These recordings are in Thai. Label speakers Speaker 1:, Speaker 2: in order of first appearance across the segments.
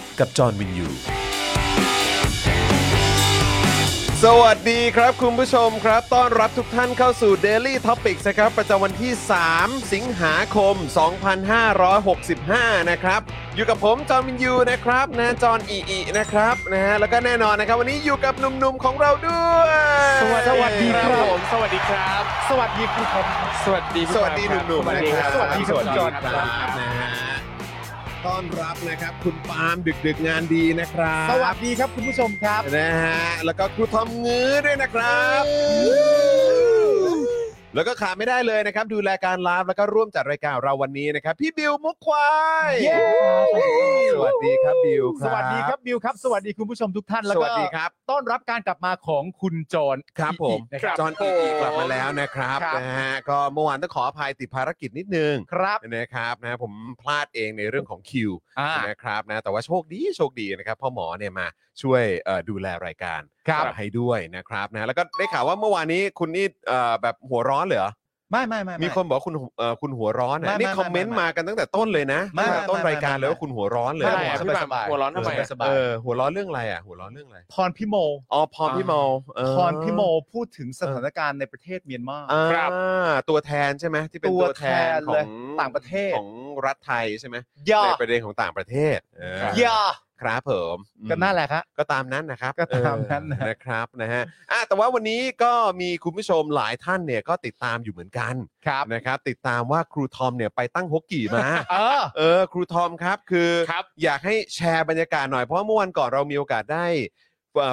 Speaker 1: กับจอห์นวินยู
Speaker 2: สวัสดีครับคุณผู้ชมครับ ต้อนรับทุกท่านเข้าสู่ Daily Topics นะครับ ประจำวันที่ 3 สิงหาคม 2565 นะครับ อยู่กับผมจอห์นวินยูนะครับนะจอห์นอีอีนะครับนะฮะแล้วก็แน่นอนนะครับ วันนี้อยู่กับหนุ่มๆของเราด้วย
Speaker 3: สวัสดีครับ
Speaker 2: ครับผม
Speaker 3: สวัสดีครับ สวัสดีคุณครับ สวัสดี
Speaker 2: สวัสดีหนุ่มๆนะครับ
Speaker 3: สวัสดี
Speaker 2: ส
Speaker 3: สวั
Speaker 2: วั
Speaker 3: ส
Speaker 2: ส
Speaker 3: ดี
Speaker 2: ดี
Speaker 3: ค
Speaker 2: ค
Speaker 3: รั
Speaker 2: รั
Speaker 3: บบ
Speaker 2: นะฮะต้อนรับนะครับคุณปาล์มดึกๆงานดีนะครับ
Speaker 3: สวัสดีครับคุณผู้ชมครับ
Speaker 2: นะฮะแล้วก็ครูทอมงื้อด้วยนะครับ แล้วก็ขาดไม่ได้เลยนะครับ ดูแลการไลฟ์แล้วก็ร่วมจัดรายการเราวันนี้นะครับ พี่บิวมุกควาย
Speaker 3: เย้
Speaker 2: สวัสดีครับบิวค
Speaker 3: ส
Speaker 2: รับ
Speaker 3: วัสดีครับบิวครับ สวัสดีคุณผู้ชมทุกท่านแล้ว
Speaker 2: ส
Speaker 3: ก็
Speaker 2: วัสดีครับ
Speaker 3: ต้อนรับการกลับมาของคุณจร
Speaker 2: ครับผม
Speaker 3: อีกนะครับ
Speaker 2: จอห์นอีอีกลับมาแล้วนะครับ
Speaker 3: ครับ
Speaker 2: นะฮะก็เมื่อวานต้องขออภัยติดภารกิจนิดนึง
Speaker 3: ครับ
Speaker 2: นะครับนะผมพลาดเองในเรื่องของคิว
Speaker 3: อ่า
Speaker 2: นะครับนะแต่ว่าโชคดีโชคดีนะครับพ่อหมอเนี่ยมาช่วยเอ่อดูแลรายการ
Speaker 3: ครับ
Speaker 2: ให้ด้วยนะครับนะแล้วก็ได้ข่าวว่าเมื่อวานนี้คุณนี่เอ่อแบบหัวร้อนเหรอ
Speaker 3: ไม่ไม่ไม่ไ
Speaker 2: มีคนบอกว่าคุณเอ่อคุณหัวร้อน
Speaker 3: ไม่
Speaker 2: นะ
Speaker 3: ไม่
Speaker 2: นี่คอมเมนต์
Speaker 3: ไม่ไม่
Speaker 2: มากันตั้งแต่ต้นเลยนะ
Speaker 3: ไม่
Speaker 2: ตั้ง
Speaker 3: ไม่
Speaker 2: แต่ต้น
Speaker 3: ไม่
Speaker 2: รายการ
Speaker 3: ไม่
Speaker 2: เลยว่าคุณหัวร้อนเลย
Speaker 3: ไม่ไม่
Speaker 2: หัว
Speaker 4: พี่ปาล์มหัวร้อนทำไมอะ
Speaker 2: สบายๆเออหัวร้อนเรื่องอะไรอ่ะหัวร้อนเรื่องอะไร
Speaker 3: พรพิโม
Speaker 2: อ๋อพรพี่โมเ
Speaker 3: พรพิโมพูดถึงสถานการณ์ในประเทศเมียนมา
Speaker 2: อ่าตัวแทนใช่ไหมที่เป็น
Speaker 3: ตัว
Speaker 2: ตัวแทน
Speaker 3: แทน
Speaker 2: ข
Speaker 3: เล
Speaker 2: อย ง
Speaker 3: ต่างประเทศ
Speaker 2: ของรัฐไทยใช่ไหม
Speaker 3: ย่า
Speaker 2: ในประเด็นของต่างประเทศเออ
Speaker 3: อย่า
Speaker 2: ครับผม
Speaker 3: ก็นั่นแหละครับ
Speaker 2: ก็ตามนั้นนะครับ
Speaker 3: ก็ตามนั้นนะ
Speaker 2: เออนะครับนะฮะอ่ะแต่ว่าวันนี้ก็มีคุณผู้ชมหลายท่านเนี่ยก็ติดตามอยู่เหมือนกัน
Speaker 3: ครับ
Speaker 2: นะครับ ติดตามว่าครูทอมเนี่ยไปตั้งฮกกี่มา
Speaker 3: เออ
Speaker 2: เออครูทอมครับคือ
Speaker 4: ครับ
Speaker 2: อยากให้แชร์บรรยากาศหน่อยเพราะว่าเมื่อวันก่อนเรามีโอกาสได้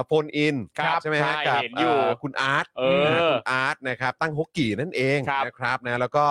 Speaker 2: โฟนอิน
Speaker 4: ครับ
Speaker 2: ใช่ไหมฮะ
Speaker 4: ใช่
Speaker 2: กับ
Speaker 4: เห็นอยู่
Speaker 2: เคุณอาร์ต
Speaker 4: เออ
Speaker 2: นะคุณอาร์ตนะครับตั้งฮกกี่นั่นเอง
Speaker 4: ครับ
Speaker 2: นะครับนะแล้วก็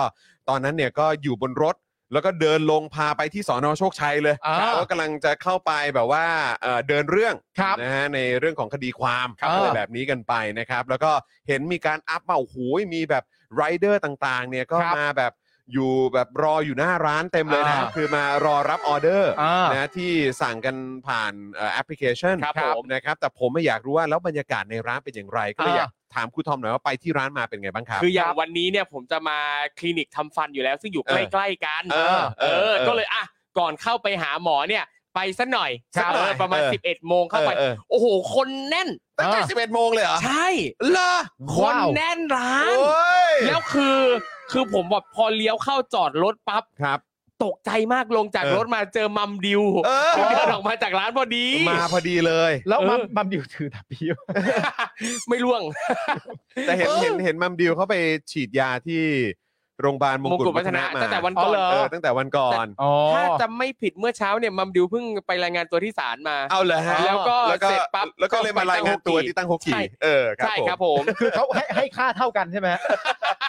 Speaker 2: ตอนนั้นเนี่ยก็อยู่บนรถ แล้วก็เดินลงพาไปที่สอนอโชคชัยเลย
Speaker 3: อ่า
Speaker 2: แล้วกำลังจะเข้าไปแบบว่าเอ่อเดินเรื่อง
Speaker 3: ครับ
Speaker 2: นะฮะในเรื่องของคดีความ
Speaker 3: ครับ
Speaker 2: อะไร
Speaker 3: อ่า
Speaker 2: แบบนี้กันไปนะครับ แล้วก็เห็นมีการอัพมาโอ้โหมีแบบไรเดอร์ต่างๆเนี่ยก็
Speaker 3: ครับ
Speaker 2: มาแบบอยู่แบบรออยู่หน้าร้านเต็มเลยนะ
Speaker 3: อ่า
Speaker 2: คือมารอรับออเดอร์
Speaker 3: อ่า
Speaker 2: นะที่สั่งกันผ่านเอ่อแอปพลิเคชัน
Speaker 4: ครับผม
Speaker 2: นะครับ แต่ผมไม่อยากรู้ว่าแล้วบรรยากาศในร้านเป็นอย่างไรก็เลย
Speaker 3: อ่า
Speaker 2: อยากถามครูทอมหน่อยว่าไปที่ร้านมาเป็นไงบ้างครับ
Speaker 4: คืออย่างวันนี้เนี่ยผมจะมาคลินิกทำฟันอยู่แล้ว ซึ่งอยู่ใกล้ๆกัน
Speaker 2: เออเอ
Speaker 4: เอ
Speaker 2: อ
Speaker 4: อ
Speaker 2: เออ
Speaker 4: ก็เลยอ่ะก่อนเข้าไปหาหมอเนี่ย ไปสัหน่อย
Speaker 2: ครับ
Speaker 4: สักหน่อยประมาณ
Speaker 2: เออ
Speaker 4: 11 โมงเข้าไป
Speaker 2: ออออ
Speaker 4: โอ้โห คนแน่น
Speaker 2: ตั้งแต่
Speaker 3: อ่า
Speaker 2: 11โมงเลยเหรอ
Speaker 4: ใช่
Speaker 2: เหรอ
Speaker 4: คน
Speaker 3: ว้าว
Speaker 4: แน่นร้า
Speaker 2: โอ้
Speaker 4: น
Speaker 2: ย
Speaker 4: แล้วคือคือผมแบบพอเลี้ยวเข้าจอดรถปั๊บ
Speaker 2: ครับ
Speaker 4: ตกใจมากลงจาก
Speaker 2: เออ
Speaker 4: รถมาเจอมัมดิว
Speaker 2: เออ
Speaker 4: ที่เดินออกมาจากร้านพอดี
Speaker 2: มาพอดีเลย
Speaker 3: แล้วมัม
Speaker 4: เออ
Speaker 3: มัมดิวถือตะเพียว
Speaker 4: ไม่ล่วง
Speaker 2: แต่เห็นเห็นเห็นมัมดิวเขาไปฉีดยาที่โรงพยาบาลมง
Speaker 4: มงกุ
Speaker 2: กุฎ
Speaker 4: ฎ
Speaker 2: วั
Speaker 4: วั
Speaker 2: ฒ
Speaker 4: ฒ
Speaker 2: นะ
Speaker 4: นะ
Speaker 2: มา
Speaker 4: ตั้งแต่วันก่อ
Speaker 3: อ๋อ
Speaker 4: น
Speaker 3: เหร
Speaker 2: เออตั้งแต่วันก่อน
Speaker 3: อ๋อ
Speaker 4: ถ้าจำไม่ผิดเมื่อเช้าเนี่ยมัมดิวเพิ่งไปรายงานตัวที่ศาลมา
Speaker 2: เอาเลยฮะ
Speaker 4: แล้วก็เสร็จปั๊บ
Speaker 2: แล้วก็เลยมารายงานตัวที่ตั้งฮก
Speaker 4: ใช่
Speaker 2: กี้เออครับ
Speaker 4: ใช่
Speaker 2: ผม
Speaker 4: ครับผม
Speaker 3: คือเขาให้ให้ค่าเท่ากันใช่ไหมฮะ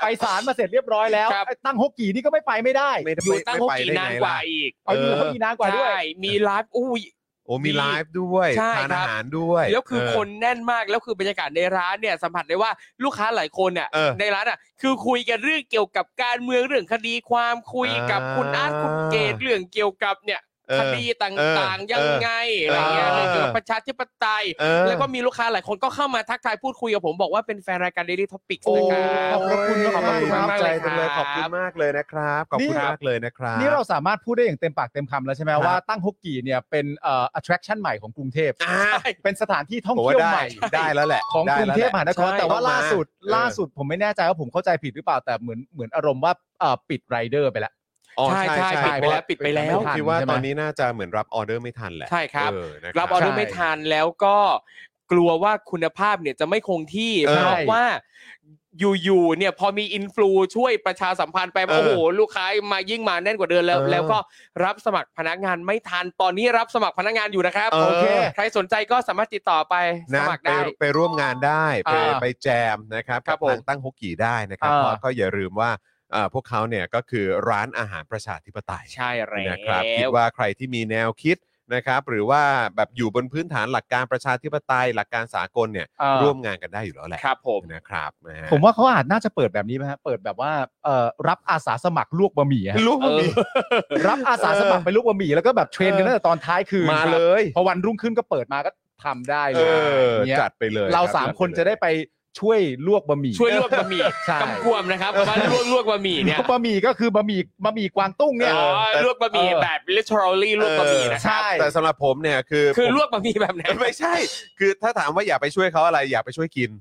Speaker 3: ไปศาลมาเสร็จเรียบร้อยแล้ว
Speaker 4: ครับ
Speaker 3: ไอ้ตั้งฮกกี่นี่ก็ไม่ไปไม่ได้
Speaker 2: ไม่ได้
Speaker 4: อยู่ตั้ง
Speaker 2: ไม่
Speaker 4: หก
Speaker 2: ไป
Speaker 4: กี่
Speaker 2: ได้
Speaker 4: นาน
Speaker 2: ไง
Speaker 4: ก
Speaker 2: ล่ะ
Speaker 4: ว่าอีก
Speaker 3: เอาอยู่
Speaker 2: เออ
Speaker 3: เขามีนานกว่าด้วย
Speaker 4: ใช่มีไลฟ์อุ้ย
Speaker 2: โอ้มี
Speaker 4: มี
Speaker 2: ไลฟ์ด้วย
Speaker 4: ใช่
Speaker 2: ทาน
Speaker 4: ครั
Speaker 2: อา
Speaker 4: บ
Speaker 2: หารด้วย
Speaker 4: แล้วคือ
Speaker 2: เ
Speaker 4: คนแน่นมากแล้วคือบรรยากาศในร้านเนี่ยสัมผัสได้ว่าลูกค้าหลายคนเนี่ย
Speaker 2: เออ
Speaker 4: ในร้านอ่ะคือคุยกันเรื่องเกี่ยวกับการเมืองเรื่องคดีความคุยกับคุณอาร์ตคุณเกตเรื่องเกี่ยวกับเนี่ย
Speaker 2: เออ
Speaker 4: คดีต่างๆ ยังไงอะไรเงี้ย
Speaker 2: เออ
Speaker 4: เรื่องเกี่ยวกับประชาธิปไตย
Speaker 2: เออ
Speaker 4: แล้วก็มีลูกค้าหลายคนก็เข้ามาทักทายพูดคุยกับผมบอกว่าเป็นแฟนรายการ Daily Topics นะครั
Speaker 3: ข
Speaker 4: บ
Speaker 3: อบพระคุณมากๆ
Speaker 2: ขอบคุณ
Speaker 3: ครั
Speaker 2: มาก
Speaker 3: บ
Speaker 2: ใจ
Speaker 4: ขอบคุณ
Speaker 2: เลยข
Speaker 4: ค
Speaker 2: อ
Speaker 4: รั
Speaker 2: บบ คุณมากเลยนะครับขอบคุณ
Speaker 3: นี่
Speaker 2: มากเลยนะครับ
Speaker 3: นี่เราสามารถพูดได้อย่างเต็มปากเต็มคำแล้วใช่ไหม
Speaker 2: ครับ
Speaker 3: ว่าตั้งฮกกี่เนี่ยเป็นเอ่อ attraction ใหม่ของกรุงเทพ
Speaker 2: อ่า
Speaker 3: เป็นสถานที่ท่อง
Speaker 2: ผม
Speaker 3: เที่
Speaker 2: ว่าได้
Speaker 3: ยวใหม่
Speaker 2: ได้แล้วแหละ
Speaker 3: ของกรุงเทพ
Speaker 2: ได้
Speaker 3: ม
Speaker 2: แล้วแหละ
Speaker 3: หานคร
Speaker 4: ใช่
Speaker 3: แต่ว่า
Speaker 2: ต้องมา
Speaker 3: ล่าสุด
Speaker 2: เออ
Speaker 3: ล่าสุดผมไม่แน่ใจว่าผมเข้าใจผิดหรือเปล่าแต่เหมือนเหมือนอารมณ์ว่าเอ่อปิดไรเดอร์ไปแล้ว
Speaker 2: อ๋อ
Speaker 4: ใช่ใช่
Speaker 2: ใช่
Speaker 4: ปิดไปแล้วปิดไปแล้ว
Speaker 2: คิดว่า
Speaker 3: ใช่ไหม
Speaker 2: ตอนนี้น่าจะเหมือนรับออเดอร์ไม่ทันแหละ
Speaker 4: ใช่ครับ
Speaker 2: เออนะค
Speaker 4: รับออเดอร์ไม่ทันแล้วก็กลัวว่าคุณภาพเนี่ยจะไม่คงที่
Speaker 2: เออ
Speaker 4: เพราะว่าอยู่ๆเนี่ยพอมีอินฟลูช่วยประชาสัมพันธ์ไป
Speaker 2: เออ
Speaker 4: โอ้โหลูกค้ามายิ่งมาแน่นกว่าเดิมแล้ว
Speaker 2: เออ
Speaker 4: แล้วก็รับสมัครพนักงานไม่ทันตอนนี้รับสมัครพนักงานอยู่นะครับ
Speaker 2: เออ
Speaker 4: โอเคใครสนใจก็สามารถติดต่อไปส
Speaker 2: นะ
Speaker 4: มัคร
Speaker 2: ไป
Speaker 4: ได้
Speaker 2: ไปร่วมงานได้ไป
Speaker 4: อ่า
Speaker 2: ไปแจมนะครับ
Speaker 4: ครั
Speaker 2: กับบ
Speaker 4: ผม
Speaker 2: ทางตั้งฮกกี่ได้นะครับ
Speaker 3: อ่า
Speaker 2: เพราะก็อย่าลืมว่าเอ่อพวกเขาเนี่ยก็คือร้านอาหารประชาธิปไตย
Speaker 4: ใช่แล้ว
Speaker 2: นะครับคิดว่าใครที่มีแนวคิดนะครับ หรือว่าแบบอยู่บนพื้นฐานหลักการประชาธิปไตย หลักการสากลเนี่ย
Speaker 4: เออ
Speaker 2: ร่วมงานกันได้อยู่แล้วแหละ
Speaker 4: ครับผม
Speaker 2: นะครับนะฮะ
Speaker 3: ผมว่าเขาอาจน่าจะเปิดแบบนี้ไหมฮะเปิดแบบว่าเอ่อรับอาสาสมัครลวกบะหมี่ฮะ
Speaker 2: ลูก
Speaker 4: เออ
Speaker 3: รับอาสาสมัครไปลวกบะหมี่แล้วก็แบบเทรนกันตั้งแต่ตอนท้ายคืน
Speaker 2: มาเลย
Speaker 3: พอวันรุ่งขึ้นก็เปิดมาก็ทำได้เล
Speaker 2: เอย อ
Speaker 3: นี่ย
Speaker 2: จัดไปเลย
Speaker 3: เรา
Speaker 2: รับ
Speaker 3: สาม
Speaker 2: จัป
Speaker 3: คนจะได้ไปช่วยลวกบะหมี่
Speaker 4: ช่วยลวกบะหมี่
Speaker 3: ใช่
Speaker 4: กำกวมนะครับว่าลวกลวกบะหมี่เนี่ย
Speaker 3: บะหมี่ก็คือบะหมี่บะหมี่กวางตุ้งเนี่ย
Speaker 4: อ๋อลวกบะหมี่
Speaker 3: เออ
Speaker 4: แบบ literally ลวกบะหมี่นะค
Speaker 3: ใช่
Speaker 4: รับ
Speaker 2: แต่สำหรับผมเนี่ยคือ
Speaker 4: คือ
Speaker 2: ผม
Speaker 4: ลวกบะหมี่แบบไหน
Speaker 2: ไม่ใช่ คือถ้าถามว่าอยากไปช่วยเขาอะไร อยากไปช่วยกิน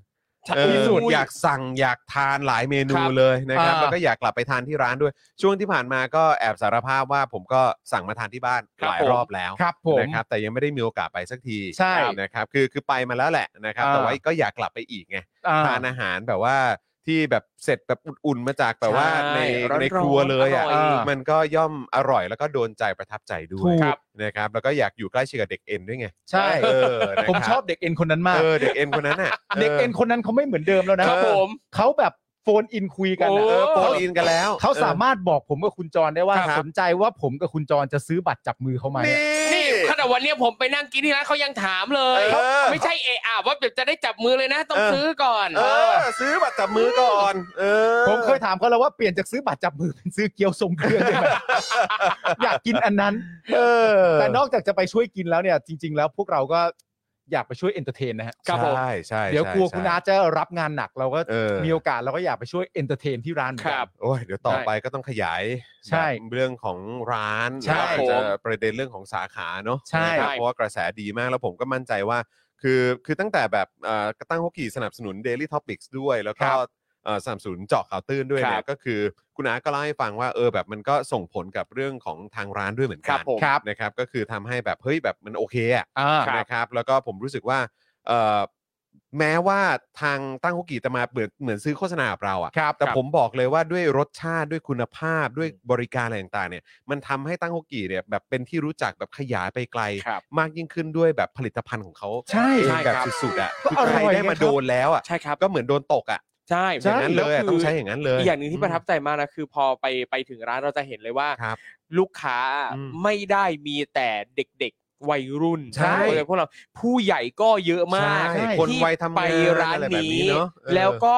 Speaker 2: เออ
Speaker 4: ที่สุด
Speaker 2: อยากสั่งอยากทานหลายเมนู
Speaker 4: ครับ
Speaker 2: เลยนะครับ
Speaker 3: อ่า
Speaker 2: แล้วก็อยากกลับไปทานที่ร้านด้วย ช่วงที่ผ่านมาก็แอบสารภาพว่าผมก็สั่งมาทานที่บ้าน
Speaker 4: ครับ
Speaker 2: หลายรอบแล้ว
Speaker 3: ครับผม
Speaker 2: นะครับ แต่ยังไม่ได้มีโอกาสไปสักที
Speaker 3: ใช่
Speaker 2: นะครับ คือคือไปมาแล้วแหละนะครับ
Speaker 3: อ่า
Speaker 2: แต่ว่าก็อยากกลับไปอีกไง
Speaker 3: อ่า
Speaker 2: ทานอาหารแบบว่าที่แบบเสร็จแบบอุ่นๆมาจากแบบว่า
Speaker 4: ใช่
Speaker 2: ใน
Speaker 4: ร้อนๆ
Speaker 2: ในครัวเลยอ่ะ
Speaker 4: อร่อย
Speaker 2: เออมันก็ย่อมอร่อยแล้วก็โดนใจประทับใจด้ว
Speaker 3: ถู
Speaker 2: ย
Speaker 3: ก
Speaker 4: ครับ
Speaker 2: นะครับ แล้วก็อยากอยู่ใกล้ชิดกับเด็กเอ็นด้วยไง
Speaker 3: ใช่
Speaker 2: เออนะ
Speaker 3: ผม
Speaker 2: ครั
Speaker 3: ชอบเด็กเอ็นคนนั้นมาก
Speaker 2: เออเด็กเอ็นคนนั้นอ่ะ
Speaker 3: เด็กเอ็นคนนั้นเขาไม่เหมือนเดิมแล้วนะครับ
Speaker 4: ผม
Speaker 3: เขาแบบโฟนอินคุยกัน
Speaker 4: โอ้
Speaker 3: อะ
Speaker 2: เออโปร
Speaker 3: เขา
Speaker 2: อินกันแล้ว
Speaker 3: เขาสามารถบอกผมกับคุณจรได้ว่า
Speaker 4: ครับ
Speaker 3: สนใจว่าผมกับคุณจรจะซื้อบัตรจับมือเขาไหม
Speaker 2: นี่
Speaker 4: นี่ขนาดวันเนี้ยผมไปนั่งกินที่ร้านเขายังถามเลย
Speaker 2: เออ
Speaker 4: ไม่ใช่เอะอะว่าแบบจะได้จับมือเลยนะ ต้อง
Speaker 2: เออ
Speaker 4: ซื้อก่อน
Speaker 2: เออ ซื้อบัตรจับมือก่อน เออ
Speaker 3: ผมเคยถามเขาแล้วว่าเปลี่ยนจากซื้อบัตรจับมือเป็นซื้อเกี๊ยวทรงเครื่อง ได้ไหม อยากกินอันนั้น
Speaker 2: เออ
Speaker 3: แต่นอกจากจะไปช่วยกินแล้วเนี่ย จริง ๆ แล้วพวกเราก็อยากไปช่วยเอนเตอร์เทนนะฮะ
Speaker 4: ครับผม
Speaker 2: ใช่ใช่
Speaker 3: เดี๋ยวกลัว
Speaker 2: ใช่
Speaker 3: คุณอาร์ตจะรับงานหนักเราก็
Speaker 2: เออ
Speaker 3: มีโอกาสเราก็อยากไปช่วยเอนเตอร์เทนที่ร้านเหมือน
Speaker 4: ค
Speaker 3: กัน
Speaker 4: รับ
Speaker 2: โอ้ยเดี๋ยวต่อไปก็ต้องขยาย
Speaker 3: ใช่
Speaker 2: แบบเรื่องของร้าน
Speaker 3: ใช่
Speaker 2: แล้วก็จะประเด็นเรื่องของสาขาเนอะ
Speaker 3: ใช่
Speaker 2: นะครับเพราะว่ากระแสดีมากแล้วผมก็มั่นใจว่า คือคือตั้งแต่แบบเอ่อกระตั้งฮกกี่สนับสนุน Daily Topics ด้วย แล้วก็
Speaker 4: ครับ
Speaker 2: เอ่อสนับสนุนเจาะข่าวตื้นด้วย
Speaker 4: ค
Speaker 2: เนี่
Speaker 4: รั
Speaker 2: ย
Speaker 4: บ
Speaker 2: ก็คือคุณอาก็เล่าให้ฟังว่าเออแบบมันก็ส่งผลกับเรื่องของทางร้านด้วยเหมือน
Speaker 4: ค
Speaker 2: กั
Speaker 4: รั
Speaker 2: น
Speaker 4: บผม
Speaker 3: ครับ
Speaker 2: นะครับก็คือทำให้แบบเฮ้ยแบบมันโอเคอะ
Speaker 3: อ่า
Speaker 2: นะครับแล้วก็ผมรู้สึกว่าเอ่อแม้ว่าทางตั้งฮกกี้จะมาเหมือนเหมือนซื้อโฆษณากับเรา
Speaker 3: ครั
Speaker 2: อะ่ะ
Speaker 3: บ
Speaker 2: แต่
Speaker 3: ครับ
Speaker 2: ผมบอกเลยว่าด้วยรสชาติด้วยคุณภาพด้วยบริการอะไรต่างๆเนี่ยมันทำให้ตั้งฮกกี้เนี่ยแบบเป็นที่รู้จักแบบขยายไปไกล
Speaker 4: ครับ
Speaker 2: มากยิ่งขึ้นด้วยแบบผลิตภัณฑ์ของเขา
Speaker 3: ใช่
Speaker 2: เอง
Speaker 4: ใช่
Speaker 2: แบบ
Speaker 4: ครับ
Speaker 2: สุดๆอะ่ะ
Speaker 3: ก็
Speaker 2: คือ
Speaker 3: อ
Speaker 2: ใค
Speaker 3: ร่
Speaker 2: ร
Speaker 3: อยไง
Speaker 2: ได้มา
Speaker 3: ครับ
Speaker 2: โดนแล้วอะ
Speaker 4: ใช่ครับ
Speaker 2: ่ะก็เหมือนโดนตกอะ่ะ
Speaker 4: ใช่
Speaker 2: อย่างนั้นเลยอะ
Speaker 4: แวคื
Speaker 2: ต้องใช้อย่างนั้นเลย
Speaker 4: อีกอย่างหนึ่งที่ประทับใจมากนะคือพอไปไปถึงร้านเราจะเห็นเลยว่า
Speaker 2: ครับ
Speaker 4: ลูกค้า
Speaker 2: อืม
Speaker 4: ไม่ได้มีแต่เด็กๆ วัยรุ่น
Speaker 2: ใช่
Speaker 4: โดยเฉพาะพวกเราผู้ใหญ่ก็เยอะมาก
Speaker 2: ใช่
Speaker 4: ที่
Speaker 2: คนวัยทำงาน
Speaker 4: ไปร้าน
Speaker 2: อะไรแบบนี้
Speaker 4: นี้
Speaker 2: เนอะเออ
Speaker 4: แล้วก็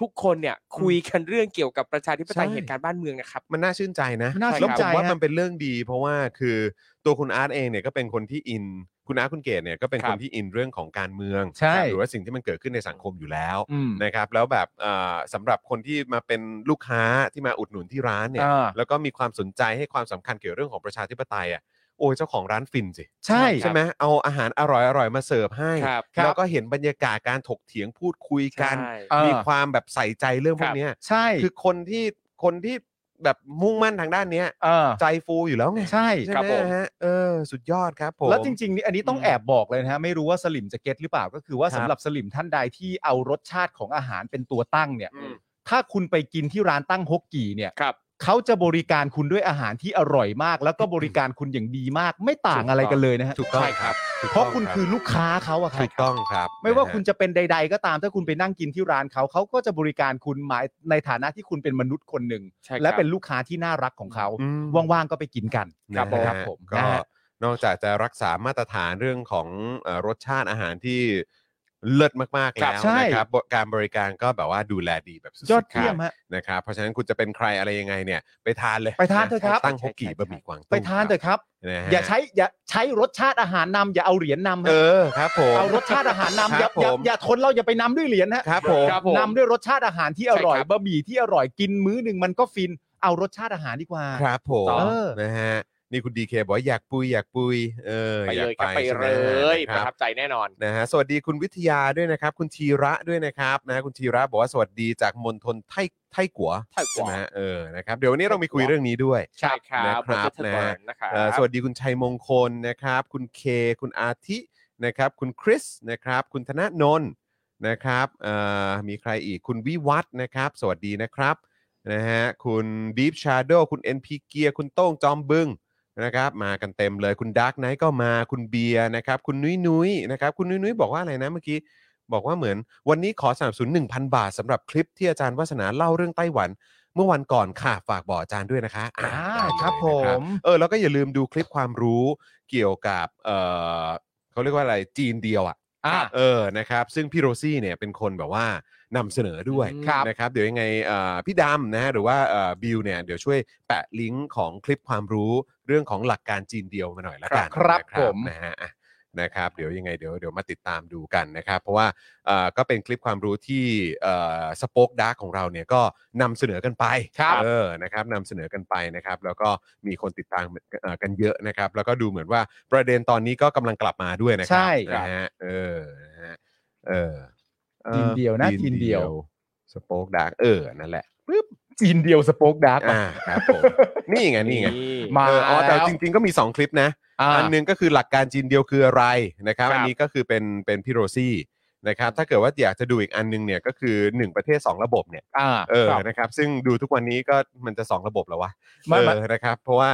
Speaker 4: ทุกคนเนี่ยคุยกันเรื่องเกี่ยวกับประชาธิปไตย
Speaker 2: ใช่
Speaker 4: เหตุการณ์บ้านเมืองนะครับ
Speaker 2: มันน่าชื่นใจนะ
Speaker 3: น่าชื่
Speaker 2: แล้ว
Speaker 3: น
Speaker 2: ผ
Speaker 3: ใจ
Speaker 2: มว่า
Speaker 3: ฮะ
Speaker 2: มันเป็นเรื่องดี เพราะว่าคือตัวคุณอาร์ตเองเนี่ยก็เป็นคนที่อินคุณอาร์ตคุณเกตเนี่ยก็เป็น
Speaker 4: ครั
Speaker 2: ค
Speaker 4: บ
Speaker 2: นที่อินเรื่องของการเมือง
Speaker 3: ใช่
Speaker 2: หรือว่าสิ่งที่มันเกิดขึ้นในสังคมอยู่แล้ว
Speaker 3: อืม
Speaker 2: นะครับแล้วแบบเอ่อสำหรับคนที่มาเป็นลูกค้าที่มาอุดหนุนที่ร้านเนี่ย
Speaker 3: อ่า
Speaker 2: แล้วก็มีความสนใจให้ความสำคัญเกี่ยวเรื่องของประชาธิปไตยอ่ะโอ้ยเจ้าของร้านฟินสิ
Speaker 3: ใช่
Speaker 2: ใช่ไหมเอาอาหารอร่อยอร่อยๆมาเสิร์ฟให้
Speaker 4: ครับ
Speaker 2: แล้วก็เห็นบรรยากาศการถกเถียงพูดคุยกัน
Speaker 4: ใช่
Speaker 3: เออ
Speaker 2: มีความแบบใส่ใจเรื่องพว
Speaker 4: ครั
Speaker 2: ก
Speaker 4: บ
Speaker 2: เนี้ย
Speaker 3: ใช่
Speaker 2: คือคนที่คนที่แบบมุ่งมั่นทางด้านเนี้ย
Speaker 3: เออ
Speaker 2: ใจฟูอยู่แล้วไง
Speaker 3: ใช่
Speaker 2: ใช่
Speaker 4: ครับ
Speaker 2: ไห
Speaker 4: ผม ม
Speaker 2: ฮะเออ สุดยอดครับผม
Speaker 3: แล้วจริงๆนี่อันนี้ต้องแอบบอกเลยนะฮะไม่รู้ว่าสลิมจะเก็ตหรือเปล่าก็คือว่า
Speaker 2: ครับ
Speaker 3: สำหรับสลิมท่านใดที่เอารสชาติของอาหารเป็นตัวตั้งเนี่ย
Speaker 4: อืม
Speaker 3: ถ้าคุณไปกินที่ร้านตั้งฮกกี่เนี่ย
Speaker 4: ครับ
Speaker 3: เขาจะบริการคุณด้วยอาหารที่อร่อยมาก แล้วก็บริการคุณอย่างดีมาก ไม่ต่างอะไรกันเลยนะฮะ
Speaker 2: ถูกต้อง
Speaker 3: ใช่
Speaker 2: ครับ ถูก
Speaker 3: เพ
Speaker 2: ต้
Speaker 3: ราะ
Speaker 2: ง
Speaker 3: คุณคือลูกค้าเขาอะครับ
Speaker 2: ถูกต้องครับ
Speaker 3: ไม่ว่าคุณ
Speaker 2: นฮ
Speaker 3: จะเป็นใด ๆ ก็ตามถ้าคุณไปนั่งกินที่ร้านเขาเขาก็จะบริการคุณหมายในฐานะที่คุณเป็นมนุษย์คนหนึ่ง
Speaker 4: ใช่ครับ
Speaker 3: และเป็นลูกค้าที่น่ารักของเขา
Speaker 2: อืม
Speaker 3: ว่างๆก็ไปกินกัน
Speaker 2: นะฮะ
Speaker 3: ครับผม
Speaker 2: ก็
Speaker 3: นะฮะ
Speaker 2: นอกจากจะรักษามาตรฐานเรื่องของเอ่อรสชาติอาหารที่เลิศมากๆ
Speaker 4: ครั
Speaker 2: แล้ว
Speaker 4: บ
Speaker 2: นะครับบการบริการก็แบบว่าดูแลดีแบบสุดๆ
Speaker 3: ยอดเยี่ยม
Speaker 2: ครับ
Speaker 3: ฮะ
Speaker 2: นะครับเพราะฉะนั้นคุณจะเป็นใครอะไรยังไงเนี่ยไปทานเลย
Speaker 3: ไปทานเถอะครับ
Speaker 2: ตั้งฮกกี่บะหมี่กวางตุ้ง
Speaker 3: ไปทานเถอะครับ
Speaker 2: นะฮะ
Speaker 3: อย่าใช้อย่าใช้รสชาติอาหารนำอย่าเอาเหรียญนำ
Speaker 2: เอ
Speaker 3: ฮะ
Speaker 2: อครับผม
Speaker 3: เอารสชาติอาหารนำอย่า
Speaker 2: ครับผม
Speaker 3: อย่าอย่าทนเราอย่าไปนำด้วยเหรียญฮะ
Speaker 2: ครับผม
Speaker 4: ครับผม
Speaker 3: นำด้วยรสชาติอาหารที่อร่อย
Speaker 4: ใช่ครับ
Speaker 3: บะหมี่ที่อร่อยกินมื้อหนึ่งมันก็ฟินเอารสชาติอาหารดีกว่า
Speaker 2: ครับผม
Speaker 3: เออ
Speaker 2: นะฮะ นี่คุณดีเคบอกว่าอยากปุยอยากปุยเออ
Speaker 4: ไป
Speaker 2: อาก
Speaker 4: เลยครับไป
Speaker 2: ใช่หม
Speaker 4: เลยป
Speaker 2: ค
Speaker 4: ระ
Speaker 2: รับ
Speaker 4: ทับใจแน่นอน
Speaker 2: นะฮะสวัสดีคุณวิทยาด้วยนะครับ คุณธีระด้วยนะครับนะฮะคุณธีระบอกว่าสวัสดีจากมณฑลไทไทกัว
Speaker 4: ไทกัว
Speaker 2: ใช่ไหมฮะเออนะครับเดี๋ยววันนี้เรามีคุยเรื่องนี้ด้วย
Speaker 4: ใช่ครั
Speaker 2: นะ
Speaker 4: บ
Speaker 2: ครั
Speaker 4: วั
Speaker 2: บนะ
Speaker 4: นเทิ
Speaker 2: ฮะ
Speaker 4: งนะครับ
Speaker 2: เอ่อสวัสดีคุณชัยมงคลนะครับ คุณเคคุณอาทินะครับ คุณคริสนะครับ คุณธนนนท์นะครับเอ่อมีใครอีกคุณวิวัฒน์นะครับ สวัสดีนะครับนะฮะคุณ Deep Shadow คุณ NP เกียร์คุณโต้งจอมบึง นะครับมากันเต็มเลยคุณดาร์กไนท์ก็มาคุณเบียร์นะครับ คุณนุ้ยนุ้ยนะครับคุณนุ้ยนุ้ยบอกว่าอะไรนะเมื่อกี้ บอกว่าเหมือนวันนี้ขอสนับสนุน1,000 บาทสำหรับคลิปที่อาจารย์วัฒนาเล่าเรื่องไต้หวัน เมื่อวันก่อนค่ะฝากบอกอาจารย์ด้วยนะคะอ่า
Speaker 3: อ่า
Speaker 2: ได้เลย
Speaker 3: ครับ
Speaker 2: นะ
Speaker 3: ผม
Speaker 2: เออแล้วก็อย่าลืมดูคลิปความรู้เกี่ยวกับเออเขาเรียกว่าอะไรจีนเดียวอ่ะ
Speaker 3: อ่า
Speaker 2: เออนะครับซึ่งพี่โรซี่เนี่ยเป็นคนแบบว่านำเสนอด้วย
Speaker 3: ครับ
Speaker 2: นะครับเดี๋ยวยังไงเอ่อพี่ดำนะฮะหรือว่าเอ่อบิวเนี่ยเดี๋ยวช่วยแปะลิงก์ของคลิปความรู้เรื่องของหลักการจีนเดียวมาหน่อยละกัน
Speaker 3: ครับ
Speaker 2: นะ
Speaker 3: ผม
Speaker 2: นะฮะอ่ะนะครับเดี๋ยวยังไงเดี๋ยวเดี๋ยวมาติดตามดูกันนะครับ เพราะว่า เอ่อก็เป็นคลิปความรู้ที่สป็อคดาร์กของเราเนี่ยก็นำเสนอกันไป
Speaker 4: ครับ
Speaker 2: เออนะครับนำเสนอกันไปนะครับ แล้วก็มีคนติดตามเอ่อกันเยอะนะครับ แล้วก็ดูเหมือนว่าประเด็นตอนนี้ก็กำลังกลับมาด้วยนะครั
Speaker 3: ใช่
Speaker 2: นะฮะเออนะฮะเออเอ่อ
Speaker 3: จีนเดียวนะ
Speaker 2: จี
Speaker 3: จีนเดียว
Speaker 2: สป็อคดาร์กเออนั่นแหละปึ๊บ
Speaker 3: จีนเดียวสโป๊กดาร์ก
Speaker 2: อ่าครับผมนี่ไงนี่ไง
Speaker 3: มา
Speaker 2: เอออ๋อแต่
Speaker 3: แล้ว
Speaker 2: จริงๆก็มี 2 คลิปนะ
Speaker 3: อ่า
Speaker 2: อันหนึงก็คือหลักการจีนเดียวคืออะไรนะครับ
Speaker 4: ครับ
Speaker 2: อันนี้ก็คือเป็นเป็นพี่โรซี่นะครับถ้าเกิดว่าอยากจะดูอีกอันหนึงเนี่ยก็คือ 1 ประเทศ 2 ระบบเนี่ย
Speaker 3: อ่า
Speaker 2: เออ
Speaker 3: ครับ
Speaker 2: นะครับซึ่งดูทุกวันนี้ก็มันจะ 2 ระบบแล้ววะ
Speaker 3: ไม่
Speaker 2: เอ
Speaker 3: ไม่
Speaker 2: อนะครับเพราะว่า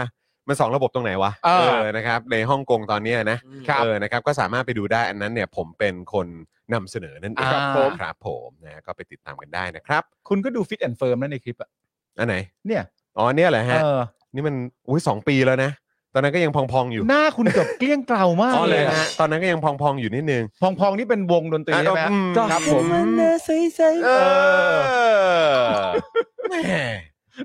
Speaker 2: มัน 2 ระบบตรงไหนวะ
Speaker 3: เออ
Speaker 2: นะครับในฮ่องกงตอนเนี้ยนะครับ เออนะครับก็สามารถไปดูได้อันนั้นเนี่ยผมเป็นคนนำเสนอนั่นเอง
Speaker 3: ครับผม
Speaker 2: ครับผมนะก็ไปติดตามกันได้นะครับ
Speaker 3: คุณก็ดูฟิตแอนด์เฟิร์มแล้วในคลิปอ่ะ
Speaker 2: อันไหน
Speaker 3: เนี่ย
Speaker 2: อ๋อเนี่ยแหละ
Speaker 3: เอ
Speaker 2: ฮะ
Speaker 3: อ
Speaker 2: นี่มันอุ้ยสองปีแล้วนะตอนนั้นก็ยังพองๆอยู่
Speaker 3: หน้าคุณเกือบเกลี้ยงเกลามาก
Speaker 2: อ๋อเลย
Speaker 3: อะ
Speaker 2: ฮะตอนนั้นก็ยังพองๆอยู่นิดนึง
Speaker 3: พองๆนี่เป็นวงดนตรีใช่ไหม
Speaker 2: อ่ะอื
Speaker 3: ครับผม
Speaker 5: ใสๆ
Speaker 2: เออแหม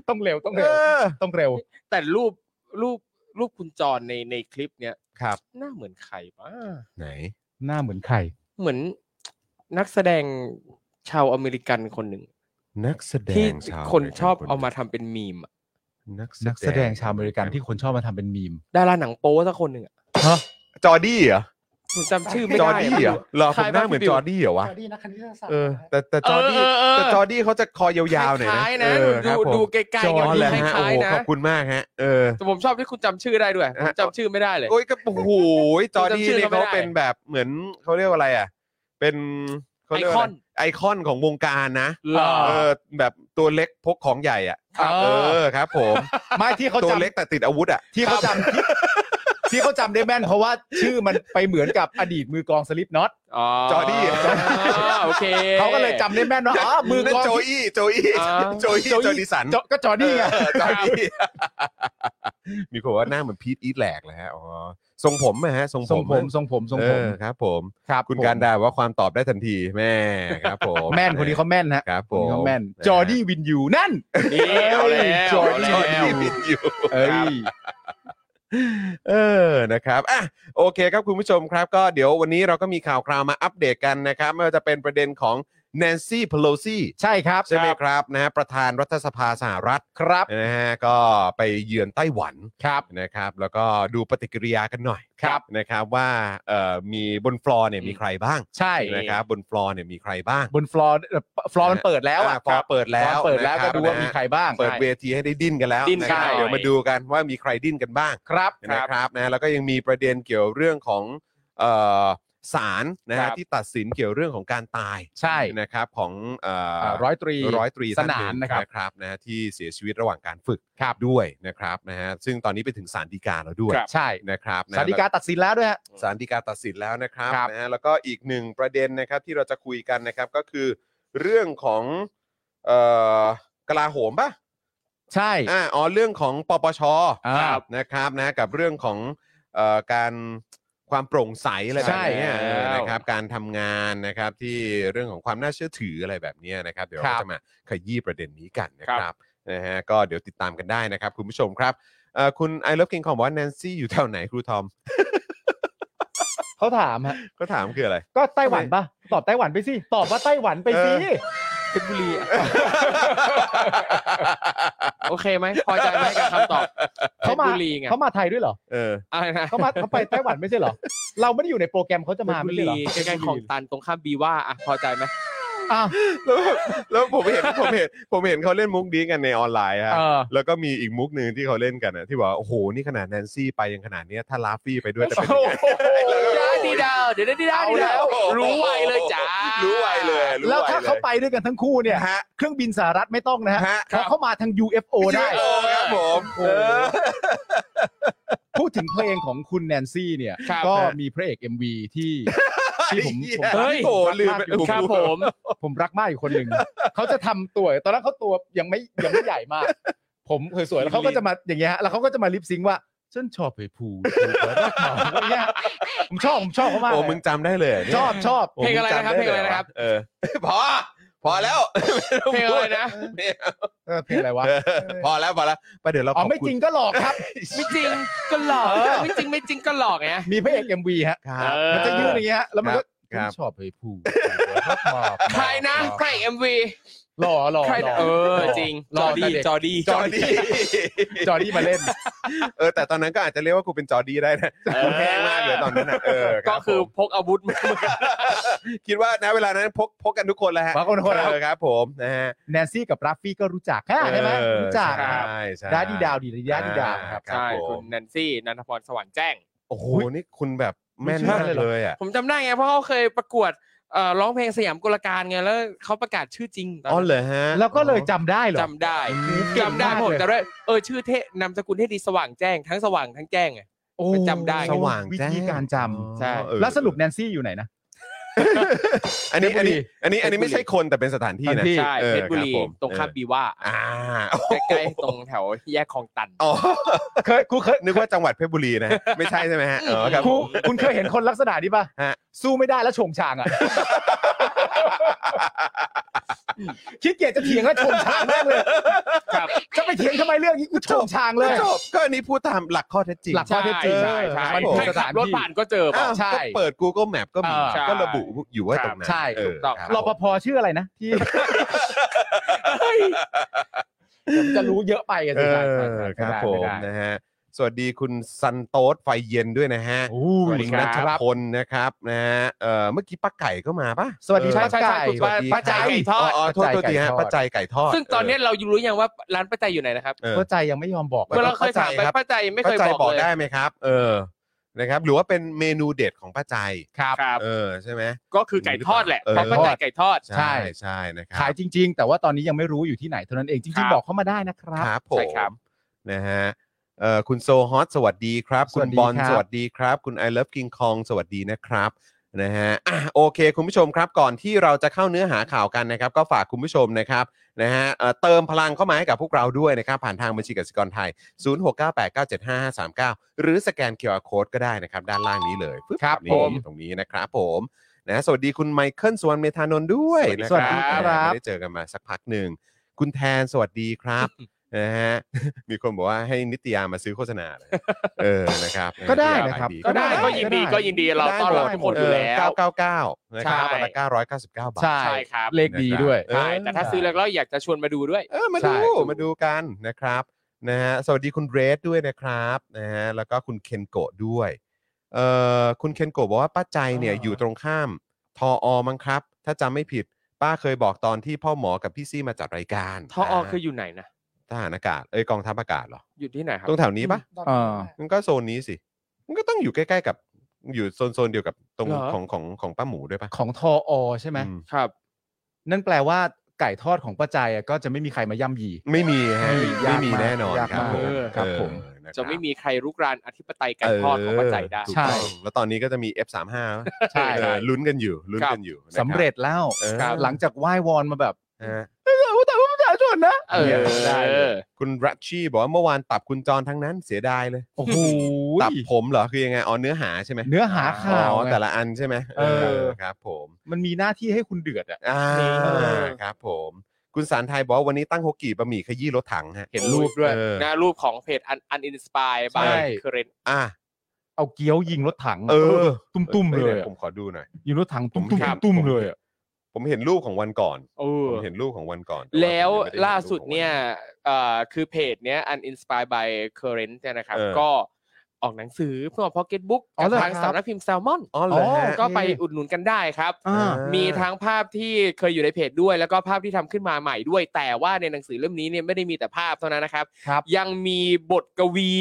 Speaker 3: ต้องเร็วต้อง
Speaker 2: เอ
Speaker 3: เร็ว
Speaker 2: อ
Speaker 3: ต้องเร็ว
Speaker 4: แต่รูปรูปรูปคุณจรในในคลิปเนี้ย
Speaker 2: ครับ
Speaker 4: หน้าเหมือนใครปะ
Speaker 2: ไหน
Speaker 3: หน้าเหมือนใคร
Speaker 4: เหมือนนักแสดงชาวอเมริกันคนหนึ่ง
Speaker 2: นักแสด
Speaker 4: ที่
Speaker 2: งชาว
Speaker 4: คนชอบ
Speaker 2: ริกัน
Speaker 4: เอามาทำเป็นมีมอะ
Speaker 2: นัก
Speaker 3: นักแสดงชาวอเมริกันที่คนชอบมาทำเป็นมีม
Speaker 4: ดาราหนังโป๊สักคนหนึ่งอะ
Speaker 3: ฮะ
Speaker 2: จอร์ดี้เหรอ
Speaker 4: ผมจำชื่อไม่
Speaker 2: จ
Speaker 4: ได้
Speaker 2: อร์ดี้เหรอเหรอผมหน้าเหมือนจอร์ดี้เหรอวะ
Speaker 5: ดีนักคณิตศาสตร์
Speaker 2: เออแต่แต่จอร์ดี้
Speaker 4: เเ
Speaker 2: แต่จอร์ดี้เขาจะคอยยาวๆหน่อย
Speaker 4: ค
Speaker 2: นะ
Speaker 4: ล้ายๆนะ
Speaker 2: เออค
Speaker 4: ดู
Speaker 2: รับผม
Speaker 4: ดูไกลๆ
Speaker 2: จอ
Speaker 4: กัน
Speaker 2: ร์
Speaker 4: ดู
Speaker 2: แหละ
Speaker 4: ค
Speaker 2: ฮะโอ้
Speaker 4: ล้าย
Speaker 2: โห
Speaker 4: ๆนะ
Speaker 2: ขอบคุณมากฮะเออ
Speaker 4: แต่ผมชอบที่คุณจำชื่อได้ด้วยผม
Speaker 2: ฮะ
Speaker 4: จำชื่อไม่ได้เลย
Speaker 2: โอ้ยก็โอ้โหจอร์ดี้
Speaker 4: จำชื่อ
Speaker 2: นี่
Speaker 4: ไม่
Speaker 2: เขา
Speaker 4: ได้
Speaker 2: เป็นแบบเหมือนเขาเรียกว่าอะไรอ่ะ เป็นเขาเรียกว่าะ
Speaker 4: ไอคอน
Speaker 2: ไรไอคอนของวงการนะ
Speaker 4: หรอ
Speaker 2: เออแบบตัวเล็กพกของใหญ่อ่ะ
Speaker 3: เออ
Speaker 2: เออครับผม
Speaker 3: ไม่ที่เขา
Speaker 2: ตัว
Speaker 3: จำ
Speaker 2: เล็กแต่ติดอาวุธอ่ะ
Speaker 3: ที่เขาจำที่ที่เขาจำได้แม่นเพราะว่าชื่อมันไปเหมือนกับอดีตมือกลองสลิปน็อต
Speaker 2: จอร์ดี้
Speaker 4: อ่าโอเค
Speaker 3: เขาก็เลยจำได้แม่นว่าอ๋อมือกลอง
Speaker 2: โจอี้โจอี้
Speaker 4: อ่า
Speaker 2: โจอี้จอร์ดิสัน
Speaker 3: จอก็จอนี่ไง
Speaker 2: เออจอร์ดี้มีคนว่าหน้าเหมือนพีทอีทแหลกเลยฮะอ๋อทรงผมนะฮะทรงผ
Speaker 3: ทรง
Speaker 2: ม
Speaker 3: ผมทรงผมทรงผม
Speaker 2: เออครับ ผม
Speaker 3: ครับ
Speaker 2: คุณ
Speaker 3: ผม
Speaker 2: การดาบอกว่าความตอบได้ทันทีแม่ครับผม
Speaker 3: แม่นคนนี้เขาแม่นฮะ
Speaker 2: ครับผ
Speaker 3: คน
Speaker 2: ม
Speaker 3: นี้เขาแม่น
Speaker 2: ะฮะ
Speaker 3: จอร์ดี้วินยูนั่น
Speaker 4: นี่เอาแล้ว
Speaker 3: จอร์
Speaker 4: เา
Speaker 2: จอร์
Speaker 3: ดี้
Speaker 4: แล้ว
Speaker 2: ดี้วินยู
Speaker 3: เอ้ย
Speaker 2: เออ นะครับ อ่ะ โอเคครับคุณผู้ชมครับ ก็เดี๋ยววันนี้เราก็มีข่าวคราวมาอัปเดตกันนะครับ ไม่ว่าจะเป็นประเด็นของแนนซี่พ l ลซี
Speaker 3: ใช่ครับ
Speaker 2: ใช่ไหมครับนะฮะประธานรัฐสภาสหรัฐ
Speaker 3: ครับ
Speaker 2: นะฮะ ก็ไปเยือนไต้หวัน
Speaker 3: ครับ
Speaker 2: นะครับ แล้วก็ดูปฏิกิริยากันหน่อย
Speaker 3: ครับ
Speaker 2: นะครับว่าเอ่อมีบนฟลอร์เนี่ยมีใครบ้าง
Speaker 3: ใช่
Speaker 2: นะครับบนฟลอร์เนี่ยมีใครบ้าง
Speaker 3: บนฟลอร์เอ่อฟลอร์มันเปิดแล้วอ่ะ
Speaker 2: อ่าฟลอร์เปิดแล้ว
Speaker 3: ฟอร์เปิดแล้ว
Speaker 2: นะครั
Speaker 3: ก็
Speaker 2: บ
Speaker 3: ดูว่า
Speaker 2: นะฮะ
Speaker 3: มีใครบ้าง
Speaker 2: เปิด
Speaker 3: ใช่
Speaker 2: เวทีให้ได้ดิ้นกันแล้ว
Speaker 4: ดิ้น
Speaker 2: นะครับ
Speaker 4: ใช่
Speaker 2: เดี๋ยวมาดูกันว่ามีใครดิ้นกันบ้าง
Speaker 3: ครับ
Speaker 2: นะครับนะแล้วก็ยังมีประเด็นเกี่ยวเรื่องของเอ่อศาลนะ
Speaker 4: ครั
Speaker 2: ฮะ
Speaker 4: บ
Speaker 2: ที่ตัดสินเกี่ยวเรื่องของการตาย
Speaker 3: ใช่
Speaker 2: นะครับของเอ่อ
Speaker 3: เอ่อร้อยตรี
Speaker 2: ร้อยตรี
Speaker 3: ส
Speaker 2: ท่ห
Speaker 3: นาน
Speaker 2: ง
Speaker 3: นะครับ
Speaker 2: นะครับนะฮะที่เสียชีวิตระหว่างการฝึกด้วยนะครับนะฮะซึ่งตอนนี้ไปถึงศาลฎีกาแล้วด้วย
Speaker 3: ใช่
Speaker 2: นะครับนะ
Speaker 3: สาธิกาตัดสินแล้วด้วยฮะ
Speaker 2: ศาลฎีกาตัดสินแล้วนะครับ
Speaker 3: ครับ
Speaker 2: นะฮะแล้วก็อีกหนึ่งประเด็นนะครับที่เราจะคุยกันนะครับก็คือเรื่องของเอ่อกลาโหมป่ะ
Speaker 3: ใช่
Speaker 2: อ่าอ๋อเรื่องของปปช
Speaker 3: อ่า
Speaker 2: นะครับนะกับเรื่องของเอ่อการความโปร่งใสอะไรแบ
Speaker 3: ใช่
Speaker 2: บเนี้ยเออ
Speaker 4: แล้ว
Speaker 2: นะครับการทำงานนะครับที่เรื่องของความน่าเชื่อถืออะไรแบบเนี้ยนะครับ เดี๋ยวเราจะมาขยี้ประเด็นนี้กันนะค
Speaker 4: ครั
Speaker 2: รับบ นะฮะก็เดี๋ยวติดตามกันได้นะครับ คุณผู้ชมครับเอ่อคุณไอ o v e ฟกินของบอกว่าแนนซี่อยู่แถวไหนครูทอม
Speaker 3: เขาถามฮะ
Speaker 2: ก็ถามคืออะไร
Speaker 3: ก็ไต้หวันปะตอบไต้หวันไปสิ ตอบว่าไต้หวันไปสิ
Speaker 2: เออ
Speaker 4: เพชรบุรีอะโอเคไหมพอใจไหมกับคำตอบเพ
Speaker 3: เขา
Speaker 4: ชร
Speaker 3: มา
Speaker 4: บุรีไง
Speaker 3: เขามาไทยด้วยเหรอ
Speaker 2: เออ
Speaker 4: อะไรนะ
Speaker 3: เขามาเขาไปไต้หวันไม่ใช่เหรอ เราไม่ได้อยู่ในโปรแกรมเขาจะมา
Speaker 4: เพชรบุ
Speaker 3: ไม่ใช่เหรอ
Speaker 4: รีใกล้ๆของตันตรงข้ามบีว่าอะพอใจไหม
Speaker 3: อ่ะ
Speaker 2: แล้วแบบแล้วผมเห็นผมเห็นผมเห็นเขาเล่นมุกนี้กันในออนไลน์ฮะ
Speaker 3: เออ
Speaker 2: แล้วก็มีอีกมุกหนึ่งที่เขาเล่นกันนะที่บอกว่าโอ้โหนี่ขนาดแนนซี่ไปยังขนาดเนี้ยถ้าลาฟฟี่ไปด้วยจะเป็นยังไง
Speaker 4: ดาดีดาวเดี๋ยวดีดาว
Speaker 2: เอา
Speaker 4: ดี
Speaker 2: แล้
Speaker 4: ดาว วรู้ไวเลยจ้า
Speaker 2: รู้ไวเลยรู้
Speaker 3: แล้ว
Speaker 2: ไว
Speaker 3: ถ้า
Speaker 2: เลย
Speaker 3: เขาไปด้วยกันทั้งคู่เนี่ย
Speaker 2: ฮะ
Speaker 3: เครื่องบินสหรัฐไม่ต้องนะฮะ
Speaker 2: ฮะ
Speaker 3: เพราะเขามาทาง UFO ได้
Speaker 2: โอ้ครับผม
Speaker 3: โอ้โห
Speaker 2: เออ
Speaker 3: พูดถึงเพลงของคุณแนนซี่เนี่ย
Speaker 4: ครับ
Speaker 3: ก็มีพระเอก MV ที่ ที่ผม
Speaker 2: ไอ้เหี้ย
Speaker 3: ผม
Speaker 4: เฮ้ย
Speaker 2: โอ้โหลืมไป
Speaker 4: ครับผม
Speaker 3: ผมรักมากอยู่คนหนึ่ง เขาจะทำตัว ตอนนั้นเขาตัวยังไม่ยังไม่ใหญ่มาก ผมสวยๆแล้วเขาก็จะมาอย่างเงี้ยฮะแล้วเขาก็จะมาลิปซิงค์ว่าฉันชอบไปผูดอย่างเงี้ยผมชอบผมชอบเขามาก
Speaker 2: โอ้
Speaker 3: เลย
Speaker 2: มึงจำได้เลยเนี่ย
Speaker 3: ชอบชอบ
Speaker 2: โมึ
Speaker 4: เพลงอะไรนะครับ
Speaker 2: จำด้
Speaker 4: เพลงอะไรนะครับ
Speaker 2: เออ พอพอแล้ว
Speaker 4: เพลงอะไรนะ
Speaker 3: เออเพลงอะไรวะ
Speaker 2: เออพอแล้วพอแล้วไปเดี๋ยวเรา
Speaker 3: อ๋อ
Speaker 2: ขบ
Speaker 3: ไม่
Speaker 2: คุณ
Speaker 3: จริงก็หลอกครับ
Speaker 4: ไม่จริงก็หลอกไม่จริงไม่จริงก็หลอกไง
Speaker 3: มีพระเอก MV ฮะ
Speaker 2: ครับ
Speaker 4: เออ
Speaker 3: มันจะยืนอย่างเงี้ยฮะแล้วมันก็
Speaker 2: ครับ
Speaker 3: ชอบไปผูด
Speaker 4: ใครนะใครเอ็มวี
Speaker 3: หล่อหล่อ
Speaker 4: ใคร
Speaker 3: หล่
Speaker 4: นะ
Speaker 3: อ
Speaker 4: เออจริง
Speaker 3: หลอกแต่เด็ก
Speaker 4: จอดี
Speaker 2: จอร์ดี้
Speaker 3: จอร์ดี้มาเล่น
Speaker 2: เออแต่ตอนนั้นก็อาจจะเรียกว่ากูเป็นจอร์ดี้ได้นะกูแพงมากเลยตอนนั้นน่ะเออ
Speaker 4: ก็
Speaker 2: รับ
Speaker 4: คือ
Speaker 2: ผม
Speaker 4: พกอาวุธมา
Speaker 2: คิดว่านะเวลานั้นพกพกกันทุกคนแล้วฮะ
Speaker 3: พกกันทุกคนแล้ว
Speaker 2: เออครับ ผมนะฮะ
Speaker 3: แนนซี่กับราฟฟี่ก็รู้จักค่ะใช่ไหม
Speaker 2: เออ
Speaker 3: รู้จักครับ
Speaker 2: ใช่ใช่
Speaker 3: ด้าดีดาวดีด้าดีดาวครับ
Speaker 2: ครับ
Speaker 4: ใช่
Speaker 2: ผม
Speaker 4: คุณแนนซี่นันทพรสวรรค์แจ้ง
Speaker 2: โอ้โหนี่คุณแบบแม่น
Speaker 3: ไม่ใช่
Speaker 2: มากเลยอ่ะ
Speaker 4: ผมจำได้ไงเพราะเขาเคยประกวดเอ่อร้องเพลงสยามกุลการไงแล้วเขาประกาศชื่อจริงตอน
Speaker 2: อ๋อ
Speaker 4: นั้น
Speaker 2: เหรอฮะ
Speaker 3: แล้วก็เลยจำได้เหรอ
Speaker 4: จำได้
Speaker 3: อืม
Speaker 4: จำได้
Speaker 3: เก่งมาก
Speaker 4: ผม
Speaker 3: เลย
Speaker 4: จำได้เออชื่อเทนามสกุลเทดีสว่างแจ้งทั้งสว่างทั้งแจ้งไง
Speaker 3: โอ้
Speaker 4: จำได้
Speaker 2: สว่าง
Speaker 3: วิ
Speaker 2: แจ้ง
Speaker 3: ธีการจำ
Speaker 2: อ๋อ
Speaker 4: ใช่
Speaker 2: เออ
Speaker 3: แล้วสรุปแนนซี่อยู่ไหนนะ
Speaker 2: อันนี้
Speaker 3: เพ
Speaker 2: อั
Speaker 3: ช
Speaker 2: น
Speaker 3: รบุรี
Speaker 2: นี้อันนี้อันนี้ไม่ใช่คนแต่เป็นสถานที่นะ
Speaker 3: สถานที่
Speaker 4: ใช่
Speaker 2: ออ
Speaker 4: เพชรบุรี
Speaker 2: คบผม
Speaker 4: ตรงข้าม
Speaker 2: เออ
Speaker 4: บีว่า
Speaker 2: อ่า
Speaker 4: ใกล้ๆตรงแถวแยกคลองตัน
Speaker 2: อ๋อ
Speaker 3: เคยกูเคย
Speaker 2: นึกว่าจังหวัดเพชรบุรีนะฮะไม่ใช่ใช่ไหมฮะอ๋อครับ
Speaker 3: ค
Speaker 2: ผ
Speaker 3: รู
Speaker 2: ม
Speaker 3: คุณเคยเห็นคนลักษณะนี้ป่ะ
Speaker 2: ฮะ
Speaker 3: สู้ไม่ได้แล้วชงชางอ่ะ คิดเกียจจะเถียงแล้วชงชางแม่งเลย
Speaker 4: ครับ
Speaker 3: จะไปเถียงทำไมเรื่องนี้กูชงชางเลย
Speaker 2: จบก็อันนี้พูดตามหลักข้อเท็จจริง
Speaker 3: หลักข้อเท็จจริง
Speaker 4: ใช่ใช่
Speaker 2: ครับผม
Speaker 4: ใช่ขับรถผ่านก็เจอป่ะ
Speaker 2: อ้าว
Speaker 3: ใช่
Speaker 2: ก็เปิด Google Map ก็มี
Speaker 3: อ่า
Speaker 2: ก็ระบุอยู่ว่าตรงไหน
Speaker 3: ใช่
Speaker 2: เออ
Speaker 4: ถูกต้อง
Speaker 2: คบ
Speaker 3: รปภชื่ออะไรนะที่
Speaker 4: เฮ้ย
Speaker 3: ผมจะรู้เยอะไปกัน
Speaker 2: เอ
Speaker 3: สิ
Speaker 2: อ
Speaker 3: ใช่ใช่ใช่
Speaker 2: ครับ
Speaker 3: ไได้
Speaker 2: ผม
Speaker 3: ไได้
Speaker 2: นะฮะสวัสดีคุณซันโต๊ดไฟเย็นด้วยนะฮะ
Speaker 3: โอ้
Speaker 4: สวั
Speaker 3: ย
Speaker 4: สดี
Speaker 2: คุณ
Speaker 4: ครั
Speaker 2: นั
Speaker 4: บ
Speaker 2: ชพลนะครับนะฮะเออเมื่อกี้ป้าไก่ก็มาป่ะ
Speaker 3: สวัสดี
Speaker 2: เออ
Speaker 3: ป้า
Speaker 4: ใช่ใช่
Speaker 3: ไก่
Speaker 4: ใช่คุณ
Speaker 3: สวัสดี
Speaker 4: ป้าป้าใจ
Speaker 3: ครับ
Speaker 4: ไก่ทอด
Speaker 2: อ๋อโทษโทษทีฮะ
Speaker 3: ปั
Speaker 2: ปัจ
Speaker 3: จจั
Speaker 2: จัย
Speaker 3: ยไก่
Speaker 2: ไก่ท
Speaker 3: ท
Speaker 2: อ
Speaker 3: อ
Speaker 2: ด
Speaker 3: ด
Speaker 4: ซึ่งตอนเนี้ยเรารู้ยังว่าร้านป้าใจอยู่ไหนนะครับ
Speaker 2: เออ
Speaker 3: เข้าใจยังไม่ยอมบอกเล
Speaker 2: อ
Speaker 3: ย
Speaker 4: เมื่อเราเคยถามไป
Speaker 2: ป้าใจครับ
Speaker 4: ป้าใจไม่เค
Speaker 2: ป้าย ใจ
Speaker 4: บอก
Speaker 2: บอก
Speaker 4: เลย
Speaker 2: ได้ไหมครับ เออนะครับ หรือว่าเป็นเมนูเด็ดของป้าใจ
Speaker 4: ครับครับ
Speaker 2: เออใช่ไหม
Speaker 4: ก็คือไก่ทอดแหละ
Speaker 2: เออ
Speaker 4: เพราะป้าใจไก่ทอด
Speaker 3: ใช่
Speaker 2: ใช่นะครั
Speaker 3: ขายจริง ๆ แต่ว่าตอนนี้ยังไม่รู้อยู่ที่ไหนเท่านั้นเองจ
Speaker 4: ครั
Speaker 3: ริงๆ
Speaker 4: บ
Speaker 3: บอกเข้ามาได้นะครั
Speaker 2: ค
Speaker 3: บ
Speaker 2: รับผ
Speaker 4: ใช่ครับ
Speaker 2: มนะฮะเออคุณโซฮอตสวัสดีครับ
Speaker 3: ส
Speaker 2: คุ
Speaker 3: วั
Speaker 2: ณ
Speaker 3: สดี
Speaker 2: บอล
Speaker 3: ครับ
Speaker 2: สวัสดีครับ คุณ I love King Kong สวัสดีนะครับนะฮะอ่ะโอเค คุณผู้ชมครับก่อนที่เราจะเข้าเนื้อหาข่าวกันนะครับ ก็ฝากคุณผู้ชมนะครับนะฮะเอ่อเติมพลังเข้ามาให้กับพวกเราด้วยนะครับ ผ่านทางบัญชีกสิกรไทย 0698975539 หรือสแกน QR Code ก็ได้นะครับ ด้านล่างนี้เลยปึ๊
Speaker 3: ครับ
Speaker 2: นี่
Speaker 3: ผม
Speaker 2: ตรงนี้นะครับผมนะสวัสดีคุณไมเคิลสวนเมธานนท์ด้วยนะ
Speaker 3: สวัสดีครับ
Speaker 2: ไม่ได้เจอกันมาสักพักหนึ่ง คุณแทนสวัสดีครับ นะฮะ มีคนบอกว่าให้นิตยามาซื้อโฆษณาเลยเออนะครับ
Speaker 3: ก็ได้นะครับ
Speaker 2: นิตยาขาย
Speaker 4: ก็ได้
Speaker 3: ได้
Speaker 4: ก็ยินดี
Speaker 3: ได้
Speaker 4: ก็ยินดีเราต้อนรับทุกคนอยู่แล้ว
Speaker 2: 999นะครับ
Speaker 4: ใช่
Speaker 2: วันละ999 บาท
Speaker 3: ใช่
Speaker 4: ใช่ครับ
Speaker 3: เลขดีด้วย
Speaker 2: เออ
Speaker 4: ใช่แต่ถ้าซื้อแล้วก็อยากจะชวนมาดูด้วย
Speaker 2: เออมา
Speaker 3: ใช่
Speaker 2: ดูมาดูกันนะครับนะฮะสวัสดีคุณเรดด้วยนะครับนะฮะแล้วก็คุณเคนโกะด้วยเอ่อคุณเคนโกะบอกว่าป้าใจเนี่ยอยู่ตรงข้ามทออมั้งครับ ถ้าจำไม่ผิดป้าเคยบอกตอนที่พ่อหมอกับพี่ซี่มาจัดรายการ
Speaker 4: ทออคืออยู่ไหนนะ
Speaker 2: ทหารอากาศเอ้ยกองทัพอากาศเหรอ
Speaker 4: อยู่ที่ไหนครับ
Speaker 2: ตรงแถวนี้ปะ
Speaker 3: เออ
Speaker 2: มันก็โซนนี้สิ มันก็ต้องอยู่ใกล้ ๆ กับอยู่โซนโซนเดียวกับตรง
Speaker 4: เหรอ
Speaker 2: ของของของป้าหมูด้วยปะ
Speaker 3: ของทออใช่ไหม
Speaker 2: อืม
Speaker 4: ครับ
Speaker 3: นั่นแปลว่าไก่ทอดของป้าใจอะก็จะไม่มีใครมาย่ำยี
Speaker 2: ไม่มีฮะ
Speaker 3: ไม่มียาก
Speaker 2: ไม่มี
Speaker 3: มาก
Speaker 2: แน่นอน
Speaker 3: ยาก
Speaker 2: ครับ
Speaker 3: มาก
Speaker 2: ผม
Speaker 3: เออครับ
Speaker 2: เออ
Speaker 3: ผม
Speaker 2: นครับ
Speaker 4: จะไม่มีใครรุกรานอธิปไตยไก่ทอดของป้าใจได้
Speaker 2: เออถูก
Speaker 3: ใช่
Speaker 2: ต้องแล้วตอนนี้ก็จะมี F35
Speaker 3: ใช่
Speaker 2: เออลุ้นกันอยู่ลุ้นกันอยู่นะคบ
Speaker 3: สำเร็จแล้ว
Speaker 2: เออ
Speaker 3: หลังจากไหว้วอนมาแบบ
Speaker 2: นะฮะ
Speaker 3: แต่ว่าประชาชนนะ
Speaker 4: เออ
Speaker 3: ได้เลย
Speaker 2: คุณรัชชีบอกว่าเมื่อวานตับคุณจรทั้งนั้นเสียดายเลย
Speaker 3: โอ้โห
Speaker 2: ตับผมเหรอคือยังไงอ๋อเนื้อหาใช่ไหม
Speaker 3: เนื้อหาข่าว
Speaker 2: อ๋อ
Speaker 3: ไง
Speaker 2: แต่ละอันใช่ไหม
Speaker 3: เออ
Speaker 2: ครับผม
Speaker 3: มันมีหน้าที่ให้คุณเดือดอะ
Speaker 2: อ่า
Speaker 3: เออ
Speaker 2: ครับผม คุณสารไทยบอกว่าวันนี้ตั้งฮกกี่บะหมี่ขยี้รถถังฮะ
Speaker 3: เห็นรูปด้วย
Speaker 2: เออ
Speaker 4: หน้ารูปของเพจอันอันอินสปาย
Speaker 3: ใช่
Speaker 4: บายเคเรน
Speaker 2: อ่ะ
Speaker 3: เอาเกี้ยวยิงรถถัง
Speaker 2: เออ
Speaker 3: ตุ้มๆเลย
Speaker 2: ไหน
Speaker 3: อะ
Speaker 2: ๆผมขอดูหน่อย
Speaker 3: ยิงรถถังตุ้ม
Speaker 2: ผมเห็น
Speaker 3: ๆตุ้มๆเลยอะ
Speaker 2: ผมเห็นรูปของวันก่อน
Speaker 4: เออ
Speaker 2: ผมเห็นรูปของวันก่อนต่า
Speaker 4: แล้ว
Speaker 2: ผมยังไม่ไห็รูปของน
Speaker 4: ล่าสุดเนี่ยเอ่อคือเพจเนี้ย Uninspired by Current เนี่ยนะครับ
Speaker 2: เออ
Speaker 4: ก็ออกหนังสือเพื่อพ็อกเก็ตบุ๊ก
Speaker 3: อ๋อเหรอ
Speaker 4: ทาง
Speaker 3: ครับ
Speaker 4: สำนักพิมพ์แซลมอน
Speaker 2: อ๋อเหรอฮะ
Speaker 4: ก็ไปอุดหนุนกันได้ครับ
Speaker 3: อ่า
Speaker 4: มีทั้งภาพที่เคยอยู่ในเพจด้วย แล้วก็ภาพที่ทำขึ้นมาใหม่ด้วย แต่ว่าในหนังสือเล่มนี้เนี่ยไม่ได้มีแต่ภาพเท่านั้นนะครับ
Speaker 3: ครับ
Speaker 4: ยังมีบทกวี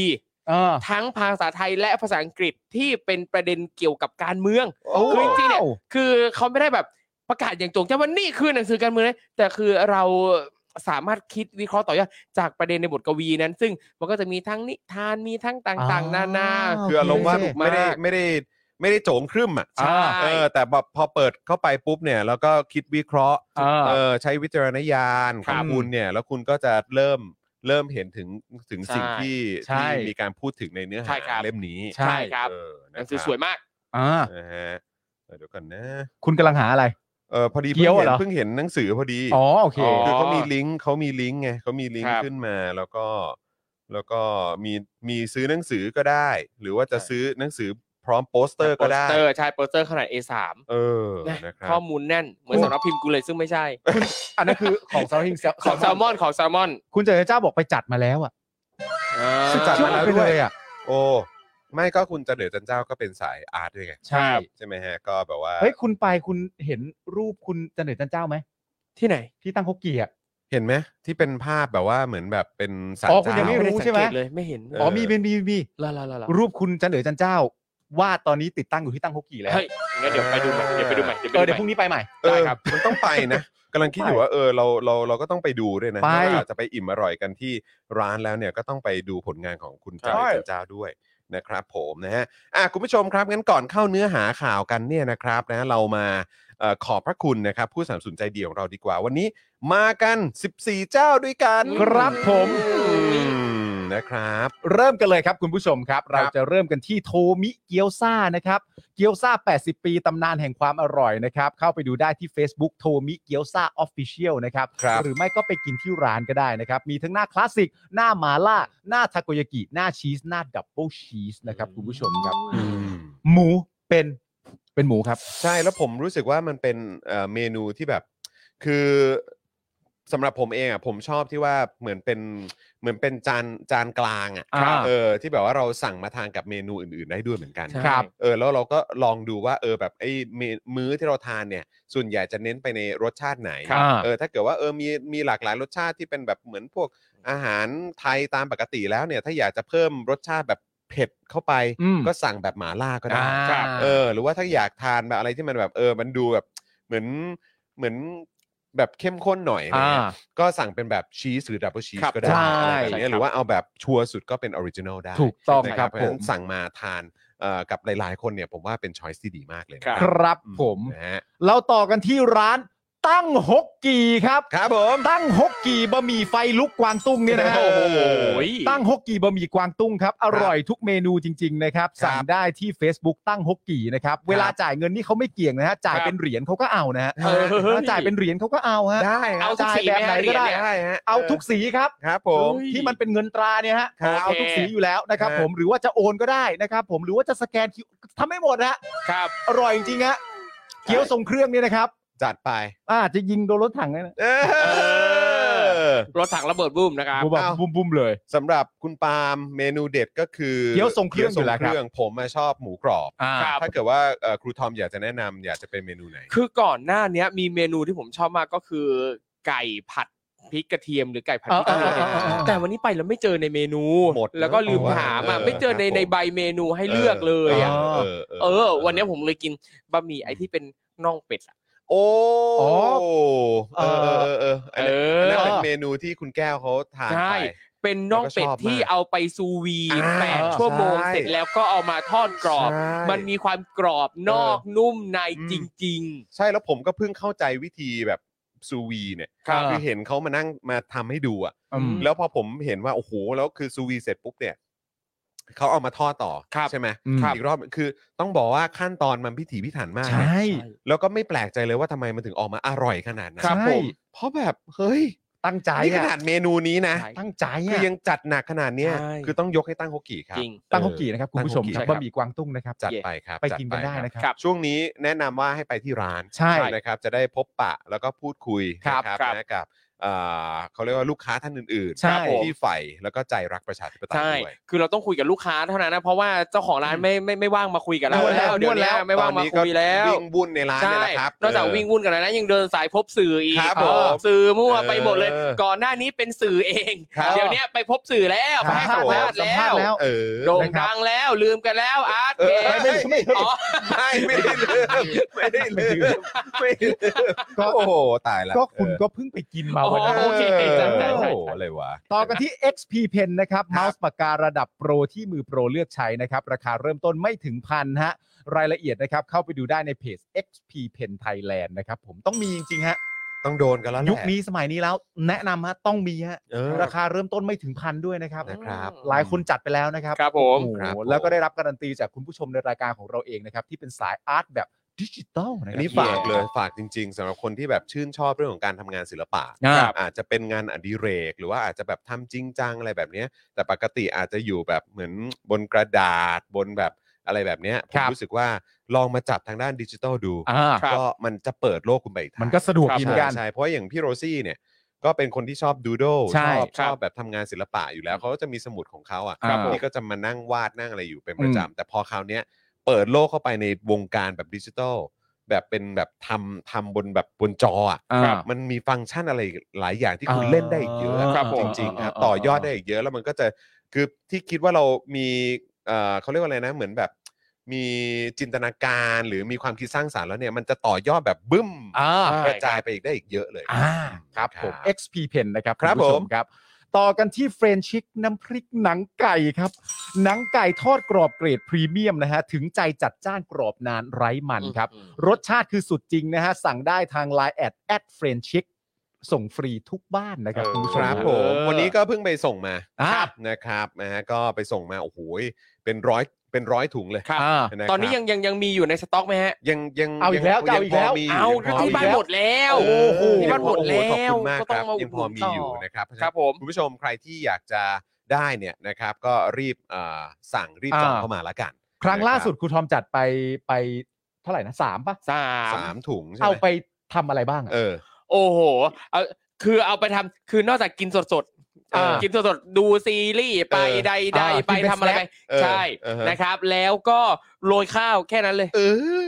Speaker 3: อ่า
Speaker 4: ทั้งภาษาไทยและภาษาอังกฤษที่เป็นประเด็นเกี่ยวกับการเมือง คือจริงๆเนี่ย คือเขาไม่ได้แบบประกาศอย่างโจงแจ้งว่านี่คือหนังสือการเมืองนะแต่คือเราสามารถคิดวิเคราะห์ต่อยอดจากประเด็นในบทกวีนั้น ซึ่งมันก็จะมีทั้งนิทานมีทั้งต่างๆ นานา
Speaker 3: โอเค
Speaker 2: คืออารมณ์ว่า
Speaker 4: สนุกมาก
Speaker 2: ไม่ได้ไม่ได้ไม่ได้โจงครึ่มอ่ะ
Speaker 4: ใช่
Speaker 2: เออแต่แบบพอเปิดเข้าไปปุ๊บเนี่ยแล้วก็คิดวิเคราะห์
Speaker 3: อ่า
Speaker 2: เออใช้วิจารณญาณข
Speaker 4: ครั
Speaker 2: อง
Speaker 4: บ
Speaker 2: คุณเนี่ย แล้วคุณก็จะเริ่มเริ่มเห็นถึงถึงสิ่ง
Speaker 4: ใช่
Speaker 2: ที่
Speaker 3: ใช่
Speaker 2: ที่มีการพูดถึงในเนื้อ
Speaker 4: ใช่
Speaker 2: หา
Speaker 4: ครับ
Speaker 2: เล่มนี้
Speaker 3: ใช่
Speaker 4: ใช่ครับ
Speaker 2: เออ
Speaker 4: ห
Speaker 2: นะ
Speaker 4: นังสือ
Speaker 2: ครับ
Speaker 4: สวยมาก
Speaker 3: อ่า
Speaker 2: นะฮะเออเดี๋ยวก่อนนะ
Speaker 3: คุณกำลังหาอะไร
Speaker 2: เออพอดี
Speaker 3: เกี้
Speaker 2: เพิ่ง
Speaker 3: ยว
Speaker 2: เห็
Speaker 3: เหร
Speaker 2: น
Speaker 3: อ
Speaker 2: เพิ่งเห็นหนังสือพอดี
Speaker 3: อ๋อโอเค
Speaker 4: อ๋อ
Speaker 2: คือเขามีลิงก์เขามีลิงก์ไงเขามีลิง
Speaker 4: ค
Speaker 2: ก์
Speaker 4: รับ
Speaker 2: ขึ้นมาแล้วก็แล้วก็มีมีซื้อหนังสือก็ได้ หรือว่าจะ
Speaker 4: ใช่
Speaker 2: ซื้อหนังสือพร้อมโปสเตอร์ก็ได้
Speaker 4: โปสเตอร์ใช่โปสเตอร์ขนาด A3
Speaker 2: เออ
Speaker 4: นะ
Speaker 2: นะครับ
Speaker 4: ข้อมูลแน่น เหมือนสำนักพิมพ์กูเลยซึ่งไม่ใช่
Speaker 3: อันนั้นคือของซาฮิง
Speaker 4: ของแซลมอนของแซลมอน
Speaker 3: คุณเจอเจ้าบอกไปจัดมาแล้วอ่ะ
Speaker 4: อ่า
Speaker 2: คือจัดมาแล้วด้ว
Speaker 3: เชื่อ
Speaker 2: ย
Speaker 3: ไปเลยอ่ะ
Speaker 2: โอ้ไม่ก็คุณจันเดือจันเจ้าก็เป็นสายอาร์ตด้วยไง
Speaker 3: ใช่
Speaker 2: ใช่ไหมฮะก็แบบว่า
Speaker 3: เฮ้ยคุณไปคุณเห็นรูปคุณจันเหนือจันเจ้าไหม
Speaker 4: ที่ไหน
Speaker 3: ที่ตั้งฮกเกียอ่ะ
Speaker 2: เห็นไหมที่เป็นภาพแบบว่าเหมือนแบบเป็นสาล
Speaker 3: อ๋อคุณ
Speaker 2: เจ้า
Speaker 3: ยังไม่รู้ ใช่ห
Speaker 4: ด้สังเกตเลยไม่เห็น
Speaker 2: เออ
Speaker 3: อ๋อมีมีมีมี
Speaker 4: ลาลาลาลา
Speaker 3: รูปคุณจันเหนือจันเจ้าวาดตอนนี้ติดตั้งอยู่ที่ตั้งฮกเกียแล้ว
Speaker 4: เฮ้ยงั้นเดี๋ยวไปดูใหม่เดี๋ยวไปดูใหม่เดี๋ยวไป
Speaker 3: เออ
Speaker 4: ดู
Speaker 3: เดี๋ยว
Speaker 4: ให
Speaker 3: พรุ่ง
Speaker 4: ม่
Speaker 3: นี้ไปใหม่
Speaker 2: เออ
Speaker 4: ได้ครับ
Speaker 2: มันต้องไปนะกำลังคิดอยู่ว่าเออเราเราเราก็ต้องไปดูด้วยนะ
Speaker 3: ไป
Speaker 2: นอกจากจะไปอิ่มอร่อยกันที่ร้านแล้วเนี่ยก็ต้องไปดูผลงานของคุณจอยจันเจ้าด้วยนะครับผมนะฮะอ่ะคุณผู้ชมครับงั้นก่อนเข้าเนื้อหาข่าวกันเนี่ยนะครับนะเรามาเอ่อขอบพระคุณนะครับผู้สนับสนุนใจเดียวของเราดีกว่า วันนี้มากัน 14 เจ้าด้วยกัน
Speaker 3: ครับผม
Speaker 2: อืมนะครับ
Speaker 3: เริ่มกันเลยครับคุณผู้ชมครับ
Speaker 2: ครั
Speaker 3: เรา
Speaker 2: บ
Speaker 3: จะเริ่มกันที่โทมิเกียวซานะครับ เกียวซา80 ปีตำนานแห่งความอร่อยนะครับ เข้าไปดูได้ที่ Facebook โทมิเกียวซาออฟฟิเชียลนะครับ
Speaker 2: ครับ
Speaker 3: หรือไม่ก็ไปกินที่ร้านก็ได้นะครับ มีทั้งหน้าคลาสสิก หน้ามาล่า หน้าทาโกยากิ หน้าชีส หน้าดับเบิลชีสนะครับคุณผู้ชมครับ หมูเป็นเป็นหมูครับ
Speaker 2: ใช่แล้วผมรู้สึกว่ามันเป็นเอ่อเมนูที่แบบ คือสำหรับผมเองอ่ะผมชอบที่ว่าเหมือนเป็นเหมือนเป็นจานจานกลางอ่ะ
Speaker 3: อ่า
Speaker 2: เออที่แบบว่าเราสั่งมาทานกับเมนูอื่น ๆ ได้ด้วยเหมือนกัน
Speaker 4: ใช่
Speaker 3: ครับ
Speaker 2: เออแล้วเราก็ลองดูว่าเออแบบไอ้เมมื้อที่เราทานเนี่ย ส่วนใหญ่จะเน้นไปในรสชาติไหน
Speaker 3: ครับอ่า
Speaker 2: เออถ้าเกิดว่าเออมีมีหลากหลายรสชาติที่เป็นแบบเหมือนพวกอาหารไทยตามปกติแล้วเนี่ย ถ้าอยากจะเพิ่มรสชาติแบบเผ็ดเข้าไป
Speaker 3: อืม
Speaker 2: ก็สั่งแบบหมาล่าก็ได้
Speaker 3: อ่า
Speaker 2: เออหรือว่าถ้าอยากทานแบบอะไรที่มันแบบเออมันดูแบบเหมือนเหมือนแบบเข้มข้นหน่อยอะไร
Speaker 3: อ่า
Speaker 2: เงี้ยก็สั่งเป็นแบบชีสหรือดับเบิลชีส
Speaker 4: ครับ
Speaker 2: ก็ได้
Speaker 3: ใช่
Speaker 2: อะไรแบบเนี้ยหรือว่าเอาแบบชัวร์สุดก็เป็นออริจินอลได้
Speaker 3: ถูกต้อง
Speaker 2: นะครับ เพาะฉะนั้น
Speaker 3: ผม
Speaker 2: สั่งมาทานเอ่อกับหลายๆคนเนี่ยผมว่าเป็นช้อยส์ที่ดีมากเลยนะ
Speaker 4: ครั
Speaker 3: ครับผม
Speaker 2: นะฮะ
Speaker 3: เราต่อกันที่ร้านตั้งฮกกีครับ
Speaker 2: ครับผม
Speaker 3: ตั้งฮกกีบะหมี่ไฟลุกกวางตุ้งเนี่ยนะฮะ
Speaker 2: โอ้โห
Speaker 3: ตั้งฮกกีบะหมี่กวางตุ้งครับ อร่อยทุกเมนูจริง ๆ นะครับ
Speaker 2: ครับ
Speaker 3: สั่งได้ที่ Facebook ตั้งฮกกีนะครับ เวลาจ่ายเงินนี่เขาไม่เกี่ยงนะฮะ จ่ายเป็นเหรียญเขาก็เอานะฮะ
Speaker 2: เออ
Speaker 3: ถ้าจ่ายเป็นเหรียญเขาก็เอาฮะ
Speaker 2: ได้ครั
Speaker 4: เอา
Speaker 2: บ
Speaker 4: ทุก
Speaker 3: จ่าย
Speaker 4: สี
Speaker 3: แบไห
Speaker 4: แบบ บไห
Speaker 3: น
Speaker 4: น
Speaker 3: ก็
Speaker 4: ก็
Speaker 3: ได้
Speaker 4: ได้
Speaker 2: ได้ฮะ
Speaker 3: เอาทุกสีครับ
Speaker 2: ครับผม
Speaker 4: เฮ้ย
Speaker 3: ที่มันเป็นเงินตราเนี่ยฮะ
Speaker 2: ครับ
Speaker 3: เอาทุกสีอยู่แล้วนะครับผมหรือว่าจะโอนก็ได้นะครับผมหรือว่าจะสแกนคิวทำให้หมดนะฮะ
Speaker 4: ครับ
Speaker 3: อร่อยจริงๆฮะเกี๊ยวทรงเครื่องเนี่ยนะครับ
Speaker 2: จัดไป
Speaker 3: อ่าจะยิงโดนรถถังเลยนะ
Speaker 2: เออ
Speaker 4: รถถังระเบิดบูมนะครับ
Speaker 3: บูมบอก
Speaker 2: เอา
Speaker 3: บุ้มบุ้มๆเลย
Speaker 2: สำหรับคุณปาล์มเมนูเด็ดก็คือ
Speaker 3: เกี๊ยวทรงเครื่อง
Speaker 2: กี๊ยวทรงเค
Speaker 3: อยู่แล้วครับ
Speaker 2: รื่องผมมาชอบหมูกรอบ
Speaker 3: อ่า
Speaker 4: ครับ
Speaker 2: ถ้าเกิดว่าเอ่อครูทอมอยากจะแนะนำอยากจะเป็นเมนูไหน
Speaker 4: คือก่อนหน้าเนี้ยมีเมนูที่ผมชอบมากก็คือ ไก่ผัดพริกกระเทียมหรือไก่ผัดพริกกระเทียมเนี่ย
Speaker 2: อ่าอ่าอ่า
Speaker 4: แต่วันนี้ไปแล้วไม่เจอในเมนู
Speaker 2: หมด
Speaker 4: แล้วก็ลืม
Speaker 2: แล้ว
Speaker 4: ถามอ่ะ
Speaker 2: เออ
Speaker 4: ไม่เจอใน
Speaker 2: ครับผม
Speaker 4: ในใบเมนูให้เลือกเลยอ่ะ
Speaker 2: เออเออ
Speaker 4: เออ วันนี้ผมเลยกินบะหมี่ไอ้ที่เป็นน่องเป็ดอ่ะ
Speaker 2: โอ้
Speaker 3: อ๋อ
Speaker 2: เออเออเออเอออันนั้นน
Speaker 4: เอออั
Speaker 2: นั้นเป็นเมนูที่คุณแก้วเขาทาน
Speaker 4: ใช่
Speaker 2: ไป
Speaker 4: เป็นน่องเป็ดที่เอาไปซูวี
Speaker 2: อ่า
Speaker 4: แปดชั่วโมง
Speaker 2: ใช่
Speaker 4: เสร็จแล้วก็เอามาทอดกรอบ
Speaker 2: ใช่
Speaker 4: มันมีความกรอบนอกนุ่มในจริง
Speaker 2: ใช่แล้วผมก็เพิ่งเข้าใจวิธีแบบซูวีเนี่ย
Speaker 3: ครับ
Speaker 2: คือเห็นเขามานั่งมาทำให้ดูอ่ะ
Speaker 3: อืม
Speaker 2: แล้วพอผมเห็นว่า โอ้โห แล้วคือซูวีเสร็จปุ๊บเนี่ยเขาเอามาทอดต่อ
Speaker 4: ครับ
Speaker 2: ใช่ไหม
Speaker 3: อืม
Speaker 2: อีกรอบคือต้องบอกว่าขั้นตอนมันพิถีพิถันมากนะ
Speaker 3: ใช่
Speaker 4: ๆ
Speaker 2: แล้วก็ไม่แปลกใจเลยว่าทำไมมันถึงออกมาอร่อยขนาดนั้น
Speaker 3: ครับผม
Speaker 2: เพราะแบบเฮ้ย
Speaker 3: ตั้งใจ
Speaker 2: นี่ข
Speaker 3: อะ
Speaker 2: นาดเมนูนี้นะ
Speaker 4: ใช่
Speaker 3: ตั้งใจ
Speaker 2: คือ
Speaker 3: อะ
Speaker 2: ยังจัดหนักขนาดเนี้ย
Speaker 4: ใช่
Speaker 2: คือต้องยกให้ตั้งฮกกี้ครับ
Speaker 4: จริง
Speaker 3: ตั้งฮกกี่นะครับคุณผู้ชม
Speaker 2: ตั้งฮกกี่
Speaker 3: ครับบะหมี่กวางตุ้งนะครับ
Speaker 2: จัดไปครับ
Speaker 3: ไป
Speaker 2: จั
Speaker 3: กินกันได้
Speaker 2: ครับ
Speaker 3: นะครับ
Speaker 4: ครับ
Speaker 2: ช่วงนี้แนะนำว่าให้ไปที่ร้าน
Speaker 3: ใช่
Speaker 2: นะครับจะได้พบปะแล้วก็พูดคุย
Speaker 3: ครับ
Speaker 2: นะครับ
Speaker 4: ครับ
Speaker 2: นะกับเอ่อเขาเรียกว่าลูกค้าท่านอื่น
Speaker 3: ใช่
Speaker 2: ครับผมที่ใฝ่แล้วก็ใจรักประชาธิปไตย
Speaker 4: ใช่
Speaker 2: ด้วย
Speaker 4: คือเราต้องคุยกับลูกค้าเท่านั้นนะ เพราะว่าเจ้าของร้านไม่ไม่ไม่ว่างมาคุยกับเรา
Speaker 3: ม่วนแล้
Speaker 4: แล้ว ว เดี๋ย
Speaker 3: ม่
Speaker 4: ว
Speaker 3: วนแล้
Speaker 4: นี้
Speaker 3: ว
Speaker 4: ไม่ว่าง
Speaker 2: ต
Speaker 4: มา
Speaker 2: อนนี้ก็
Speaker 4: คุยแล้ว
Speaker 2: วิ่งวุ่นในร้านเนี่ยแหละครับ
Speaker 4: นอกจาก
Speaker 2: เออ
Speaker 4: วิ่งวุ่นกันแล้วนะยังเดินสายพบสื่ออีก
Speaker 2: ครับ
Speaker 4: เออ
Speaker 2: ผม
Speaker 4: สื่อมั่วไปหมดเลย
Speaker 2: เออ
Speaker 4: ก่อนหน้านี้เป็นสื่อเอง
Speaker 2: ครับ
Speaker 4: เดี๋ยวนี้ไปพบสื่อแล้วไปให้
Speaker 3: ครั
Speaker 4: สั
Speaker 3: บ
Speaker 4: มภาษณ์
Speaker 3: สัม
Speaker 4: แล้
Speaker 3: ภาษ
Speaker 4: ว
Speaker 3: ณ์แล้ว
Speaker 2: เออ
Speaker 4: โด่ง
Speaker 3: นะครับ
Speaker 4: ดังแล้วลืมกันแล้วอาร์ต
Speaker 2: เอ
Speaker 4: เพ
Speaker 2: อ
Speaker 4: จ
Speaker 2: ไม่ไม่
Speaker 4: อ๋อ
Speaker 2: ไม่ไม่ได้ลืมไม่ได้ลืมไม่ได้ลืม
Speaker 3: ก็
Speaker 2: โอ้โหตายละ
Speaker 3: ก็คุณก็เพิ่งไปกินมาวัน
Speaker 4: อ๋
Speaker 3: นั้
Speaker 4: อ
Speaker 3: น
Speaker 4: โเค
Speaker 2: เออ
Speaker 4: จำได้
Speaker 2: โอ้โหอะไรวะ
Speaker 3: ต่อกันที่ XP Pen นะครับเมาส์ปากการะดับโปรที่มือโปรเลือกใช้นะครับ ราคาเริ่มต้นไม่ถึงพันฮะ รายละเอียดนะครับ เข้าไปดูได้ในเพจ XP Pen Thailand นะครับ ผมต้องมีจริง ๆ ฮะ
Speaker 2: ต้องโดนกันแล้วแหละ
Speaker 3: ยุคนี้สมัยนี้แล้วแนะนำฮะ ต้องมีฮะ
Speaker 2: เออ
Speaker 3: ราคาเริ่มต้นไม่ถึงพันด้วยนะครับ
Speaker 2: นะครับ
Speaker 3: หลายคนจัดไปแล้วนะครับ
Speaker 4: ครับผม
Speaker 3: โอ้โห
Speaker 2: ครับผม
Speaker 3: แล้วก็ได้รับการันตีจากคุณผู้ชมในรายการของเราเองนะครับ ที่เป็นสายอาร์ตแบบดิจิตอลนะค
Speaker 2: อัน
Speaker 3: รับ
Speaker 2: นี้ฝากเลยฝากจริงๆสำหรับคนที่แบบชื่นชอบเรื่องของการทำงานศิลปะ
Speaker 3: ครับ
Speaker 2: อาจจะเป็นงานอดิเรก หรือว่าอาจจะแบบทำจริงจังอะไรแบบเนี้ยแต่ปกติอาจจะอยู่แบบเหมือนบนกระดาษบนแบบอะไรแบบเนี้ยผ
Speaker 3: ค
Speaker 2: ม
Speaker 3: รับ
Speaker 2: รู้สึกว่าลองมาจับทางด้านดิจิทัลดู
Speaker 3: อ่า
Speaker 4: ครับ
Speaker 2: ก็มันจะเปิดโลกคุณไปอีกทาง
Speaker 3: มันก็สะดวก
Speaker 4: ครับ
Speaker 3: ดีเหมื
Speaker 2: ใช่
Speaker 3: อนกัน
Speaker 2: ใช่เพราะอย่างพี่โรซี่เนี่ยก็เป็นคนที่ชอบดูโด
Speaker 3: ใช่
Speaker 2: ชอบ
Speaker 4: ค
Speaker 2: ช
Speaker 4: รับ
Speaker 2: อบแบบทำงานศิลปะอยู่แล้วเขาก็จะมีสมุดของเขาอ่ะ
Speaker 3: ครับผม
Speaker 2: นี่ก็จะมานั่งวาดนั่งอะไรอยู่เป็นประจำแต่พอคราวเนี้ยเปิดโลกเข้าไปในวงการแบบดิจิทัลแบบเป็นแบบทำทำบนแบบบนจออ่ะ
Speaker 3: อ่า
Speaker 4: ครับ
Speaker 2: มันมีฟังก์ชันอะไรหลายอย่างที่คุณ
Speaker 3: อ่า
Speaker 2: เล่นได้อีกเยอะ
Speaker 4: ครับผม
Speaker 2: จริงๆครับ
Speaker 3: อ่าอ่าอ่า
Speaker 2: ต่อยอดได้อีกเยอะแล้วมันก็จะคือที่คิดว่าเรามีเอ่อเขาเรียกว่าอะไรนะเหมือนแบบมีจินตนาการหรือมีความคิดสร้างสารรค์แล้วเนี่ยมันจะต่อยอดแบบบึ้ม
Speaker 3: อ่า
Speaker 2: กระจายไปอีกได้อีกเยอะเลย
Speaker 3: อ่าครับผม XP Pen นะครับ
Speaker 2: ครับ
Speaker 3: ณผู้ช
Speaker 2: ผม
Speaker 3: ครับ ต่อกันที่เฟรนชิกน้ำพริกหนังไก่ครับ หนังไก่ทอดกรอบเกรดพรีเมียมนะฮะ ถึงใจจัดจ้านกรอบนานไร้มันครับ
Speaker 4: อืม
Speaker 3: รสชาติคือสุดจริงนะฮะ สั่งได้ทาง Line แอดแอดเฟรนชิกส่งฟรีทุกบ้านนะครับคุณผู้ช
Speaker 2: ค
Speaker 3: ม
Speaker 2: รับ
Speaker 3: ครับ
Speaker 2: ผม
Speaker 4: เออ
Speaker 2: วันนี้ก็เพิ่งไปส่งมา
Speaker 3: อ่า
Speaker 2: นะครับนะฮะก็ไปส่งมาโอ้โหเป็นร้อยเป็นร้อยถุงเลย
Speaker 4: ครับ
Speaker 3: อ่า
Speaker 2: ะครับ
Speaker 4: ตอนนี้ยังยังยังมีอยู่ในสต็อกไหมฮะ
Speaker 2: ยังยัง
Speaker 3: เอาอีกแล้ว
Speaker 2: ยัง
Speaker 3: เอาอีกแล้ว
Speaker 2: พมี
Speaker 4: เอา
Speaker 2: ยู่ยังพ
Speaker 4: ที่
Speaker 2: มี
Speaker 4: บ้าน
Speaker 2: อยู่
Speaker 4: หมดแล้ว
Speaker 2: เออ
Speaker 4: ที่บ้านหมดแล้
Speaker 2: ขอบคุณ
Speaker 4: ว
Speaker 2: มาก
Speaker 4: ก็
Speaker 2: ค
Speaker 4: ต้อ
Speaker 2: รั
Speaker 4: ง
Speaker 2: บ
Speaker 4: มาอุ
Speaker 2: ยั
Speaker 4: ด
Speaker 2: ง
Speaker 4: ห
Speaker 2: พ
Speaker 4: นุ
Speaker 2: อน มี
Speaker 4: ต่อ
Speaker 2: อ
Speaker 4: อ
Speaker 2: ยู่นะครับ
Speaker 4: ครับผม
Speaker 2: คุณผู้ชมใครที่อยากจะได้เนี่ยนะครับก็รีบเอ่อสั่งรีบจอง
Speaker 3: อ่า
Speaker 2: เข้ามาละกัน
Speaker 3: ครั้งล่าสุดครูทอมจัดไปไปเท่าไหร่นะสามปะ
Speaker 4: สา
Speaker 2: นะครับ
Speaker 4: ม
Speaker 2: สามถุงใช่
Speaker 3: เอา
Speaker 2: ไหม
Speaker 3: ไปทำอะไรบ้างอะ
Speaker 2: เออ
Speaker 4: โอ้โห เอา คือเอาไปทำคือนอกจากกินสดสดๆ
Speaker 2: อ่า
Speaker 4: กินสดสดๆดูซีรีส์ไป
Speaker 2: เออ
Speaker 4: ใดใด
Speaker 3: อ่า
Speaker 4: ๆไป
Speaker 3: กินเป็น
Speaker 4: ทำอะไร
Speaker 3: แฟล
Speaker 4: ไป
Speaker 3: ช
Speaker 2: เออ
Speaker 4: ใช่
Speaker 2: เออฮะ
Speaker 4: นะครับ แล้วก็โรยข้าวแค่นั้นเลย
Speaker 2: เออ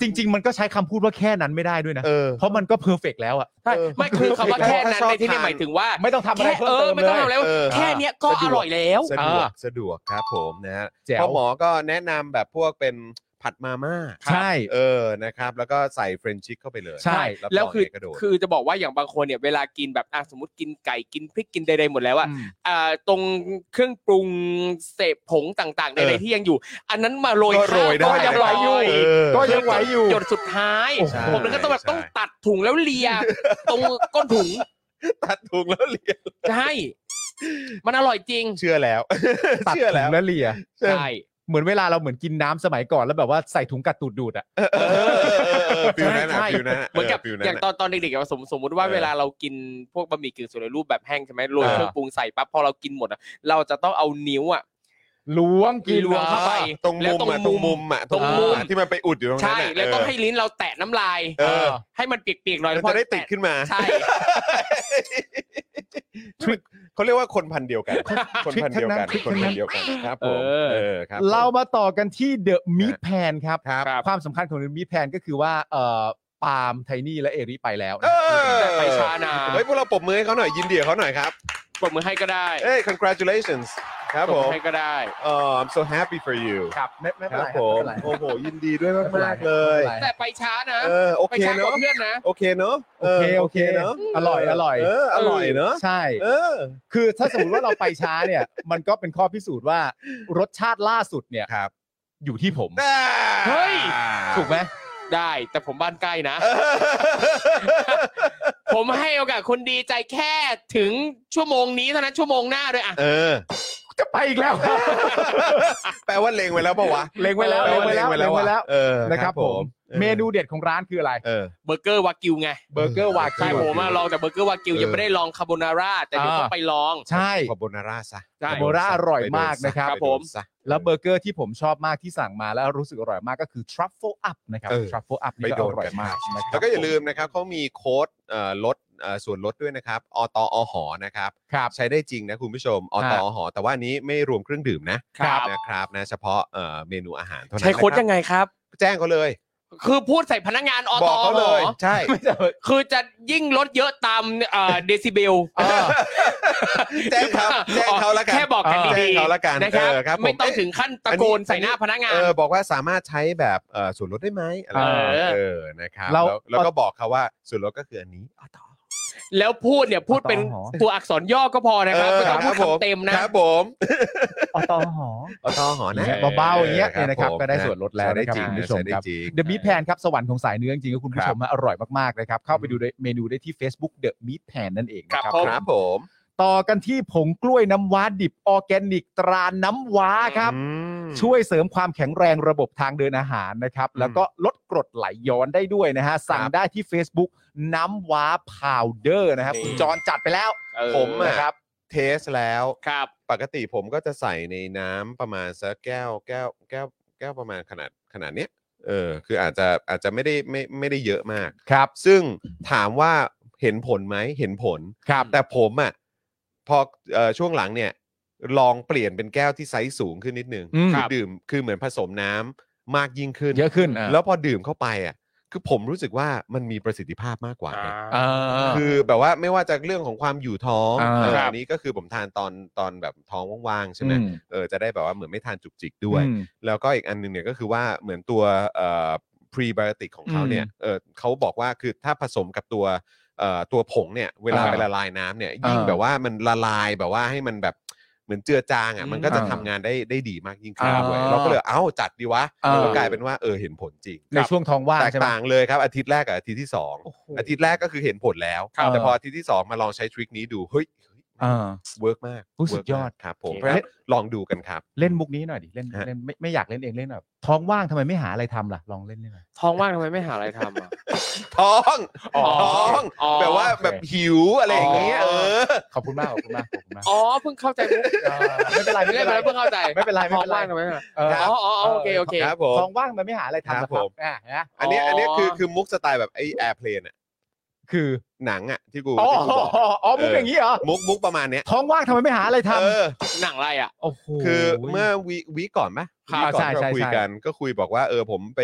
Speaker 3: จริง ๆ มันก็ใช้คำพูดว่าแค่นั้นไม่ได้ด้วยนะ
Speaker 2: เออ
Speaker 3: เพราะมันก็เพอร์เฟกแล้วอะ
Speaker 4: ใช่
Speaker 2: เออ
Speaker 4: ไม่คือคำว่าแค่นั้น
Speaker 2: ชอบ
Speaker 4: ในที่นี้
Speaker 2: ทาน
Speaker 4: หมายถึงว่า
Speaker 3: ไม่ต้องทำอะไร
Speaker 4: แค่
Speaker 3: เพิ่มเติม
Speaker 4: เออไม่ต้องทำ
Speaker 3: เลย
Speaker 4: อะไรแล้ว
Speaker 2: เออ
Speaker 4: แค่เนี้ยก็
Speaker 2: สะด
Speaker 4: อ
Speaker 2: ว
Speaker 4: ร่อยแล้ว
Speaker 2: สะดวก
Speaker 3: อ่า
Speaker 2: สะดวกครับผมนะฮะ
Speaker 3: แจ๋ว
Speaker 2: พ่อหมอก็แนะนำแบบพวกเป็นผัดมาม่า
Speaker 3: ใช่
Speaker 2: เออนะครับ แล้วก็ใส่เฟรนชิกเข้าไปเลย
Speaker 3: ใช่
Speaker 2: รับ
Speaker 4: แล้ว
Speaker 2: รอง
Speaker 4: คือ
Speaker 2: เกกระโดด
Speaker 4: คือจะบอกว่าอย่างบางคนเนี่ยเวลากินแบบอ่ะสมมติกินไก่กินพริกกินใดๆหมดแล้วอะ
Speaker 3: อืม
Speaker 4: อ่าตรงเครื่องปรุงเศษผงต่างๆใด
Speaker 2: เออ
Speaker 4: ๆที่ยังอยู่ อันนั้นมาโรย
Speaker 2: ก็โรยได้
Speaker 4: ข้าวก็ยังไหวอยู่
Speaker 2: เออ
Speaker 3: ก็ยังไหวอยู่
Speaker 4: จดสุดท้าย
Speaker 3: โอ้โห
Speaker 4: ผมเลยก็ต้องแบบ
Speaker 2: ใช่
Speaker 4: ต้องตัดถุงแล้วเลีย ตรงก้นถุง
Speaker 2: ตัดถุงแล้วเรียน
Speaker 4: ใช่มันอร่อยจริง
Speaker 2: เชื่อแล้ว
Speaker 3: ตัด
Speaker 2: เชื่อ
Speaker 3: ถุ
Speaker 2: แล้ว
Speaker 3: งและเลีย
Speaker 4: ใช่
Speaker 3: เหมือนเวลาเราเหมือนกินน้ำสมัยก่อนแล้วแบบว่าใส่ถุงกัดตูดดูดอ่ะ
Speaker 2: เออเออเออฟิวนั้นอะ
Speaker 4: ใช่
Speaker 2: ฟิวนั้น
Speaker 4: เหมือนกับ
Speaker 2: ฟิว
Speaker 4: อย่าง
Speaker 2: นั้น
Speaker 4: ต
Speaker 2: อะ
Speaker 4: อนตอนเด็กๆอะสมมติสมมติว่า
Speaker 2: เออ
Speaker 4: เวลาเรากินพวกบะหมี่กึ่งสำเร็จรูปแบบแห้งใช่ไหมโรย
Speaker 2: เออ
Speaker 4: เครื่องปรุงใส่ปั๊บพอเรากินหมดอะเราจะต้องเอานิ้วอะ
Speaker 3: ล้วงกิน
Speaker 4: ล้วงเข้าไป
Speaker 2: ตรงมุมอะต
Speaker 4: แล้วต
Speaker 2: ร
Speaker 4: รง งมุ
Speaker 2: มุม
Speaker 4: ม
Speaker 2: อะตรงมุมอะ
Speaker 4: ตรงมุม
Speaker 2: ที่มันไปอุดอยู่ตรงนั้น
Speaker 4: ใช่
Speaker 2: อะ
Speaker 4: แล้วต้อง
Speaker 2: เออ
Speaker 4: ให้ลิ้นเราแตะน้ำลาย
Speaker 2: เออ
Speaker 4: ให้มันเปียกๆหน่อย
Speaker 2: มันจะได้ติด
Speaker 4: พอ
Speaker 2: ขึ้นมา
Speaker 4: แตะใช่
Speaker 2: เขาเรียกว่าคนพันเดียวกัน คนพันเดียวกัน
Speaker 3: ทริค
Speaker 2: ค
Speaker 3: ทั้
Speaker 2: น
Speaker 3: ง
Speaker 2: พั
Speaker 3: นั้น น
Speaker 2: เดียวกันครับผม
Speaker 4: เออ
Speaker 2: เออครับ
Speaker 3: เรา
Speaker 2: ผม
Speaker 3: มาต่อกันที่เดอะมิตแพนครับ
Speaker 2: ครับ
Speaker 3: ความสำคัญของเดอะมิตแพนก็คือว่าเอ่อปาล์มไทนี่และเอริไปแล้ว
Speaker 2: เออ
Speaker 4: ไปชานา
Speaker 2: เฮ้ยพวกเราปรบมือให้เขาหน่อยยินดีกับเขาหน่อยครับ
Speaker 4: ปรบมือให้ก็ได้
Speaker 2: เอ้ย congratulations ครับ
Speaker 4: ปรบ
Speaker 2: ผ
Speaker 4: มื
Speaker 2: ม
Speaker 4: อให้ก็ได้
Speaker 2: เอ่อ I'm so happy for you
Speaker 3: ครับไม่ไม่
Speaker 2: ค
Speaker 3: เป็น
Speaker 2: รับ
Speaker 3: ไรค
Speaker 2: ผ
Speaker 3: รั
Speaker 2: ม
Speaker 3: บไม่เป็นไร
Speaker 2: โอ้โหยินดีด้วย
Speaker 3: ไม่เป็นไร
Speaker 2: มากๆเลย
Speaker 3: ไม่เป็น
Speaker 4: แต่
Speaker 3: ไร
Speaker 4: ไปช้านะ
Speaker 2: เออโอ
Speaker 4: ไป
Speaker 2: เค
Speaker 4: ช้า
Speaker 2: เน
Speaker 4: ก
Speaker 2: อะ
Speaker 4: ว่าเพื่อนนะ
Speaker 2: โอเคเนอะ
Speaker 3: โอเคโอเค
Speaker 2: เนอะ
Speaker 3: อร่อยอร่อย
Speaker 2: เอออร่อยเนอะ
Speaker 3: ใช่
Speaker 2: เออ
Speaker 3: คือถ้าสมมติว่าเราไปช้าเนี่ย มันก็เป็นข้อพิสูจน์ว่ารสชาติล่าสุดเนี่ย
Speaker 2: ครับ
Speaker 3: อยู่ที่ผม
Speaker 4: เฮ้ย
Speaker 3: ถูกไหม
Speaker 4: ได้ แต่ผมบ้านใกล้นะ ผมให้โอกาสคนดีใจแค่ถึงชั่วโมงนี้เท่านั้นชั่วโมงหน้าด้วยอ่ะ
Speaker 2: เออ
Speaker 3: จะไปอีกแล้ว
Speaker 2: แปลว่าเลงไว้แล้วปะวะ
Speaker 3: เล็งไว้แล้ว
Speaker 2: แป
Speaker 3: เล็งไว้
Speaker 2: า
Speaker 3: แล้วเล็งไว้แล้ว
Speaker 2: เออ
Speaker 3: นะครับผม
Speaker 2: เอ ออ
Speaker 3: เมนูเด็ดของร้านคืออะไร
Speaker 2: เออ
Speaker 4: เบอร์เกอร์วากิวไง
Speaker 3: เบอร์เกอร์วากิว
Speaker 4: ใช่ผมอะลองแต่เบอร์เกอร์วากิว
Speaker 2: เออ
Speaker 4: ยังไม่ได้ลองคาโบนาร่าแต่เดี๋ยว
Speaker 3: อ่า
Speaker 4: ต้องไปลอง
Speaker 3: ใช่
Speaker 2: คาโบนาร่าซะ
Speaker 4: ใช่
Speaker 3: คาโบนาร่าอร่อยมากนะครับ
Speaker 2: ไป
Speaker 4: ผ
Speaker 2: ดู
Speaker 4: ม
Speaker 2: ซะ
Speaker 3: แล้วเบอร์เกอร์ที่ผมชอบมากที่สั่งมาแล้วรู้สึกอร่อยมากก็คือ truffle up นะครับ
Speaker 2: เออ
Speaker 3: truffle up
Speaker 2: ไป
Speaker 3: นี่
Speaker 2: โด
Speaker 3: ก็
Speaker 2: น
Speaker 3: อร่อย
Speaker 2: กัน
Speaker 3: มากนะครับ
Speaker 2: แล้วก็อย่าลืมนะครับเขามีโค้ดเอ่อลดเอ่อส่วนลดด้วยนะครับอตอหอนะครับ
Speaker 3: ครับ
Speaker 2: ใช้ได้จริงนะคุณผู้ชมอตอหอแต่ว่าอันนี้ไม่รวมเครื่องดื่มนะครับ นะครับนะเฉพาะเอ่อเมนูอาหารเท่านั้น
Speaker 4: ใช้โค้ดยัง
Speaker 2: นะ
Speaker 4: ไงครับ
Speaker 2: รับแจ้งเขาเลย
Speaker 4: คือพูดใส่พนักงานอ
Speaker 2: บอก
Speaker 4: ต
Speaker 2: เขาเลย
Speaker 4: หรอ
Speaker 2: ใช่
Speaker 4: คือจะยิ่งลดเยอะตามเอ่อเดซิเบล
Speaker 3: เออ
Speaker 2: แจ้งเขาแจ้งเขาละกัน
Speaker 4: แค่บอกกัน
Speaker 2: เออแจ้
Speaker 4: ดี
Speaker 2: งเขาละกัน
Speaker 4: ๆนะครับ
Speaker 2: เออครับผม
Speaker 4: ไม่ต้องถึงขั้นตะโกนใส่หน้า
Speaker 2: อันนี้
Speaker 4: พนักงาน
Speaker 2: เออบอกว่าสามารถใช้แบบเอ่อส่วนลดได้ไหมอะไรแบบนั้น
Speaker 4: เออ
Speaker 2: เออนะครับ
Speaker 3: เรา
Speaker 2: แล้วแล้วก็บอกเขาว่าส่วนลดก็คืออันนี้
Speaker 4: แล้วพูดเนี่ยพูดเป็น
Speaker 3: อตหอ
Speaker 4: ตัวอักษรย่อก็พอนะครับ
Speaker 2: เออ
Speaker 4: ไม่ต้องพู
Speaker 2: ค
Speaker 4: ด
Speaker 2: รับผม
Speaker 4: คำเต็มนะ
Speaker 2: ครับผม
Speaker 3: อตอหอ
Speaker 2: อตอหอนะ
Speaker 3: เนี่ยเบาๆอย่างเงี้ยเนี่ยนะครับ
Speaker 2: ผม
Speaker 3: ก็ได้ส่วนลดแล้ว
Speaker 2: ใช้ได้
Speaker 3: นะครับ
Speaker 2: จริง
Speaker 3: คุณผู้ชม
Speaker 2: ใช้ได้
Speaker 3: ครับ
Speaker 2: จริง
Speaker 3: The Meat Pan ครับ สวรรค์ของสายเนื้อจริงๆครับคุณผู้ชมฮะอร่อยมากๆนะครับ เข้าไปดูในเมนูได้ที่ Facebook The Meat Pan นั่นเองนะค
Speaker 4: ค
Speaker 3: รับบ
Speaker 4: รัผม
Speaker 2: ครับผม
Speaker 3: ต่อกันที่ผงกล้วยน้ำว้าดิบออร์แกนิกตราน้ำว้าครับ
Speaker 2: อืม
Speaker 3: ช่วยเสริมความแข็งแรงระบบทางเดินอาหารนะครับ แล้วก็ลดกรดไหลย้อนได้ด้วยนะฮะ สั่ง
Speaker 2: ครับ
Speaker 3: ได้ที่ Facebook น้ำว้าพาวเดอร์นะครับ
Speaker 4: นี่
Speaker 3: คุณจอนจัดไปแล้ว
Speaker 4: เออ
Speaker 2: ผมอะ
Speaker 3: นะครับ
Speaker 2: เทสแล้ว
Speaker 4: ครับ
Speaker 2: ปกติผมก็จะใส่ในน้ำประมาณสักแก้วแก้วแก้วแก้วประมาณขนาดขนาดเนี้ยเออคืออาจจะอาจจะไม่ได้ไม่ไม่ได้เยอะมาก
Speaker 3: ครับ
Speaker 2: ซึ่งถามว่าเห็นผลไหมเห็นผล
Speaker 3: ครับ
Speaker 2: แต่ผมอะ่ะพอเออช่วงหลังเนี่ย ลองเปลี่ยนเป็นแก้วที่ไซส์สูงขึ้นนิดนึง
Speaker 3: อืม
Speaker 2: คือ
Speaker 4: ครับ
Speaker 2: ดื่มคือเหมือนผสมน้ำมากยิ่งขึ้น
Speaker 3: เยอะขึ้น
Speaker 2: แล้วพอดื่มเข้าไปอะ่ะคือผมรู้สึกว่ามันมีประสิทธิภาพมากกว่านะ
Speaker 3: อ่า
Speaker 2: คือแบบว่าไม่ว่าจะเรื่องของความอยู่ท้อง
Speaker 3: อ่า
Speaker 2: เออ
Speaker 4: ครับ
Speaker 2: อันนี้ก็คือผมทานตอนตอนแบบท้องว่างๆใช่ไหม
Speaker 3: อื
Speaker 2: เออจะได้แบบว่าเหมือนไม่ทานจุกจิกด้วย
Speaker 3: อืม
Speaker 2: แล้วก็อีกอันหนึงเนี่ยก็คือว่าเหมือนตัวเอ่อพรีไบโอติกของเขาเนี่ยเออเขาบอกว่าคือถ้าผสมกับตัวเอ่อตัวผงเนี่ยเวลา
Speaker 3: อ่า
Speaker 2: ไปละลายน้ำเนี่ยยิ่ง
Speaker 3: อ่า
Speaker 2: แบบว่ามันละลายแบบว่าให้มันแบบเหมือนเจือจางอ่ะ
Speaker 4: อืม
Speaker 2: มันก็จะ
Speaker 3: อ่า
Speaker 2: ทำงานได้ได้ดีมากยิ่งขึ้นด้วย
Speaker 3: อ่า
Speaker 2: เราก็เลยเอ้าจัดดีวะ
Speaker 3: อ่า
Speaker 2: แล้วกลายเป็นว่าเออเห็นผลจริง
Speaker 3: ในช่วงท้องว่าง
Speaker 2: แตก
Speaker 3: ใช่ไหม
Speaker 2: ต่างเลยครับอาทิตย์แรกกับอาทิตย์ที่สอง อาทิตย์แรกก็คือเห็นผลแล้ว
Speaker 3: ครับ
Speaker 2: แต่พออาทิตย์ที่ 2 มาลองใช้ทริคนี้ดู เฮ้ย
Speaker 3: อ่า
Speaker 2: เวิร์กมาก
Speaker 3: โอ้สุดยอด
Speaker 2: เวิร์กมากครับผม
Speaker 4: โอเค
Speaker 2: เพราะฉะนั้นลองดูกันครับ
Speaker 3: เล่นมุกนี้หน่อยดิเล่น
Speaker 2: ฮะ
Speaker 3: เล่นไม่ไม่อยากเล่นเองเล่นหน่อยท้องว่างทำไมไม่หาอะไรทำล่ะลองเล่นได้ไหม
Speaker 4: ท้องว่างทำไมไม่หาอะไรทำอ่ะ
Speaker 2: ท้อง
Speaker 4: อ๋อ
Speaker 2: ท้อง
Speaker 4: อ๋อ
Speaker 2: แบบว่า
Speaker 3: โอเค
Speaker 2: แบบหิวอะไรอย่างเงี้ยเออ
Speaker 3: ขอบคุณมากขอบคุณมากขอบคุณมาก
Speaker 4: อ๋อเพิ่งเข้าใจมุก
Speaker 3: ไม่เป็นไรไม่
Speaker 4: ไม่
Speaker 3: เป็น
Speaker 4: เป็น
Speaker 3: ไร
Speaker 4: ไรเพิ่งเข้าใจ
Speaker 3: ไม่เป็นไรไม่
Speaker 4: ท้อ
Speaker 3: เป็น
Speaker 4: ง
Speaker 3: ไร
Speaker 4: ว่างทำไมไม่หา
Speaker 3: เออ
Speaker 4: อ๋ออ๋อโอเคโอเค
Speaker 2: ครับผม
Speaker 3: ท้องว่างทำไมไม่หาอะไรทำล่ะ
Speaker 2: ครับผม
Speaker 3: อ่ะเห็นไหม
Speaker 2: อันเนี้ย
Speaker 4: อ๋ออั
Speaker 2: อันเนี้ยคือคือมุกสไตล์แบบไอ้แอร์เพลนอะ
Speaker 3: คือ
Speaker 2: หนังอะที่กู
Speaker 3: อ๋อ
Speaker 2: ที่กู
Speaker 3: อ๋อ
Speaker 2: บอก
Speaker 3: อ๋ออ๋อมุกอย่างนี้เหรอ
Speaker 2: มุกมุกประมาณเนี้ย
Speaker 3: ท้องว่างทำไมไม่หาอะไรท
Speaker 2: เออ
Speaker 4: หนังอะไรอ่ะ
Speaker 3: ำโอ้โห
Speaker 2: คือเมื่อวีวีก่อนปะ
Speaker 3: ครับ
Speaker 2: วีก่อน
Speaker 3: ใช่
Speaker 2: ที่เรา
Speaker 3: ใช่
Speaker 2: คุย
Speaker 3: ใช่
Speaker 2: กันก็คุยบอกว่าเออผมไป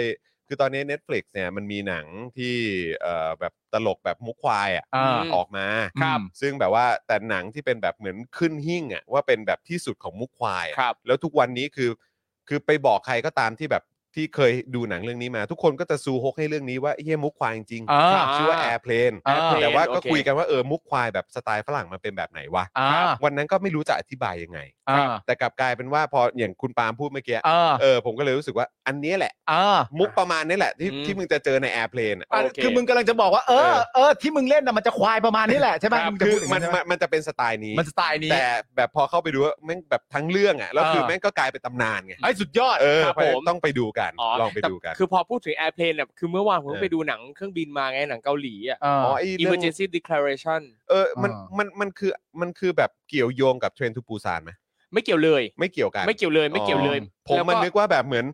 Speaker 2: คือตอนนี้ Netflix เนี่ยมันมีหนังที่เอ่อแบบตลกแบบมุกควายอะ
Speaker 3: อ่า
Speaker 4: ม
Speaker 2: ออกมา
Speaker 4: ครับ
Speaker 2: ซึ่งแบบว่าแต่หนังที่เป็นแบบเหมือนขึ้นหิ้งอ่ะว่าเป็นแบบที่สุดของมุกควายอะ
Speaker 4: ครับ
Speaker 2: แล้วทุกวันนี้คือ คือไปบอกใครก็ตามที่แบบที่เคยดูหนังเรื่องนี้มา ทุกคนก็จะซูฮกให้เรื่องนี้ว่าเฮียมุกควายจริง
Speaker 3: อ่า
Speaker 2: ครับชื่อว่าแอร์เพลน
Speaker 3: อ่า
Speaker 2: แต่ว่าก็
Speaker 4: โอเค
Speaker 2: คุยกันว่าเออมุกควายแบบสไตล์ฝรั่งมันเป็นแบบไหนวะ
Speaker 3: อ่า
Speaker 2: วันนั้นก็ไม่รู้จะอธิบายยังไง
Speaker 3: อ่า
Speaker 2: แต่กลับกลายเป็นว่าพออย่างคุณปาล์มพูดเมื่อกี้
Speaker 3: อ่า
Speaker 2: เออผมก็เลยรู้สึกว่าอันเนี้ยแหละ
Speaker 3: อ่า
Speaker 2: มุกประมาณนี้แหละที่
Speaker 4: อืม
Speaker 2: ที่มึงจะเจอในแอร์เพลนอะ
Speaker 4: โอเค
Speaker 3: คือมึงกำลังจะบอกว่าเอ
Speaker 2: เอ
Speaker 3: อ
Speaker 2: อ
Speaker 3: เออที่มึงเล่นน่ะมันจะควายประมาณนี้แหละใช่ไหม
Speaker 4: ครับ
Speaker 3: มึงจะ
Speaker 2: คือ
Speaker 3: พูดอย่าง
Speaker 2: มัน
Speaker 3: ใช่ไห
Speaker 2: มันมันจะเป็นสไตล์นี้
Speaker 3: มันสไตล์นี้
Speaker 2: แต่แบบพอเข้าไปดูว่าแม่งแบบทั้งเรื่องอ่ะแล้วคือ
Speaker 3: เออ
Speaker 2: แม่งก็กลายเป็นตำนานไง
Speaker 3: ไอ้สุดยอด
Speaker 2: เออ
Speaker 4: ครับ
Speaker 2: เพราะฉะ
Speaker 4: ผ
Speaker 2: นั้
Speaker 4: ม
Speaker 2: นต้องไปดูกัน
Speaker 4: อ๋อ
Speaker 2: ลองไป
Speaker 4: แต่
Speaker 2: ดูกัน
Speaker 4: คือพอพูดถึงแอร์เพลนเนี่ยคือเมื่อวานผม
Speaker 2: เออ
Speaker 4: ไปดูหนังเครื่องบินมาไงหนังเกาหลีอ่ะ
Speaker 2: อ๋อไอ้เรื่อง
Speaker 4: Emergency Declaration
Speaker 2: เออมัน
Speaker 3: อ่ามั
Speaker 2: มันมันคือมันคือแบบเกี่ยวโยงกับเทรนทูปูซานไหม
Speaker 4: ไม่เกี่ยวเลย
Speaker 2: ไม่เกี่ยวกัน
Speaker 4: ไม่เกี่ยวเลยไม่เกี่ยวเลย
Speaker 2: อ๋อผม
Speaker 4: แล้ว
Speaker 2: มันนึกว่าแบบเหมือน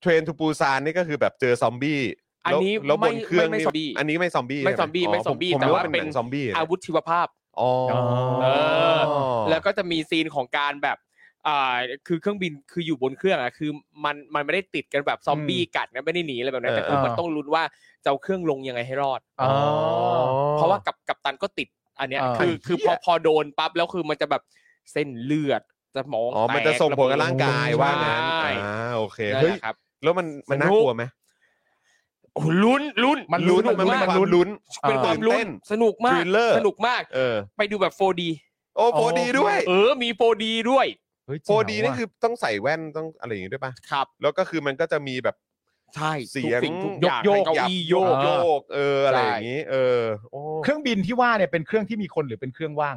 Speaker 2: เทรนทูปูซานนี่ก็คือแบบเจอซอมบี้
Speaker 4: อัน
Speaker 2: แล้ว
Speaker 4: นี้
Speaker 2: แล้วบ
Speaker 4: ไม่
Speaker 2: นเครื่อง
Speaker 4: ไม่ไม่ซอมบี้
Speaker 2: อันนี้ไม่ซอมบี้
Speaker 4: ไม่ซอมบี้
Speaker 2: ใช่ห
Speaker 4: ไม่ซอมบี้
Speaker 2: ผผ
Speaker 4: แต่
Speaker 2: ก
Speaker 4: ว่า
Speaker 2: เป็น
Speaker 4: เป็น
Speaker 2: หนังซอมบี้นะ
Speaker 4: อาวุธชีวภาพ
Speaker 2: อ๋อ
Speaker 3: เอ
Speaker 4: อ แล้วก็จะมีซีนของการแบบอ่าคือเครื่องบินคืออยู่บนเครื่องอ่ะคือมันมันไม่ได้ติดกันแบบซอมบี้กัดนะไม่ได้หนีอะไรแบบนั้นแต่คือมันต้องลุ้นว่าจะเอาเครื่องลงยังไงให้รอด
Speaker 3: อ๋อ
Speaker 4: เพราะว่ากับกับตันก็ติดอันเนี้ย
Speaker 3: อ่า
Speaker 4: คือคือพอพอโดนปั๊บแล้วคือมันจะแบบเส้นเลือดสมอง
Speaker 2: อ๋อมันจะ
Speaker 4: แต
Speaker 2: ส่งผลกับร่างกายว่างั้น
Speaker 4: ใช่
Speaker 2: อ่าโอเค
Speaker 4: นั่น
Speaker 2: เฮ้
Speaker 4: แห
Speaker 2: ย
Speaker 4: ละครับ
Speaker 2: แล้วมันมันน่า
Speaker 3: สนุก
Speaker 2: กลัวไหม
Speaker 4: โอ้โหลุ้นลุ้น
Speaker 3: มันลุ้
Speaker 2: ลุ้น
Speaker 3: น
Speaker 2: มันเป็น
Speaker 3: มัน
Speaker 2: ความ
Speaker 3: ลุ้น
Speaker 2: ลุ้น
Speaker 4: เป็นความลุ้
Speaker 2: ตื่นเต้
Speaker 4: น
Speaker 2: น
Speaker 4: สนุกมาก
Speaker 2: Thriller
Speaker 4: สนุกมาก
Speaker 2: เออ
Speaker 4: ไปดูแบบ 4D
Speaker 2: โอ้โฟ
Speaker 3: อ๋อ
Speaker 2: ดีด้วย
Speaker 4: เออมี 4D ด้วย
Speaker 3: เฮ้ย
Speaker 2: โฟ
Speaker 3: เจ๋ง
Speaker 2: ดี
Speaker 3: ว่ะ
Speaker 2: นี่คือต้องใส่แว่นต้องอะไรอย่างงี้ด้วยป่ะ
Speaker 4: ครับ
Speaker 2: แล้วก็คือมันก็จะมีแบบ
Speaker 4: ใช่
Speaker 2: เสี
Speaker 4: ทุก
Speaker 2: ยง
Speaker 4: สิ่งทุกอย่าง
Speaker 3: โยก
Speaker 4: ให้เก้า
Speaker 3: ยับ
Speaker 4: อี้โยก
Speaker 3: อ่า
Speaker 2: โยกเอออะไรอย่างงี้ เออโอ้
Speaker 3: เครื่องบินที่ว่าเนี่ยเป็นเครื่องที่มีคนหรือเป็นเครื่องว่าง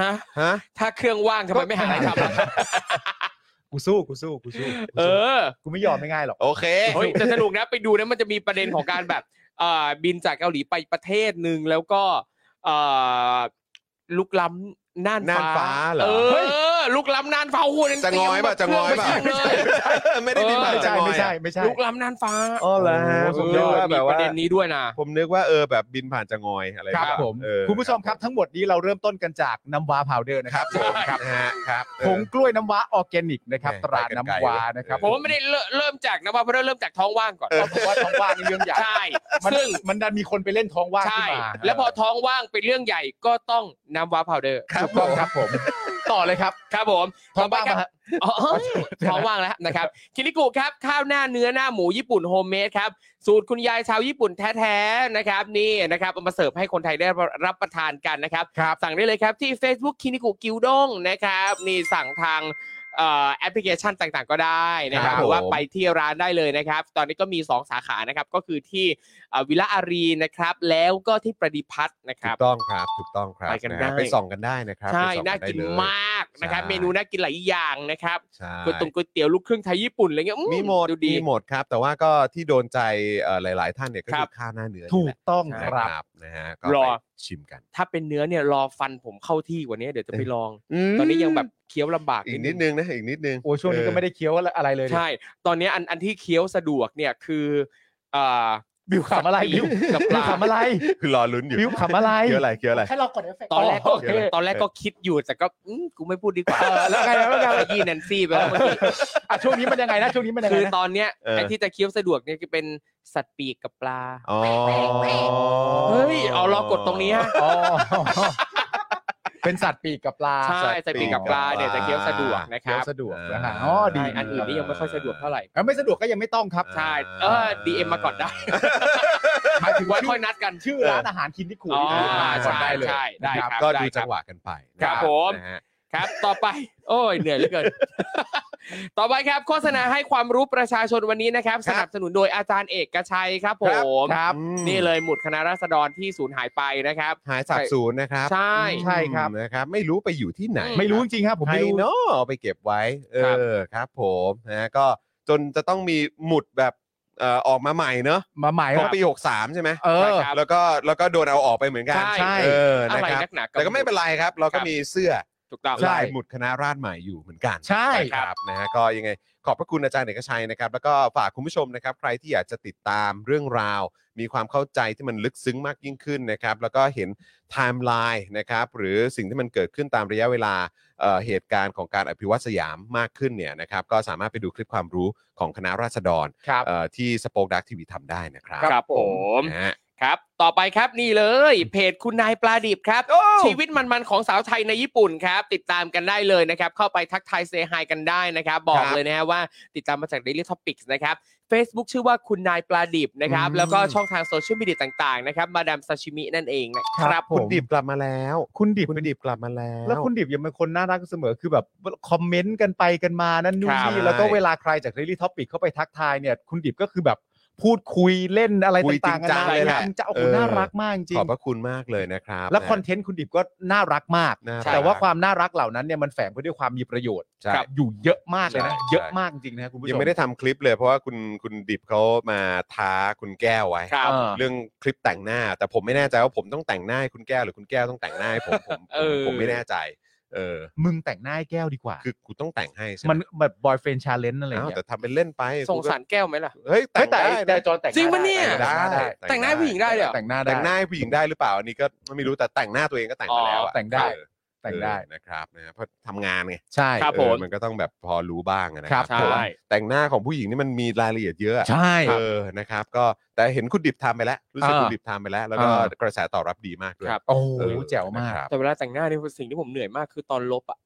Speaker 4: ฮะ
Speaker 2: ฮะ
Speaker 4: ถ้าเครื่องว่างทำไมไม่หาอะไรทำล่ะ
Speaker 3: กูสู้กูสู้กูสู้กู
Speaker 4: เอ
Speaker 3: สู้
Speaker 4: อ
Speaker 3: กูไม่ยอมไม่ง่ายหรอก
Speaker 2: โอเค
Speaker 4: เฮ้ยจะสนุกนะไปดูนะมันจะมีประเด็นของการแบบเอ่อบินจากเกาหลีไปประเทศหนึ่งแล้วก็เอ่อลุกล้ำน่าน
Speaker 2: น่านฟ้าเหรอ
Speaker 4: เออลุกล้ำน่านฟ้าโอ้โหนั่น
Speaker 2: จะงอยป่ะ
Speaker 4: เต
Speaker 2: จะ
Speaker 4: รีม
Speaker 2: งอยป่ะ
Speaker 4: เครื่ไปทิ้งเลย
Speaker 2: ไม่ได้ดี
Speaker 4: เออ
Speaker 2: มากจะงอย
Speaker 3: ไม่ใช่ไม่ใช่
Speaker 2: อะ
Speaker 3: ไม่ใช่
Speaker 4: ลุกล้ำน่านฟ้า
Speaker 2: อ๋อเหรอฮะผ
Speaker 3: โอ้สุ
Speaker 2: ม
Speaker 3: ด
Speaker 2: นึ
Speaker 3: ย
Speaker 2: ก
Speaker 3: อด
Speaker 2: ว่าแบบ
Speaker 4: เมีป
Speaker 2: ว่า
Speaker 4: ระเด็นนี้ด้วยนะ
Speaker 2: ผมนึกว่าเออแบบบินผ่านจะงอยอะไร
Speaker 3: ครับ
Speaker 2: แบบ
Speaker 3: ผม
Speaker 2: เออ
Speaker 3: คุณผู้ชมครับทั้งหมดนี้เราเริ่มต้นกันจากน้ำว้าพาวเดอร์
Speaker 2: ค
Speaker 3: นะค
Speaker 2: รั
Speaker 3: รั
Speaker 2: บบ ผมครับฮะครับเออ
Speaker 3: ผงกล้วยน้ำว้าออร์แกนิกนะครับ
Speaker 2: แหม่
Speaker 3: ตราด
Speaker 2: ไปกันไกล
Speaker 3: น้ำว้า
Speaker 2: เลย
Speaker 3: นะครับ
Speaker 4: ผมว่าไม่ได้เริ่มเริ่มจากนะว่าเพราะเริ่มจากท้องว่างก่อน
Speaker 3: ต้องบอกว่าท้องว่างนี่เรื่องใหญ่
Speaker 4: ใช่
Speaker 3: มัน
Speaker 4: ซึ่ง
Speaker 3: มันดันมีคนไปเล่นท้องว่างขึ้
Speaker 4: ใช่
Speaker 3: นมา
Speaker 4: แล้วพอท้องว่างเป็นเรื่องใหญ่ก็ต้องน้ำว้าพาวเดอร์
Speaker 3: ถูกต้องครับผม ต่อเลยครับ
Speaker 4: ครับผม
Speaker 3: ท้องว่าง
Speaker 4: ต่
Speaker 3: ปะ
Speaker 4: ไปค
Speaker 3: ฮะ
Speaker 4: รับอ๋อท้องว่างแล้วนะครับ คิริกุครับ ข้าวหน้าเนื้อหน้าหมูญี่ปุ่นโฮมเมดครับ สูตรคุณยายชาวญี่ปุ่นแท้ๆนะครับ นี่นะครับเอามาเสิร์ฟให้คนไทยได้รับประทานกันนะครับ
Speaker 3: ครับ
Speaker 4: สั่งได้เลยครับที่ Facebook คินิกุกิวด้งนะครับนี่สั่งทางเอ่อแอปพลิเคชันต่างๆก็ได้นะครับ
Speaker 2: ครับ
Speaker 4: หรือว่า
Speaker 2: ผม
Speaker 4: ไปที่ร้านได้เลยนะครับ ตอนนี้ก็มี 2 สาขานะครับ ก็คือที่วิลาอารีนะครับ แล้วก็ที่ประดิพัฒน์นะค
Speaker 2: ถู
Speaker 4: รับ
Speaker 2: กต้องครับถูกต้องครับ
Speaker 4: ไปกันะ ได้
Speaker 2: ฮะไปส่องกันได้นะครับ
Speaker 4: ใช่
Speaker 2: ไปส่อง
Speaker 4: น่ากิน
Speaker 2: ได้เลย
Speaker 4: มากนะครับ
Speaker 2: ใช่
Speaker 4: เมนูน่ากินหลายอย่างนะครับ
Speaker 2: ใช่
Speaker 4: ก๋วยตงก๋วยเตี๋ยวลูกครึ่งไทยญี่ปุ่นอะไรเงี้ยอื
Speaker 2: มีหมด
Speaker 4: ดูดี
Speaker 2: มีหมดครับ แต่ว่าก็ที่โดนใจเอ่อหลาย ๆ ท่านเนี่ยก็
Speaker 4: ค
Speaker 2: คื
Speaker 4: รั
Speaker 2: อบ ข้าวหน้าเนื้อ
Speaker 3: ถูกต้อง
Speaker 2: นี่แห
Speaker 3: ค
Speaker 2: ละนะ
Speaker 3: รับ
Speaker 2: ครับนะฮะก็
Speaker 4: ร
Speaker 2: ไป
Speaker 4: อ
Speaker 2: ชิมกัน
Speaker 4: ถ้าเป็นเนื้อเนี่ยรอฟันผมเข้าที่กว่านี้เดี๋ยวจะไปลอง ตอนนี้ยังแบบเคี้ยวลำบาก
Speaker 2: อีกนิดนึงนะอีกนิดนึง
Speaker 3: โอ้ยช่วงนี้ก็ไม่ได้เคี้ยวอะไรเลยดิ
Speaker 4: ใช่ ตอนนี้อันอันที่เคี้ยวสะดวกเนี่ยคือเอ่อ
Speaker 3: บิวขำอะไรบิว
Speaker 4: กับป
Speaker 3: บิว
Speaker 4: ลา
Speaker 3: ขำอะไร
Speaker 2: คือรอลุ้นอยู่
Speaker 3: บิวขำอะไร
Speaker 2: เคี้ยวอะไรเคี้ยวอะไร
Speaker 6: ให้เรากดเอฟเฟกต์
Speaker 4: ตอนแรกก็
Speaker 3: อ๋อโอเค
Speaker 4: ตอนแรกก็คิดอยู่แต่ก็อืมกูไม่พูดดีกว่า
Speaker 3: เออแล้วไงแล้วไง
Speaker 4: ขยี้แนนซี่ไปแล้วเมื่อกี้
Speaker 3: อ่ะช่วงนี้มันยังไงนะช่วงนี้มันยัง
Speaker 4: คื
Speaker 3: ไง
Speaker 4: อ
Speaker 3: นะ
Speaker 4: ตอนเนี้ย
Speaker 2: เออ
Speaker 4: ไอ้ที่จะเคี้ยวสะดวกเนี่ยคือเป็นสัตว์ปีกกับปลา
Speaker 2: อ๋อ
Speaker 4: เฮ้ยเอารอกดตรงนี้ฮะ
Speaker 3: อ๋อเป็นสัตว์ปีกกับปลา
Speaker 4: ใช่สัตว์ปีกกับปลาเนี่ยจะเคี้ยวสะดวกนะค
Speaker 3: เคี้ย
Speaker 4: รั
Speaker 3: ว
Speaker 4: บ
Speaker 3: สะดวกนะฮะอ๋อดี
Speaker 4: ใช่อันอื่นนี่ยังไม่ค่อยสะดวกเท่าไหร่
Speaker 3: เอ้ยไม่สะดวกก็ยังไม่ต้องครับ
Speaker 4: ใช่เออดีเอ็มมาก่อน ได้
Speaker 3: หมายถึง
Speaker 4: ไว้
Speaker 3: ชื่
Speaker 4: ค่อ
Speaker 3: อย
Speaker 4: นัดกัน
Speaker 3: ชื่อร้านอาหารคินที่ขู่
Speaker 4: อ๋อ
Speaker 3: นี่คืออ่า
Speaker 4: ใช่
Speaker 3: กดได้เลย
Speaker 4: ใช่ได้
Speaker 3: นะครับ
Speaker 2: ก็ดู
Speaker 4: ไค
Speaker 2: จั
Speaker 4: รับ
Speaker 2: งหวะกันไปนะครับ
Speaker 4: ผม
Speaker 2: นะฮะ
Speaker 4: ครับ ต่อไป โอ้ย เหนื่อยเหลือเกิน ต่อไปครับ โฆษณาให้ความรู้ประชาชนวันนี้นะครับ
Speaker 2: ครั
Speaker 4: ส
Speaker 2: บ
Speaker 4: นับสนุนโดยอาจารย์เอกชัยครับผม
Speaker 3: ครับ
Speaker 2: อืม
Speaker 4: นี่เลยหมุดคณะราษฎรที่สูญหายไปนะครับ
Speaker 2: หายสาบสูญนะครับ
Speaker 4: ใช่
Speaker 3: ใช่ครับ
Speaker 2: อืมนะครับ ไม่รู้ไปอยู่ที่ไหน
Speaker 4: อื
Speaker 3: ไม่รู้จริงๆครับผม
Speaker 2: ใคร
Speaker 3: ไม่รู้
Speaker 2: เนาะเอาไปเก็บไว้ เออครับผมนะฮะก็จนจะต้องมีหมุดแบบเอ่อออกมาใหม่เนอะ
Speaker 3: มาหมาย
Speaker 2: ข
Speaker 3: ค
Speaker 2: อง
Speaker 3: รับ
Speaker 2: ปี63 ใช่ไหม
Speaker 3: เออ
Speaker 2: นะครับแล้วก็แล้วก็โดนเอาออกไปเหมือนกัน
Speaker 4: ใช่
Speaker 2: เออ
Speaker 4: อะ
Speaker 2: นะ
Speaker 4: ไร
Speaker 2: ครับ
Speaker 4: นักหนาบ
Speaker 2: แต่ก็ไม่เป็นไรครับ เราก็มีเสื้อ
Speaker 4: ถูกต้อง
Speaker 3: ใช่
Speaker 2: ลายหมุดคณะราษฎรใหม่อยู่เหมือนกัน
Speaker 3: ใช่
Speaker 2: นะนะฮะก็ยังไงขอบพระคุณอาจารย์เอกชัยนะครับ แล้วก็ฝากคุณผู้ชมนะครับ ใครที่อยากจะติดตามเรื่องราว มีความเข้าใจที่มันลึกซึ้งมากยิ่งขึ้นนะครับ แล้วก็เห็นไทม์ไลน์นะครับ หรือสิ่งที่มันเกิดขึ้นตามระยะเวลาเอ่อเหตุการณ์ของการอภิวัตสยามมากขึ้นเนี่ยนะครับ ก็สามารถไปดูคลิปความรู้ของคณะราษฎร
Speaker 3: ครับ
Speaker 2: เอ่อที่สปอคดักทีวีทำได้นะครับ
Speaker 4: ครับผม
Speaker 2: นะฮะ
Speaker 4: ครับ ต่อไปครับนี่เลยเพจคุณนายปลาดิบครับ ชีวิตมันๆของสาวไทยในญี่ปุ่นครับ ติดตามกันได้เลยนะครับ เข้าไปทักทายเซฮายกันได้นะครับ บอ
Speaker 2: ค
Speaker 4: ก
Speaker 2: รับ
Speaker 4: เลยนะฮะว่าติดตามมาจาก Daily Topics นะครับ Facebook ชื่อว่าคุณนายปลาดิบนะครับ
Speaker 2: อืม
Speaker 4: แล้วก็ช่องทางโซเชียลมีเดียต่างๆนะครับมาดามซาชิมินั่นเองนะค
Speaker 3: ค
Speaker 4: รั
Speaker 3: รั
Speaker 4: บบ
Speaker 2: คุณ
Speaker 3: ผม
Speaker 2: ดิบกลับมาแล้ว
Speaker 3: คุณดิบ
Speaker 2: คุณ
Speaker 3: เป็น
Speaker 2: ดิบกลับมาแล้ว
Speaker 3: แล้วคุณดิบยังเป็นคนน่ารักเสมอคือแบบคอมเมนต์กันไปกันมานั่นนู่น
Speaker 2: ครับ
Speaker 3: นี่แล้วก็เวลาใครจากเรลี่ท็อปิกเข้าไปทักทายเนี่ย คุณดิบก็คือแบบพูดคุยเล่นอะไร
Speaker 2: คุย
Speaker 3: ต่างๆ
Speaker 2: จริง
Speaker 3: กั
Speaker 2: จั
Speaker 3: นางเล
Speaker 2: เลย
Speaker 3: ย
Speaker 2: แหละ
Speaker 3: นะจะโอ้โห
Speaker 2: เออ
Speaker 3: น่ารักมากจริ
Speaker 2: ข
Speaker 3: ง
Speaker 2: อบพระคุณมากเลยนะครับ
Speaker 3: แล้วคอน
Speaker 2: นะ
Speaker 3: เทนต์คุณดิบก็น่ารักมาก
Speaker 2: น่ารัก
Speaker 3: แต่ว่าความน่ารักเหล่านั้นเนี่ยมันแฝงไปด้วยความมีประโยชน์
Speaker 2: ใช่
Speaker 3: อยู่เยอะมากเลยนะ
Speaker 2: ใช่
Speaker 3: เยอะมากจริงนะครับคุณผู้ชม
Speaker 2: ยังไม่ได้ทำคลิปเลยเพราะว่าคุณคุณดิบเขามาท้าคุณแก้วไว้
Speaker 4: ครับ
Speaker 3: เออ
Speaker 2: เรื่องคลิปแต่งหน้า แต่ผมไม่แน่ใจว่าผมต้องแต่งหน้าให้คุณแก้วหรือคุณแก้วต้องแต่งหน้าให้ผมผม
Speaker 4: เออ
Speaker 2: ผมไม่แน่ใจ เออ
Speaker 3: มึงแต่งหน้าให้แก้วดีกว่า
Speaker 2: คือกูต้องแต่งให้ใช่ไหม
Speaker 3: มันแบบบอยเฟรนชาเลนจ์อะไรอย่าง
Speaker 2: อ้าว
Speaker 3: เงี้ย
Speaker 2: แต่ทำเป็นเล่นไป
Speaker 4: สงสารแก้วไหมล่ะ
Speaker 2: เฮ้ยแต่
Speaker 3: เฮ้ย
Speaker 2: งได้
Speaker 3: แต่แต่
Speaker 2: นะ
Speaker 3: จอนแต่ง
Speaker 4: จริงปะเนี่ย
Speaker 2: แต่งได้
Speaker 4: แต่งหน้าผู้หญิงได้เลยเหรอ
Speaker 3: แต่งหน้าได้
Speaker 2: แต่งหน้าให้ผู้หญิงได้หรือเปล่าอันนี้ก็ไม่รู้แต่แต่งหน้าตัวเองก็แต่งมาแล้วอะ
Speaker 3: อ๋อแต่งได้
Speaker 2: เออ
Speaker 3: แต่งได้
Speaker 2: เออนะครับนะเพราะทำงานไง
Speaker 3: ใช่
Speaker 4: ครับ ผม
Speaker 2: เออมันก็ต้องแบบพอรู้บ้างอะนะค
Speaker 3: ครั
Speaker 2: รับ เพราะว่า
Speaker 4: ใช่
Speaker 2: แต่งหน้าของผู้หญิงนี่มันมีรายละเอียดเยอะอะ
Speaker 3: ใช่
Speaker 2: เออนะครับ ก็แต่เห็นคุณดิบทำไปแล้ว รู้สึก
Speaker 3: อ่า
Speaker 2: คุณดิบทำไปแล้ว แล้วก็
Speaker 3: อ่า
Speaker 2: กระแสตอบรับดีมากด้วย
Speaker 4: ครับ
Speaker 3: โอ้โห
Speaker 2: เออ
Speaker 3: แจ๋วมาก
Speaker 2: นะครับ
Speaker 4: แต่เวลาแต่งหน้านี่สิ่งที่ผมเหนื่อยมากคือตอนลบอะ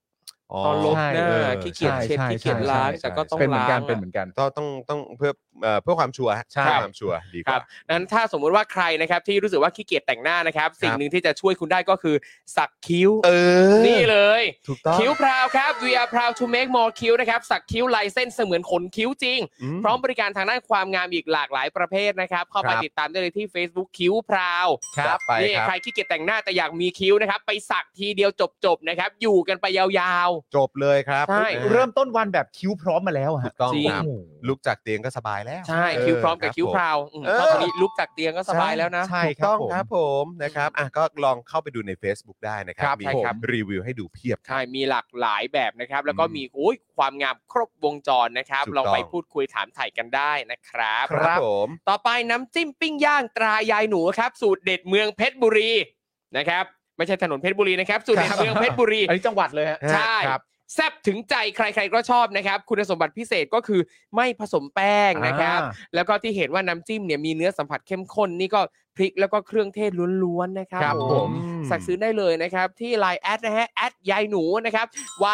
Speaker 2: อ๋อ
Speaker 4: ตอนลบ
Speaker 3: ใช่
Speaker 4: หน้า
Speaker 2: ออ
Speaker 4: ขี้เกียจเช็ด
Speaker 3: ใช่
Speaker 4: ขี้เกียจ
Speaker 3: ใช่
Speaker 4: ล้าง
Speaker 3: ใช่
Speaker 4: แต่ก็ต้อง
Speaker 3: เป็นเหมือน
Speaker 4: ล้า
Speaker 3: กัน
Speaker 4: ง
Speaker 3: เป็นเหมือนกัน
Speaker 2: ต้องต้องต้องเพื่อเอ่อเพื่อความชัวร์ฮะ
Speaker 3: ใช่
Speaker 2: เพื่อความชัวร์ดีก
Speaker 4: ครั
Speaker 2: ว่า
Speaker 4: บนั้นถ้าสมมุติว่าใครนะครับที่รู้สึกว่าขี้เกียจแต่งหน้านะครับ สิ่งหนึ่งที่จะช่วยคุณได้ก็คือสักคิ้ว
Speaker 2: เออ
Speaker 4: นี่เลย
Speaker 2: ถูกต้อง
Speaker 4: คิ้วพราวครับ we are proud to make more คิ้วนะครับ สักคิ้วลายเส้นเสมือนขนคิ้วจริง
Speaker 2: อืม
Speaker 4: พร้อมบริการทางด้านความงามอีกหลากหลายประเภทนะครับ เข้าไป
Speaker 2: ครับ
Speaker 4: ติดตามได้เลยที่ Facebook คิ้วพราว
Speaker 2: ครับไป
Speaker 4: นี่
Speaker 2: ครับ
Speaker 4: ใครขี้เกียจแต่งหน้าแต่อยากมีคิ้วนะครับ ไปสักทีเดียวจบๆนะครับ อยู่กันไปยาว
Speaker 2: จบเลยครับ
Speaker 4: ใช่
Speaker 2: นะฮะ
Speaker 3: เริ่มต้นวันแบบคิ้วพร้อมมาแล้วอะ
Speaker 2: ถู
Speaker 3: ฮะ
Speaker 2: กต้อง
Speaker 4: จริง
Speaker 2: ครับ
Speaker 3: โอ้โห
Speaker 2: ลุกจากเตียงก็สบายแล้ว
Speaker 4: ใช่คิ้วพร้อมกับ
Speaker 2: เ
Speaker 4: คิ้วพราวอืม
Speaker 2: เออ
Speaker 4: เพราะตอนนี้ลุกจากเตียงก็สบายแล้วนะ
Speaker 3: ใช่
Speaker 2: ถูก
Speaker 3: ค
Speaker 2: ต้องค
Speaker 3: รับผม
Speaker 2: รับผมนะครับอ่ะก็ลองเข้าไปดูใน Facebook ได้นะครั
Speaker 4: ครับ บ
Speaker 2: มี
Speaker 4: ใช่ครับ
Speaker 2: รีวิวให้ดูเพียบ
Speaker 4: ใช่มีหลากหลายแบบนะครับ แล้วก็
Speaker 2: อืม
Speaker 4: มีโอ้ยความงามครบวงจรนะครับ
Speaker 2: ถูก
Speaker 4: ลองไป
Speaker 2: ต้อง
Speaker 4: พูดคุยถามถ่ายกันได้นะครับ
Speaker 2: ครับผม
Speaker 4: ต่อไปน้ำจิ้มปิ้งย่างตรายายหนูครับ สูตรเด็ดเมืองเพชรบุรีนะครับ ไม่ใช่ถนนเพชรบุรีนะครับ สูตรเด็ด
Speaker 3: ครับ
Speaker 4: เมืองเพชรบุรี
Speaker 3: อันนี้จังหวัดเลยฮะ
Speaker 4: ใช่
Speaker 3: ครับ
Speaker 4: แซบถึงใจใครๆก็ชอบนะครับ คุณสมบัติพิเศษก็คือไม่ผสมแป้งนะครับ
Speaker 3: อ่า
Speaker 4: แล้วก็ที่เห็นว่าน้ำจิ้มเนี่ยมีเนื้อสัมผัสเข้มข้นนี่ก็พริกแล้วก็เครื่องเทศล้วนๆนะครับ
Speaker 3: ครับ
Speaker 4: ผม
Speaker 3: ผม
Speaker 4: สั่งซื้อได้เลยนะครับ ที่ Line แอดนะฮะแอดยายหนูนะครับ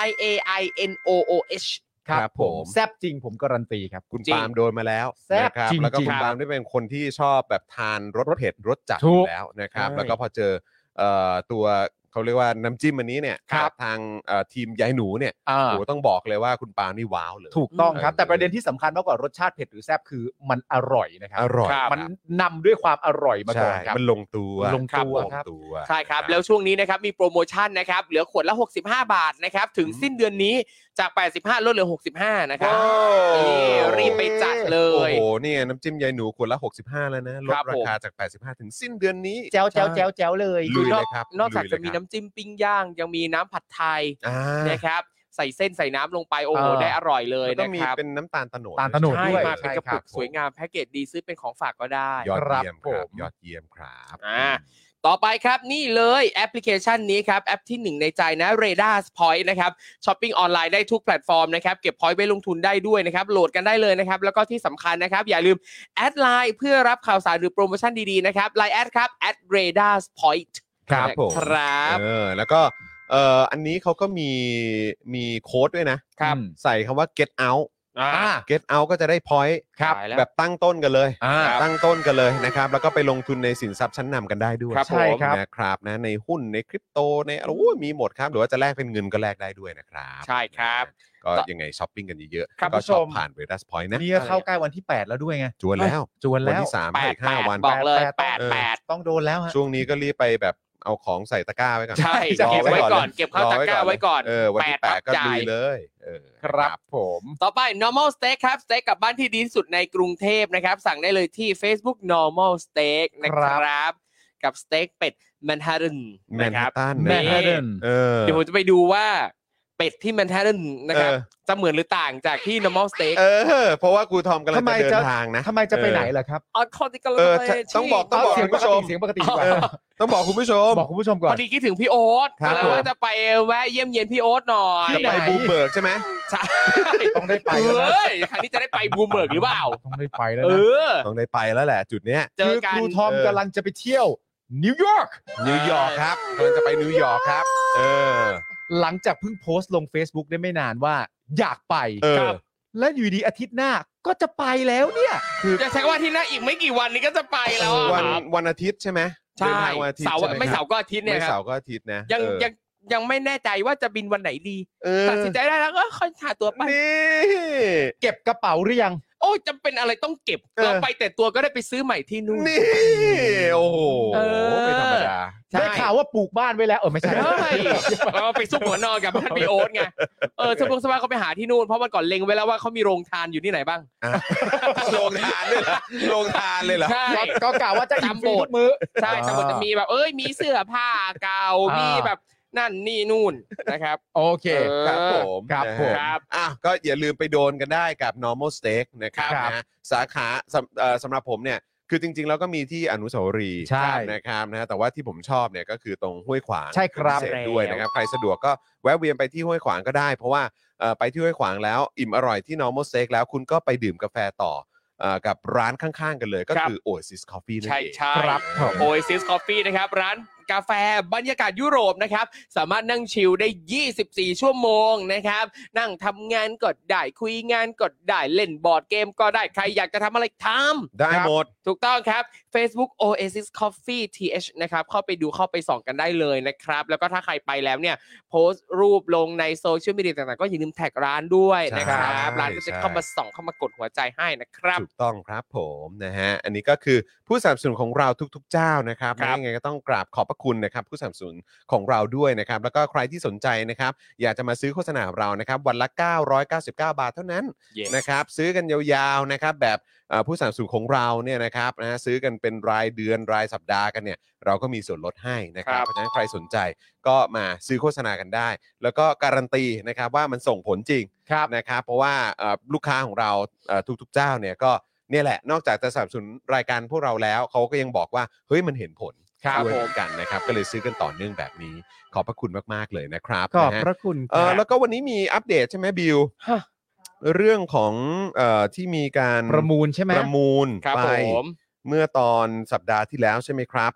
Speaker 4: y a i n o o h
Speaker 2: ครับผม
Speaker 3: แซบจริงผมการันตีครับ
Speaker 2: คุณ
Speaker 4: จริง
Speaker 2: ปาล์มโดนมาแล้ว
Speaker 3: แซ่บ
Speaker 2: นะครับ
Speaker 3: จริงๆ
Speaker 2: แล้วก็คุ
Speaker 3: ค
Speaker 2: ณ
Speaker 3: รับ
Speaker 2: ปาล์มได้เป็นคนที่ชอบแบบทานรสเผ็ดรสจัดอ
Speaker 3: ถูก
Speaker 2: ยู่แล้วนะครับ
Speaker 3: ใช่
Speaker 2: แล้วก็พอเจอเอ่อตัวเขาเรียกว่าน้ำจิ้มอันนี้เนี่ย
Speaker 3: ครับ
Speaker 2: ทางเอ่อทีมยายหนูเนี่ย
Speaker 3: อ่า
Speaker 2: โอ้โหต้องบอกเลยว่าคุณปาล์มนี่ว้าวเลย
Speaker 3: ถูกต้องครับ
Speaker 2: เออ
Speaker 3: แต่ประเด็นที่สำคัญมากกว่ารสชาติเผ็ดหรือแซบคือมันอร่อยนะครั
Speaker 2: อร่อย
Speaker 4: ครับ
Speaker 3: มันนำด้วยความอร่อยมาก่อ
Speaker 2: ใช่
Speaker 3: นครับ
Speaker 2: มันลงตัว
Speaker 3: ลงตัว
Speaker 2: ลง
Speaker 3: ครับ
Speaker 2: ตัว
Speaker 4: ใช่ครับ แล้วช่วงนี้นะครับ มีโปรโมชั่นนะครับ เหลือขวดละ 65 บาทนะครับ ถึง
Speaker 2: อืม
Speaker 4: สิ้นเดือนนี้จาก 85 ลดเหลือ 65 นะครับ
Speaker 2: โอ้
Speaker 4: นี่รีบไปจัดเล
Speaker 2: โอ้
Speaker 4: ย
Speaker 2: โหเนี่ยน้ำจิ้มยายหนูขวดละ 65 แล้วนะล
Speaker 4: ค
Speaker 2: ด
Speaker 4: รับ
Speaker 2: รา
Speaker 4: ผม
Speaker 2: คาจาก 85 ถึงสิ้นเดือนนี้
Speaker 3: แจ้วแจ้วแจ้วแจ้วเลย
Speaker 2: ลุยเลยครับ
Speaker 4: นอกจาก
Speaker 2: ลุยเลย
Speaker 4: จะมี
Speaker 2: ครับ
Speaker 4: น้ำจิ้มปิ้งย่าง ยังมีน้ำผัดไทย
Speaker 2: อ่า
Speaker 4: นะครับ ใส่เส้นใส่น้ำลงไปโอ้โห
Speaker 3: อ่า
Speaker 4: ได้อร่อยเลย
Speaker 2: แล้วก็
Speaker 4: นะ
Speaker 2: มี
Speaker 4: ครับ
Speaker 2: เป็นน้ำตาลตะโนด
Speaker 3: ตาลตะโนด
Speaker 4: ใช่
Speaker 3: ด้วย
Speaker 4: มาเป็น
Speaker 3: ใช่
Speaker 4: กระ
Speaker 3: ค
Speaker 4: ปุก
Speaker 3: รับ
Speaker 4: สวยงามแพ็กเกจดีซื้อเป็นของฝากก็ได้
Speaker 2: ยอด
Speaker 3: ครับ
Speaker 2: เยี่ยมค
Speaker 3: ผ
Speaker 2: รับ
Speaker 3: ม
Speaker 2: ยอดเยี่ยมครับ
Speaker 4: อ่า ต่อไปครับนี่เลยแอปพลิเคชันนี้ครับ แอปที่หนึ่งในใจนะ r a d a r Point นะครับช้อปปิ้งออนไลน์ได้ทุกแพลตฟอร์มนะครับ เก็บ point ไว้ลงทุนได้ด้วยนะครับ โหลดกันได้เลยนะครับ แล้วก็ที่สำคัญนะครับ อย่าลืมแอดไลน์เพื่อรับข่าวสารหรือโปรโมชั่นดี ๆ นะครับไลน์แอดครับ at r a d a r Point
Speaker 2: ครับผม
Speaker 4: ครับ
Speaker 2: เออแล้วก็เอ่ออันนี้เขาก็มีมีโค้ดด้วยนะ
Speaker 4: ครับ
Speaker 2: ใส่คำว่า get out
Speaker 4: อ่า
Speaker 2: get out ก็จะได้ point
Speaker 4: ครับตายแล้ว
Speaker 2: แบบตั้งต้นกันเลย
Speaker 3: อ่า
Speaker 2: ตั้งต้นกันเลยนะครับ แล้วก็ไปลงทุนในสินทรัพย์ชั้นนำกันได้ด้วย
Speaker 3: ครับผม
Speaker 2: นะครับนะในหุ้นในคริปโตในอะไรอู้มีหมดครับ หรือว่าจะแลกเป็นเงินก็แลกได้ด้วยนะครับ
Speaker 4: ใช่ครับ
Speaker 2: ก็ยังไงช้อปปิ้งกันเยอะ
Speaker 3: ครับ
Speaker 2: ก็
Speaker 3: ผู้ช
Speaker 2: ช็อป
Speaker 3: ม
Speaker 2: ผ่านเวดัสพอยต์นะ
Speaker 3: นี่ก็เข้าใกล้วันที่ 8 แล้วด้วยไง
Speaker 2: จวนแล้ว
Speaker 3: จวน
Speaker 2: วัน
Speaker 3: แล้ว
Speaker 2: ที่สาม
Speaker 4: แปด
Speaker 2: อีกห้า
Speaker 4: แปด
Speaker 2: วัน
Speaker 4: บอกเลย
Speaker 3: ต้อง
Speaker 4: แปดแปด
Speaker 3: ต้องโดนแล้วฮะ
Speaker 2: ช่วงนี้ก็รีบไปแบบเอาของใส่ตะกร้าไว้ก่อน
Speaker 4: ใช่
Speaker 2: ร
Speaker 4: เก็บไว้ก่อน
Speaker 2: ลย
Speaker 4: เก็บเข้าร ตะกร้าไว้ก่อน
Speaker 2: เออวันที่แปดก็
Speaker 4: จ่า
Speaker 2: ลุย
Speaker 4: ย
Speaker 2: เลยเออ
Speaker 3: ครับผม
Speaker 4: ต่อไป normal steak ครับ สเต็กกลับบ้านที่ดีที่สุดในกรุงเทพนะครับ สั่งได้เลยที่ Facebook normal steak นะครับ กับสเต็กเป็ดแมนฮัตตัน
Speaker 2: แม
Speaker 4: นะ
Speaker 2: น
Speaker 4: ค
Speaker 2: ฮั
Speaker 4: รั
Speaker 2: ต
Speaker 4: บ
Speaker 2: ตัน
Speaker 4: แม
Speaker 3: แม
Speaker 2: นะ
Speaker 3: น
Speaker 2: ค
Speaker 3: ฮั
Speaker 2: รับ
Speaker 3: ตตัน
Speaker 2: เออ
Speaker 4: เดี๋ยวผมจะไปดูว่าเป็ดที่แมนฮัตตันนะครับ
Speaker 2: เออ
Speaker 4: จะเหมือนหรือต่างจากที่ normal steak
Speaker 2: เออ เพราะว่าครูทอมกำลัง
Speaker 3: ทำไม
Speaker 2: จะเดิน
Speaker 3: จะ
Speaker 2: ทางนะ
Speaker 3: ทำไมจะไปไหนล่ะครับ
Speaker 4: ออคอติกาล
Speaker 2: เออต้องบอกต้องบอก
Speaker 3: เสียงปกติเสียงปกติดีกว่า
Speaker 2: เออ ต้องบอกคุณผู้ชม
Speaker 3: บอกคุณผู้ชมก่อ
Speaker 4: พ
Speaker 3: น
Speaker 4: อดีคิดถึงพี่โอ๊ต
Speaker 2: ครับ
Speaker 4: แล้ว
Speaker 2: ผม
Speaker 4: ว่าจะไปแวะเยี่ยมเยียนพี่โอ๊ตหน่อย
Speaker 2: จะไป
Speaker 3: ที่ไหน
Speaker 2: บูมเบิร์กใช่ไหม
Speaker 4: ใช่
Speaker 3: ต้องได้ไป
Speaker 4: เอ
Speaker 3: แล้วนะ
Speaker 4: ้ยครั้งนี้จะได้ไปบูมเบิร์กหรือเปล่า
Speaker 3: ต้องได้ไปแล้ว
Speaker 4: เอ
Speaker 3: นะ
Speaker 4: อ
Speaker 2: ต้องได้ไปแล้วแหละจุดเนี้ย
Speaker 4: เจ
Speaker 3: คือ อ
Speaker 4: กั
Speaker 3: คน รูทอมกำลังจะไปเที่ยว นิวยอร์ก
Speaker 2: นิวยอร์กครับกำลังจะไปนิวยอร์กครับ เออ
Speaker 3: หลังจากเพิ่งโพสต์ลง Facebook ได้ไม่นานว่า อยากไป
Speaker 2: เออ
Speaker 3: ครับและอยู่ดีอาทิตย์หน้าก็จะไปแล้วเนี่ย
Speaker 4: จะใช้คำว่าที่หน้าอีกไม่กี่วันนี้ก็จะไปแล้วอะ
Speaker 2: วัน
Speaker 4: ครับ
Speaker 2: วันอาทิตย์ใช่ไหม
Speaker 4: ใช่
Speaker 2: เดินทางวันอาทิตย์
Speaker 4: เสาร์
Speaker 2: ใช่ห
Speaker 4: ไม่เสาร์ก็อาทิตย์เนี่ย
Speaker 2: ไม่
Speaker 4: ครั
Speaker 2: เสา
Speaker 4: บ
Speaker 2: ร์ก็อาทิตย์นะ
Speaker 4: ยัง
Speaker 2: เออ
Speaker 4: ยังยังไม่แน่ใจว่าจะบินวันไหนดี
Speaker 2: เออ
Speaker 4: ตัดสินใจได้แล้วก็ค่อยหาตัวไป
Speaker 2: นี่
Speaker 3: เก็บกระเป๋าหรือยัง
Speaker 4: โอ้ยจำเป็นอะไรต้องเก็บ
Speaker 2: เออ
Speaker 4: เราไปแต่ตัวก็ได้ไปซื้อใหม่ที่นู่น
Speaker 2: นี่ โอ้โห
Speaker 4: เออ
Speaker 2: ไม่ธรรมดา
Speaker 4: ใช่
Speaker 3: ได้ข่าวว่าปลูกบ้านไว้แล้ว เออไม่ใช่
Speaker 4: เฮ้ยเราไปซุกหัวนอนกับบ้านพี่โอ๊ตไงเออสมพงษ์สบายเขาไปหาที่นู่นเพราะวันก่อนเล็งไว้แล้วว่าเขามีโรงทานอยู่ที่ไหนบ้าง
Speaker 2: โรงทานเลยเหรอโรงทานเลยเหรอ
Speaker 4: ใช่
Speaker 3: ก็ก็กล่าวว่าจะอิ่ม
Speaker 4: จำ
Speaker 3: ฟรี
Speaker 4: โบส
Speaker 3: ทุ
Speaker 4: ถ์
Speaker 3: กมื้อ
Speaker 4: ใช่สมมติจะมีแบบเอ้ยมีเสื้อผ้าเก่า
Speaker 3: อ่ามี
Speaker 4: มีแบบนั่นนี่นู่นนะครับ
Speaker 3: โอเค
Speaker 4: เออ
Speaker 2: ครับผม
Speaker 3: ครับ
Speaker 2: นะฮะ
Speaker 3: ผม
Speaker 4: ครับ
Speaker 2: อ่ะก็อย่าลืมไปโดนกันได้กับ normal steak นะครับ
Speaker 3: ครับ
Speaker 2: นะฮะสาขาสำเอ่อสำหรับผมเนี่ย คือจริงๆ แล้วก็มีที่อนุสาวรีย์
Speaker 3: ใช่
Speaker 2: นะครับนะฮะแต่ว่าที่ผมชอบเนี่ยก็คือตรงห้วยขวาง
Speaker 3: ใช่ครับ
Speaker 2: เป็นพิเศษด้วยนะครับ ใครสะดวกก็แวะเวียนไปที่ห้วยขวางก็ได้ เพราะว่าเอ่อไปที่ห้วยขวางแล้วอิ่มอร่อยที่ normal steak แล้วคุณก็ไปดื่มกาแฟต่อเอ่อกับร้านข้างๆ กันเลยก็
Speaker 4: ครับ
Speaker 2: คือ Oasis Coffee นั่น
Speaker 4: ใช่
Speaker 2: เอง
Speaker 4: ใช่
Speaker 3: ครับผม
Speaker 4: โอซิสคอฟฟี่นะครับ ร้านกาแฟบรรยากาศยุโรปนะครับ สามารถนั่งชิลได้ 24 ชั่วโมงนะครับ นั่งทำงานก็ได้คุยงานก็ได้เล่นบอร์ดเกมก็ได้ใครอยากจะทำอะไรท
Speaker 2: ได้หมด
Speaker 4: ำถูกต้องครับ Facebook Oasis Coffee TH นะครับ เข้าไปดูเข้าไปส่องกันได้เลยนะครับ แล้วก็ถ้าใครไปแล้วเนี่ย โพสต์รูปลงในโซเชียลมีเดียต่างๆ ก็อย่าลืมแท็กร้านด้วยนะครับ
Speaker 2: ใช่
Speaker 4: ร้านก็จะ
Speaker 2: ใช่
Speaker 4: เข้ามาส่องเข้ามากดหัวใจให้นะครับ
Speaker 2: ถูกต้องครับผมนะฮะ อันนี้ก็คือผู้สนับสนุนของเราทุกๆเจ้านะครับ
Speaker 4: ครับ
Speaker 2: ยังไงก็ต้องกราบขอบพระ ระคุณนะครับผู้สนับสนุนของเราด้วยนะครับ แล้วก็ใครที่สนใจนะครับ อยากจะมาซื้อโฆษณาของเรานะครับ วันละ 999 บาทเท่านั้น
Speaker 4: Yes
Speaker 2: นะครับซื้อกันยาวๆนะครับแบบเอ่อผู้สนับสนุนของเราเนี่ยนะครับนะซื้อกันเป็นรายเดือนรายสัปดาห์กันเนี่ยเราก็มีส่วนลดให้นะครับ
Speaker 4: ครับ
Speaker 2: เพราะฉะนั้นใครสนใจก็มาซื้อโฆษณากันได้ แล้วก็การันตีนะครับว่ามันส่งผลจริง
Speaker 3: ครับ
Speaker 2: นะครับเพราะว่าเอ่อลูกค้าของเราเอ่อทุกๆเจ้าเนี่ยก็เนี่ยแหละนอกจากจะสนับสนุนรายการพวกเราแล้วเขาก็ยังบอกว่าเฮ้ยมันเห็นผล
Speaker 4: ครับ
Speaker 2: ด้วย
Speaker 4: ผ
Speaker 2: เห
Speaker 4: ม
Speaker 2: มือนกันนะครับก็เลยซื้อกันต่อเนื่องแบบนี้ ขอบพระคุณมากๆเลยนะครับ
Speaker 3: ขอบ
Speaker 2: นะฮะ
Speaker 3: พระคุณ
Speaker 2: เออแล้วก็วันนี้มีอัปเดตใช่ไหมบิว
Speaker 4: ฮะ
Speaker 2: เรื่องของเอ่อที่มีการ
Speaker 3: ประมูลใช่ไหม
Speaker 2: ประมูล
Speaker 4: ครับ
Speaker 2: ไป
Speaker 4: ผม
Speaker 2: เมื่อตอนสัปดาห์ที่แล้วใช่ไหมครับ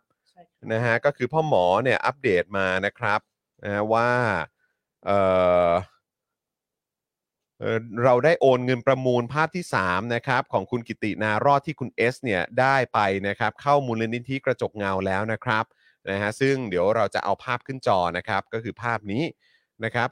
Speaker 2: นะฮะก็คือพ่อหมอเนี่ยอัปเดตมานะครับนะฮะว่าเอ่อเอ่อเราได้โอนเงินประมูลภาพที่ 3 นะครับ ของคุณกิตินารอดที่คุณ S เนี่ยได้ไปนะครับ เข้ามูลนิธิกระจกเงาแล้วนะครับนะฮะซึ่งเดี๋ยวเราจะเอาภาพขึ้นจอนะครับ ก็คือภาพนี้ นะครับ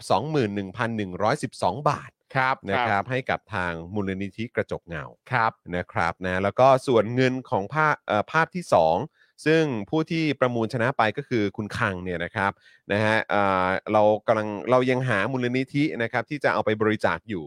Speaker 2: 21,112 บาท
Speaker 3: ครับ
Speaker 2: นะครับให้กับทางมูลนิธิกระจกเงา
Speaker 3: ครับ
Speaker 2: นะครับนะแล้วก็ส่วนเงินของภาพเอ่อภาพที่ 2 ซึ่งผู้ที่ประมูลชนะไปก็คือคุณคังเนี่ยนะครับนะฮะเอ่อเรากำลังเรายังหามูลนิธินะครับที่จะเอาไปบริจาคอยู่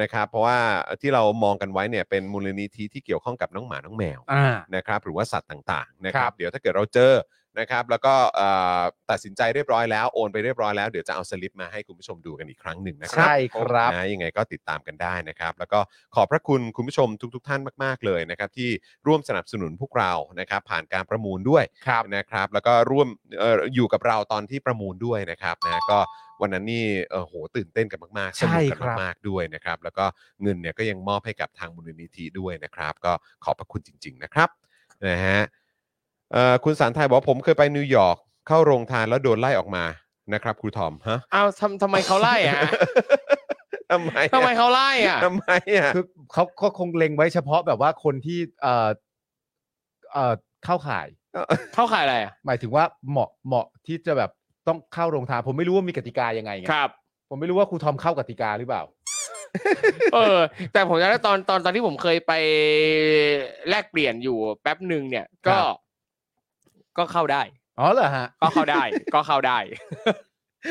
Speaker 2: นะครับเพราะว่าที่เรามองกันไว้เนี่ยเป็นมูลนิธิที่เกี่ยวข้องกับน้องหมาน้องแมว
Speaker 3: อ่า
Speaker 2: นะครับหรือว่าสัตว์ต่างๆนะค
Speaker 3: ค
Speaker 2: รั
Speaker 3: รับ บ
Speaker 2: เดี๋ยวถ้าเกิดเราเจอนะครับ แล้วก็เอ่อตัดสินใจเรียบร้อยแล้วโอนไปเรียบร้อยแล้วเดี๋ยวจะเอาสลิปมาให้คุณผู้ชมดูกันอีกครั้งหนึ่งนะครั
Speaker 3: ใช่ครับ
Speaker 2: นะยังไงก็ติดตามกันได้นะครับ แล้วก็ขอบพระคุณคุณผู้ชมทุกๆ ท่านมากๆเลยนะครับ ที่ร่วมสนับสนุนพวกเรานะครับ ผ่านการประมูลด้วย
Speaker 3: ครับ
Speaker 2: นะครับ แล้วก็ร่วมเอ่ออยู่กับเราตอนที่ประมูลด้วยนะครับนะก็วันนั้นนี่เออโหตื่นเต้นกันมากๆสนุกกัน
Speaker 3: ใช่ครับ
Speaker 2: มากๆด้วยนะครับ แล้วก็เงินเนี่ยก็ยังมอบให้กับทางมูลนิธิด้วยนะครับ ก็ขอบพระคุณจริง ๆ นะครับ นะฮะเอ่อคุณสารไทยบอกว่าผมเคยไปนิวยอร์กเข้าโรงทานแล้วโดนไล่ออกมานะครับครูทอมฮะ
Speaker 4: เอาทำทำไมเขาไล่ อ่ะ
Speaker 2: ทำไมอะ
Speaker 4: ทำไมเขาไล่อ่ะ
Speaker 2: ทำไมอ่ะ
Speaker 3: คือเขาก็คงเล็งไว้เฉพาะแบบว่าคนที่เอ่อเอ่อเข้าข่าย
Speaker 4: เข้าข่ายอะไรอ่ะ
Speaker 3: หมายถึงว่าเหมาะเหมาะที่จะแบบต้องเข้าโรงทานผมไม่รู้ว่ามีกติกายังไงไง
Speaker 4: ครับ
Speaker 3: ผมไม่รู้ว่าครูทอมเข้ากติกาหรือเปล่า
Speaker 4: เออ แต่ผมจำได้ตอนตอนตอนที่ผมเคยไปแลกเปลี่ยนอยู่แป๊บหนึ่งเนี่ย
Speaker 3: ค
Speaker 4: ก็
Speaker 3: รับ
Speaker 4: ก็เข้าได้
Speaker 3: อ๋อเหรอฮะ
Speaker 4: ก็เข้าได้ ก็เข้า ได้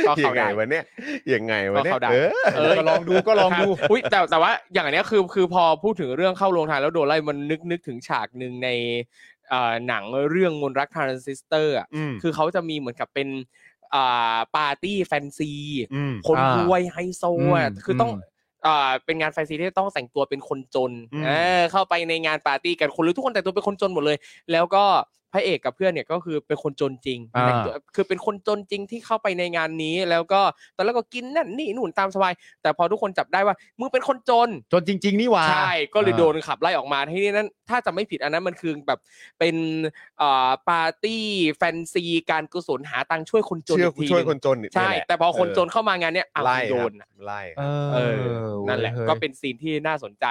Speaker 4: ก็
Speaker 2: ยั
Speaker 4: เข้าง
Speaker 2: ไง
Speaker 4: ได้
Speaker 2: วะเนี่ยยังไงวะเนี่ย
Speaker 4: ก็เข้าได้
Speaker 2: เออ
Speaker 4: เย
Speaker 3: ก็ลองดูก็ลองดู
Speaker 4: ครับอุ้ยแต่แต่ว่าอย่างอันเนี้ยคือคือพอพูดถึงเรื่องเข้าโรงทานแล้วโดนไล่มันนึกนึกถึงฉากหนึ่งในเอ่อหนังเรื่องมนต์รักทรานซิสเตอร์อ่ะ
Speaker 2: อืม
Speaker 4: คือเขาจะมีเหมือนกับเป็นอ่าปาร์ตี้แฟนซี
Speaker 2: อืม
Speaker 4: คน
Speaker 3: อ่าร
Speaker 4: วยไฮโซอ่ะ
Speaker 3: อืม
Speaker 4: คือต้อง
Speaker 3: อืม
Speaker 4: อ่าเป็นงานแฟนซีที่ต้องแต่งตัวเป็นคนจน
Speaker 2: อืม
Speaker 4: เออเข้าไปในงานปาร์ตี้กันคนรู้ทุกคนแต่งตัวเป็นคนจนหมดเลย แล้วก็พระเอกกับเพื่อนเนี่ยก็คือเป็นคนจนจริง
Speaker 3: อ่า
Speaker 4: แต่งตัวคือเป็นคนจนจริงที่เข้าไปในงานนี้ แล้วก็ตอนแรกก็กินนั่นนี่นู่นตามสบาย แต่พอทุกคนจับได้ว่ามึงเป็นคนจน
Speaker 3: จนจริง ๆ นี่หว่า
Speaker 4: ใช่ก็เลยโดนขับไล่ออกมาที่นี่นั้นถ้าจะไม่ผิดอันนั้นมันคือแบบเป็นอ่าปาร์ตี้แฟนซีการกุศลหาตังค์ช่วยคนจน
Speaker 2: เชื่อ
Speaker 4: อีกที
Speaker 2: ช่วย
Speaker 4: หนึ่ง
Speaker 2: คนจนนี่
Speaker 4: ใช่
Speaker 2: แหละ
Speaker 4: แต่พอคนจน
Speaker 2: เ
Speaker 4: เข้ามางานเนี้ย
Speaker 2: อ
Speaker 4: อ้า
Speaker 2: อ
Speaker 4: ว
Speaker 2: ไล่
Speaker 4: โด
Speaker 2: ครับ
Speaker 4: นอะ
Speaker 2: ไล่
Speaker 3: เออ
Speaker 4: เออ นั่นแหละ
Speaker 3: เว้ย
Speaker 4: ก็เป็นซีนที่น่าสนใจ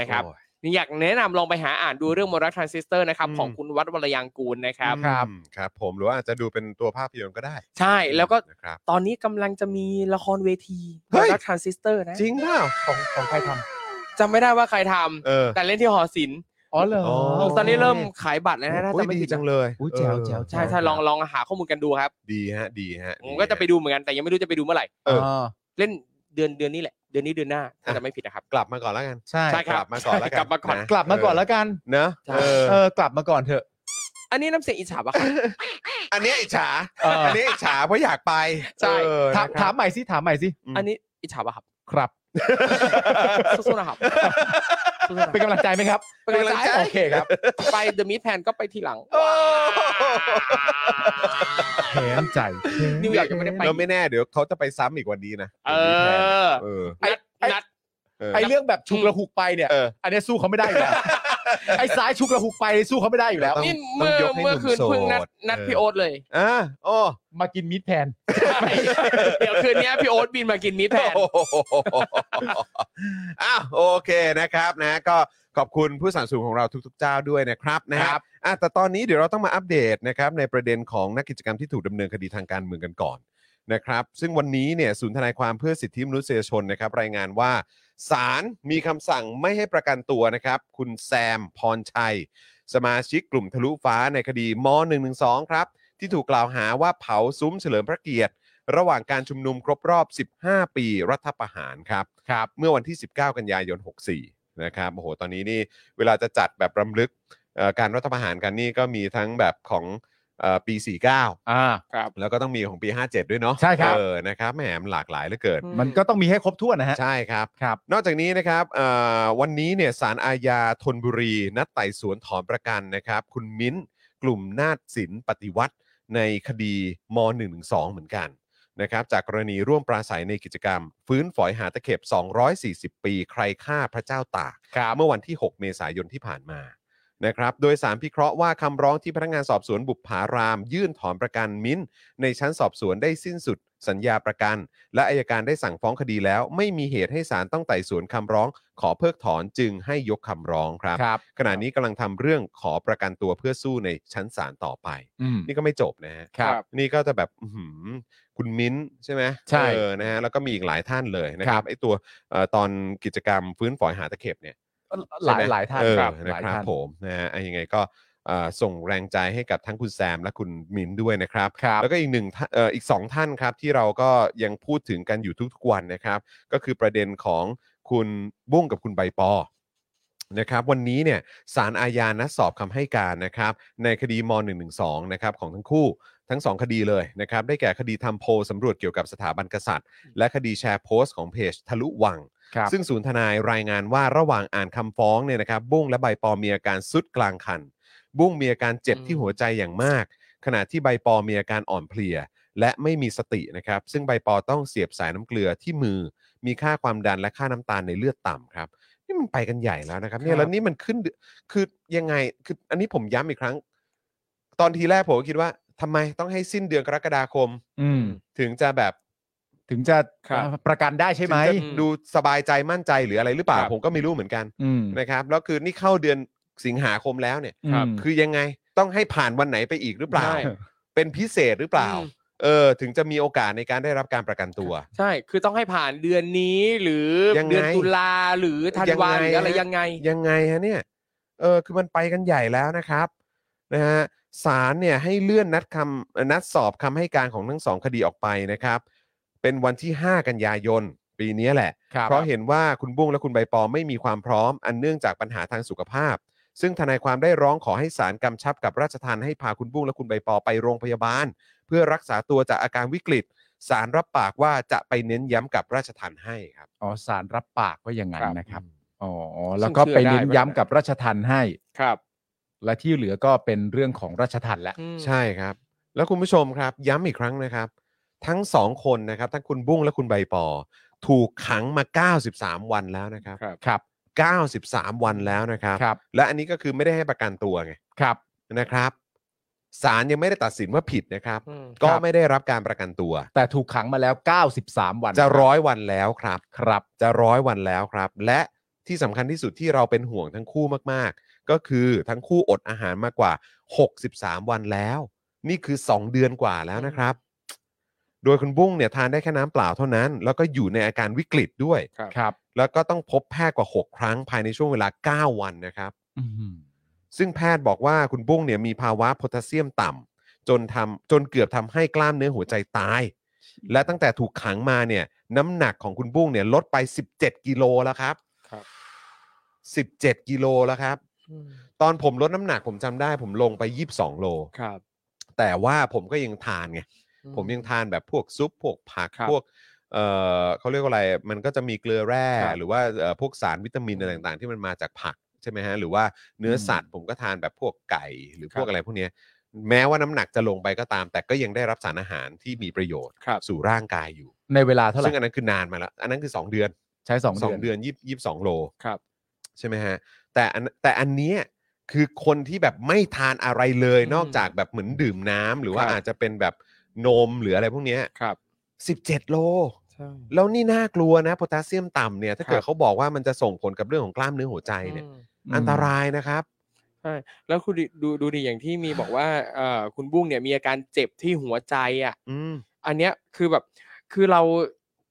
Speaker 4: นะครับ
Speaker 2: โอ้ย
Speaker 4: นี่อยากแนะนำลองไปหาอ่านดูเรื่องมรักทรานซิสเตอร์นะครับ
Speaker 2: อืม
Speaker 4: ของคุณวัดวรยางกูลนะครับ
Speaker 2: ครับครับ ผมหรือว่าอาจจะดูเป็นตัวภาพยนตร์ก็ได้
Speaker 4: ใช่แล้วก็
Speaker 2: นะครับ
Speaker 4: ตอนนี้กำลังจะมีละครเวที
Speaker 2: เฮ้
Speaker 4: ม
Speaker 2: ย
Speaker 4: รักทรานซิสเตอร์นะ
Speaker 2: จริงเปล่า
Speaker 3: ของของใครท
Speaker 4: จำไม่ได้ว่าใครทำ
Speaker 2: เออ
Speaker 4: แต่เล่นที่หอศิลป์
Speaker 3: ำอ๋อเหรอ
Speaker 2: อ๋อ
Speaker 4: ตอนนี้เริ่มขายบัตรแล้วนะถ้า
Speaker 2: โอ้ย
Speaker 4: จำไม่
Speaker 2: ดี
Speaker 4: ผิด
Speaker 2: จั
Speaker 4: นะ
Speaker 2: งเลย
Speaker 3: อุ๊ยแจ๋ว
Speaker 2: เ
Speaker 3: แจ๋วแจ๋
Speaker 4: ใช่
Speaker 3: ว
Speaker 4: ใช่ลองลองหาข้อมูลกันดูครับ
Speaker 2: ดีฮะดีฮะ
Speaker 4: ผม
Speaker 2: ดี
Speaker 4: ก็จะ
Speaker 2: ฮ
Speaker 4: ไปดูเหมือนกันแต่ยังไม่รู้จะไปดูเมื่อไหร่
Speaker 2: เออ
Speaker 3: อ
Speaker 4: เล่นเดือนเดือนนี้แหละ เดือนนี้เดือนหน้าถ้าจะไม่ผิดนะครับ
Speaker 2: กลับมาก่อนแล้วกัน
Speaker 3: ใช่
Speaker 4: ใช่ ครับ
Speaker 2: กลับมาก่อนแล้วกัน
Speaker 4: กลับมาก่อน
Speaker 2: ะ
Speaker 3: กลับมาก่อนแล้วกัน
Speaker 2: เนอะ
Speaker 4: ใช่
Speaker 2: เออ
Speaker 3: เออกลับมาก่อนเถอะ
Speaker 4: อันนี้น้ำเสียงอิจฉาปะครับ
Speaker 2: อันเนี้ยอิจฉา
Speaker 3: เอออั
Speaker 2: อันเนี้ยอิจฉาเพราะอยากไป
Speaker 4: ใช่
Speaker 2: เออ
Speaker 3: ถาม
Speaker 2: นะครับ
Speaker 3: ถามใหม่สิถามใหม่สิ
Speaker 2: อืม
Speaker 4: อันนี้อิจฉาปะครับ
Speaker 3: ครับ
Speaker 4: สู้ๆนะครับสู้ๆนะครับ
Speaker 3: เป็นกำลังใจไหมครับ
Speaker 4: เป็นกำลังใจ
Speaker 3: โอเคครับ
Speaker 4: ไปเดอะมิทแพนก็ไปทีหลัง
Speaker 2: โอ้
Speaker 3: แถมใจ
Speaker 4: นิวยอร์กยังไม่ได้ไป
Speaker 2: เราไม่แน่เดี๋ยวเขาจะไปซ้ำอีกวันนี้นะ
Speaker 4: เออ
Speaker 2: เออ
Speaker 3: ไอ้
Speaker 4: นัดนัด
Speaker 2: เออ
Speaker 3: ไอเรื่องแบบฉุกระหุกไปเนี่ย
Speaker 2: เออ
Speaker 3: อันเนี้ยสู้เขาไม่ได้อยู่แล้วไอซ้ายฉุกระหุกไปสู้เขาไม่ได้อยู่แล้ว
Speaker 2: ต้อง
Speaker 4: นี่
Speaker 2: ต้อ
Speaker 4: เมื่
Speaker 2: ง
Speaker 4: อย
Speaker 2: กให้
Speaker 4: เมื่อ
Speaker 2: หนุ่ม
Speaker 4: คืนเพิ่งนัด
Speaker 2: โสด
Speaker 4: นัด
Speaker 2: เออ
Speaker 4: พี่โอ๊ตเลย
Speaker 2: อ่ะโอ้
Speaker 3: มากินมิตรแทน
Speaker 4: เดี๋ยวคืนนี้พี่โอ๊ตบินมากินมิทแพน
Speaker 2: โอ้โหอ้าวโอเคนะครับนะก็ขอบคุณผู้สนับสนุนของเราทุกๆเจ้าด้วยนะครับนะค
Speaker 3: ครั
Speaker 2: รับบ อ่ะแต่ตอนนี้เดี๋ยวเราต้องมาอัปเดตนะครับในประเด็นของนักกิจกรรมที่ถูกดำเนินคดีทางการเมืองกันก่อนนะครับ ซึ่งวันนี้เนี่ยศูนย์ทนายความเพื่อสิทธิมนุษยชนนะครับ รายงานว่าศาลมีคำสั่งไม่ให้ประกันตัวนะครับ คุณแซมพรชัย สมาชิกกลุ่มทะลุฟ้าในคดีม .112 ครับ ที่ถูกกล่าวหาว่าเผาซุ้มเฉลิมพระเกียรติ ระหว่างการชุมนุมครบรอบ 15 ปีรัฐประหารครับ
Speaker 3: ครับ
Speaker 2: เมื่อวันที่ 19 กันยายน 64 นะครับ โอ้โห ตอนนี้นี่เวลาจะจัดแบบรำลึกเอ่อการรัฐประหารกันนี่ก็มีทั้งแบบของเอ่อปี 49
Speaker 3: อ่า
Speaker 2: แล้วก็ต้องมีของปี 57 ด้วยเนาะ
Speaker 3: ใช่ครับ
Speaker 2: เออ นะครับ แหมมันหลากหลายเหลือเกิน
Speaker 3: มันก็ต้องมีให้ครบถ้วนนะฮะ
Speaker 2: ใช่ครับ
Speaker 3: ครับ
Speaker 2: นอกจากนี้นะครับเอ่อวันนี้เนี่ยสารอาญาธนบุรี นัดไต่สวนถอนประกันนะครับ คุณมิ้นท์กลุ่มนาฏศิลป์ปฏิวัติในคดีม .112 เหมือนกันนะครับ จากกรณีร่วมปราศัยในกิจกรรม ฟื้นฝอยหาตะเข็บ 240 ปี ใครฆ่าพระเจ้าตาก เมื่อวันที่ 6 เมษายนที่ผ่านมานะครับ โดยสารพิเคราะห์ว่าคำร้องที่พนักงานสอบสวนบุปผาราม ยื่นถอนประกันมิ้นท์ ในชั้นสอบสวนได้สิ้นสุดสัญญาประกัน และอายการได้สั่งฟ้องคดีแล้ว ไม่มีเหตุให้ศาลต้องไต่สวนคำร้อง ขอเพิกถอนจึงให้ยกคำร้องครับ
Speaker 3: ครับ
Speaker 2: ขณะนี้กำลังทำเรื่องขอประกันตัวเพื่อสู้ในชั้นศาลต่อไป
Speaker 3: อืม
Speaker 2: นี่ก็ไม่จบนะฮะ
Speaker 3: ครับ
Speaker 2: นี่ก็จะแบบอื้อหือคุณมิ้นท์ใช่ไหม
Speaker 3: ใช่
Speaker 2: เออนะฮะแล้วก็มีอีกหลายท่านเลยนะค
Speaker 3: ค
Speaker 2: รั
Speaker 3: รั
Speaker 2: บบ ไอตัวเอ่อตอนกิจกรรมฟื้นฝอยหาตะเข็บเนี่ย
Speaker 3: หลาย
Speaker 2: ใช่ไม
Speaker 3: หลายท่าน
Speaker 2: เออ
Speaker 3: ครับ
Speaker 2: นะ
Speaker 3: หลาย
Speaker 2: ครับ
Speaker 3: ท่าน
Speaker 2: ผมนะฮะอ่ะยังไงก็เอ่อส่งแรงใจให้กับทั้งคุณแซมและคุณมินด้วยนะครับ
Speaker 3: ครับ
Speaker 2: แล้วก็อีกหนึ่งท่าเอ่ออีกสองท่านครับ ที่เราก็ยังพูดถึงกันอยู่ทุกๆวันนะครับ ก็คือประเด็นของคุณบุ้งกับคุณใบปอนะครับ วันนี้เนี่ยสารอาญานัดสอบคำให้การนะครับ ในคดีม .112 นะครับของทั้งคู่ทั้งสองคดีเลยนะครับ ได้แก่คดีทำโพลสำรวจเกี่ยวกับสถาบันกษัตริย์ และคดีแชร์โพสต์ของเพจทะลุวัง
Speaker 3: ครับ
Speaker 2: ซึ่งศูนย์ทนายรายงานว่าระหว่างอ่านคำฟ้องเนี่ยนะครับ บุ้งและใบปอมีอาการสุดกลางคัน บุ้งมีอาการเจ็บ
Speaker 4: อืม
Speaker 2: ที่หัวใจอย่างมาก ขณะที่ใบปอมีอาการอ่อนเพลีย และไม่มีสตินะครับ ซึ่งใบปอต้องเสียบสายน้ำเกลือที่มือ มีค่าความดันและค่าน้ำตาลในเลือดต่ำครับนี่มันไปกันใหญ่แล้วนะครับ เนี่ยแล้วนี่มันขึ้นเดือนคือยังไงคืออันนี้ผมย้ำอีกครั้ง ตอนทีแรกผมก็คิดว่าทำไมต้องให้สิ้นเดือนกรกฎาคม
Speaker 3: อืม
Speaker 2: ถึงจะแบบ
Speaker 3: ถึงจะ
Speaker 4: ครับ
Speaker 3: ประกันได้ใช่ไหม
Speaker 2: ถึงจะดูสบายใจมั่นใจหรืออะไรหรือเปล่า
Speaker 3: ครับ
Speaker 2: ผมก็ไม่รู้เหมือนกัน
Speaker 3: อืม
Speaker 2: นะครับแล้วคือนี่เข้าเดือนสิงหาคมแล้วเนี่ย
Speaker 3: ครับ
Speaker 2: คือยังไงต้องให้ผ่านวันไหนไปอีกหรือเปล่า
Speaker 4: ใช่
Speaker 2: เป็นพิเศษหรือเปล่า
Speaker 4: อืม
Speaker 2: เออ ถึงจะมีโอกาสในการได้รับการประกันตัว
Speaker 4: ใช่ คือต้องให้ผ่านเดือนนี้หรือ
Speaker 2: ยังไง
Speaker 4: เดือนตุลาหรือธันวา
Speaker 2: ยัง
Speaker 4: ห
Speaker 2: ไง
Speaker 4: รืออะไรยังไง
Speaker 2: ยังไงฮะเนี่ยเออคือมันไปกันใหญ่แล้วนะครับนะฮะศาลเนี่ยให้เลื่อนนัดคำนัดสอบคำให้การของทั้งสองคดีออกไปนะครับ เป็นวันที่ 5 กันยายน ปีนี้แหละ
Speaker 3: ครับ
Speaker 2: เพราะเห็นว่าคุณบุ้งและคุณใบปอไม่มีความพร้อม อันเนื่องจากปัญหาทางสุขภาพ ซึ่งทนายความได้ร้องขอให้ศาลกำชับกับราชทานให้พาคุณบุ้งและคุณใบปอไปโรงพยาบาล เพื่อรักษาตัวจากอาการวิกฤตศาลรับปากว่าจะไปเน้นย้ำกับราชทานให้ครับ
Speaker 3: อ๋อสารรับปากว่าอย่างนั้นนะครับอ๋อ
Speaker 4: ซึ่ง
Speaker 3: แล้วก็ไปเน้น
Speaker 4: เชื่อได้
Speaker 3: ย้ำกับราชทันให้
Speaker 4: ครับ
Speaker 3: และที่เหลือก็เป็นเรื่องของราชทันแล้ว
Speaker 4: อืม
Speaker 2: ใช่ครับ แล้วคุณผู้ชมครับ ย้ำอีกครั้งนะครับ ทั้งสองคนนะครับทั้งคุณบุ้งและคุณใบปอ ถูกขังมา 93 วันแล้วนะครับ
Speaker 4: ครับ
Speaker 3: ครับ
Speaker 2: 93 วันแล้วนะครับ
Speaker 3: ครับ
Speaker 2: และอันนี้ก็คือไม่ได้ให้ประกันตัวไง
Speaker 3: ครับ
Speaker 2: นะครับศาลยังไม่ได้ตัดสินว่าผิดนะครับ
Speaker 4: อืม
Speaker 2: ก็
Speaker 3: ครับ
Speaker 2: ไม่ได้รับการประกันตัว
Speaker 3: แต่ถูกขังมาแล้ว 93 วัน
Speaker 2: จะร้อยวันแล้วครับ
Speaker 3: ครับ
Speaker 2: จะร้อยวันแล้วครับ และที่สำคัญที่สุดที่เราเป็นห่วงทั้งคู่มากๆ ก็คือทั้งคู่อดอาหารมากกว่า 63 วันแล้ว นี่คือ 2 เดือนกว่าแล้วนะครับ โดยคุณบุ้งเนี่ยทานได้แค่น้ำเปล่าเท่านั้น แล้วก็อยู่ในอาการวิกฤตด้วย
Speaker 4: ครับ
Speaker 3: ครับ
Speaker 2: แล้วก็ต้องพบแพทย์กว่า 6 ครั้งภายในช่วงเวลา 9 วันนะครับ
Speaker 3: อืม
Speaker 2: ซึ่งแพทย์บอกว่าคุณบุ้งเนี่ยมีภาวะโพแทสเซียมต่ำจนทำจนเกือบทำให้กล้ามเนื้อหัวใจตาย และตั้งแต่ถูกขังมาเนี่ย น้ำหนักของคุณบุ้งเนี่ยลดไป 17 กิโลแล้วครับ
Speaker 4: ครับ
Speaker 2: บ17 กิโลแล้วครับ
Speaker 4: อืม
Speaker 2: ตอนผมลดน้ำหนักผมจำได้ผมลงไป 22 โล
Speaker 4: ครับ
Speaker 2: แต่ว่าผมก็ยังทานไง
Speaker 4: อื
Speaker 2: ผมยังทานแบบพวกซุปพวกผัก
Speaker 4: ครับ
Speaker 2: พวกเออเขาเรียกว่าอะไรมันก็จะมีเกลือแร่
Speaker 4: ครับ
Speaker 2: หรือว่าเอ่อพวกสารวิตามินอะไรต่างๆ ที่มันมาจากผักใช่ไหมฮะหรือว่าเนื้อสัตว์ผมก็ทานแบบพวกไก่หรือ
Speaker 4: ค
Speaker 2: พ
Speaker 4: รับ
Speaker 2: วกอะไรพวกเนี้ยแม้ว่าน้ำหนักจะลงไปก็ตาม แต่ก็ยังได้รับสารอาหารที่มีประโยชน์
Speaker 4: ครับ
Speaker 2: สู่ร่างกายอยู่
Speaker 3: ในเวลาเท่าไหร่
Speaker 2: ซึ่งอันนั้นคือนานมาแล้ว อันนั้นคือ 2 เดือน
Speaker 3: ใช้สอง
Speaker 2: สอง
Speaker 3: เดื
Speaker 2: เดื
Speaker 3: อน
Speaker 2: อนยี่สิบยี่สิบสองโล
Speaker 4: ครับ
Speaker 2: ใช่ไหมฮะแต่อันแต่อันเนี้ยคือคนที่แบบไม่ทานอะไรเลย
Speaker 4: อืม
Speaker 2: นอกจากแบบเหมือนดื่มน้ำหรือว่า
Speaker 4: ครับ
Speaker 2: อาจจะเป็นแบบนมหรืออะไรพวกเนี้ย
Speaker 4: ครับ
Speaker 2: 17 โล
Speaker 4: ใช่
Speaker 2: แล้วนี่น่ากลัวนะโพแทสเซียมต่ำเนี่ย ถ้าเกิด
Speaker 4: ครับ
Speaker 2: เขาบอกว่ามันจะส่งผลกับเรื่องของกล้ามเนื้อหัวใจเนี่ย
Speaker 4: อืม
Speaker 3: ม
Speaker 2: อันตรายนะครับ
Speaker 4: ใช่แล้วคุณดิดูดูดิอย่างที่มีบอกว่าเอ่อคุณบุ้งเนี่ยมีอาการเจ็บที่หัวใจอ่ะ
Speaker 2: อืม
Speaker 4: อันเนี้ยคือแบบคือเรา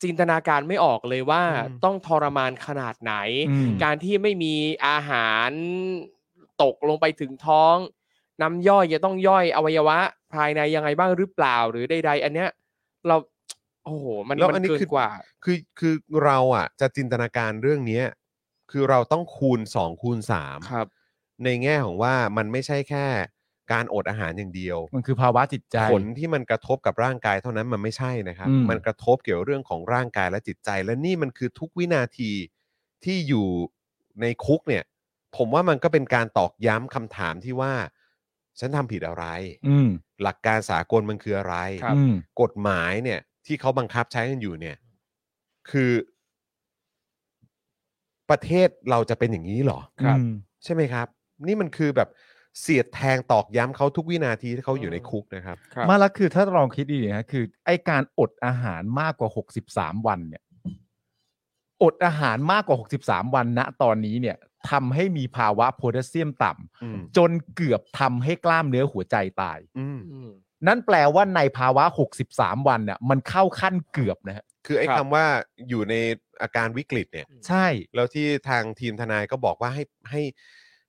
Speaker 4: จินตนาการไม่ออกเลยว่า
Speaker 2: อืม
Speaker 4: ต้องทรมานขนาดไหน
Speaker 3: อืม
Speaker 4: การที่ไม่มีอาหารตกลงไปถึงท้อง น้ำย่อยจะต้องย่อยอวัยวะ ภายในยังไงบ้างหรือเปล่าหรือใดๆอันเนี้ย เราโอ้โหมัน
Speaker 2: แล้ว
Speaker 4: มั
Speaker 2: อัน
Speaker 4: น
Speaker 2: นี้
Speaker 4: เกิน
Speaker 2: คือ
Speaker 4: กว่า
Speaker 2: คือคือเราอ่ะจะจินตนาการเรื่องเนี้ยคือเราต้องคูณ 2 คูณ 3
Speaker 4: ครับ
Speaker 2: ในแง่ของว่ามันไม่ใช่แค่การอดอาหารอย่างเดียว
Speaker 3: มันคือภาวะจิตใจ
Speaker 2: ผลที่มันกระทบกับร่างกายเท่านั้นมันไม่ใช่นะครับ
Speaker 3: อืม
Speaker 2: มันกระทบเกี่ยวเรื่องของร่างกายและจิตใจ และนี่มันคือทุกวินาทีที่อยู่ในคุกเนี่ย ผมว่ามันก็เป็นการตอกย้ำคำถามที่ว่า ฉันทำผิดอะไร
Speaker 3: อืม
Speaker 2: หลักการสากลมันคืออะไร
Speaker 4: ครับ
Speaker 3: อืม
Speaker 2: กฎหมายเนี่ย ที่เขาบังคับใช้กันอยู่เนี่ย คือ ประเทศเราจะเป็นอย่างนี้เหรอ
Speaker 4: ครับ
Speaker 3: อืม
Speaker 2: ใช่ไหมครับ นี่มันคือแบบเสียดแทงตอกย้ำเขาทุกวินาทีที่เขาอยู่ในคุกนะครับ
Speaker 4: ครับ
Speaker 3: มาแล้วคือถ้าลองคิดดีๆนะคือ ไอการอดอาหารมากกว่าหกสิบสามวันเนี่ย อดอาหารมากกว่าหกสิบสามวันณตอนนี้เนี่ยทำให้มีภาวะโพแทสเซียมต่ำ
Speaker 2: อืม
Speaker 3: จนเกือบทำให้กล้ามเนื้อหัวใจตาย
Speaker 2: อืม
Speaker 4: อืม
Speaker 3: นั่นแปลว่าในภาวะ 63 วันเนี่ยมันเข้าขั้นเกือบนะฮะ
Speaker 2: คือไอ้
Speaker 4: ครับ
Speaker 2: คำว่าอยู่ในอาการวิกฤตเนี่ย
Speaker 3: ใช่
Speaker 2: แล้วที่ทางทีมทนายก็บอกว่าให้ให้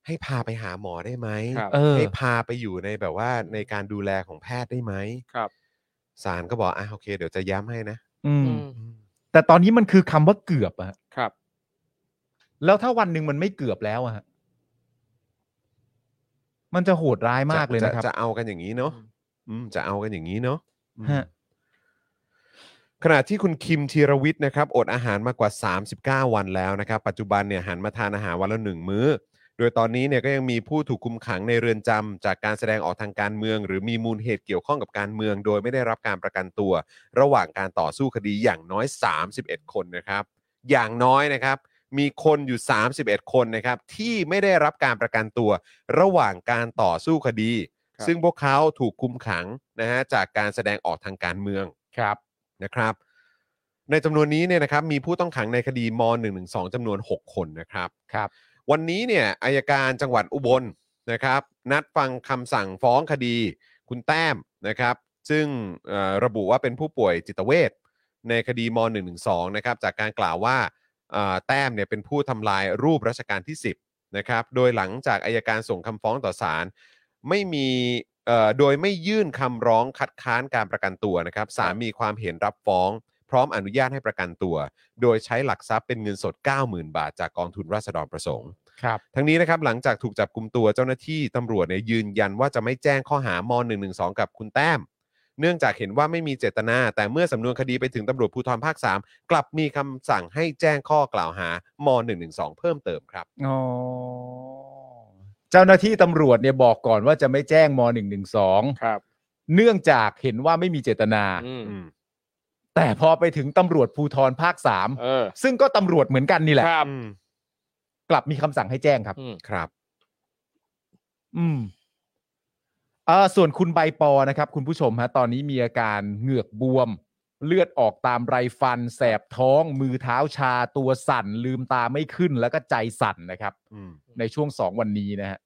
Speaker 2: ให้พาไปหาหมอได้ไหม
Speaker 4: ครับ
Speaker 3: เออ
Speaker 2: ให้พาไปอยู่ในแบบว่าในการดูแลของแพทย์ได้ไหม
Speaker 4: ครับ
Speaker 2: ศาลก็บอกอ่ะโอเค เดี๋ยวจะย้ำให้นะ
Speaker 3: อืม
Speaker 4: อืม
Speaker 3: แต่ตอนนี้มันคือคำว่าเกือบอะฮะ
Speaker 4: ครับ
Speaker 3: แล้วถ้าวันหนึ่งมันไม่เกือบแล้วอะฮะมันจะโหดร้ายมากเลยนะครับ
Speaker 2: จจะเอากันอย่างนี้เนาะอืมจะเอากันอย่างนี้เนาะอืม
Speaker 3: ฮะ
Speaker 2: ขณะที่คุณคิมธีรวิทย์นะครับ อดอาหารมากกว่า 39 วันแล้วนะครับ ปัจจุบันเนี่ยหันมาทานอาหารวันละหนึ่งมื้อ โดยตอนนี้เนี่ยก็ยังมีผู้ถูกคุมขังในเรือนจำจากการแสดงออกทางการเมือง หรือมีมูลเหตุเกี่ยวข้องกับการเมือง โดยไม่ได้รับการประกันตัว ระหว่างการต่อสู้คดีอย่างน้อย 31 คนนะครับ อย่างน้อยนะครับ มีคนอยู่ 31 คนนะครับ ที่ไม่ได้รับการประกันตัว ระหว่างการต่อสู้คดี
Speaker 4: ครับ
Speaker 2: ซึ่งพวกเขาถูกคุมขังนะฮะจากการแสดงออกทางการเมือง
Speaker 3: ครับ
Speaker 2: นะครับในจำนวนนี้เนี่ยนะครับมีผู้ต้องขังในคดีม .112 จำนวน 6 คนนะครับ
Speaker 3: ครับ
Speaker 2: วันนี้เนี่ยอายการจังหวัดอุบลนะครับ นัดฟังคำสั่งฟ้องคดีคุณแต้มนะครับ ซึ่งเอ่อระบุว่าเป็นผู้ป่วยจิตเวชในคดีม .112 นะครับจากการกล่าวว่าเอ่อแต้มเนี่ยเป็นผู้ทำลายรูปรัชกาลที่ 10นะครับโดยหลังจากอายการส่งคำฟ้องต่อศาล ไม่มีเอ่อโดยไม่ยื่นคำร้องคัดค้านการประกันตัวนะครับศาลมีความเห็นรับฟ้อง พร้อมอนุญาตให้ประกันตัว โดยใช้หลักทรัพย์เป็นเงินสด 90,000 บาทจากกองทุนราษฎรประสงค์
Speaker 3: ครับ
Speaker 2: ทั้งนี้นะครับหลังจากถูกจับกลุมตัวเจ้าหน้าที่ตำรวจเนี่ยยืนยันว่าจะไม่แจ้งข้อหาม112 กับคุณแต้ม เนื่องจากเห็นว่าไม่มีเจตนา แต่เมื่อสำนวนคดีไปถึงตำรวจภูธรภาค 3 กลับมีคำสั่งให้แจ้งข้อกล่าวหาม112 เพิ่มเติมครับ
Speaker 3: อ๋อ เจ้าหน้าที่ตำรวจเนี่ยบอกก่อนว่าจะไม่แจ้งม .112
Speaker 4: ครับ
Speaker 3: เนื่องจากเห็นว่าไม่มีเจตนา
Speaker 4: อืม
Speaker 2: อืม
Speaker 3: แต่พอไปถึงตำรวจภูธรภาคสาม
Speaker 4: เออ
Speaker 3: ซึ่งก็ตำรวจเหมือนกันนี่แหละ
Speaker 4: ครับ
Speaker 2: อืม
Speaker 3: กลับมีคำสั่งให้แจ้งครับ
Speaker 4: อืม
Speaker 2: ครับ
Speaker 3: อืมเออส่วนคุณใบปอนะครับ คุณผู้ชมฮะตอนนี้มีอาการเหงือกบวม เลือดออกตามไรฟัน แสบท้อง มือเท้าชาตัวสั่น ลืมตาไม่ขึ้นแล้วก็ใจสั่นนะครับ
Speaker 2: อืม
Speaker 3: ในช่วงสองวันนี้นะฮะ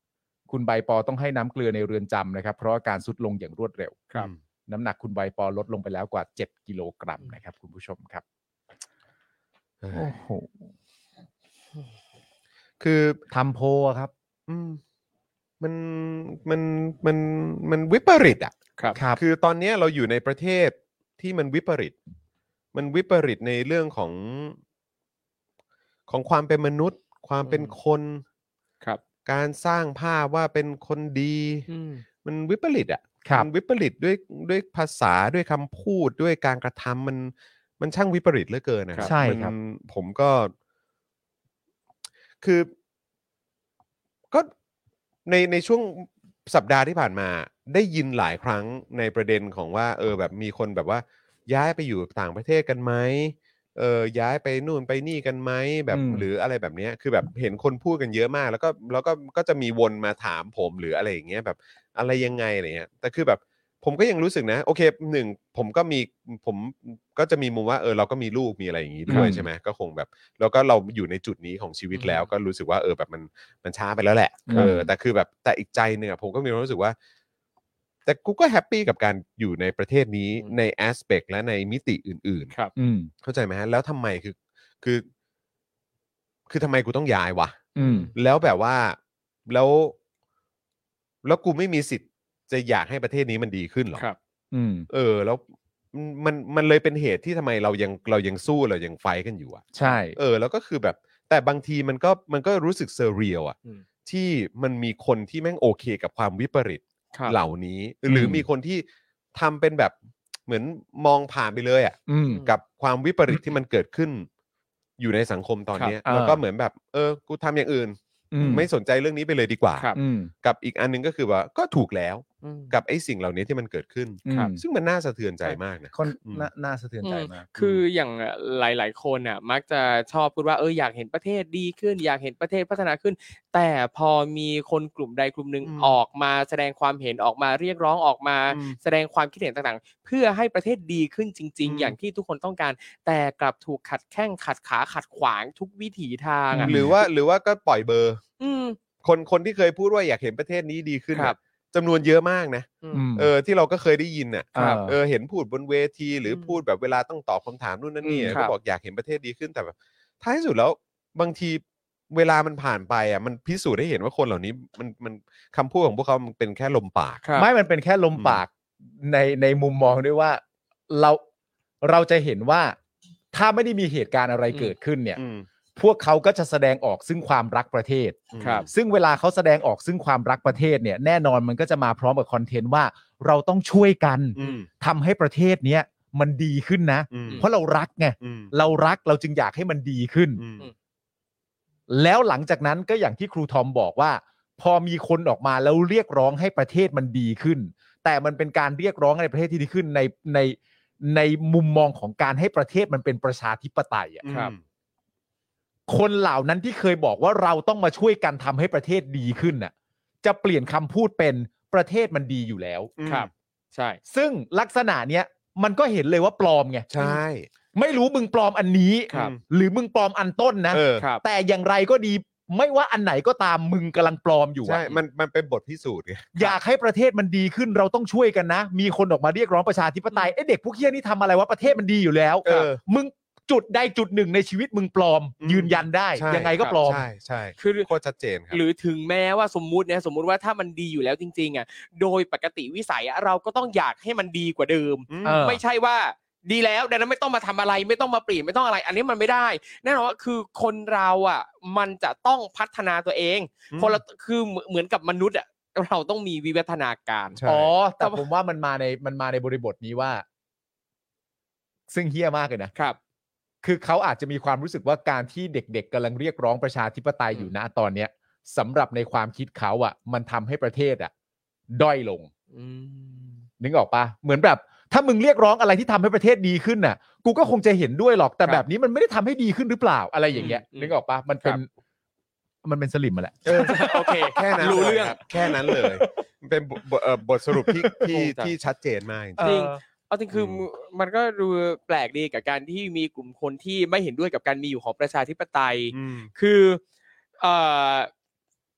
Speaker 3: คุณใบปอต้องให้น้ำเกลือในเรือนจำนะครับ เพราะอาการสุดลงอย่างรวดเร็ว
Speaker 4: ครับ
Speaker 3: น้ำหนักคุณใบปอลดลงไปแล้วกว่า 7 กิโลกรัมนะครับ คุณผู้ชมครับ
Speaker 2: เออ
Speaker 3: โอ้โห
Speaker 2: คือ
Speaker 3: ทำโพลอะครับ
Speaker 2: อืมมันมันมันมันวิปริตอ่ะ
Speaker 4: ครับ
Speaker 3: ครับ
Speaker 2: คือตอนเนี้ยเราอยู่ในประเทศที่มันวิปริต มันวิปริตในเรื่องของของความเป็นมนุษย์ ความเป็น
Speaker 4: อืม
Speaker 2: คน
Speaker 4: ครับ
Speaker 2: การสร้างภาพว่าเป็นคนดี
Speaker 4: อืม
Speaker 2: มันวิปริตอ่ะ
Speaker 3: ครับ
Speaker 2: มันวิปริตด้วยด้วยภาษาด้วยคำพูดด้วยการกระทำมันมันช่างวิปริตเหลือเกินนะ
Speaker 3: ใช่ครั
Speaker 2: มั
Speaker 3: บ
Speaker 2: นผมก็ คือ ก็ในในช่วงสัปดาห์ที่ผ่านมา ได้ยินหลายครั้งในประเด็นของว่า เออ แบบมีคนแบบว่า ย้ายไปอยู่ต่างประเทศกันไหมเออย้ายไปนู่นไปนี่กันไหมแบบ
Speaker 3: อืม
Speaker 2: หรืออะไรแบบเนี้ยคือแบบเห็นคนพูดกันเยอะมาก แล้วก็แล้วก็ก็จะมีวนมาถามผมหรืออะไรอย่างเงี้ยแบบอะไรยังไงอะไรเงี้ยแต่คือแบบ ผมก็ยังรู้สึกนะ โอเคหนึ่งผมก็มีผมก็จะมีมุมว่าเออเราก็มีลูกมีอะไรอย่างงี้ด้วย
Speaker 3: อืม
Speaker 2: ใช่ไหมก็คงแบบ แล้วก็เราอยู่ในจุดนี้ของชีวิต
Speaker 4: อืม
Speaker 2: แล้ว ก็รู้สึกว่าเออแบบมันมันช้าไปแล้วแหละ
Speaker 3: ครับ
Speaker 2: เออแต่คือแบบแต่อีกใจหนึ่งอะผมก็มีความรู้สึกว่า แต่กูก็แฮปปี้กับการอยู่ในประเทศนี้ในแอสเปกและในมิติอื่น
Speaker 4: ครับ
Speaker 3: อืม
Speaker 2: ๆ เข้าใจไหมฮะแล้วทำไมคือคือ คือทำไมกูต้องย้ายวะ
Speaker 3: อืม
Speaker 2: แล้วแบบว่าแล้ว แล้วกูไม่มีสิทธิ์จะอยากให้ประเทศนี้มันดีขึ้นหรอก
Speaker 4: ครับ
Speaker 3: อืม
Speaker 2: เออ แล้วมันมันเลยเป็นเหตุที่ทำไมเรายังเรายังสู้เรายังไฟท์กันอยู่อะ
Speaker 3: ใช่
Speaker 2: เออแล้วก็คือแบบแต่บางทีมันก็มันก็รู้สึกเซอร์เรียลอะ
Speaker 4: อืม
Speaker 2: ที่มันมีคนที่แม่งโอเคกับความวิปริต
Speaker 4: ครับ
Speaker 2: เหล่านี้ หรืออ
Speaker 3: ม
Speaker 2: มีคนที่ทำเป็นแบบเหมือนมองผ่านไปเลยอะ
Speaker 3: อืม
Speaker 2: กับความวิปริตที่มันเกิดขึ้น อยู่ในสังคมตอนเนี้ย
Speaker 3: ครับอ่า
Speaker 2: แล้วก็เหมือนแบบ เออ กูทำอย่างอื่น
Speaker 3: อืม
Speaker 2: ไม่สนใจเรื่องนี้ไปเลยดีกว่า
Speaker 4: ครับ
Speaker 3: อืม
Speaker 2: กับอีกอันหนึงก็คือว่าก็ถูกแล้ว
Speaker 4: อืม
Speaker 2: กับไอ้สิ่งเหล่านี้ที่มันเกิดขึ้น
Speaker 4: ครับ
Speaker 2: ซึ่งมันน่าสะเทือนใจมากนะ
Speaker 3: คน
Speaker 2: อืม
Speaker 3: น่าน่าสะเทือนใจมาก
Speaker 4: คืออย่างหลาย ๆ คนอ่ะ มักจะชอบพูดว่าเอออยากเห็นประเทศดีขึ้น อยากเห็นประเทศพัฒนาขึ้น แต่พอมีคนกลุ่มใดกลุ่มหนึ่ง
Speaker 2: อืม
Speaker 4: ออกมาแสดงความเห็นออกมาเรียกร้องออกมา
Speaker 2: อืม
Speaker 4: แสดงความคิดเห็นต่าง ๆ เพื่อให้ประเทศดีขึ้นจริง
Speaker 2: อืม
Speaker 4: ๆ อย่างที่ทุกคนต้องการ แต่กลับถูกขัดแข้งขัดขาขัดขวางทุกวิถีทาง
Speaker 3: ม
Speaker 4: อ่ะ
Speaker 2: หรือว่าหรือว่าก็ปล่อยเบอร์
Speaker 4: อืม
Speaker 2: คนคนที่เคยพูดว่าอยากเห็นประเทศนี้ดีขึ้นน่ะ
Speaker 4: ครับ
Speaker 2: จำนวนเยอะมากนะ
Speaker 4: อื
Speaker 3: อื
Speaker 4: ม
Speaker 3: ม
Speaker 2: เออที่เราก็เคยได้ยินน่ะ
Speaker 3: ครับ
Speaker 2: เออเห็นพูดบนเวทีหรืออ
Speaker 4: ม
Speaker 2: พูดแบบเวลาต้องตอบคำถามนู่นนั่นนี่
Speaker 4: อืมครั
Speaker 2: ก็
Speaker 4: บ
Speaker 2: บอกอยากเห็นประเทศดีขึ้นแต่แบบท้ายสุดแล้วบางทีเวลามันผ่านไปอ่ะมันพิสูจน์ได้เห็นว่าคนเหล่านี้มันมันคำพูดของพวกเขามันเป็นแค่ลมปาก
Speaker 4: ครับ
Speaker 3: ไม่มันเป็นแค่ลม
Speaker 2: อืม
Speaker 3: ปากในในมุมมองด้วยว่าเราเราจะเห็นว่าถ้าไม่ได้มีเหตุการณ์อะไร
Speaker 4: อืม
Speaker 3: เกิดขึ้นเนี่ย
Speaker 2: อืม
Speaker 3: พวกเขาก็จะแสดงออกซึ่งความรักประเทศ
Speaker 4: ครับ
Speaker 3: ซึ่งเวลาเขาแสดงออกซึ่งความรักประเทศเนี่ย แน่นอนมันก็จะมาพร้อมกับคอนเทนต์ว่าเราต้องช่วยกัน
Speaker 2: อืม
Speaker 3: ทำให้ประเทศเนี้ยมันดีขึ้นนะ
Speaker 2: อืม
Speaker 3: เพราะเรารักไง
Speaker 2: อืม
Speaker 3: เรารักเราจึงอยากให้มันดีขึ้น
Speaker 2: อืม
Speaker 3: แล้วหลังจากนั้นก็อย่างที่ครูทอมบอกว่า พอมีคนออกมาแล้วเรียกร้องให้ประเทศมันดีขึ้น แต่มันเป็นการเรียกร้องในประเทศที่ดีขึ้นในในในมุมมองของการให้ประเทศมันเป็นประชาธิปไตยอะ
Speaker 4: ครับ
Speaker 3: คนเหล่านั้นที่เคยบอกว่าเราต้องมาช่วยกันทำให้ประเทศดีขึ้นน่ะจะเปลี่ยนคำพูดเป็นประเทศมันดีอยู่แล้ว
Speaker 2: อืม
Speaker 4: ครับ ใช่
Speaker 3: ซึ่งลักษณะเนี้ยมันก็เห็นเลยว่าปลอมไง
Speaker 2: ใช่
Speaker 3: ไม่รู้มึงปลอมอันนี้
Speaker 4: ครับ
Speaker 3: หรือมึงปลอมอันต้นนะ
Speaker 2: เออ
Speaker 4: ครับ
Speaker 3: แต่อย่างไรก็ดีไม่ว่าอันไหนก็ตามมึงกำลังปลอมอยู่อะ
Speaker 2: ใช่ มันมันเป็นบทพิสูจน์ไง
Speaker 3: อยากให้ประเทศมันดีขึ้นเราต้องช่วยกันนะ มีคนออกมาเรียกร้องประชาธิปไตยไอยเด็กพวกเฮียนี่ทำอะไรวะประเทศมันดีอยู่แล้ว
Speaker 2: เออ
Speaker 3: มึงจุดใดจุดหนึ่งในชีวิตมึงปลอม
Speaker 2: อืม
Speaker 3: ยืนยันได้
Speaker 2: ใช่
Speaker 3: ยังไงก็ปลอม
Speaker 2: ใช่ใช่
Speaker 4: คือ
Speaker 2: โคตรชัดเจนครับ
Speaker 4: หรือถึงแม้ว่าสมมุตินะสมมุติว่าถ้ามันดีอยู่แล้วจริงๆอ่ะโดยปกติวิสัยอะเราก็ต้องอยากให้มันดีกว่าเดิม
Speaker 2: อืม
Speaker 3: เออ
Speaker 4: ไม่ใช่ว่าดีแล้วดังนั้นไม่ต้องมาทำอะไรไม่ต้องมาเปลี่ยนไม่ต้องอะไร อันนี้มันไม่ได้แน่นอนว่าคือคนเราอ่ะมันจะต้องพัฒนาตัวเอง
Speaker 2: อืม
Speaker 4: คนละคือเหมือนเหมือนกับมนุษย์อ่ะเราต้องมีวิวัฒนาการ
Speaker 2: ใช่
Speaker 3: อ๋อ แต่
Speaker 4: แต่ว่า
Speaker 3: ผมว่ามันมาในมันมาในบริบทนี้ว่า ซึ่งเฮี้ยมากเลยนะ
Speaker 4: ครับ
Speaker 3: คือเขาอาจจะมีความรู้สึกว่าการที่เด็กๆกำลังเรียกร้องประชาธิปไตยอยู่นะตอนเนี้ยสำหรับในความคิดเขาอ่ะ มันทำให้ประเทศอ่ะ ด้อยลง
Speaker 4: อืม
Speaker 3: นึกออกปะเหมือนแบบ ถ้ามึงเรียกร้องอะไรที่ทำให้ประเทศดีขึ้นน่ะ กูก็คงจะเห็นด้วยหรอกแต่
Speaker 4: ครับ
Speaker 3: แบบนี้มันไม่ได้ทำให้ดีขึ้นหรือเปล่าอะไรอย่างเงี้ย
Speaker 4: อืม
Speaker 3: นึกออกปะมันเป็น
Speaker 4: ครับ
Speaker 3: มันเป็นสลิมมาแหละ
Speaker 2: เออ
Speaker 4: โอเค
Speaker 2: แค่นั้น
Speaker 4: รู้
Speaker 2: ลย
Speaker 4: เรื่อง
Speaker 2: คบแค่นั้นเลย เป็นบทเอ่อบทสรุปที่ที่
Speaker 4: โอ้จ้ะ
Speaker 2: ที่ชัดเจนมากจริง
Speaker 4: จริง เอาจริงคืออ
Speaker 2: ม
Speaker 4: มันก็ดูแปลกดีกับการที่มีกลุ่มคนที่ไม่เห็นด้วยกับการมีอยู่ของประชาธิปไตย
Speaker 2: อืม
Speaker 4: คือเอ่อ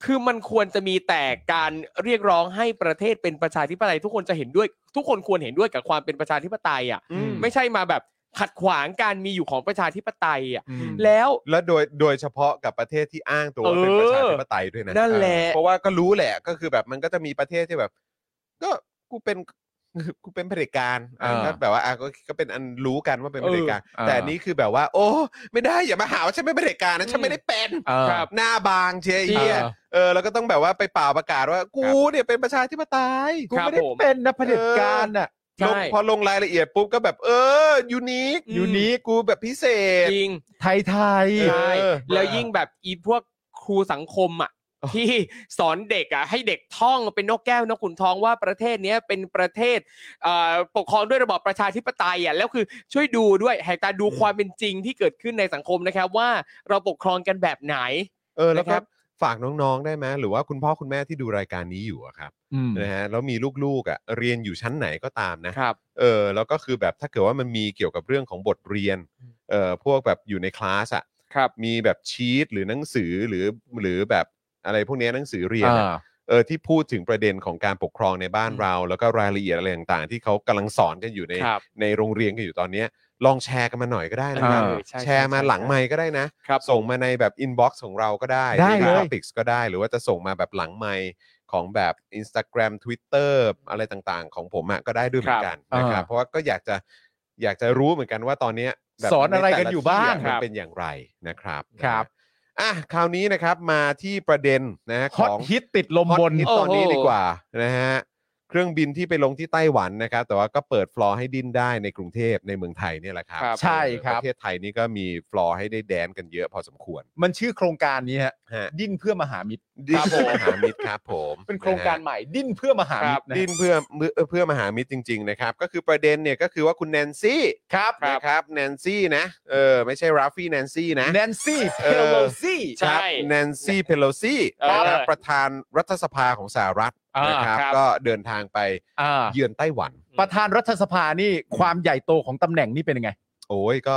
Speaker 4: คือมันควรจะมีแต่การเรียกร้องให้ประเทศเป็นประชาธิปไตย ทุกคนจะเห็นด้วย ทุกคนควรเห็นด้วยกับความเป็นประชาธิปไตยอ่ะ
Speaker 2: อืม
Speaker 4: ไม่ใช่มาแบบขัดขวางการมีอยู่ของประชาธิปไตยอ่ะ
Speaker 3: อืม
Speaker 4: แล้ว
Speaker 2: แล้วโดยโดยเฉพาะกับประเทศที่อ้างตัวว่าเป็น
Speaker 4: เออ
Speaker 2: ประชาธิปไตยด้วยนะ
Speaker 4: นั่นแหละ
Speaker 2: เพราะว่าก็รู้แหละก็คือแบบมันก็จะมีประเทศที่แบบ ก็กูเป็น กูเป็นเผด็จการอ่ะ
Speaker 3: อ่า
Speaker 2: ก็แบบว่าอ่ะก็ก็เป็นอันรู้กันว่าเป็นเผด็จการ
Speaker 3: เออ
Speaker 2: แต่อันนี้คือแบบว่า โอ้ไม่ได้อย่ามาหาว่าฉันเป็นเผด็จการนะฉันไม่ได้เป็น
Speaker 4: ครับ
Speaker 2: หน้าบางเชียร์ไอ้
Speaker 3: เอ
Speaker 2: เหี้ย
Speaker 3: อ
Speaker 2: เออแล้วก็ต้องแบบว่าไปเป่าประกาศว่ากูเนี่ยเป็นประชาธิปไตย
Speaker 3: กู
Speaker 4: ครับ
Speaker 3: ไม่ได้
Speaker 4: ผม
Speaker 3: เป็นนะเผด็จการน่ะ
Speaker 2: ล
Speaker 4: ใช่
Speaker 2: งพอลงรายละเอียดปุ๊บก็แบบ เออ ยูนิค
Speaker 4: อืม
Speaker 2: ยูนิค กูแบบพิเศษ
Speaker 4: จริง
Speaker 3: ไทยไทยๆ
Speaker 2: เออ
Speaker 4: ใช่แล้วยิ่งแบบอีพวกครูสังคมอ่ะที่สอนเด็กอ่ะให้เด็กท่องเป็นนกแก้วนกขุนทองว่าประเทศเนี้ยเป็นประเทศเอ่อปกครองด้วยระบอบประชาธิปไตยอ่ะแล้วคือช่วยดูด้วยแหกตาดูความเป็นจริงที่เกิดขึ้นในสังคมนะครับ ว่าเราปกครองกันแบบไหน
Speaker 2: เออ แล้ว
Speaker 4: นะค
Speaker 2: ก็
Speaker 4: รับ
Speaker 2: ฝากน้อง ๆ ได้ไหมหรือว่าคุณพ่อคุณแม่ที่ดูรายการนี้อยู่อะครับนะฮะ แล้วมีลูก ๆ อ่ะ เรียนอยู่ชั้นไหนก็ตามนะ
Speaker 4: ครับ
Speaker 2: เออ แล้วก็คือแบบถ้าเกิดว่ามันมีเกี่ยวกับเรื่องของบทเรียน เอ่อ พวกแบบอยู่ในคลาสอ่ะ
Speaker 4: ครับ
Speaker 2: มีแบบชีตหรือหนังสือหรือหรือแบบอะไรพวกเนี้ยหนังสือเรียนอะ เออที่พูดถึงประเด็นของการปกครองในบ้าน
Speaker 4: อืม
Speaker 2: เรา แล้วก็รายละเอียดอะไรต่างๆ ที่เขากำลังสอนกันอยู่ใน
Speaker 4: ครับ
Speaker 2: ในโรงเรียนกันอยู่ตอนเนี้ยลองแชร์กันมาหน่อยก็ได้นะครับ
Speaker 3: เออ
Speaker 4: ใช่
Speaker 2: แชร์มา
Speaker 4: ใช่ใช่
Speaker 2: หลังไมค์ก็ได้นะ
Speaker 4: ครับ
Speaker 2: ส่งมาในแบบอินบ็อกซ์ของเราก็ได้
Speaker 3: ได้เลย
Speaker 2: ติกก็ได้ หรือว่าจะส่งมาแบบหลังไมค์ ของแบบ Instagram Twitter อะไรต่างๆ ของผมอะก็ได้ด้วยเหมือนกันนะครับ
Speaker 3: อ่า
Speaker 2: เพราะว่าก็อยากจะอยากจะรู้เหมือนกันว่าตอนเนี้ยแบบ
Speaker 3: สอนอะไร
Speaker 2: ใแต่ล
Speaker 3: กันอยู่บ้าง
Speaker 2: ที่ะมันเป็นอย่างไรนะครับ
Speaker 3: ครับ
Speaker 2: นะฮะอ่ะคราวนี้นะครับมาที่ประเด็นนะฮะ
Speaker 3: ฮอ
Speaker 2: ข
Speaker 3: ต
Speaker 2: อง
Speaker 3: ฮิตติดลม
Speaker 2: ฮอต
Speaker 3: บน
Speaker 2: ฮิต
Speaker 4: โอ้โห
Speaker 2: ตอนนี้ดีกว่านะฮะเครื่องบินที่ไปลงที่ไต้หวันนะครับ แต่ว่าก็เปิดฟลอร์ให้ดิ้นได้ในกรุงเทพในเมืองไทยเนี่ยแหละครับ
Speaker 4: ครับ
Speaker 3: ใช่ครับ
Speaker 2: ประเทศไทยนี่ก็มีฟลอร์ให้ได้แดนกันเยอะพอสมควร
Speaker 3: มันชื่อโครงการนี้ฮะ
Speaker 2: ฮะ
Speaker 3: ดิ้นเพื่อมหามิตร
Speaker 2: ดิ้
Speaker 4: คนรับผม
Speaker 2: เพื่อมหามิตรครับผม
Speaker 3: เป็นโครงการ
Speaker 2: นะฮ
Speaker 3: ใหม่ดิ้นเพื่อมหามิตระ นะ
Speaker 2: ดิ้นเพื่อเพื่อเพื่อมหามิตรจริง ๆ นะครับ ก็คือประเด็นเนี่ยก็คือว่าคุณแนนซี่
Speaker 3: ครับ
Speaker 2: นะครับแนนซี่นะเออไม่ใช่ราฟฟี่แนนซี่นะ
Speaker 3: แนนซี่
Speaker 2: เอ
Speaker 3: เพ
Speaker 2: อ
Speaker 3: โลซี่
Speaker 4: ใช่
Speaker 2: แนนซี่เพโลซี่นะครับ
Speaker 4: เออ
Speaker 2: ประธานรัฐสภาของสหรัฐ
Speaker 3: อ่าน
Speaker 2: นะครับ
Speaker 4: ครับ
Speaker 2: ก็เดินทางไป
Speaker 3: อ่า
Speaker 2: เยือนไต้หวัน
Speaker 3: ประธานรัฐสภานี่ความใหญ่โตของตำแหน่งนี่เป็นยังไง
Speaker 2: โอ้ยก็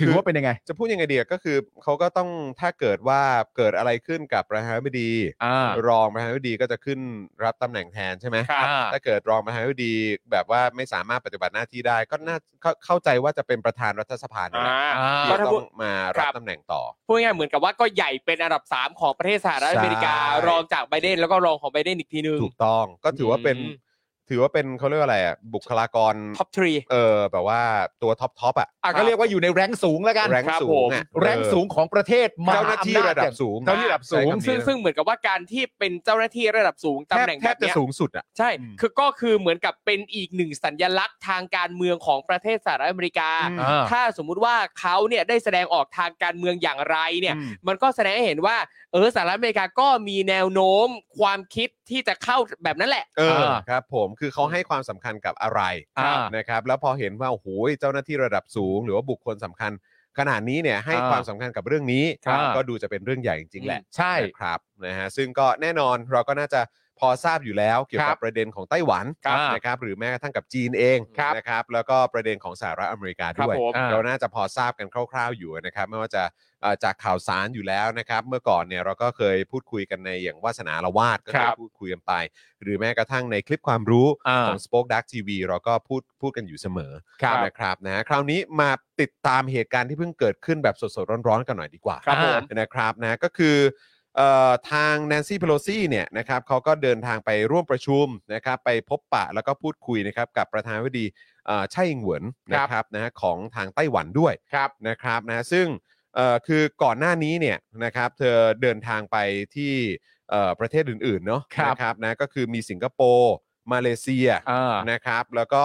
Speaker 3: ถือว่า
Speaker 2: คื
Speaker 3: เป็นยังไง
Speaker 2: จะพูดยังไงเดียก็คือเขาก็ต้องถ้าเกิดว่าเกิดอะไรขึ้นกับประธานาธิบดี
Speaker 3: อ่าร
Speaker 2: องประธานาธิบดีก็จะขึ้นรับตำแหน่งแทนใช่ไหม
Speaker 3: อ่า
Speaker 2: ถ้าเกิดรองประธานาธิบดีแบบว่าไม่สามารถปฏิบัติหน้าที่ได้ ก็น่าเข้าเข้าใจว่าจะเป็นประธานรัฐสภาเนี่ยแหละ
Speaker 4: อ่า
Speaker 3: อ่า
Speaker 2: ที่
Speaker 4: ก็ถ้า
Speaker 2: ต้
Speaker 4: พู
Speaker 2: อ
Speaker 4: ด
Speaker 2: งมารับ
Speaker 4: ครับ
Speaker 2: ตำแหน่งต่อ
Speaker 4: พูดง่ายๆเหมือนกับว่าก็ใหญ่เป็นอันดับ 3 ของประเทศสหรัฐ
Speaker 2: ใช่
Speaker 4: อเมริการองจากไบเดนแล้วก็รองของไบเดนอีกทีนึง
Speaker 2: ถูกต้องก็ถือว่าเป็น
Speaker 4: อืม
Speaker 2: ถือว่าเป็นเขาเรียกว่าอะไรอ่ะบุคลากร
Speaker 4: ท็อปทรี
Speaker 2: เออแบบว่าตัวท็อปท็อปอ่ะ
Speaker 3: อ่ะก็เรียกว่าอยู่ในแรงสูงแล้วกัน
Speaker 2: แรง
Speaker 4: ครับ
Speaker 2: สู
Speaker 4: ผ
Speaker 2: ง
Speaker 4: ม
Speaker 2: อะ
Speaker 3: แรงสูงของประเทศมห
Speaker 2: เจ้าหน้าที่
Speaker 3: อำจ
Speaker 2: ระดับสูง
Speaker 3: เจ้าหน้าที่ระดับสูง
Speaker 2: ใช้คำนี้
Speaker 4: ซึ่งซึ่งเหมือนกับว่าการที่เป็นเจ้าหน้าที่ระดับสูงตำแหน่ง
Speaker 2: ท
Speaker 4: แบ
Speaker 2: บ
Speaker 4: บ
Speaker 2: จะ
Speaker 4: เนี้ย
Speaker 2: สูงสุดอ่ะ
Speaker 4: ใช่
Speaker 2: อืม
Speaker 4: คือก็คือเหมือนกับเป็นอีกหนึ่งสัญลักษณ์ทางการเมืองของประเทศสหรัฐอเมริกา
Speaker 3: อ่า
Speaker 4: ถ้าสมมุติว่าเขาเนี่ยได้แสดงออกทางการเมืองอย่างไรเนี่ย
Speaker 2: อืม
Speaker 4: มันก็แสดงให้เห็นว่าเออสหรัฐอเมริกาก็มีแนวโน้มความคิดที่จะเข้าแบบนั้นแหละ
Speaker 2: เออ
Speaker 3: อ่า
Speaker 2: ครับผมคือเขาให้ความสำคัญกับอะไร
Speaker 3: อ่าน
Speaker 2: นะครับแล้วพอเห็นว่าโอ้โหเจ้าหน้าที่ระดับสูง หรือว่าบุคคลสำคัญ ขนาดนี้เนี่ยให้ความสำคัญกับเรื่องนี้
Speaker 3: ครับ
Speaker 2: ก็ดูจะเป็นเรื่องใหญ่จริงๆแหละ
Speaker 3: ใช่
Speaker 2: นะครับนะฮะซึ่งก็แน่นอนเราก็น่าจะพอทราบอยู่แล้วเกี่ยว
Speaker 3: ครั
Speaker 2: กับบ ประเด็นของไต้หวัน
Speaker 3: ครับ
Speaker 2: นะครับหรือแม้กระทั่งกับจีนเอง
Speaker 3: ครับ
Speaker 2: นะครับแล้วก็ประเด็นของสหรัฐอเมริกา
Speaker 4: ครับ
Speaker 2: ด้วย
Speaker 4: ผม
Speaker 3: อ่า
Speaker 2: เราน่าจะพอทราบกันคร่าว ๆอยู่นะครับไม่ว่าจะเอ่อจากข่าวสารอยู่แล้วนะครับ เมื่อก่อนเนี่ยเราก็เคยพูดคุยกันในอย่างวาสนาละวาดก็เค
Speaker 4: ครั
Speaker 2: ย
Speaker 4: บ
Speaker 2: พูดคุยกันไป หรือแม้กระทั่งในคลิปความรู้
Speaker 3: อ่า
Speaker 2: ของ Spoke Dark TV เราก็พูดพูดกันอยู่เสมอ
Speaker 3: ครับ
Speaker 2: นะครับนะฮะคราวนี้มาติดตามเหตุการณ์ที่เพิ่งเกิดขึ้นแบบสดๆ ร้อนๆ กันหน่อยดีกว่า
Speaker 4: ครับผม
Speaker 2: นะครับนะก็คือเอ่อทางแนนซี่เพโลซีเนี่ยนะครับเขาก็เดินทางไปร่วมประชุมนะครับไปพบปะแล้วก็พูดคุยนะครับกับประธานาธิบดีเอ่อไช่อิงเหวินนะครับนะฮะของทางไต้หวันด้วย
Speaker 3: ครับ
Speaker 2: นะครับนะฮะซึ่งเอ่อคือก่อนหน้านี้เนี่ยนะครับเธอเดินทางไปที่ เอ่อประเทศอื่น ๆ เนาะ
Speaker 3: ครับ
Speaker 2: นะครับนะก็คือมีสิงคโปร์มาเลเซีย
Speaker 3: อ่า
Speaker 2: นะครับ แล้วก็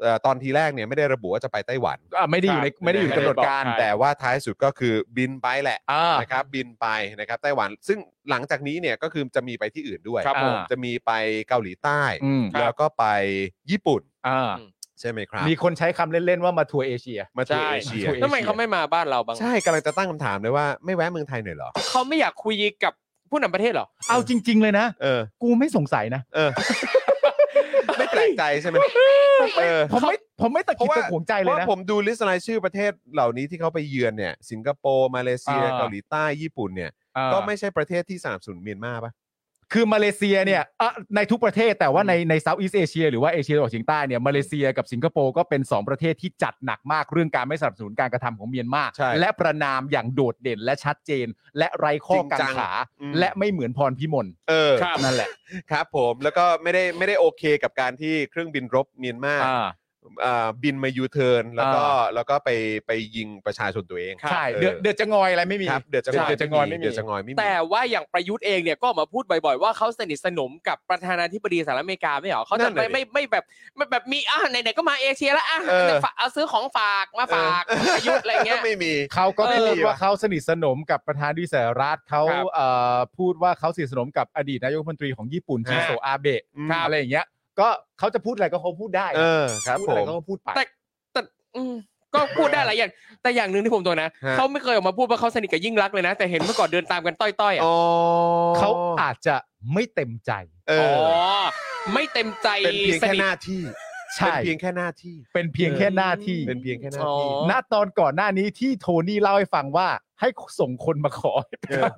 Speaker 2: เอ่อตอนทีแรกเนี่ยไม่ได้ระบุว่าจะไปไต้หวัน
Speaker 3: อ่าไม่ได้อยู่ใน
Speaker 2: ครับ
Speaker 3: ไม่ได้อยู่ในกำหนดการ
Speaker 4: ไม่ได้บอกใคร
Speaker 2: แต่ว่าท้ายสุดก็คือบินไปแหละ
Speaker 3: อ่า
Speaker 2: นะครับบินไปนะครับไต้หวัน ซึ่งหลังจากนี้เนี่ยก็คือจะมีไปที่อื่นด้วย
Speaker 3: ครับผม
Speaker 2: จะมีไปเกาหลีใต้
Speaker 3: อืม
Speaker 2: แล้วก็ไปญี่ปุ่น
Speaker 3: อ่า
Speaker 2: ใช่ไหมครับ
Speaker 3: มีคนใช้คำเล่น ๆ ว่ามาทัวร์เอเชีย
Speaker 2: มาทัวร์
Speaker 4: ใช่
Speaker 2: เอเชีย
Speaker 3: มาทัวร์อชีย
Speaker 4: ทำไมเขาไม่มาบ้านเราบ้าง
Speaker 2: ใช่กำลังจะตั้งคำถามเลยว่าไม่แวะเมืองไทยหน่อยเหรอ
Speaker 4: เขาไม่อยากคุยกับผู้นำประเทศเหรอ
Speaker 3: เอาจริง ๆ เลยนะ
Speaker 2: เออ
Speaker 3: กูไม่สงสัยนะ
Speaker 2: เออ ไม่แปลกใจใช่ไหมเออ
Speaker 3: ผมไม่ผมไม่ตะ
Speaker 2: เพ
Speaker 3: กิด
Speaker 2: ราะว่า
Speaker 3: ตะขวงใจ
Speaker 2: เพ
Speaker 3: เลย
Speaker 2: ราะ
Speaker 3: นะ
Speaker 2: ว่าผมดูลิสต์รายชื่อประเทศเหล่านี้ที่เขาไปเยือนเนี่ย สิงคโปร์มาเลเซีย
Speaker 3: อ่า
Speaker 2: เกาหลีใต้ญี่ปุ่นเนี่ย
Speaker 3: อ่า
Speaker 2: ก็ไม่ใช่ประเทศที่สนับสนุนเมียนมาปะ
Speaker 3: คือมาเลเซียเนี่ยอ่ะในทุกประเทศแต่ว่าในในเซาท์อีสเอเชียหรือว่าเอเชียตะวันออกเฉียงใต้เนี่ยมาเลเซียกับสิงคโปร์ก็เป็น 2 ประเทศที่จัดหนักมากเรื่องการไม่สนับสนุนการกระทำของเมียนมา
Speaker 2: ใช่
Speaker 3: และประนามอย่างโดดเด่นและชัดเจน และไร้ข้อกัง
Speaker 2: จริงจัง
Speaker 3: ขา
Speaker 2: อืม
Speaker 3: และไม่เหมือนพรพิมล
Speaker 2: เออ
Speaker 4: ครับ
Speaker 3: นั่นแหละ
Speaker 2: ครับผมแล้วก็ไม่ได้ไม่ได้โอเคกับการที่เครื่องบินรบเมียนมา
Speaker 3: อ่า
Speaker 2: เอ่อบินมายูเทิร์นแล้วก็
Speaker 3: อ่า
Speaker 2: แล้วก็ไปไปยิงประชาชนตัวเอง
Speaker 3: ใช่
Speaker 2: ออ
Speaker 3: เดือดเดือดจะงอยอะไรไม่มี
Speaker 2: ครับเดือดจะงอย
Speaker 3: เดือดจะงอยไม่มี
Speaker 2: เดือดจะงอยไม่มี
Speaker 4: แต่ว่าอย่างประยุทธ์เองเนี่ยก็ออกมาพูดบ่อยๆ ว่าเขาสนิทสนมกับประธานาธิบดีสหรัฐอเมริกาไม่เหรอเขาจะไม่ไม่ไม่แบบไม่แบบมีอ่ะไหนๆก็มาเอเชียแล้วอ่ะฝากเอาซื้อของฝากมาฝากประยุทธ์อะไรเงี้ย
Speaker 2: ไม่มี
Speaker 3: เขาก็
Speaker 2: เออ
Speaker 3: พูด
Speaker 2: ดีว่ะ
Speaker 3: ว่าเขาสนิทสนมกับประธานดิสารัฐเขา
Speaker 4: ครับ
Speaker 3: เอ่อพูดว่าเขาสนิทสนมกับอดีตนายกรัฐมนตรีของญี่ปุ่น
Speaker 2: ฮะ
Speaker 3: ชินโซอาเบะ
Speaker 2: อืม
Speaker 3: อะไรอย่างเงี้ย ก็เขาจะพูดอะไรก็เขาพูดได้
Speaker 2: เออครับ
Speaker 3: พูด
Speaker 2: ผ
Speaker 3: อะไร
Speaker 2: ม
Speaker 3: ก็เขาพูดไป
Speaker 4: แต่ แต่อืมก็พูดได้หลายอย่างแต่อย่างหนึ่งที่ผมตัวนะ
Speaker 2: ฮะ
Speaker 4: เขาไม่เคยออกมาพูดว่าเขาสนิทกับยิ่งรักษณ์เลยนะ แต่เห็นเมื่อก่อนเดินตามกันต้อยๆอ่ะ
Speaker 2: อ๋อ
Speaker 3: เขาอาจจะไม่เต็มใจ
Speaker 2: เอ
Speaker 4: อ๋อ
Speaker 2: อ
Speaker 4: ไม่เต็มใจ
Speaker 2: เป็นเพียง
Speaker 4: ส
Speaker 2: แค่
Speaker 4: นิ
Speaker 2: ห
Speaker 4: ท
Speaker 2: น้าที่
Speaker 3: ใช่
Speaker 2: เป็นเพียงแค่หน้าที่
Speaker 3: เป็นเพียงแค่หน้าที่
Speaker 2: เป็นเพียงแค่หน้าที่
Speaker 4: อ๋อ
Speaker 3: ณตอนก่อนหน้านี้ที่โทนี่เล่าให้ฟังว่าให้ส่งคนมาขอให้ไป
Speaker 2: เออ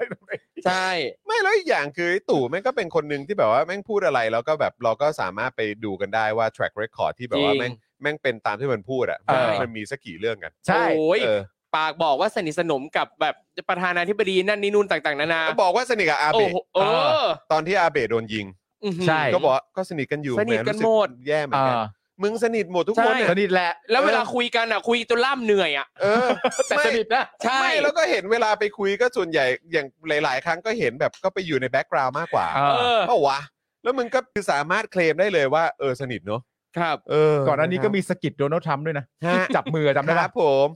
Speaker 4: ใช่
Speaker 2: ไม่แล้วอีกอย่างคือไอ้ตู่แม่งก็เป็นคนหนึ่งที่แบบว่าแม่งพูดอะไรแล้วก็แบบเราก็สามารถไปดูกันได้ว่า track record ที่แบบว่า
Speaker 4: จริง
Speaker 2: แม่งแม่งเป็นตามที่มันพูดอ่ะ
Speaker 4: ใช่
Speaker 2: มันมีสักกี่เรื่องกัน
Speaker 3: ใช่
Speaker 4: โอ้ย
Speaker 2: เออ
Speaker 4: ปากบอกว่าสนิทสนมกับแบบประธานาธิบดีนั่นนี่นู่นต่างๆนานา
Speaker 2: บอกว่าสนิทกับอา
Speaker 4: โอ้
Speaker 2: เบะ
Speaker 4: โหเออ
Speaker 2: ตอนที่อาเบะโดนยิง
Speaker 4: อื้อหือ
Speaker 3: ใช่
Speaker 2: ก็บอกว่าก็สนิทกันอยู่
Speaker 4: สนิทกัน
Speaker 2: แรู้สึ
Speaker 4: หมด
Speaker 2: แย่เหมือน
Speaker 3: อ่า
Speaker 2: กันมึงสนิทหมดทุกคน
Speaker 4: ใช่
Speaker 2: เนี่ย
Speaker 3: สนิทแหละ
Speaker 4: แล้วเวลาคุยกันอ่ะ คุยจนล่ามเหนื่อยอ่ะ
Speaker 2: เออ
Speaker 3: แต่สนิทนะ
Speaker 4: ใช่
Speaker 2: ไม่แล้วก็เห็นเวลาไปคุยก็ส่วนใหญ่อย่างหลาย ๆ ครั้งก็เห็นแบบก็ไปอยู่ในแบ็กกราวด์มากกว่า
Speaker 3: เอ
Speaker 4: เออ
Speaker 2: เพราะวะแล้วมึงก็คือสามารถเคลมได้เลยว่าเออสนิทเนาะ
Speaker 4: ครับ
Speaker 2: เออ
Speaker 3: ก่อนอันนี้ก็มีสกิดโดนัลด์ทรัมป์ด้วยนะ
Speaker 2: นะ
Speaker 3: จับมือจำได้
Speaker 2: ค
Speaker 3: ปะ
Speaker 2: รับผม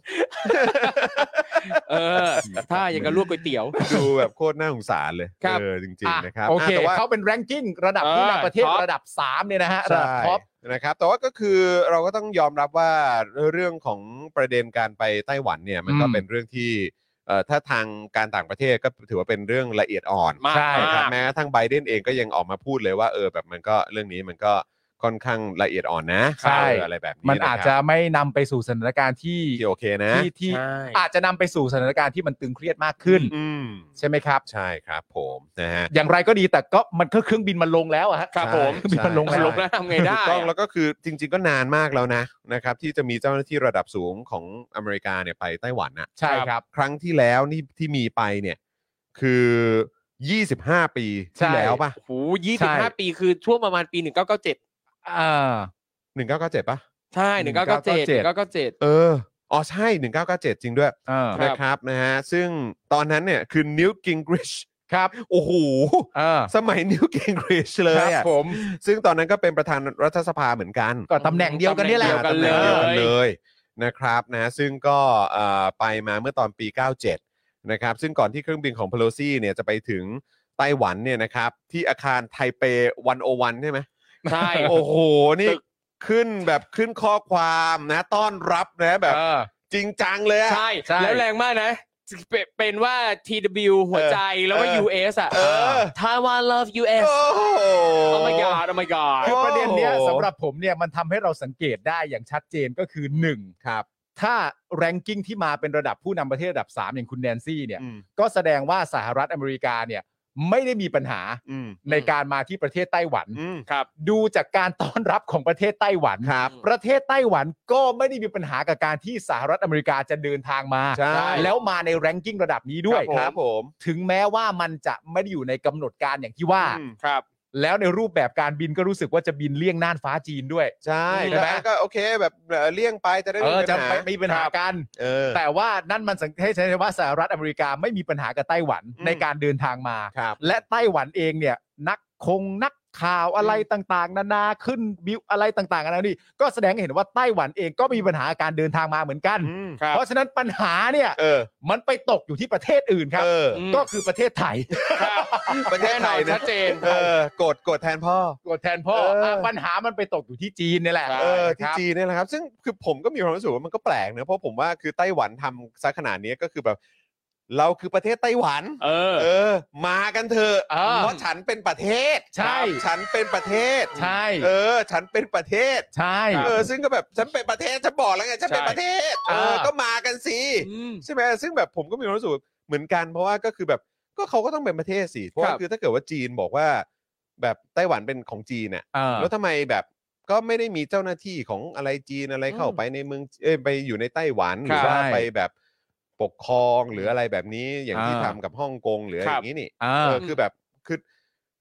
Speaker 4: เออ ถ้าอย่างกับลวกก๋วยเตี๋ยว
Speaker 2: ดูแบบโคตรน่าสงสารเลย
Speaker 4: ครับ
Speaker 2: เออจริง
Speaker 3: อ่ะ
Speaker 2: ๆ นะครับ
Speaker 3: โอเค
Speaker 2: อ่ะแต่ว่า
Speaker 3: เขาเป็นแรงกิ้งระดับ
Speaker 4: เออ
Speaker 3: ผู้นำประเทศ
Speaker 4: ท็อป
Speaker 3: ระดับ3เนี่ยนะฮะระ
Speaker 2: ใช่
Speaker 3: ดับท็อป
Speaker 2: นะครับแต่ว่าก็คือเราก็ต้องยอมรับว่าเรื่องของประเด็นการไปไต้หวันเนี่ยมันก็
Speaker 3: อืม
Speaker 2: เป็นเรื่องที่เอ่อถ้าทางการต่างประเทศก็ถือว่าเป็นเรื่องละเอียดอ่อน
Speaker 4: มาก
Speaker 3: ใช่
Speaker 2: นะครับ
Speaker 4: มาก
Speaker 2: แม้กระทั้งไบเดนเองก็ยังออกมาพูดเลยว่าเออแบบมันก็เรื่องนี้มันก็ค่อนข้างละเอียดอ่อนนะ
Speaker 3: ใช่
Speaker 2: เอออะไรแบบนี้
Speaker 3: มัน
Speaker 2: ครับ
Speaker 3: อาจจะไม่นำไปสู่สถานการณ์ที่
Speaker 2: ที่โอเคนะ
Speaker 3: ที่ที่
Speaker 4: ใช่
Speaker 3: อาจจะนำไปสู่สถานการณ์ที่มันตึงเครียดมากขึ้น
Speaker 2: อืม
Speaker 3: ใช่ไหมครับ
Speaker 2: ใช่ครับผมนะฮะ
Speaker 3: อย่างไรก็ดีแต่ก็มันก็เครื่องบินมันลงแล้วอะฮะ
Speaker 2: ครับ
Speaker 3: ใช่
Speaker 2: ผม
Speaker 3: เครื่องบินมันลง
Speaker 2: ใช่
Speaker 3: แล้ว
Speaker 4: ลงแล้วทำไงได้
Speaker 2: ถูกต้องแล้วก็คือจริง ๆ ก็นานมากแล้วนะนะครับที่จะมีเจ้าหน้าที่ระดับสูงของอเมริกาเนี่ยไปไต้หวันน่ะ
Speaker 3: ใช่ครับ
Speaker 2: ครั้งที่แล้วนี่ที่มีไปเนี่ยคือ 25 ปี
Speaker 3: ใช่
Speaker 2: ที่แล้วป่ะ
Speaker 4: โอ้โหยี่สิบห้าปีคือช่วงประมาณปีหนึ่งเก้าเก้าเจ็ด
Speaker 3: อ่า
Speaker 2: 1997 ป่ะ
Speaker 4: ใช่หนึ่งเก้าเก้าเจ็ดเก้าเก้าเจ็ด
Speaker 2: เออ อ๋อ ใช่ 1997 จริงด้วย
Speaker 3: อ่า
Speaker 4: ครับ
Speaker 2: นะครับนะฮะซึ่งตอนนั้นเนี่ยคือนิวกิงกริช
Speaker 3: ครับ
Speaker 2: โอ้โห
Speaker 3: อ่า
Speaker 2: สมัยนิวกิงกริชเลย
Speaker 3: ครับ
Speaker 2: อะ
Speaker 3: ผม
Speaker 2: ซึ่งตอนนั้นก็เป็นประธานรัฐสภาเหมือนกัน
Speaker 3: ก็ตำแหน่งเดียวกันเนี่ยแหละ
Speaker 4: ตำแหน่งเดียว
Speaker 2: ตำแหน่งดีวกั
Speaker 4: กันเลย
Speaker 2: นเลยนะครับนะซึ่งก็เอ่อไปมาเมื่อตอนปี 97 นะครับ ซึ่งก่อนที่เครื่องบินของ Pelosi เนี่ยจะไปถึงไต้หวันเนี่ยนะครับ ที่อาคารไทเป 101 ใช่ไหม
Speaker 4: ใช่
Speaker 2: โอ้โห นี่
Speaker 4: ตึก
Speaker 2: ขึ้นแบบขึ้นข้อความนะต้อนรับนะแบบ
Speaker 3: เออ
Speaker 2: จริงจังเลยอะ
Speaker 4: ใช่
Speaker 3: ใช่
Speaker 4: แล้วแรงมากนะ เป็นเป็นว่า TW หัวใจแล้วก็
Speaker 2: เออ
Speaker 4: US อ่ะ
Speaker 2: เออ
Speaker 4: Taiwan love US
Speaker 2: โอ้โห
Speaker 4: โอ้ my god โอ้ my god
Speaker 3: คือประเด็นเนี้ย
Speaker 2: โอ้โห
Speaker 3: สำหรับผมเนี่ยมันทำให้เราสังเกตได้อย่างชัดเจนก็คือ 1
Speaker 2: ครับ
Speaker 3: ถ้าแรงกิ้งที่มาเป็นระดับผู้นำประเทศระดับ 3 อย่างคุณแนนซี่เนี่ย
Speaker 2: อืม
Speaker 3: ก็แสดงว่าสหรัฐอเมริกาเนี่ยไม่ได้มีปัญหา
Speaker 2: อืม
Speaker 3: ในการมาที่ประเทศไต้หวัน
Speaker 2: อืม
Speaker 4: ครับ
Speaker 3: ดูจากการต้อนรับของประเทศไต้หวัน
Speaker 2: ครับ
Speaker 3: ประเทศไต้หวันก็ไม่ได้มีปัญหากับการที่สหรัฐอเมริกาจะเดินทางมา
Speaker 2: ใช่
Speaker 3: แล้วมาในแรงกิ้งระดับนี้ด้วย
Speaker 2: ครับผม
Speaker 3: ถึงแม้ว่ามันจะไม่ได้อยู่ในกำหนดการอย่างที่ว่า
Speaker 2: อืม
Speaker 4: ครับ
Speaker 3: แล้วในรูปแบบการบินก็รู้สึกว่าจะบินเลี่ยงน่านฟ้าจีนด้วย
Speaker 2: ใช่
Speaker 3: ใช่ไหม
Speaker 2: ก็โอเคแบบเอ่อเลี่ยงไปจะได้
Speaker 3: เอ
Speaker 2: ไม่
Speaker 3: อ
Speaker 2: มี
Speaker 3: จะ
Speaker 2: ปัญหา
Speaker 3: ไปไม่มีปัญหากัน
Speaker 2: เออ
Speaker 3: แต่ว่านั่นมันสังเกตให้ใช้ว่าสหรัฐอเมริกาไม่มีปัญหากับไต้หวัน
Speaker 2: อืม
Speaker 3: ในการเดินทางมา
Speaker 2: ครับ
Speaker 3: และไต้หวันเองเนี่ยนักคงนักข่าวอะไรต่างๆ นานาขึ้นบิวอะไรต่างๆนานานี่ก็แสดงให้เห็นว่าไต้หวันเองก็มีปัญหากับการเดินทางมาเหมือนกัน
Speaker 2: อืม
Speaker 4: ครับ
Speaker 3: เพราะฉะนั้นปัญหาเนี่ย
Speaker 2: เออ
Speaker 3: มันไปตกอยู่ที่ประเทศอื่นครับ
Speaker 2: เออ
Speaker 4: อืม
Speaker 3: ก็คือประเทศไทย
Speaker 4: ครับ
Speaker 2: ประเทศ
Speaker 4: แน่
Speaker 2: ไท
Speaker 4: นอน
Speaker 2: ยนะ
Speaker 4: ชัดเจน
Speaker 2: เออกดกดแทนพ่อ
Speaker 3: กดแทนพ่อ
Speaker 2: เอออ่
Speaker 3: ะปัญหามันไปตกอยู่ที่จีนเนี่ยแหละ
Speaker 4: ใช่
Speaker 2: เออ
Speaker 3: ค
Speaker 2: ที่
Speaker 3: รับ
Speaker 2: จีนเนี่ยแหละครับ ซึ่งคือผมก็มีความรู้สึกว่ามันก็แปลกนะเพราะผมว่าคือไต้หวันทำซะขนาดนี้ก็คือแบบ เราคือประเทศไต้หวัน
Speaker 4: เออ
Speaker 2: เออ มากันเถอะ
Speaker 3: เออ
Speaker 2: เพราะฉันเป็นประเทศ
Speaker 3: ใช่
Speaker 2: ครับฉันเป็นประเทศ
Speaker 3: ใช่
Speaker 2: เออ ฉันเป็นประเทศ
Speaker 3: ใช่
Speaker 2: เออซึ่งก็แบบฉันเป็นประเทศฉันบอกแล้วไงฉันเป็น
Speaker 4: ใช่
Speaker 2: ประเทศเออ
Speaker 3: เออ
Speaker 2: ก็มากันสิ
Speaker 4: อืม
Speaker 2: ใช่ไหมซึ่งแบบผมก็มีความรู้สึกเหมือนกัน เพราะว่าก็คือแบบก็เขาก็ต้องเป็นประเทศสิเพราะว่า
Speaker 4: ครับ
Speaker 2: คือถ้าเกิดว่าจีนบอกว่า แบบไต้หวันเป็นของจีนเนี่ย
Speaker 3: เออ
Speaker 2: แล้วทำไมแบบก็ไม่ได้มีเจ้าหน้าที่ของอะไรจีนอะไรเข้าไปในเมืองเอ้ยไปอยู่ในไต้หวันห
Speaker 4: ครั
Speaker 2: รือ
Speaker 4: บ
Speaker 2: ว่าไปแบบปกครองหรืออะไรแบบนี้อย่างที่
Speaker 3: อ่า
Speaker 2: ทำกับฮ่องกงหรืออะไรอ
Speaker 4: ครับ
Speaker 2: ย่างนี้นี่
Speaker 3: เอ
Speaker 2: เออ
Speaker 3: อ
Speaker 2: คือแบบคือ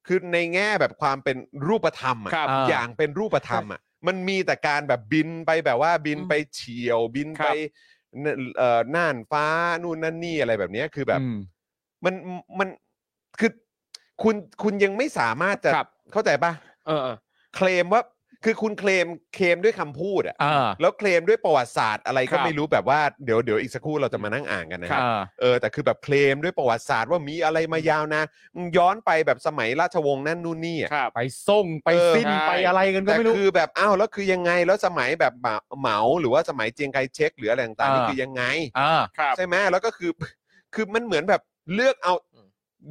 Speaker 2: คือในแง่แบบความเป็นรูปธรรมอ่ะ
Speaker 4: ครับ
Speaker 3: อ่า
Speaker 2: อย่างเป็นรูปธรรมอ่ะมันมีแต่การแบบบินไปแบบว่าบิน
Speaker 4: อืม
Speaker 2: ไปเฉียว บิน
Speaker 4: ครับ
Speaker 2: ไปเนเอ่อน่านฟ้านู่นนั่นนี่อะไรแบบเนี้ยคือแบบ
Speaker 3: อืม
Speaker 2: มันมันคือคุณคุณยังไม่สามารถจะ
Speaker 4: ครับ
Speaker 2: เข้าใจปะ
Speaker 4: เออ
Speaker 2: เคลมว่าคือคุณเคลมเคลมด้วยคำพูดอะ
Speaker 3: อ่า
Speaker 2: แล้วเคลมด้วยประวัติศาสตร์อะไร
Speaker 4: ครั
Speaker 2: ก็
Speaker 4: บ
Speaker 2: ไม่รู้แบบว่าเดี๋ยวเดี๋ยวอีกสักครู่เราจะมานั่งอ่านกันนะค
Speaker 3: ค
Speaker 2: รั
Speaker 3: รั
Speaker 2: บบ เออแต่คือแบบเคลมด้วยประวัติศาสตร์ว่ามีอะไรมายาวนานมึงย้อนไปแบบสมัยราชวงศ์นั่นนู่นนี่อะ
Speaker 4: ครับ
Speaker 3: ไปส่งไป
Speaker 2: เออ
Speaker 3: สิ้น
Speaker 4: ใช่
Speaker 3: ไปอะไรกันก็
Speaker 2: แต่
Speaker 3: ไม่รู้
Speaker 2: คือแบบอ้าวแล้วคือยังไงแล้วสมัยแบบเหมาเหมาหรือว่าสมัยเจียงไคเช็กหรืออะไรต่างๆนี่
Speaker 3: อ่า
Speaker 2: คือยังไง
Speaker 3: อ่า
Speaker 4: ครับ
Speaker 2: ใช่ไหมแล้วก็คือ คือมันเหมือนแบบเลือกเอา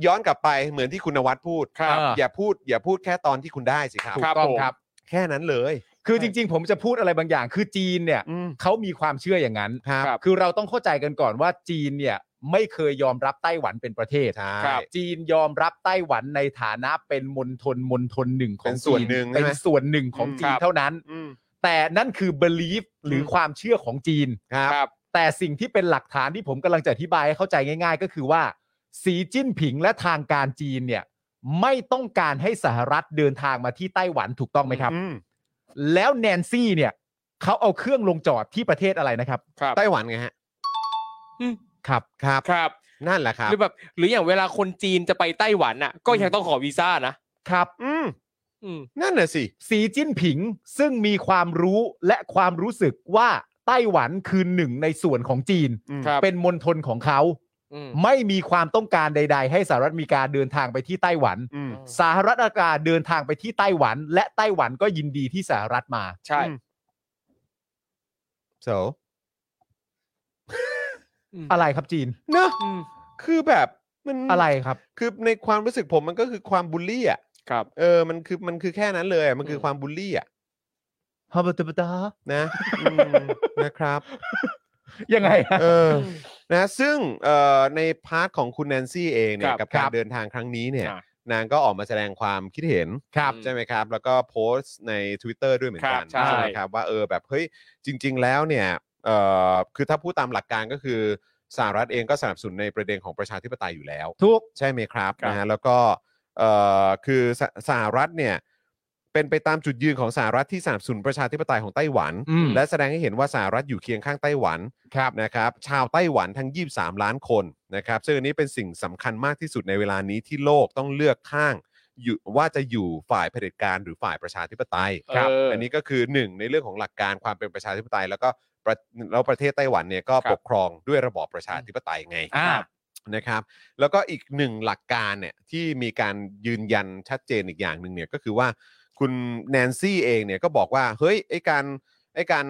Speaker 2: ย้อนกลับไปเหมือนที่คุณนวัดพูด
Speaker 3: ครับ
Speaker 2: อย่าพูด อย่าพูดแค่ตอนที่คุณได้สิครับ
Speaker 3: ถู
Speaker 4: ครั
Speaker 3: ก
Speaker 4: บ
Speaker 3: ต้อง
Speaker 4: ผม
Speaker 3: ครับ
Speaker 2: แค่นั้นเลย
Speaker 3: คือจริง ๆ ผมจะพูดอะไรบางอย่าง คือจีนเนี่ย
Speaker 2: อืม
Speaker 3: เขามีความเชื่ออย่างนั้น
Speaker 2: ครับ
Speaker 4: ครับ
Speaker 3: คือเราต้องเข้าใจกันก่อนว่าจีนเนี่ยไม่เคยยอมรับไต้หวันเป็นประเทศ
Speaker 2: ใช่
Speaker 4: ครับ
Speaker 3: จีนยอมรับไต้หวันในฐานะเป็นมณฑลมณฑลหนึ่งของ
Speaker 2: เป็นส่วน
Speaker 3: จี
Speaker 2: หนึ่งใช่ไหม
Speaker 3: เป็นส่วนหนึ่งของ
Speaker 2: อืม
Speaker 3: จี
Speaker 4: คน รับ
Speaker 3: เท่านั้น
Speaker 2: อืม
Speaker 3: แต่นั่นคือ belief หรือความเชื่อของจีน
Speaker 2: ครับ
Speaker 4: ครับ
Speaker 3: แต่สิ่งที่เป็นหลักฐานที่ผมกำลังจะอธิบายให้เข้าใจง่าย ๆ ก็คือว่า สีจิ้นผิงและทางการจีนเนี่ย ไม่ต้องการให้สหรัฐเดินทางมาที่ไต้หวันถูกต้องไหมครับ
Speaker 2: อืม
Speaker 3: แล้วแนนซี่เนี่ยเขาเอาเครื่องลงจอดที่ประเทศอะไรนะครับ
Speaker 4: ครับ
Speaker 2: ไต้หวันไงฮะ
Speaker 4: อืม
Speaker 2: ครับครับ
Speaker 4: ครับ
Speaker 2: นั่นแหละครับ
Speaker 4: หรือแบบ หรืออย่างเวลาคนจีนจะไปไต้หวันน่ะ ก็ยังต้องขอวีซ่านะครับ
Speaker 2: อืม
Speaker 4: อืม
Speaker 2: นั่นน่ะสิ
Speaker 3: สีจิ้นผิงซึ่งมีความรู้และความรู้สึกว่าไต้หวันคือหนึ่งในส่วนของจีน
Speaker 2: อืม
Speaker 4: ครับ
Speaker 3: เป็นมณฑลของเขา
Speaker 4: อืม
Speaker 3: ไม่มีความต้องการใด ๆ ให้สหรัฐอเมริกาเดินทางไปที่ไต้หวัน
Speaker 2: อืม
Speaker 3: สหรัฐอเมริกาเดินทางไปที่ไต้หวัน และไต้หวันก็ยินดีที่สหรัฐมา
Speaker 4: ใช่
Speaker 2: อืม so
Speaker 3: อะไรครับจีน
Speaker 2: เนอะ
Speaker 4: อืม
Speaker 2: คือแบบมัน
Speaker 3: อะไรครับ
Speaker 2: คือในความรู้สึกผมมันก็คือความบูลลี่อ่ะ
Speaker 4: ครับ
Speaker 2: เออมันคือมันคือแค่นั้นเลยอะมันคืออ
Speaker 4: ม
Speaker 2: ความบูลลี่อ่ะ
Speaker 3: ฮับบตบตา
Speaker 2: นะอืมนะครับ
Speaker 3: ยังไงฮะ
Speaker 2: เออ นะซึ่งเอ่อในพาร์ทของคุณแนนซี่เองเนี่
Speaker 4: ค
Speaker 2: ย
Speaker 4: รับ
Speaker 2: กับ
Speaker 3: ครั
Speaker 2: การ
Speaker 3: บ
Speaker 2: เดินทางครั้งนี้เนี่ย
Speaker 4: อ่ะ
Speaker 2: นางก็ออกมาแสดงความคิดเห็น
Speaker 4: ครับ
Speaker 2: ใช่ไหมครับ แล้วก็โพสต์ใน Twitter ด้วยเหมือนกัน
Speaker 4: ครับใช่
Speaker 2: ไหมครับว่าเออแบบเฮ้ยจริง ๆ แล้วเนี่ยเอ่อคือถ้าพูดตามหลักการก็คือสหรัฐเองก็สนับสนุนในประเด็นของประชาธิปไตยอยู่แล้ว
Speaker 3: ทุก
Speaker 2: ใช่ไหมครับ
Speaker 4: ครับ
Speaker 2: นะฮะแล้วก็เอ่อคือสสหรัฐเนี่ยเป็นไปตามจุดยืนของสหรัฐที่สนับสนุนประชาธิปไตยของไต้หวัน
Speaker 3: อืม
Speaker 2: และแสดงให้เห็นว่าสหรัฐอยู่เคียงข้างไต้หวัน
Speaker 3: ครับ
Speaker 2: นะครับชาวไต้หวันทั้ง 23 ล้านคนนะครับซึ่งอันนี้เป็นสิ่งสำคัญมากที่สุดในเวลานี้ที่โลกต้องเลือกข้างอยู่ว่าจะอยู่ฝ่ายเผด็จการหรือฝ่ายประชาธิปไตย
Speaker 4: ครับ
Speaker 2: อันนี้ก็คือหนึ่งในเรื่องของหลักการความเป็นประชาธิปไตย แล้วก็ประแล้วประเทศไต้หวันเนี่ยก็
Speaker 4: ครับ
Speaker 2: ปกครองด้วยระบอบประชาธิปไตยไง
Speaker 3: อ่า
Speaker 2: นะครับแล้วก็อีกหนึ่งหลักการเนี่ยที่มีการยืนยันชัดเจนอีกอย่างหนึ่งเนี่ยก็คือว่าคุณแนนซี่เองเนี่ยก็บอกว่าเฮ้ยไอการไอการ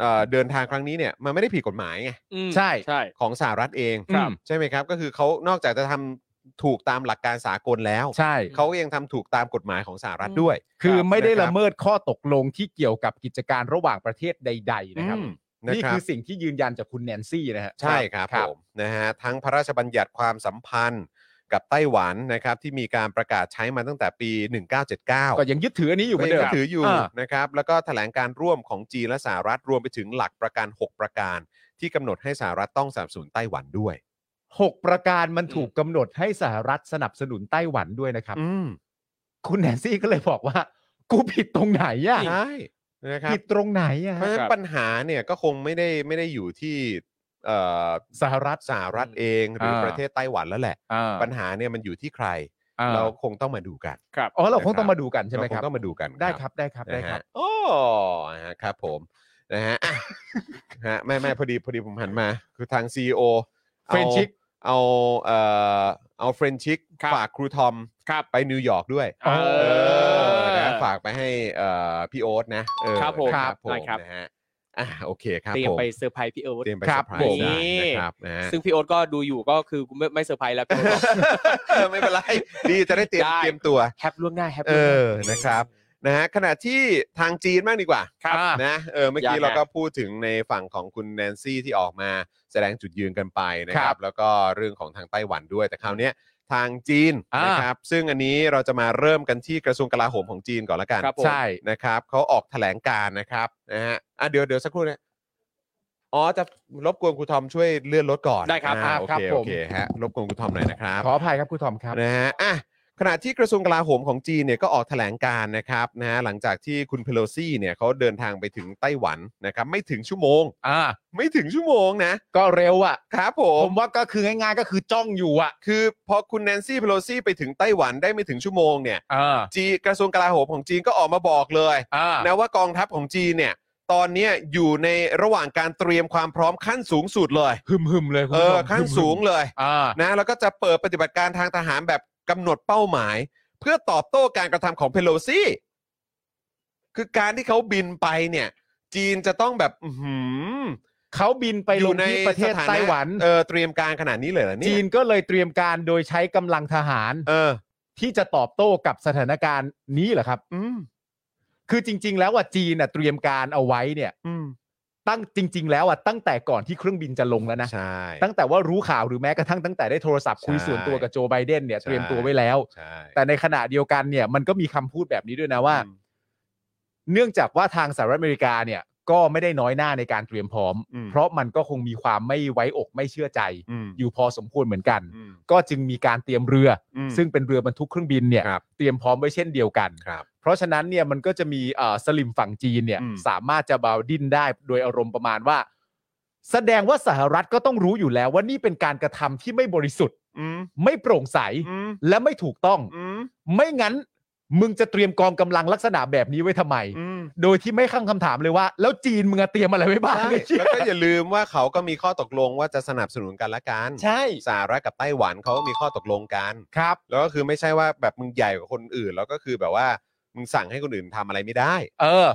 Speaker 2: เอ่อเดินทางครั้งนี้เนี่ยมันไม่ได้ผิดกฎหมายไง
Speaker 4: อืม
Speaker 3: ใช่
Speaker 4: ใช่
Speaker 2: ของสหรัฐเอง
Speaker 4: ครับ
Speaker 2: ใช่ไหมครับก็คือเขานอกจากจะทำถูกตามหลักการสากลแล้ว
Speaker 3: ใช่
Speaker 2: เขาก็ยังทำถูกตามกฎหมายของสหรัฐด้วย
Speaker 3: คือไม่ได้
Speaker 2: ครับ
Speaker 3: ละเมิดข้อตกลงที่เกี่ยวกับกิจการระหว่างประเทศใด ๆ นะครับ
Speaker 2: อืมนะ
Speaker 3: นี่
Speaker 2: รับ
Speaker 3: คือสิ่งที่ยืนยันจากคุณแนนซี่นะฮะ
Speaker 2: ใช่ครับผมนะฮะทั้งพระราชบัญญัติความสัมพันธ์กับไต้หวันนะครับที่มีการประกาศใช้มาตั้งแต่ปี 1979
Speaker 3: ก็ยังยึดถืออันนี้อยู่เหมือนเดิม
Speaker 2: ก็ยังถืออยู่
Speaker 3: า
Speaker 2: นะครับแล้วก็แถลงการร่วมของจีนและสหรัฐรวมไปถึงหลักประการ 6 ประการ ที่กำหนดให้สหรัฐต้องสนับสนุนไต้หวันด้วย
Speaker 3: หกประการมันถูกกำหนดให้สหรัฐสนับสนุนไต้หวันด้วยนะครับ
Speaker 2: อืม
Speaker 3: คุณแนนซี่ก็เลยบอกว่า กูผิดตรงไหนอ่ะ
Speaker 2: ใช่นะครับ
Speaker 3: ผิดตรงไหนอ่ะ
Speaker 2: เพราะฉะนั้
Speaker 4: คน รับ
Speaker 2: ปัญหาเนี่ยก็คงไม่ได้ไม่ได้อยู่ที่เอ่อ
Speaker 3: สหรัฐ
Speaker 2: สหรัฐเองหรืออา ประเทศไต้หวันแล้วแหละ
Speaker 3: อ่า
Speaker 2: ปัญหาเนี่ยมันอยู่ที่ใคร
Speaker 3: อ่า
Speaker 2: เราคงต้องมาดูกัน
Speaker 3: อ๋อเราคงต้องมาดูกันใช่ไหม
Speaker 2: เา
Speaker 3: ครับ
Speaker 2: งต้องมาดูกัน
Speaker 3: ได้ครับได้ครับได้ครับ
Speaker 2: นะฮะโอ้ฮะครับผมนะฮะอ่ะฮะไม่ไม่พอดีพอดีผมหันมา คือทาง CEO อา
Speaker 3: French Chick
Speaker 2: เอาเอ่อเอาเฟรนชิก
Speaker 4: ครับ
Speaker 2: ฝากครูทอม
Speaker 4: ครับ
Speaker 2: ไปนิวยอร์กด้วย
Speaker 4: เออ
Speaker 2: นะฝากไปให้เอ่อพี่โอ๊ตนะเออ
Speaker 4: ครับผม
Speaker 2: นะครับผ
Speaker 4: ได้
Speaker 2: ม
Speaker 4: ครับ
Speaker 2: นะฮะอ่ะโอเคครับ
Speaker 4: เตรียม
Speaker 2: ผม
Speaker 4: ไปเซอร์ไพรส์พี่เอิร์ธ
Speaker 2: เตรียมไปเซ
Speaker 3: ครั
Speaker 2: อบ ร์ไพรส์
Speaker 4: ผม
Speaker 2: นะครับนะฮะ
Speaker 4: ซึ่งพี่โอ๊ตก็ดูอยู่ก็คือไม่ไม่เซอร์ไพรส์แล้วพี่โอ๊ตบอ ก
Speaker 2: ไม่เป็นไร ดีจะได้เตรียม
Speaker 4: ได้
Speaker 2: เตรียมตัว
Speaker 4: แฮปล่วงหน้าแฮป
Speaker 2: เอ
Speaker 4: ล่วงห
Speaker 2: อ
Speaker 4: น้า
Speaker 2: นะครับ นะฮะขณะที่ทางจีนบ้างดีกว่า
Speaker 4: ครับ
Speaker 2: นะเออเมื่อกี้
Speaker 4: ยังไง
Speaker 2: เราก็พูดถึงในฝั่งของคุณแนนซี่ที่ออกมาแสดงจุดยืนกันไปนะค
Speaker 3: ครั
Speaker 2: รับบ แล้วก็เรื่องของทางไต้หวันด้วยแต่คราวเนี้ยทางจีน
Speaker 3: อ่าน
Speaker 2: นะครับซึ่งอันนี้เราจะมาเริ่มกันที่กระทรวงกลาโหมของจีนก่อนละกัน
Speaker 4: ครับผม
Speaker 3: ใช่
Speaker 2: นะครับเขาออกแถลงการณ์นะครับนะฮะอ่ะเดี๋ยวเดี๋ยวสักครู่นะอ๋อจะรบกวนครูทอมช่วยเลื่อนรถก่อน
Speaker 4: ได้ครับ
Speaker 2: อ่า
Speaker 3: อ่า
Speaker 2: โอ
Speaker 3: ครับ
Speaker 2: เค
Speaker 3: ผ
Speaker 2: โอ
Speaker 3: ม
Speaker 2: เคฮะรบกวนครูทอมหน่อยนะครับ
Speaker 3: ขออภัยครับครูทอมครับ
Speaker 2: นะฮะอ่ะขณะที่กระทรวงกลาโหมของจีนเนี่ยก็ออกแถลงการนะครับนะฮะหลังจากที่คุณเพโลซี่เนี่ยเขาเดินทางไปถึงไต้หวันนะครับไม่ถึงชั่วโมง
Speaker 3: อ่า
Speaker 2: ไม่ถึงชั่วโมงนะ
Speaker 3: ก็เร็วอ่ะ
Speaker 2: ครับผ
Speaker 3: ผม มว่าก็คือง่ายๆก็คือจ้องอยู่อ่ะ
Speaker 2: คือพอคุณแนนซี่เพโลซี่ไปถึงไต้หวันได้ไม่ถึงชั่วโมงเนี่ย
Speaker 3: อ่า
Speaker 2: จีกระทรวงกลาโหมของจีนก็ออกมาบอกเลย
Speaker 3: อ่า
Speaker 2: นะว่ากองทัพของจีนเนี่ยตอนเนี้ยอยู่ในระหว่างการเตรียมความพร้อมขั้นสูงสุดเลย
Speaker 3: หึมหึมๆเลยคุณ
Speaker 2: เอ
Speaker 3: ผู้ช
Speaker 2: อ
Speaker 3: ม
Speaker 2: ขั้นสูงเลย
Speaker 3: อ่า
Speaker 2: นะแล้วก็จะเปิดปฏิบัติการทางทหารแบบกำหนดเป้าหมาย เพื่อตอบโต้การกระทำของเพโลซี่คือการที่เขาบินไปเนี่ย จีนจะต้องแบบอื้อหือ
Speaker 3: เขาบินไปลงที่ประเทศไต้หวัน
Speaker 2: เออเตรียมการขนาดนี้เลยเหรอเนี่ย
Speaker 3: จีนก็เลยเตรียมการโดยใช้กำลังทหาร
Speaker 2: เออ
Speaker 3: ที่จะตอบโต้กับสถานการณ์นี้เหรอครับ
Speaker 2: อืม
Speaker 3: คือจริง ๆ แล้วว่าจีนน่ะเตรียมการเอาไว้เนี่ย
Speaker 2: อืม
Speaker 3: ตั้งจริง ๆ แล้วอ่ะตั้งแต่ก่อนที่เครื่องบินจะลงแล้วนะ
Speaker 2: ใช่
Speaker 3: ตั้งแต่ว่ารู้ข่าวหรือแม้กระทั่งตั้งแต่ได้โทรศัพท์คุย
Speaker 2: ใช่
Speaker 3: ส่วนตัวกับโจไบเดนเนี่ย
Speaker 2: ใช่
Speaker 3: เตรียมตัวไว้แล้ว
Speaker 2: ใช่
Speaker 3: แต่ในขณะเดียวกันเนี่ยมันก็มีคำพูดแบบนี้ด้วยนะว่า
Speaker 2: อืม
Speaker 3: เนื่องจากว่าทางสหรัฐอเมริกาเนี่ย ก็ไม่ได้น้อยหน้าในการเตรียมพร้อม
Speaker 2: อืม
Speaker 3: เพราะมันก็คงมีความไม่ไว้อกไม่เชื่อใจ
Speaker 2: อืม
Speaker 3: อยู่พอสมควรเหมือนกัน
Speaker 2: อืม
Speaker 3: ก็จึงมีการเตรียมเรือ
Speaker 2: อืม
Speaker 3: ซึ่งเป็นเรือบรรทุกเครื่องบินเนี่ย
Speaker 2: ครับ
Speaker 3: เตรียมพร้อมไว้เช่นเดียวกัน
Speaker 2: ครับ
Speaker 3: เพราะฉะนั้นเนี่ยมันก็จะมีเอ่อสลิมฝั่งจีนเนี่ย
Speaker 2: อืม
Speaker 3: สามารถจะบาวดิ้นได้โดยอารมณ์ประมาณว่า แสดงว่าสหรัฐก็ต้องรู้อยู่แล้วว่านี่เป็นการกระทำที่ไม่บริสุทธิ์
Speaker 2: อืม
Speaker 3: ไม่โปร่งใส
Speaker 2: อืม
Speaker 3: และไม่ถูกต้อง
Speaker 2: อืม
Speaker 3: ไม่งั้น มึงจะเตรียมกองกำลังลักษณะแบบนี้ไว้ทำไม
Speaker 2: อืม
Speaker 3: โดยที่ไม่ข้างคำถามเลยว่า แล้วจีนมึงอะเตรียมอะไรไว้บ้าง
Speaker 2: ใช่
Speaker 3: ไอ้เหี้ย
Speaker 2: แล้วก็อย่าลืมว่าเขาก็มีข้อตกลงว่าจะสนับสนุนกันและกัน
Speaker 3: ใช่
Speaker 2: สหรัฐกับไต้หวันเขาก็มีข้อตกลงกัน
Speaker 3: ครับ
Speaker 2: แล้วก็คือไม่ใช่ว่าแบบมึงใหญ่กว่าคนอื่น แล้วก็คือแบบว่ามึงสั่งให้คนอื่นทำอะไรไม่ได้
Speaker 3: เออ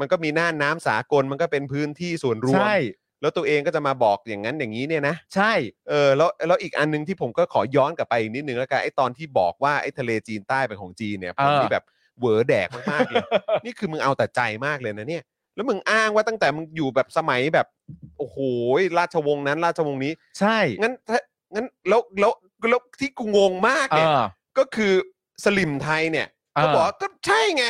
Speaker 2: มันก็มีหน้าน้ำสากลมันก็เป็นพื้นที่ส่วนรวม
Speaker 3: ใช่
Speaker 2: แล้วตัวเองก็จะมาบอกอย่างนั้นอย่างนี้เนี่ยนะ
Speaker 3: ใช่
Speaker 2: เออแล้วแล้วอีกอันหนึงที่ผมก็ขอย้อนกลับไปอีกนิดนึงแล้วกันไอ้ตอนที่บอกว่าไอ้ทะเลจีนใต้เป็นของจีนเนี่ยผม
Speaker 3: เออ
Speaker 2: นี่แบบเหวอแดกมากๆ เลยนี่คือมึงเอาแต่ใจมากเลยนะเนี่ย แล้วมึงอ้างว่าตั้งแต่มึงอยู่แบบสมัยแบบโอ้โหราชวงศ์นั้นราชวงศ์นี้
Speaker 3: ใช่
Speaker 2: งั้นถ้างั้นแล้วแล้วแล้วที่กูงงมาก
Speaker 3: เอ
Speaker 2: เนี่ย
Speaker 3: อ
Speaker 2: ก็คือสลิมไทยเนี่ย
Speaker 3: เออ
Speaker 2: เขาบอกว่าก็ใช่ไง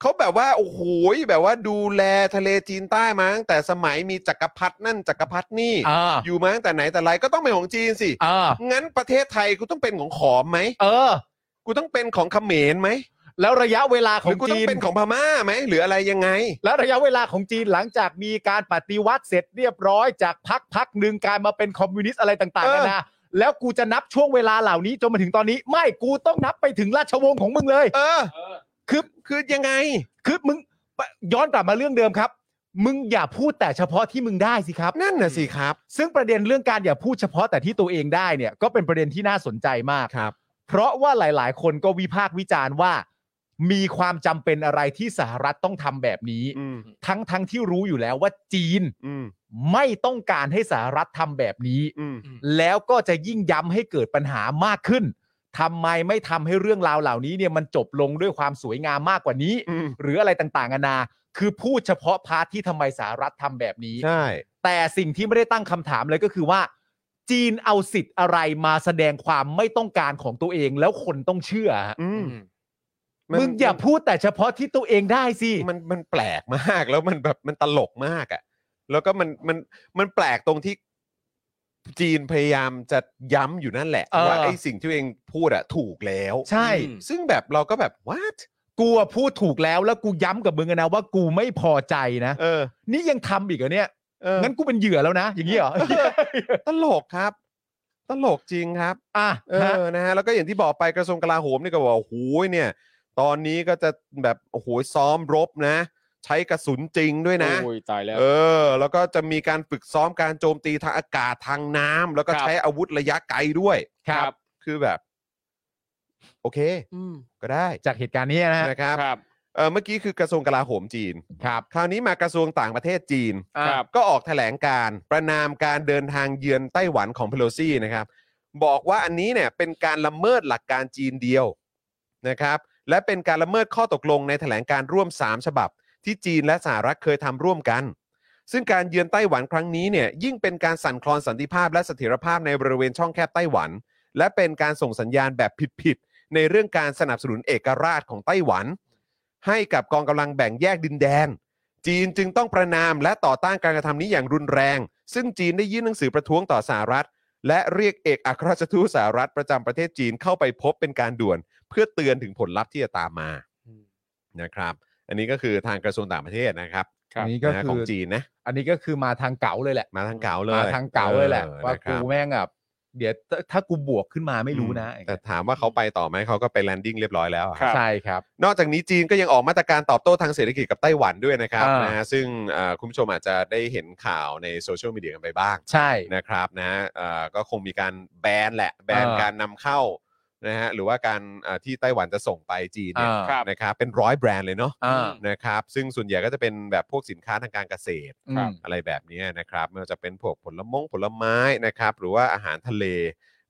Speaker 2: เขาแบบว่าโอ้โหแบบว่าดูแลทะเลจีนใต้มาตั้งแต่สมัยมีจักรพรรดินั่นจักรพรรดินี่
Speaker 3: เออ
Speaker 2: อยู่มาตั้งแต่ไหนแต่ไรก็ต้องเป็นของจีนสิ
Speaker 3: เออ
Speaker 2: งั้นประเทศไทยกูต้องเป็นของขอมไหม
Speaker 3: เออ
Speaker 2: กูต้องเป็นของเขมรไหม
Speaker 3: แล้วระยะเวลา
Speaker 2: ห
Speaker 3: ขอ
Speaker 2: รื
Speaker 3: ง
Speaker 2: อกูต้อ
Speaker 3: จี
Speaker 2: ง
Speaker 3: น
Speaker 2: เป็นของพม่าไหมหรืออะไรยังไง
Speaker 3: แล้วระยะเวลาของจีนหลังจากมีการปฏิวัติเสร็จเรียบร้อยจากพักพักหนึ่งกลายมาเป็นคอมมิวนิสต์อะไรต่าง
Speaker 2: เอ
Speaker 3: ๆ
Speaker 2: อ
Speaker 3: นานาแล้วกูจะนับช่วงเวลาเหล่านี้จนมาถึงตอนนี้ไม่กูต้องนับไปถึงราชวงศ์ของมึงเลย
Speaker 2: เออ
Speaker 3: คือ
Speaker 2: คือยังไง
Speaker 3: คือมึงย้อนกลับมาเรื่องเดิมครับ มึงอย่าพูดแต่เฉพาะที่มึงได้สิครับ
Speaker 2: นั่นน่ะสิครับ
Speaker 3: ซึ่งประเด็นเรื่องการอย่าพูดเฉพาะแต่ที่ตัวเองได้เนี่ยก็เป็นประเด็นที่น่าสนใจมาก
Speaker 2: ครับ
Speaker 3: เพราะว่าหลาย ๆ คนก็วิพากษ์วิจารณ์ว่า มีความจำเป็นอะไรที่สหรัฐต้องทำแบบนี้
Speaker 2: อืม
Speaker 3: ทั้งทั้งๆที่รู้อยู่แล้วว่าจีน
Speaker 2: อืม
Speaker 3: ไม่ต้องการให้สหรัฐทำแบบนี้
Speaker 2: อืม
Speaker 3: แล้วก็จะยิ่งย้ำให้เกิดปัญหามากขึ้นทำไมไม่ทำให้เรื่องราวเหล่านี้เนี่ยมันจบลงด้วยความสวยงามมากกว่านี้
Speaker 2: อืม
Speaker 3: หรืออะไรต่างๆนานา คือพูดเฉพาะพาร์ทที่ทำไมสหรัฐทำแบบนี้
Speaker 2: ใช่
Speaker 3: แต่สิ่งที่ไม่ได้ตั้งคำถามเลยก็คือว่า จีนเอาสิทธิ์อะไรมาแสดงความไม่ต้องการของตัวเองแล้วคนต้องเชื่อฮะ
Speaker 2: อืมน
Speaker 3: มึงอย่าพูดแต่เฉพาะที่ตัวเองได้สิ
Speaker 2: มันมันแปลกมากแล้วมันแบบมันตลกมากอ่ะ แล้วก็มันมันมันแปลกตรงที่จีนพยายามจะย้ำอยู่นั่นแหละว่าไอ้สิ่งที่ตัวเองพูดอะถูกแล้ว
Speaker 3: ใช่
Speaker 4: อืม
Speaker 2: ซึ่งแบบเราก็แบบ what
Speaker 3: กูอะพูดถูกแล้วแล้วกูย้ำกับมึงอะนะว่ากูไม่พอใจนะ
Speaker 2: เออ
Speaker 3: นี่ยังทำอีกเหรอเนี่ย
Speaker 2: เออ
Speaker 3: งั้นกูเป็นเหยื่อแล้วนะ อย่างนี้เหรอ
Speaker 2: ตลกครับ ตลกจริงครับ
Speaker 3: อ่ะ
Speaker 2: เอ
Speaker 3: ฮะ
Speaker 2: อนะฮะแล้วก็อย่างที่บอกไปกระทรวงกลาโหมนี่ก็บอกโอ้โหเนี่ย ตอนนี้ก็จะแบบโอ้โหซ้อมรบนะ ใช้กระสุนจริงด้วยนะ
Speaker 4: โอ้ยตายแล้ว
Speaker 2: เออ แล้วก็จะมีการฝึกซ้อมการโจมตีทางอากาศทางน้ำแล้วก็
Speaker 4: ครับ
Speaker 2: ใช้อาวุธระยะไกลด้วย
Speaker 4: ครับ
Speaker 2: คือแบบ โอเค
Speaker 4: อืม
Speaker 2: ก็ได้
Speaker 3: จากเหตุการณ์นี้นะฮะ
Speaker 2: นะครับ
Speaker 4: ครับ
Speaker 2: เออเมื่อกี้คือกระทรวงกลาโหมจีน
Speaker 3: ครับ
Speaker 2: คราวนี้มากระทรวงต่างประเทศจีน
Speaker 4: ครับ
Speaker 2: ก็ออกแถลงการณ์ประนามการเดินทางเยือนไต้หวันของเพโลซี่นะครับ บอกว่าอันนี้เนี่ยเป็นการละเมิดหลักการจีนเดียวนะครับและเป็นการละเมิดข้อตกลงในแถลงการร่วม 3 ฉบับ ที่จีนและสหรัฐเคยทำร่วมกัน ซึ่งการเยือนไต้หวันครั้งนี้เนี่ยยิ่งเป็นการสั่นคลอนสันติภาพและเสถียรภาพในบริเวณช่องแคบไต้หวัน และเป็นการส่งสัญญาณแบบผิดๆในเรื่องการสนับสนุนเอกราชของไต้หวัน ให้กับกองกำลังแบ่งแยกดินแดน จีนจึงต้องประนามและต่อต้านการกระทำนี้อย่างรุนแรง ซึ่งจีนได้ยื่นหนังสือประท้วงต่อสหรัฐ และเรียกเอกอัครราชทูตสหรัฐประจำประเทศจีนเข้าไปพบเป็นการด่วน เพื่อเตือนถึงผลลัพธ์ที่จะตามมา
Speaker 4: อืม
Speaker 2: นะครับ อันนี้ก็คือทางกระทรวงต่างประเทศนะครับ
Speaker 4: ครับ
Speaker 3: อันนี้ก็
Speaker 2: นะ
Speaker 3: คื
Speaker 2: ของ
Speaker 3: อ
Speaker 2: จีนนะ
Speaker 3: อันนี้ก็คือมาทางเก๋าเลยแหละ
Speaker 2: มาทางเก่าเลย
Speaker 3: มาทางเก๋าเลยแหละ
Speaker 2: ออ
Speaker 3: ว่า
Speaker 2: นะค
Speaker 3: กู
Speaker 2: รับ
Speaker 3: แม่งแบบเดี๋ยวถ้ากูบวกขึ้นมาไม่รู้นะ
Speaker 2: แต่ถามว่าเขาไปต่อไหมเขาก็ไปแลนดิ้งเรียบร้อยแล้วอะ
Speaker 4: ครับ
Speaker 3: ใช่ครับ
Speaker 2: นอกจากนี้จีนก็ยังออกมาตรการตอบโต้ทางเศรษฐกิจกับไต้หวันด้วยนะครับ
Speaker 3: อ่าน
Speaker 2: นะฮะซึ่งเอ่อคุณผู้ชมอาจจะได้เห็นข่าวในโซเชียลมีเดียกันไปบ้าง
Speaker 3: ใช่
Speaker 2: นะครับนะฮะเอ่อก็คงมีการแบนแหละ แบน
Speaker 3: อ่า
Speaker 2: การนำเข้านะฮะหรือว่าการเอ่อที่ไต้หวันจะส่งไปจีนเนี่ย
Speaker 3: อ่า
Speaker 4: ครับ
Speaker 2: นะครับเป็นร้อยแบรนด์เลยเนาะ
Speaker 3: อ่า
Speaker 2: นะครับซึ่งส่วนใหญ่ก็จะเป็นแบบพวกสินค้าทางการเกษตร
Speaker 3: อืม
Speaker 2: อะไรแบบนี้นะครับไม่ว่าจะเป็นพวกผลมงผลไม้นะครับ หรือว่าอาหารทะเล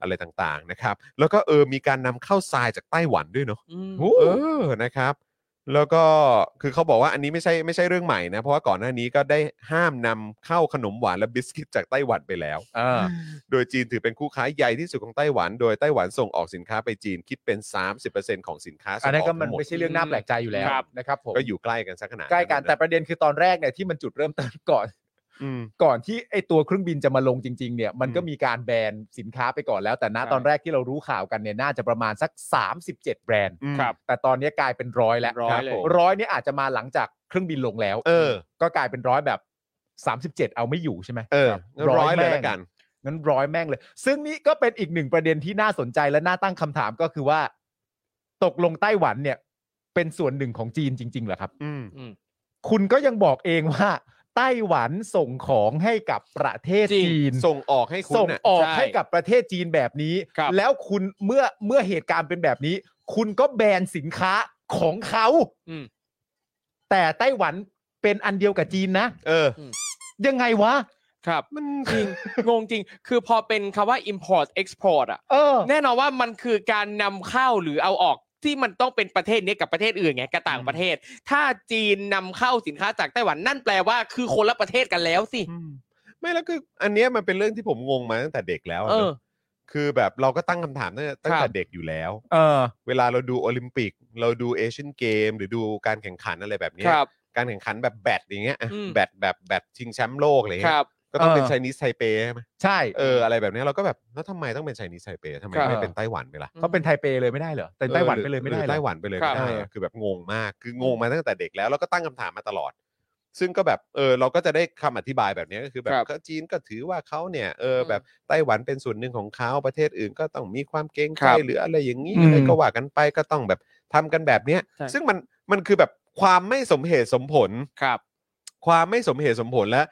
Speaker 2: อะไรต่างๆนะครับ แล้วก็เออมีการนำเข้าทรายจากไต้หวันด้วยเนาะ
Speaker 4: อืม
Speaker 2: เออ นะครับ แล้วก็คือเขาบอกว่าอันนี้ไม่ใช่ไม่ใช่เรื่องใหม่นะ เพราะว่าก่อนหน้านี้ก็ได้ห้ามนำเข้าขนมหวานและบิสกิตจากไต้หวันไปแล้ว
Speaker 3: อ่า
Speaker 2: โดยจีนถือเป็นคู่ค้าใหญ่ที่สุดของไต้หวัน โดยไต้หวันส่งออกสินค้าไปจีนคิดเป็น 30%ของสินค้าส่
Speaker 3: อัน
Speaker 2: ง
Speaker 3: นั้น
Speaker 2: ออ
Speaker 3: ก็
Speaker 2: ก
Speaker 3: มัน
Speaker 2: ทั้งหมด
Speaker 3: ไม่ใช่เรื่องน่าแปลกใจอยู่แล้ว
Speaker 4: ครับ
Speaker 3: นะครับผม
Speaker 2: ก็อยู่ใกล้กันสักขนาด
Speaker 3: ใกล้กันะ แต่ประเด็นคือตอนแรกเนี่ยที่มันจุดเริ่มต้นก่อน
Speaker 2: อืม
Speaker 3: ก่อนที่ไอตัวเครื่องบินจะมาลงจริงๆเนี่ยมันก็
Speaker 2: อืม
Speaker 3: มีการแบนสินค้าไปก่อนแล้ว แต่ณ
Speaker 4: ใช่
Speaker 3: ตอนแรกที่เรารู้ข่าวกันเนี่ยน่าจะประมาณสัก 37 แบรนด์
Speaker 2: อืมครับ
Speaker 3: แต่ตอนนี้กลายเป็นร้อยแล้ว
Speaker 4: ร้อยเลย
Speaker 3: ร้อยเนี่ยอาจจะมาหลังจากเครื่องบินลงแล้ว
Speaker 2: เออ
Speaker 3: ก็กลายเป็นร้อยแบบ 37 เอาไม่อยู่ใช่ไหม
Speaker 2: เออ
Speaker 3: ร้
Speaker 2: ร้
Speaker 3: อ
Speaker 2: อย
Speaker 3: ย
Speaker 2: เล
Speaker 3: แม่
Speaker 2: ย
Speaker 3: ง
Speaker 2: ละกัน
Speaker 3: งั้นร้อยแม่งเลย ซึ่งนี่ก็เป็นอีกหนึ่งประเด็นที่น่าสนใจและน่าตั้งคำถามก็คือว่า ตกลงไต้หวันเนี่ยเป็นส่วนหนึ่งของจีนจริงๆเหรอครับ
Speaker 2: อืม
Speaker 4: อืม
Speaker 3: คุณก็ยังบอกเองว่า ไต้หวันส่งของให้กับประเทศ
Speaker 4: จริง
Speaker 3: จีน
Speaker 2: ส่งออกให้คุณ
Speaker 3: ส่ง
Speaker 2: น่ะ
Speaker 3: ออก
Speaker 4: ใช่
Speaker 3: ให้กับประเทศจีนแบบนี้
Speaker 4: ครับ
Speaker 3: แล้วคุณเมื่อเมื่อเหตุการณ์เป็นแบบนี้ คุณก็แบนสินค้าของเขา
Speaker 4: อืม
Speaker 3: แต่ไต้หวันเป็นอันเดียวกับจีนนะ
Speaker 2: เออ
Speaker 3: ยังไงวะ
Speaker 4: ครับมันจริง งงจริง คือพอเป็นคำว่า import export อ่ะ
Speaker 3: เออ
Speaker 4: แน่นอนว่ามันคือการนำเข้าหรือเอาออกที่มันต้องเป็นประเทศนี้กับประเทศอื่นไงกับต่างประเทศ ถ้าจีนนำเข้าสินค้าจากไต้หวันนั่นแปลว่าคือคนละประเทศกันแล้วสิ
Speaker 2: ไม่แล้วคืออันเนี้ยมันเป็นเรื่องที่ผมงงมาตั้งแต่เด็กแล้วอะ
Speaker 4: เอ
Speaker 2: เน
Speaker 4: อ
Speaker 2: อะคือแบบเราก็ตั้งคำถามตั้งแต่ตั้ง
Speaker 4: ครั
Speaker 2: แต่
Speaker 4: บ
Speaker 2: เด็กอยู่แล้ว
Speaker 3: เออ
Speaker 2: เวลาเราดูโอลิมปิก เราดูเอเชียนเกม หรือดูการแข่งขันอะไรแบบเนี้
Speaker 4: ค
Speaker 2: ย
Speaker 4: รับ
Speaker 2: การแข่งขันแบบแบดอย่างเงี้ยอะ
Speaker 4: อืม
Speaker 2: แบดแบบแบดชิงแชมป์โลกอะไร
Speaker 4: ค
Speaker 2: เงี้ย
Speaker 4: รับ
Speaker 2: ก็ต้องเป็น
Speaker 3: เออ
Speaker 2: ไชนีสไทเปใช่ไหม
Speaker 3: ใช่
Speaker 2: เอออะไรแบบเนี้ยเราก็แบบแล้วทำไมต้องเป็นไชนีสไทเปทำไม
Speaker 4: ครับ
Speaker 2: ไม่เป็นไต้หวันไปล่ะ
Speaker 3: เขาเป็นไทเปเลยไม่ได้เหรอแต่ไต้หวันไปเลยไม่ได้
Speaker 2: หรือ
Speaker 3: เหร
Speaker 2: ไต้
Speaker 3: อ
Speaker 2: หวันไปเลย
Speaker 4: ครั
Speaker 2: ไม่
Speaker 4: บ
Speaker 2: ได้อะคือแบบงงมากคืองงมาตั้งแต่เด็กแล้วแล้วก็ตั้งคำถามมาตลอด ซึ่งก็แบบเออเราก็จะได้คำอธิบายแบบเนี้ยก็คือแบ
Speaker 4: ครับ บ
Speaker 2: ก็จีนก็ถือว่าเขาเนี่ยเออแบบไต้หวันเป็นส่วนหนึ่งของเขาประเทศอื่นก็ต้องมีความเกรง
Speaker 4: ค
Speaker 2: ใจ
Speaker 4: รับ
Speaker 2: หรืออะไรอย่างนี้
Speaker 3: อืม
Speaker 2: อะไรก็ว่ากันไปก็ต้องแบบทำกันแบบเนี้ย
Speaker 4: ใช่
Speaker 2: ซึ่งมันมันคือแบบความไม่สมเหตุสมผล
Speaker 4: ครับ
Speaker 2: ความไม่สมเหตุสมผลและ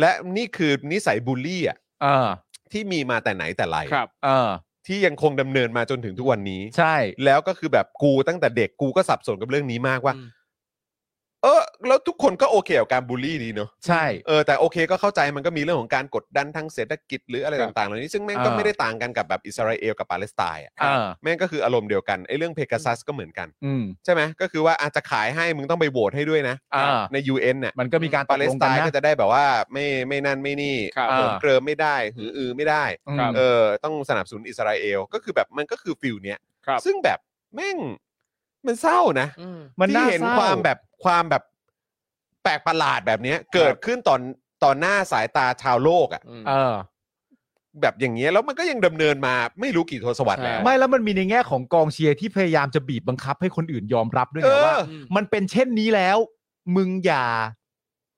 Speaker 2: และนี่คือนิสัยบูลลี่อ่ะ
Speaker 3: เออ
Speaker 2: ที่มีมาแต่ไหนแต่ไร
Speaker 4: ครับ
Speaker 3: เออ
Speaker 2: ที่ยังคงดำเนินมาจนถึงทุกวันนี้
Speaker 3: ใช่
Speaker 2: แล้วก็คือแบบกูตั้งแต่เด็กกูก็สับสนกับเรื่องนี้มากว่า
Speaker 4: อืม
Speaker 2: เออ แล้วทุกคนก็โอเคกับการบูลลี่ดีเนอะ
Speaker 3: ใช่
Speaker 2: เออแต่โอเคก็เข้าใจมันก็มีเรื่องของการกดดันทางเศรษฐกิจหรืออะไร
Speaker 4: ครับ
Speaker 2: ต่างๆเหล่านี้ซึ่งแม่งก็
Speaker 3: อ่า
Speaker 2: ไม่ได้ต่างกันกับแบบอิสราเอลกับปาเลสไตน์อะ
Speaker 3: เออ
Speaker 2: แม่งก็คืออารมณ์เดียวกันไอ้เรื่องเพก a ซัสก็เหมือนกัน
Speaker 3: อืม
Speaker 2: ใช่ไหมก็คือว่าอาจจะขายให้มึงต้องไปโหวตให้ด้วยนะ
Speaker 3: อ่า
Speaker 2: ใน UN น่ะ
Speaker 3: มันก็มีการต
Speaker 2: ปาก เล
Speaker 3: ล
Speaker 2: ส
Speaker 3: ง
Speaker 2: ไต
Speaker 3: กัน
Speaker 2: น์
Speaker 3: นะ
Speaker 2: ก็จะได้แบบว่าไม่ไม่นั่นไม่นี่
Speaker 4: ครับ
Speaker 3: อ่า
Speaker 2: เหิมเกริมไม่ได้หืออือไม่ได้
Speaker 3: อืม
Speaker 4: ครับ
Speaker 2: เออต้องสนับสนุนอิสราเอลก็คือแบบมันก็คือฟิลเนี้ย
Speaker 4: ครับ
Speaker 2: ซึ่งแบบแม่งมันเศร้านะ
Speaker 4: อืม
Speaker 3: มัน
Speaker 2: ที่
Speaker 3: น่า
Speaker 2: เห็น
Speaker 3: ศร้
Speaker 2: ความแบบความแบบแปลกประหลาดแบบเนี้ยเกิดขึ้นตอนตอนหน้าสายตาชาวโลกอะ่ะ
Speaker 4: อืม
Speaker 3: เออ
Speaker 2: แบบอย่างเงี้ยแล้วมันก็ยังดำเนินมาไม่รู้กี่ทศวรรษแล้ว
Speaker 4: ใช่
Speaker 3: ไม่แล้วมันมีในแง่ของกองเชียร์ที่พยายามจะบีบบังคับให้คนอื่นยอมรับด้วยไง
Speaker 2: เออ
Speaker 3: ว่า
Speaker 4: อืม
Speaker 3: มันเป็นเช่นนี้แล้ว มึงอย่า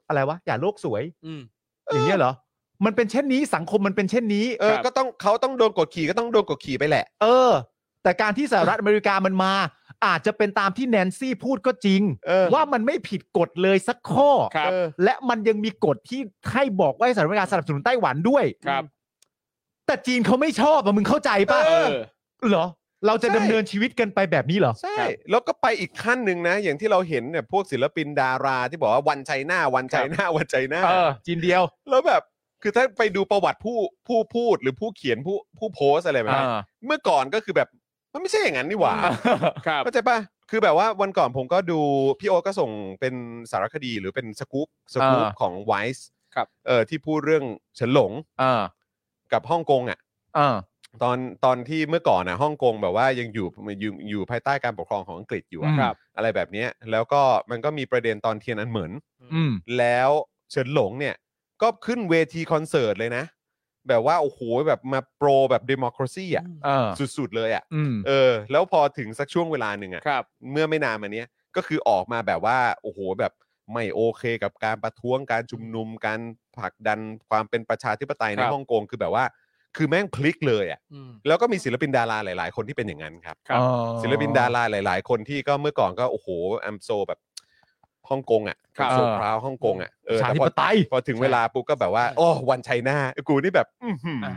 Speaker 3: อะไรวะ อย่าโลกสวย
Speaker 4: อืม
Speaker 3: อย่างเงี้ยเหรอ มันเป็นเช่นนี้สังคมมันเป็นเช่นนี้
Speaker 2: เออ
Speaker 4: ครับ
Speaker 2: ก็ต้องเขาต้องโดนกดขี่ก็ต้องโดนกดขี่ไปแหละ
Speaker 3: เออ แต่การที่สหรัฐอเมริกามันมา อาจจะเป็นตามที่แนนซี่พูดก็จริง
Speaker 2: เออ
Speaker 3: ว่ามันไม่ผิดกฎเลยสักข้อ
Speaker 4: ครับ
Speaker 2: เออ
Speaker 3: และมันยังมีกฎที่ให้บอกว่าให้สหรัฐอเมริกาสนับสนุนไต้หวันด้วย
Speaker 4: ครับ
Speaker 3: แต่จีนเขาไม่ชอบอะมึงเข้าใจปะ
Speaker 4: เออ
Speaker 3: เหรอ เราจะ
Speaker 2: ใช่
Speaker 3: ดำเนินชีวิตกันไปแบบนี้เหรอ
Speaker 2: ใช่
Speaker 4: ครับ
Speaker 2: แล้วก็ไปอีกขั้นหนึ่งนะ อย่างที่เราเห็นเนี่ยพวกศิลปินดาราที่บอกว่าวันไชน่าวันไชน่าวันไชน่า
Speaker 3: เออ จีนเดียว
Speaker 2: แล้วแบบคือถ้าไปดูประวัติผู้ผู้พูดหรือผู้เขียนผู้ผู้โพสอะไรแบบนั้นเมื่อก่อนก็คือแบบมันไม่ใช่อย่างนั้นนี่หว่า
Speaker 4: อืม ครับ
Speaker 2: เข้าใจป่ะ คือแบบว่าวันก่อนผมก็ดู พี่โอ๊ตก็ส่งเป็นสารคดีหรือเป็นสกู๊ปสกู๊ป
Speaker 3: อ่า
Speaker 2: ของไวส์
Speaker 4: ครับ
Speaker 2: เออที่พูดเรื่องเฉินหลง
Speaker 3: อ่า
Speaker 2: กับฮ่องกงอ่ะ
Speaker 3: อ่า
Speaker 2: ตอนตอนที่เมื่อก่อนอ่ะฮ่องกงแบบว่ายังอยู่อยู่อยู่ภายใต้การปกครองของอังกฤษอยู่อะ
Speaker 3: อืม
Speaker 4: ครับ
Speaker 2: อะไรแบบเนี้ยแล้วก็มันก็มีประเด็นตอนเทียนอันเหมิน
Speaker 3: อืม
Speaker 2: แล้วเฉินหลงเนี่ยก็ขึ้นเวทีคอนเสิร์ตเลยนะ แบบว่า โอ้โห แบบมาโปรแบบดิโมคราซีอ่ะ
Speaker 3: เออ
Speaker 2: สุดๆเลยอ่ะ
Speaker 3: อืม
Speaker 2: เออ แล้วพอถึงสักช่วงเวลาหนึ่งอ่ะ
Speaker 4: ครับ
Speaker 2: เมื่อไม่นานมาเนี้ยก็คือออกมาแบบว่าโอ้โหแบบไม่โอเคกับการประท้วงการชุมนุมการผลักดันความเป็นประชาธิปไตยใน
Speaker 4: ครับ
Speaker 2: ฮ่องกงคือแบบว่า คือแม่งพลิกเลยอะ่ะ
Speaker 4: อืม
Speaker 2: แล้วก็มีศิลปินดาราหลาย ๆ คนที่เป็นอย่างนั้นครับ
Speaker 4: ครับ
Speaker 2: ศิลปินดาราหลาย ๆ คนที่ก็เมื่อก่อนก็โอ้โหแอมโซแบบฮ่องกงอ่ะ
Speaker 4: ครับ
Speaker 2: โซพราวฮ่องกงอ่ะเออ
Speaker 3: ประชาธิ
Speaker 2: พอ
Speaker 3: ปไตย
Speaker 2: พอถึงเวลาปุ๊บก็แบบว่าโอ้วันไชน่ากูนี่แบบอื้อหือ
Speaker 4: อ่า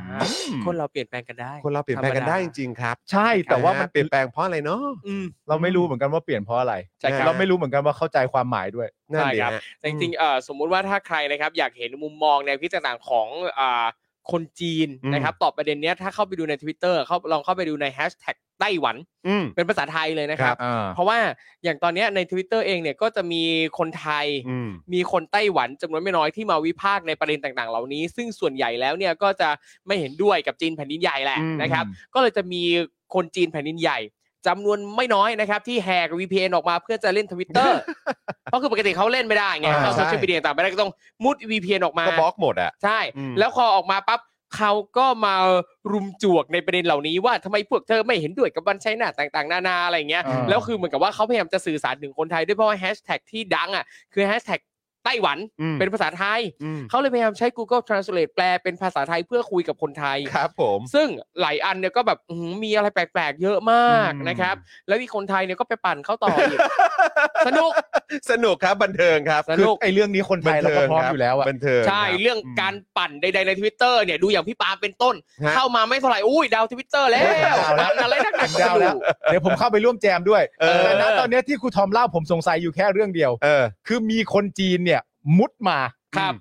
Speaker 4: คนเราเปลี่ยนแปลงกันได้
Speaker 2: คนเราเปลี่ยนแปลงกันได้จริงๆครับ
Speaker 3: ใช่แต่ว่ามัน
Speaker 2: เปลี่ยนแปลงเพราะอะไรเนาะ
Speaker 4: อืม
Speaker 3: เราไม่รู้เหมือนกันว่าเปลี่ยนเพราะอะไร
Speaker 4: ใช่ครับ
Speaker 3: เราไม่รู้เหมือนกันว่าเข้าใจความหมายด้วย
Speaker 2: นั่น
Speaker 4: ใช่
Speaker 2: ดี
Speaker 4: ครับ
Speaker 2: ฮะ
Speaker 4: แต่จริงๆเอ่อสมมุติว่าถ้าใครนะครับ อยากเห็นมุมมองในวพิจารณาของอ่า คนจีน
Speaker 2: อืม
Speaker 4: นะครับ ตอบประเด็นเนี้ยถ้าเข้าไปดูใน Twitter เขาลองเข้าไปดูในแฮชแท็กไต้หวัน
Speaker 2: อืม
Speaker 4: เป็นภาษาไทยเลยนะครับ
Speaker 3: อ่า
Speaker 4: เพราะว่าอย่างตอนเนี้ยใน Twitter เองเนี่ยก็จะมีคนไทย
Speaker 2: อืม
Speaker 4: มีคนไต้หวันจำนวนไม่น้อยที่มาวิพากษ์ในประเด็นต่างๆ เหล่านี้ ซึ่งส่วนใหญ่แล้วเนี่ยก็จะไม่เห็นด้วยกับจีนแผ่นดินใหญ่แหละ
Speaker 2: อืม
Speaker 4: นะครับ ก็เลยจะมีคนจีนแผ่นดินใหญ่จำนวนไม่น้อยนะครับ ที่แหก VPN ออกมาเพื่อจะเล่นทวิต เตอร์ เพราะคือปกติเขาเล่นไม่ได้ไง
Speaker 2: อ่า
Speaker 4: เขาโซ
Speaker 2: ใช่
Speaker 4: เชียลมีเดียต่างไม่ได้ก็ต้องมุด VPN ออกมา
Speaker 2: ก็บล็อกหมดอ่ะ
Speaker 4: ใช่
Speaker 2: อืม
Speaker 4: แล้วพอออกมาปั๊บเขาก็มารุมจวกในประเด็นเหล่านี้ว่าทำไมพวกเธอไม่เห็นด้วยกับวันใช้หน้าต่างๆ นานาอะไรอย่างเงี้ย
Speaker 3: อ่า
Speaker 4: แล้วคือเหมือนกับว่าเขาพยายามจะสื่อสารถึงคนไทยด้วยเพราะว่าแฮชแท็กที่ดังอ่ะคือแฮชแท็กไต้หวัน
Speaker 2: อืม
Speaker 4: เป็นภาษาไทย
Speaker 2: อืม
Speaker 4: เขาเลยพยายามใช้ Google Translate แปลเป็นภาษาไทยเพื่อคุยกับคนไทย
Speaker 2: ครับผม
Speaker 4: ซึ่งหลายอันเนี่ยก็แบบอื้อหือมีอะไรแปลกๆ เยอะมาก
Speaker 2: อืม
Speaker 4: นะครับ แล้วมีคนไทยเนี่ยก็ไปปั่นเขาต่อ อีก สนุก
Speaker 2: สนุกครับบันเทิงครับ
Speaker 4: ส
Speaker 3: คือ
Speaker 4: นุก
Speaker 3: ไอ้เรื่องนี้คนไทยเราก็พร้อมอยู่แล้วอะ
Speaker 2: บันเทิง
Speaker 4: ใช่
Speaker 2: คบ
Speaker 4: เรื่องการปั่นใดๆในทวิตเตอร์เนี่ยดูอย่างพี่ปาล์มเป็นต้น
Speaker 2: ฮะ
Speaker 4: เข้ามาไม่เท่าไหร่อุ้ยดาวทวิตเตอร์แล้ว
Speaker 3: เฮ้ยดาวแล้ว
Speaker 4: ปั่นอะไรนักหนาก็
Speaker 3: ดาว
Speaker 4: ไม่
Speaker 3: แล้ว
Speaker 4: รู้
Speaker 3: เดี๋ยวผมเข้าไปร่วมแจมด้วย
Speaker 2: เออ
Speaker 3: แต่ณตอนเนี้ยที่ครูทอมเล่าผมสงสัยอยู่แค่เรื่องเดียว
Speaker 2: เออ
Speaker 3: คือมีคนจีนเนี่ย มุดมา
Speaker 4: ครับ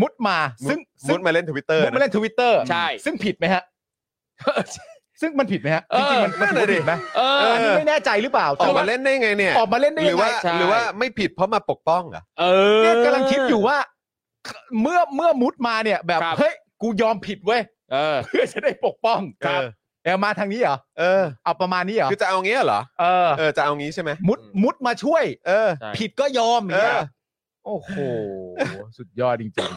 Speaker 3: มุดมาซึ่ง
Speaker 2: มุดมาเล่นทวิตเตอร์
Speaker 3: มุดมาเล่นทวิตเตอร์
Speaker 4: ใช่
Speaker 3: ซึ่งผิดไหมฮะ ซึ่งมันผิดไหมฮะ
Speaker 4: เออ
Speaker 3: จริงๆมันมันถือว่าผิดไหม
Speaker 4: เอ
Speaker 2: เ
Speaker 4: อ
Speaker 3: อันนี้ไม่แน่ใจหรือเปล่า
Speaker 2: ออกมาเล่นได้ไงเนี่ย
Speaker 3: ออกมาเล่นได้
Speaker 2: หรือ
Speaker 3: ยั
Speaker 2: ง
Speaker 3: ไง
Speaker 2: ว่า
Speaker 4: ใช่
Speaker 2: หรือว่าไม่ผิดเพราะมาปกป้องเหรอ่ะ
Speaker 4: เออ
Speaker 3: เนี่ยกำลังคิดอยู่ว่า เมื่อเมื่อมุดมาเนี่ย แบบ
Speaker 4: ครับ
Speaker 3: เฮ้ยกูยอมผิดเว้ย
Speaker 4: เออ
Speaker 3: เพื่อจะได้ปกป้อง
Speaker 2: ครับ
Speaker 3: เออมาทางนี้เหรอ
Speaker 2: เออ
Speaker 3: เอาประมาณนี้เหรอ
Speaker 2: คือจะเอาเงี้ยเหรอ
Speaker 3: เออ
Speaker 2: เออ จะเอางี้ใช่ไหม
Speaker 3: มุดมุดมาช่วย
Speaker 2: เออ
Speaker 4: ใช่
Speaker 3: ผิดก็ยอมอย่างเงี้ย
Speaker 2: เออ
Speaker 3: โอ้โห สุดยอดจริง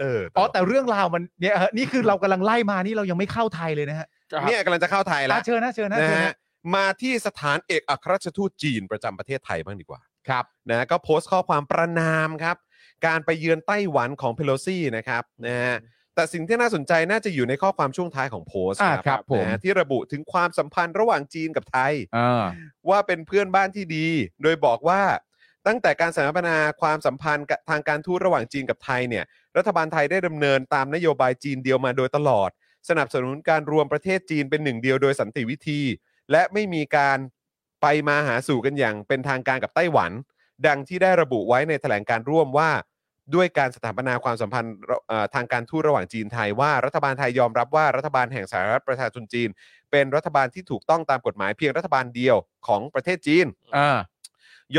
Speaker 2: เออ
Speaker 3: ๆ อ๋อแต่เรื่องราวมันเนี่ยฮะนี่คือเรากำลังไล่มานี่เรายังไม่เข้าไทยเลยนะฮะ
Speaker 2: เนี่ยกำลังจะเข้าไทยแล้ว
Speaker 3: อ่ะเชิญนะเชิญนะ
Speaker 2: นะ
Speaker 3: เชิญ
Speaker 2: ฮะ
Speaker 3: นะ
Speaker 2: มาที่สถานเอกอัครราชทูตจีนประจำประเทศไทยบ้างดีกว่า
Speaker 3: ครับ
Speaker 2: นะก็โพสต์ข้อความประนามครับ การไปเยือนไต้หวันของเพโลซี่นะครับนะฮะแต่สิ่งที่น่าสนใจน่าจะอยู่ในข้อความช่วงท้ายของโพสต์
Speaker 3: อ่าครับผม
Speaker 2: นะฮะที่ระบุถึงความสัมพันธ์ระหว่างจีนกับไทย
Speaker 3: อ่า
Speaker 2: ว่าเป็นเพื่อนบ้านที่ดี โดยบอกว่าตั้งแต่การสถาปนาความสัมพันธ์กับทางการทูตระหว่างจีนกับไทยเนี่ยรัฐบาลไทยได้ดำเนินตามนโยบายจีนเดียวมาโดยตลอด สนับสนุนการรวมประเทศจีนเป็นหนึ่งเดียวโดยสันติวิธี และไม่มีการไปมาหาสู่กันอย่างเป็นทางการกับไต้หวัน ดังที่ได้ระบุไว้ในแถลงการร่วมว่า ด้วยการสถาปนาความสัมพันธ์ระเอ่อทางการทูตระหว่างจีนไทยว่ารัฐบาลไทยยอมรับว่ารัฐบาลแห่งสาธารณรัฐประชาชนจีน เป็นรัฐบาลที่ถูกต้องตามกฎหมายเพียงรัฐบาลเดียวของประเทศจีน
Speaker 3: อ่าย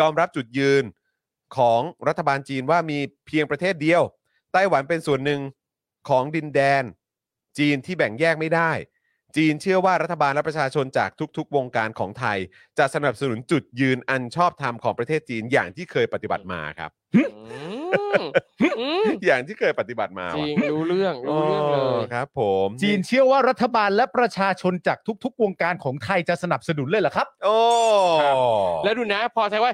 Speaker 2: อมรับจุดยืนของรัฐบาลจีนว่ามีเพียงประเทศเดียว ไต้หวันเป็นส่วนหนึ่งของดินแดน จีนที่แบ่งแยกไม่ได้ จีนเชื่อว่ารัฐบาลและประชาชนจากทุกๆ วงการของไทย จะสนับสนุนจุดยืนอันชอบธรรมของประเทศจีนอย่างที่เคยปฏิบัติมาครับ
Speaker 4: อืมอืม
Speaker 2: อย่างที่เคยปฏิบัติมา
Speaker 4: จ
Speaker 2: ว่ะ
Speaker 4: ริงรู้เรื่องรู้เรื่องเล
Speaker 2: โ
Speaker 4: ย
Speaker 2: ครับ ผม
Speaker 3: จีนเชื่อว่ารัฐบาลและประชาชนจากทุก ๆ วงการของไทยจะสนับสนุนเลยเหรอครับ
Speaker 2: โอ้
Speaker 4: ครับ แล้วดูนะ พอใช้ว่า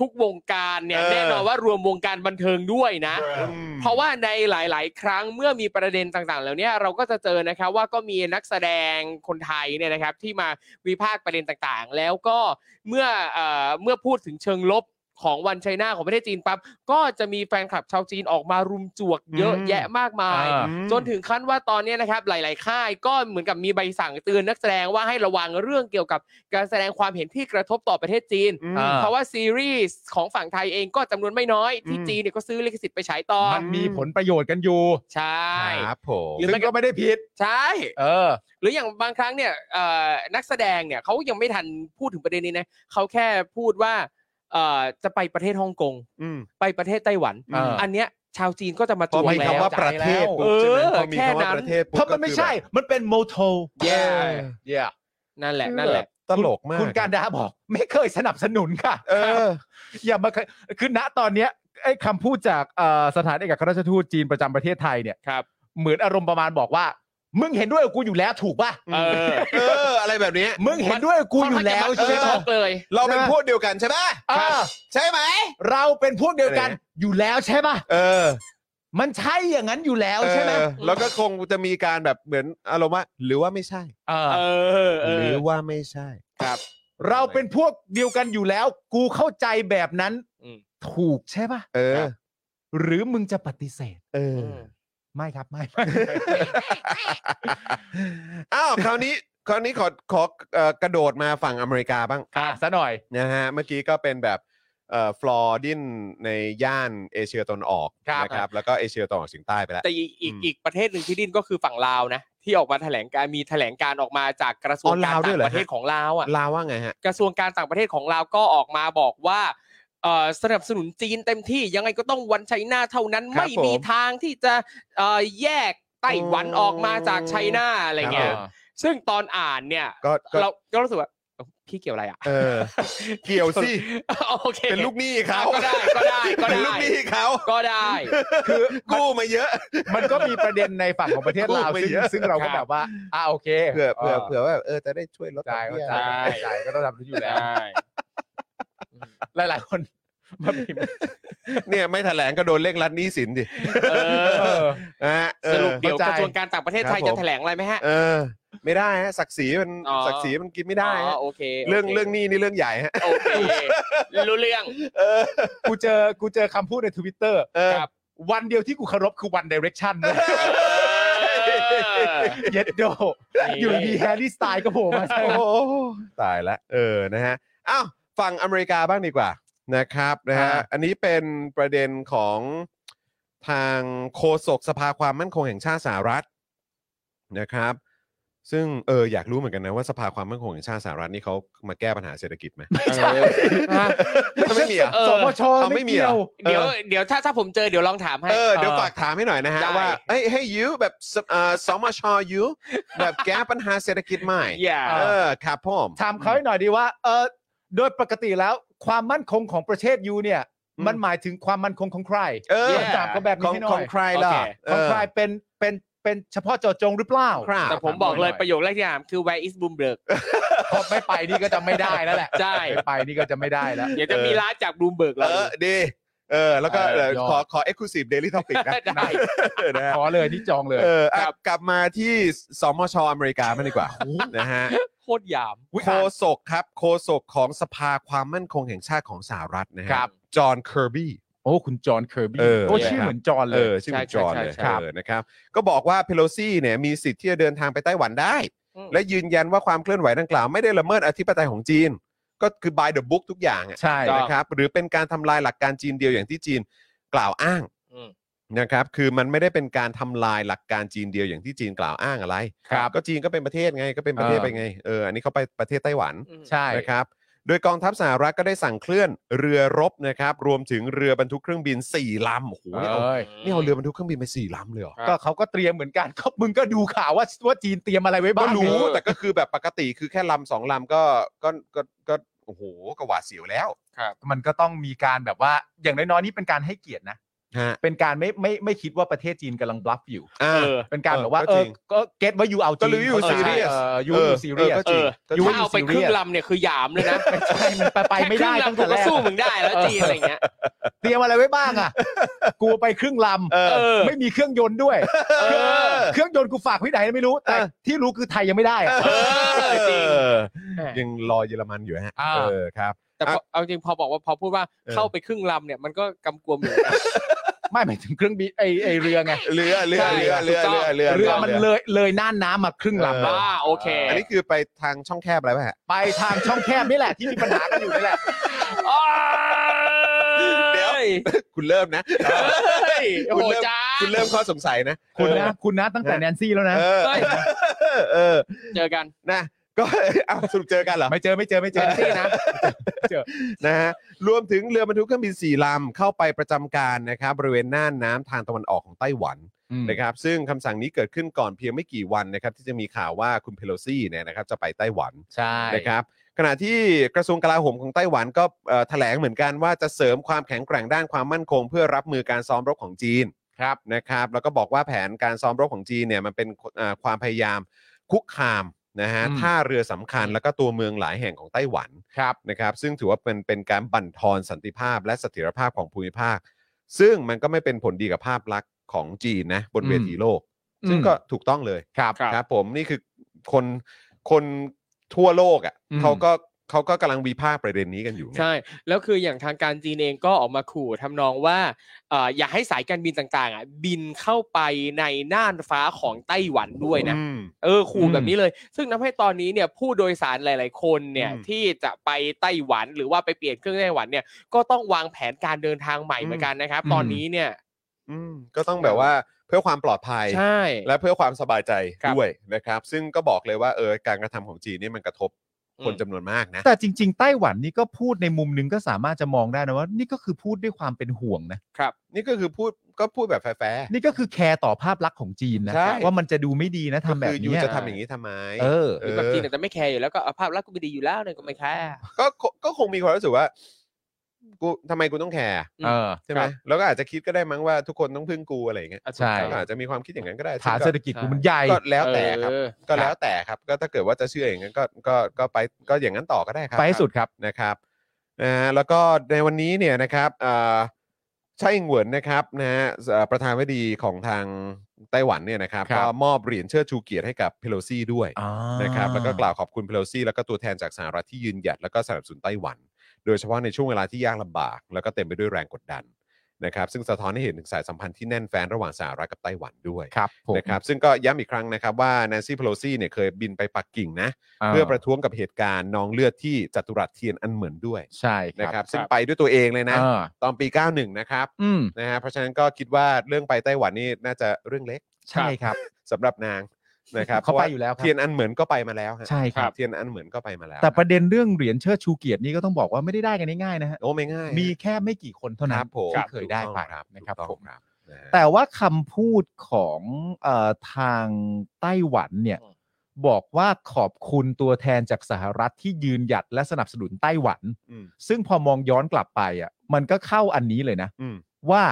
Speaker 4: ทุกๆวงการเนี่ย
Speaker 2: เออ
Speaker 4: แน่นอนว่ารวมวงการบันเทิงด้วยนะ
Speaker 2: อืม
Speaker 4: เพราะว่าในหลาย ๆ ครั้งเมื่อมีประเด็นต่างๆ แล้วเนี่ยเราก็จะเจอนะครับว่าก็มีนักแสดงคนไทยเนี่ยนะครับที่มาวิพากษ์ประเด็นต่างๆ แล้วก็เมื่อเอ่อเมื่อพูดถึงเชิงลบของวันไชน่าของประเทศจีนปั๊บก็จะมีแฟนคลับชาวจีนออกมารุมจวกเยอะ
Speaker 2: อืม
Speaker 4: แยะมากมาย
Speaker 3: อ่า
Speaker 2: อืม
Speaker 4: จนถึงขั้นว่าตอนเนี้ยนะครับหลาย ๆ ค่ายก็เหมือนกับมีใบสั่งเตือนนักแสดงว่าให้ระวังเรื่องเกี่ยวกับการแสดงความเห็นที่กระทบต่อประเทศจีน
Speaker 2: อืม
Speaker 3: อ่า
Speaker 4: เพราะว่าซีรีส์ของฝั่งไทยเองก็จำนวนไม่น้อยที่
Speaker 2: อืม
Speaker 4: จีนเนี่ยก็ซื้อลิขสิทธิ์ไปฉายต่อ
Speaker 3: มันมีผลประโยชน์กันอยู่
Speaker 4: ใช่
Speaker 2: ครับผม
Speaker 4: หรือ
Speaker 3: ซึ่
Speaker 4: ไม่
Speaker 3: ง
Speaker 4: ก็
Speaker 3: ก็ไม่ได้ผิด
Speaker 4: ใช่
Speaker 3: เออ
Speaker 4: หรืออย่างบางครั้งเนี่ยเอ่อนักแสดงเนี่ยเขายังไม่ทันพูดถึงประเด็นนี้นะเขาแค่พูดว่าเอ่อจะไปประเทศฮ่องกง
Speaker 2: อืม
Speaker 4: ไปประเทศไต้หวัน
Speaker 3: อ่า
Speaker 4: อันเนี้ยชาวจีนก็จะมา
Speaker 2: พ
Speaker 4: จ
Speaker 2: อ
Speaker 4: วง
Speaker 2: มี
Speaker 4: แล้
Speaker 2: คำ
Speaker 4: ว
Speaker 2: ว่าประเทศปุ๊บใช่ไหม
Speaker 4: เออ
Speaker 2: พอมีคำว่า
Speaker 4: แค่นั้น
Speaker 2: ประเทศปุ๊บ
Speaker 3: เพราะมันไม่
Speaker 2: ก็คือ
Speaker 3: ใช่
Speaker 2: แบบ
Speaker 3: มันเป็นโมโท
Speaker 2: แย่
Speaker 3: เย่
Speaker 4: นั่นแหละนั่นแหละ
Speaker 2: ตลกมาก
Speaker 3: คุณการดาบอก ไม่เคยสนับสนุนค่ะ
Speaker 2: เออ
Speaker 3: อย่ามาเคยคือณตอนเนี้ยไอ้คำพูดจากเอ่อสถานเอกอัครราชทูตจีนประจำประเทศไทยเนี่ย
Speaker 4: ครับ
Speaker 3: เหมือนอารมณ์ประมาณบอกว่า มึงเห็นด้วยกับกูอยู่แล้วถูกป่ะ
Speaker 4: เออ
Speaker 2: เออ อะไรแบบเนี้ย
Speaker 3: มึงเห็นด้วยกับกูอยู่แล้ว
Speaker 4: ค่
Speaker 3: ใช่
Speaker 4: นข้างจะมา
Speaker 3: ไหม
Speaker 4: เชิงชกเลย
Speaker 2: เราเป็นพวกเดียวกันใช่ไหม
Speaker 3: เออ
Speaker 2: ใช่ไหม
Speaker 3: เราเป็นพวกเดียวกัน
Speaker 2: อะไรนะ
Speaker 3: อยู่แล้วใช่ป่ะ
Speaker 2: เออ
Speaker 3: มันใช่อย่างนั้นอยู่แล้วใช่ไหม
Speaker 2: เออแล้วก็คงจะมีการแบบเหมือนอารมณ์ว่า หรือว่าไม่ใช่
Speaker 3: เออ
Speaker 4: เออเอ
Speaker 2: ห
Speaker 4: อ
Speaker 2: รือว่าไม่ใช่
Speaker 4: ครับ
Speaker 3: เราเป็นพวกเดียวกันอยู่แล้ว กูเข้าใจแบบนั้น
Speaker 4: อืม
Speaker 3: ถูกใช่ป่ะ
Speaker 2: เออ
Speaker 3: หรือมึงจะปฏิเสธ
Speaker 2: เออ
Speaker 3: ไม่ครับไม่ไม่
Speaker 2: อ้าวคราวนี้คราวนี้ขอขอเอ่อกระโดดมาฝั่งอเมริกาบ้าง
Speaker 3: อ่ะซะหน่อย
Speaker 2: นะฮะเมื่อกี้ก็เป็นแบบ เอ่อฟลอรินในย่านเอเชียตะวันออก
Speaker 4: ครับ
Speaker 2: นะครับแล้วก็เอเชียตะวันออกเฉียงใต้ไปแล้ว
Speaker 4: แต่อีกอีก
Speaker 2: อืม
Speaker 4: อีกประเทศหนึ่งที่ดิ้นก็คือฝั่งลาวนะ ที่ออกมาแถลงการมีแถลงการออกมาจากกระทรวง
Speaker 2: อ๋อ
Speaker 4: การ
Speaker 2: ลาวด้ว
Speaker 4: ต่าย ง
Speaker 2: เหรอ
Speaker 4: ประเทศ
Speaker 2: ฮะ
Speaker 4: ของลาวอ่ะ
Speaker 2: ลาวว่าไงฮะ
Speaker 4: กระทรวงการต่างประเทศของลาวก็ออกมาบอกว่าเอ่อสนับสนุนจีนเต็มที่ยังไงก็ต้องวันไชน่าเท่านั้น
Speaker 2: ครับ
Speaker 4: ไม่มี
Speaker 2: ผม
Speaker 4: ทางที่จะเอ่อแยกไต้หวัน
Speaker 2: อืม
Speaker 4: ออกมาจากไชน่าอะไรเงี้ย
Speaker 3: อ่า
Speaker 4: ซึ่งตอนอ่านเนี่ย
Speaker 2: ก็ก็
Speaker 4: เราก็รู้สึกว่าเอ้าพี่เกี่ยวอะไรอ่ะ
Speaker 2: เออเกี่ยวสิ
Speaker 4: โอเค
Speaker 2: เป็นลูกหนี้เขา
Speaker 4: ก็ได้ก็ได้ก็
Speaker 2: เป็น
Speaker 4: ได้
Speaker 2: ลูกหนี้เขา
Speaker 4: ก็ได้
Speaker 3: คือ
Speaker 2: กู้มาเยอะ
Speaker 3: มันก็มีประเด็นในฝั่งของประเทศลาว
Speaker 2: พูดไป
Speaker 3: ซึ่ง
Speaker 2: เยอะ
Speaker 3: ซึ่งเราก็แบบว่าอ่าโอเค
Speaker 2: เผื่อเผื่อเผื่อว่าเออจะได้ช่วยลดด
Speaker 3: จ่าย
Speaker 2: อก
Speaker 3: ก็
Speaker 2: เบี้ย
Speaker 3: จ่าย
Speaker 4: ได้
Speaker 3: จ่ายก็ต้องทำอยู่แล้ว
Speaker 4: ได้
Speaker 3: หลาย ๆ คนมาพิมพ์
Speaker 2: เนี่ยไม่แถลงก็โดนเลขรัดหนี้สินดิ
Speaker 4: เอ
Speaker 3: เอ
Speaker 4: อ
Speaker 3: อ
Speaker 2: อ่ะเอ
Speaker 4: ส
Speaker 2: อ
Speaker 4: รุปเดี๋ยวก
Speaker 3: เข้าใจ
Speaker 4: ระทรวงการต่างประเทศไทย
Speaker 2: ครับผม
Speaker 4: จะแถลงอะไรไหมฮะ
Speaker 2: เออ ไม่ได้ฮะศักดิ์ศรีมัน
Speaker 4: อ๋อ
Speaker 2: ศักดิ์ศรีมันกินไม่ได้
Speaker 4: อ๋อ
Speaker 2: ฮะ
Speaker 4: โอเคโค
Speaker 2: เรื่องเรื่องหนี้นี่เรื่องใหญ่ ฮะ
Speaker 4: โอเครู้เรื่อง
Speaker 3: กูเจอกูเจอคำพูดในทวิตเตอร์
Speaker 2: เออ
Speaker 3: วันเดียวที่กูเคารพคือวันเดเรคชั่น
Speaker 4: อ
Speaker 3: เย็ดโดอยู่ดีแฮร์รี่สไตล์ก็โผล่มา
Speaker 2: โอ้ตายละเออนะฮะอ้าวฝั่งอเมริกาบ้างดีกว่านะครับนะฮะ
Speaker 3: อ่า
Speaker 2: อันนี้เป็นประเด็นของทางโฆษกสภาความมั่นคงแห่งชาติสหรัฐนะครับ ซึ่งเอออยากรู้เหมือนกันนะว่าสภาความมั่นคงแห่งชาติสหรัฐนี่เขามาแก้ปัญหาเศรษฐกิจไหม
Speaker 3: ไม่ใช่
Speaker 4: ฮะ
Speaker 2: ไม่มีเหรอ
Speaker 4: เออ
Speaker 3: สมช
Speaker 2: เอาไม่
Speaker 3: ไม่
Speaker 2: มี
Speaker 3: เกี่
Speaker 2: เหร
Speaker 3: ย
Speaker 2: อ
Speaker 3: ว
Speaker 4: เดี๋ยวเดี๋ยวถ้าถ้าผมเจอเดี๋ยวลองถามให้
Speaker 2: เออเดี๋ยวฝากถามให้หน่อยนะฮะ
Speaker 4: ได้
Speaker 2: ว่าเอ้ยให้ยูแบบสเอ่อสมชยูแบบแก้ปัญหาเศรษฐกิจใหม่
Speaker 4: อย่า
Speaker 3: เ
Speaker 2: เออครับผม
Speaker 3: ถามเขาให้หน่อยดีว่าเออโดยปกติแล้วความมั่นคงของประเทศยูเนี่ย
Speaker 2: อืม
Speaker 3: มันหมายถึงความมั่นคงของใคร
Speaker 2: เออ
Speaker 3: ถามเขาแบบ
Speaker 2: ข
Speaker 3: นี้
Speaker 2: อง
Speaker 3: ให้หน่
Speaker 2: ข
Speaker 3: อ
Speaker 2: อง
Speaker 3: ย
Speaker 2: ใครล่ะ
Speaker 3: ของใคร
Speaker 2: เ
Speaker 3: เป็นเป็นเป็นเฉพาะเจาะจงหรือเปล่า
Speaker 2: ครับ
Speaker 4: แต่ผมบอกเลย
Speaker 3: ถามหน่อย
Speaker 4: ประโยคแรกที่ถามคือ where is Bloomberg
Speaker 3: พอไม่ไปนี่ก็จะไม่ได้แล้วแหละ
Speaker 4: ใช่
Speaker 3: ไม่ไปนี่ก็จะไม่ได้แล้ว
Speaker 4: เดี๋ยวจะมีร้านจาก Bloomberg
Speaker 2: เอ
Speaker 4: แล้ว
Speaker 2: อดีเออ แล้วก็
Speaker 3: เออ
Speaker 2: เออย
Speaker 3: อด
Speaker 2: ขอขอ exclusive daily topic นะ
Speaker 4: ได้
Speaker 2: เออนะฮะ
Speaker 3: ขอเลยนี่จองเลย
Speaker 2: เอออ่ะ
Speaker 4: ครับ
Speaker 2: กลับมาที่สมชอเมริกามาดีกว่านะฮะ
Speaker 4: โคตรหยาม
Speaker 2: โคศกครับโคศกของสภาความมั่นคงแห่งชาติของสหรัฐนะฮะ
Speaker 3: ครับ
Speaker 2: จอห์นเคอร์บี้
Speaker 3: โอ้คุณจอห์นเคอร์บี้
Speaker 2: เออ
Speaker 3: โอ้ชื่อเหมือนจอห์นเล
Speaker 2: เอย อชื่อคุณ
Speaker 4: ใช่
Speaker 2: จอห์นเลย
Speaker 4: ใช่ใช่ครับ
Speaker 2: เออนะครับ ก็บอกว่าเพโลซี่เนี่ยมีสิทธิ์ที่จะเดินทางไปไต้หวันได้
Speaker 4: อืม
Speaker 2: และยืนยันว่าความเคลื่อนไหวดังกล่าวไม่ได้ละเมิดอธิปไตยของจีน ก็คือ by the book ทุกอย่างอะ
Speaker 3: ใช่
Speaker 4: จอห์
Speaker 2: นะครับหรือเป็นการทำลายหลักการจีนเดียวอย่างที่จีนกล่าวอ้าง
Speaker 4: อืม
Speaker 2: นะครับคือมันไม่ได้เป็นการทำลายหลักการจีนเดียวอย่างที่จีนกล่าวอ้างอะไร
Speaker 4: ครับ
Speaker 2: ก็จีนก็เป็นประเทศไงก็เป็นประเทศ
Speaker 4: เออ
Speaker 2: ไปไงเอออันนี้เขาไปประเทศไต้หวัน
Speaker 4: อืม
Speaker 3: ใช่
Speaker 2: นะครับโดยกองทัพสหรัฐก็ได้สั่งเคลื่อนเรือรบนะครับรวมถึงเรือบรรทุกเครื่องบิน4ลำโอ้โหนี่เอา
Speaker 3: เอ้ย
Speaker 2: นี่เอาเรือบรรทุกเครื่องบินไป4ลำเลยเหรอ
Speaker 4: ครับ
Speaker 3: ก็เขาก็เตรียมเหมือน กันก็มึงก็ดูข่าวว่าว่าจีนเตรียมอะไรไว้
Speaker 2: ก็
Speaker 3: บ้าง
Speaker 2: รู้
Speaker 3: เนี่ย
Speaker 2: แต่ก็คือแบบปกติคือแค่ลำสองลำก็ก็ก็ก็โอ้โหก็หวาดเสียวแล้ว
Speaker 3: มันก็ต้องมีการแบบว่าอย่างน้อยๆนี่เป็นการให้เกียรตินะ
Speaker 2: ฮะ
Speaker 3: เป็นการไม่ไม่ไม่คิดว่าประเทศจีนกำลังบลัฟอยู่
Speaker 2: อ่า
Speaker 4: เออ
Speaker 3: เป็นการ
Speaker 2: เออ
Speaker 3: แบบว่า
Speaker 2: ก็
Speaker 3: เอ
Speaker 2: จริ
Speaker 3: องก็เก็ตว่ายูเอาจริง
Speaker 2: ก็รู้อยู่
Speaker 3: เออ
Speaker 2: serious
Speaker 3: เออยู
Speaker 2: เออ
Speaker 3: อยู่ซีเรีย
Speaker 2: เออ
Speaker 3: ส
Speaker 2: ก็จริง
Speaker 3: เออ
Speaker 4: ถ้าเอาไปครึ่งลำเนี่ยคือหยามเลยนะ
Speaker 3: มันไปไปไม่ได้
Speaker 4: แค่ค
Speaker 3: ตั้ง
Speaker 4: รึ่งลำกู
Speaker 3: แต่แร
Speaker 4: ก็
Speaker 3: ก
Speaker 4: สู้มึงได้แล้วจีนอะไรอย่างเงี้ย
Speaker 3: เตรียมอะไรไว้บ้างอ่ะ กูไปครึ่งล
Speaker 2: เออ
Speaker 4: เออ
Speaker 3: ำไม่มีเครื่องยนต์ด้วย
Speaker 4: เออ
Speaker 3: เครื่องยนต์กูฝากไว้ไหนไม่รู้ แต่
Speaker 2: เออ
Speaker 3: ที่รู้คือไทยยังไม่ได้อะ
Speaker 4: เออจริง
Speaker 2: เออยังรอเยอรมันอยู่ฮะ
Speaker 3: อ่า
Speaker 2: เออครับ
Speaker 4: แต่พอเอาจริงพอบอกว่าพอพูดว่า
Speaker 2: เออ
Speaker 4: เข้าไปครึ่งลำเนี่ยมันก็กำกวมอยู่
Speaker 3: ไม่หมายถึงเครื่องบินไอไอเรือไง
Speaker 2: เรือเรือ
Speaker 4: ใช่
Speaker 2: เรือเรือ
Speaker 4: ถูกต้
Speaker 2: เรือ
Speaker 4: อง
Speaker 2: เรือ
Speaker 3: เรือมันเลยเลยน่านน้ำมาครึ่งลำ
Speaker 4: อ่าโอเค
Speaker 2: อันนี้คือไปทางช่องแคบอะไรป่ะฮะ
Speaker 3: ไปทางช่องแคบนี่แหละที่มีปัญหากันอยู่นี่แหละ
Speaker 4: เดี๋ยว
Speaker 2: คุณเริ่มนะ
Speaker 4: โอ้
Speaker 2: คุณ
Speaker 4: โห
Speaker 2: เริ่ม
Speaker 4: จ้า
Speaker 2: คุณเริ่มข้อสงสัยนะ
Speaker 3: คุณนะคุณนะตั้งแต่แนนซี่แล้วนะ
Speaker 2: เออเออเออ
Speaker 4: เจอกัน
Speaker 2: นะก็ เอาสรุปเจอกันเหรอ
Speaker 3: ไม่เจอไม่เจอไม่เจอ
Speaker 4: แนนซี่นะ
Speaker 2: นะฮะรวมถึงเรือบรรทุกเครื่องบินสี่ลำเข้าไปประจำการนะครับบริเวณน่านน้ำทางตะวันออกของไต้หวัน นะครับซึ่งคำสั่งนี้เกิดขึ้นก่อนเพียงไม่กี่วันนะครับที่จะมีข่าวว่าคุณเพโลซี่เนี่ยนะครับจะไปไต้หวัน
Speaker 3: ใช่
Speaker 2: นะครับขณะที่กระทรวงกลาโหมของไต้หวันก็เอ่อแถลงเหมือนกันว่าจะเสริมความแข็งแกร่งด้านความมั่นคง เพื่อรับมือการซ้อมรบของจีนครับนะครับแล้วก็บอกว่าแผนการซ้อมรบของจีนเนี่ยมันเป็นเอ่อความพยายามคุกคามนะฮะ
Speaker 3: อืม
Speaker 2: ท่าเรือสำคัญแล้วก็ตัวเมืองหลายแห่งของไต้หวัน
Speaker 3: ครับ
Speaker 2: นะครับซึ่งถือว่าเป็นเป็นการบั่นทอนสันติภาพและเสถียรภาพของภูมิภาค ซึ่งมันก็ไม่เป็นผลดีกับภาพลักษณ์ของจีนนะบน
Speaker 3: อืม
Speaker 2: เวทีโลก
Speaker 3: อืม
Speaker 2: ซึ่งก็ถูกต้องเลย
Speaker 3: ครับ
Speaker 2: ครับผมนี่คือคนคนทั่วโลกอะ่ะ
Speaker 3: อืม
Speaker 2: เขาก็ เขาก็กำลังวิพากษ์ประเด็นนี้กันอยู่ไง
Speaker 4: ใช่ แล้วคืออย่างทางการจีนเองก็ออกมาขู่ทำนองว่าเอ่ออย่าให้สายการบินต่างๆอ่ะบินเข้าไปในน่านฟ้าของไต้หวันด้วยนะ
Speaker 2: อืม
Speaker 4: เออขู่
Speaker 3: อืม
Speaker 4: แบบนี้เลย ซึ่งทำให้ตอนนี้เนี่ยผู้โดยสารหลาย ๆ คนเนี่ย
Speaker 2: อืม
Speaker 4: ที่จะไปไต้หวันหรือว่าไปเปลี่ยนเครื่องไต้หวันเนี่ยก็ต้องวางแผนการเดินทางใหม่
Speaker 2: อืม
Speaker 4: เหมือนกันนะครับ
Speaker 3: อืม
Speaker 4: ตอนนี้เนี่ย
Speaker 2: อืมก็ต้องแบบว่าเพื่อความปลอดภัย
Speaker 4: ใช่
Speaker 2: และเพื่อความสบายใจ
Speaker 4: ครับ
Speaker 2: ด้วยนะครับ ซึ่งก็บอกเลยว่าเออการกระทำของจีนนี่มันกระทบคนจำนวนมากนะ
Speaker 3: แต่จริง ๆ ไต้หวันนี่ก็พูดในมุมหนึงก็สามารถจะมองได้นะว่า นี่ก็คือพูดด้วยความเป็นห่วงนะ
Speaker 2: นี่ก็คือพูดก็พูดแบบแฟร์ๆ
Speaker 3: นี่ก็คือแคร์ต่อภาพลักษณ์ของจีนนะ
Speaker 2: ใช่
Speaker 3: ว่ามันจะดูไม่ดีนะทำแบบ
Speaker 2: คืออยู
Speaker 3: เนี้ย
Speaker 2: จะทำอย่างนี้ทำไม
Speaker 3: เออ
Speaker 2: เอ
Speaker 4: คือแบบจีนอาจจะไม่แคร์อยู่แล้วก็เอาภาพลักษณ์กูไม่ดีอยู่แล้วเนี่ยก็ไม่แคร์
Speaker 2: ก็คงก็คงมีความรู้สึกว่ากูทำไมกูต้องแคร์
Speaker 4: อืม
Speaker 3: เออ
Speaker 2: ใช่ไหมแล้วก็อาจจะคิดก็ได้มั้งว่าทุกคนต้องพึ่งกูอะไรอย่างเงี้ย
Speaker 3: ใช่
Speaker 2: ก็อาจจะมีความคิดอย่างนั้นก็ได้
Speaker 3: ฐาน
Speaker 2: ซึ่งก็
Speaker 3: เศรษฐกิจกูมันใหญ่
Speaker 2: ก็แล้วแต่ครับ
Speaker 4: เออ
Speaker 2: ก็แล้วแต่ครับก็ถ้าเกิดว่าจะเชื่ออย่างนั้นก็ก็ก็ไปก็อย่างนั้นต่อก็ได้ครับ
Speaker 3: ไปให้สุดครับ
Speaker 2: นะครับนะฮะแล้วก็ในวันนี้เนี่ยนะครับเอ่อไช่อิงเหวินนะครับนะฮะเอ่อประธานาธิบดีของทางไต้หวันเนี่ยนะครับ
Speaker 3: ครับ
Speaker 2: ก็มอบเหรียญเชิดชูเกียรติให้กับเพโลซี่ด้วยนะครับแล้วก็กล่าวขอบคุณเพโลซี่แล้วก็ตัวแทนจากสหรัฐที่ยืนหยัดแล้วก็สนับสนุนไต้หวัน โดยเฉพาะในช่วงเวลาที่ยากลำบาก แล้วก็เต็มไปด้วยแรงกดดันนะครับซึ่งสะท้อนให้เห็นถึงสายสัมพันธ์ที่แน่นแฟ้นระหว่างสหรัฐกับไต้หวันด้วย
Speaker 3: ครับผม
Speaker 2: นะครับซึ่งก็ย้ำอีกครั้งนะครับว่าแนนซี่เพโลซี่เนี่ยเคยบินไปปักกิ่งนะ เพื่อประท้วงกับเหตุการณ์นองเลือดที่จัตุรัสเทียนอันเหมือนด้วย
Speaker 3: ใช่
Speaker 2: นะ
Speaker 3: ค
Speaker 2: ครั
Speaker 3: รั
Speaker 2: บบ ซึ่งไปด้วยตัวเองเลยนะ
Speaker 3: เออ
Speaker 2: ตอนปี 91 นะครับ
Speaker 3: อืม
Speaker 2: นะฮะเพราะฉะนั้นก็คิดว่าเรื่องไปไต้หวันนี่น่าจะเรื่องเล็ก
Speaker 3: ใช่ครับ
Speaker 2: สำหรับนางนะครับ
Speaker 3: เขาไป
Speaker 2: พระ
Speaker 3: อยู่แล้วครับ
Speaker 2: เทียนอันเหมือนก็ไปมาแล้วฮะ
Speaker 3: ใช่ครับ
Speaker 2: เทียนอันเหมือนก็ไปมาแล้ว
Speaker 3: แต่ประเด็นเรื่องเหรียญเชิดชูเกียรตินี่ก็ต้องบอกว่าไม่ได้ได้กันง่ายๆนะฮะ
Speaker 2: โอ้ไม่ง่าย
Speaker 3: มีแค่ไม่กี่คนเท่า
Speaker 2: ค
Speaker 3: นั้
Speaker 2: รั
Speaker 3: น
Speaker 2: บผม
Speaker 3: ที่เคยได้
Speaker 2: ถูก
Speaker 3: ไป
Speaker 2: ต้องครับ
Speaker 3: นะครับ
Speaker 2: ถูก
Speaker 3: ผ
Speaker 2: ต้อง
Speaker 3: ม
Speaker 2: ครับนะฮะ
Speaker 3: แต่ว่าคำพูดของเออทางไต้หวันเนี่ย
Speaker 4: อืม
Speaker 3: บอกว่าขอบคุณตัวแทนจากสหรัฐที่ยืนหยัดและสนับสนุนไต้หวัน
Speaker 2: อืม
Speaker 3: ซึ่งพอมองย้อนกลับไปอ่ะมันก็เข้าอันนี้เลยนะ
Speaker 2: อืม
Speaker 3: ว่า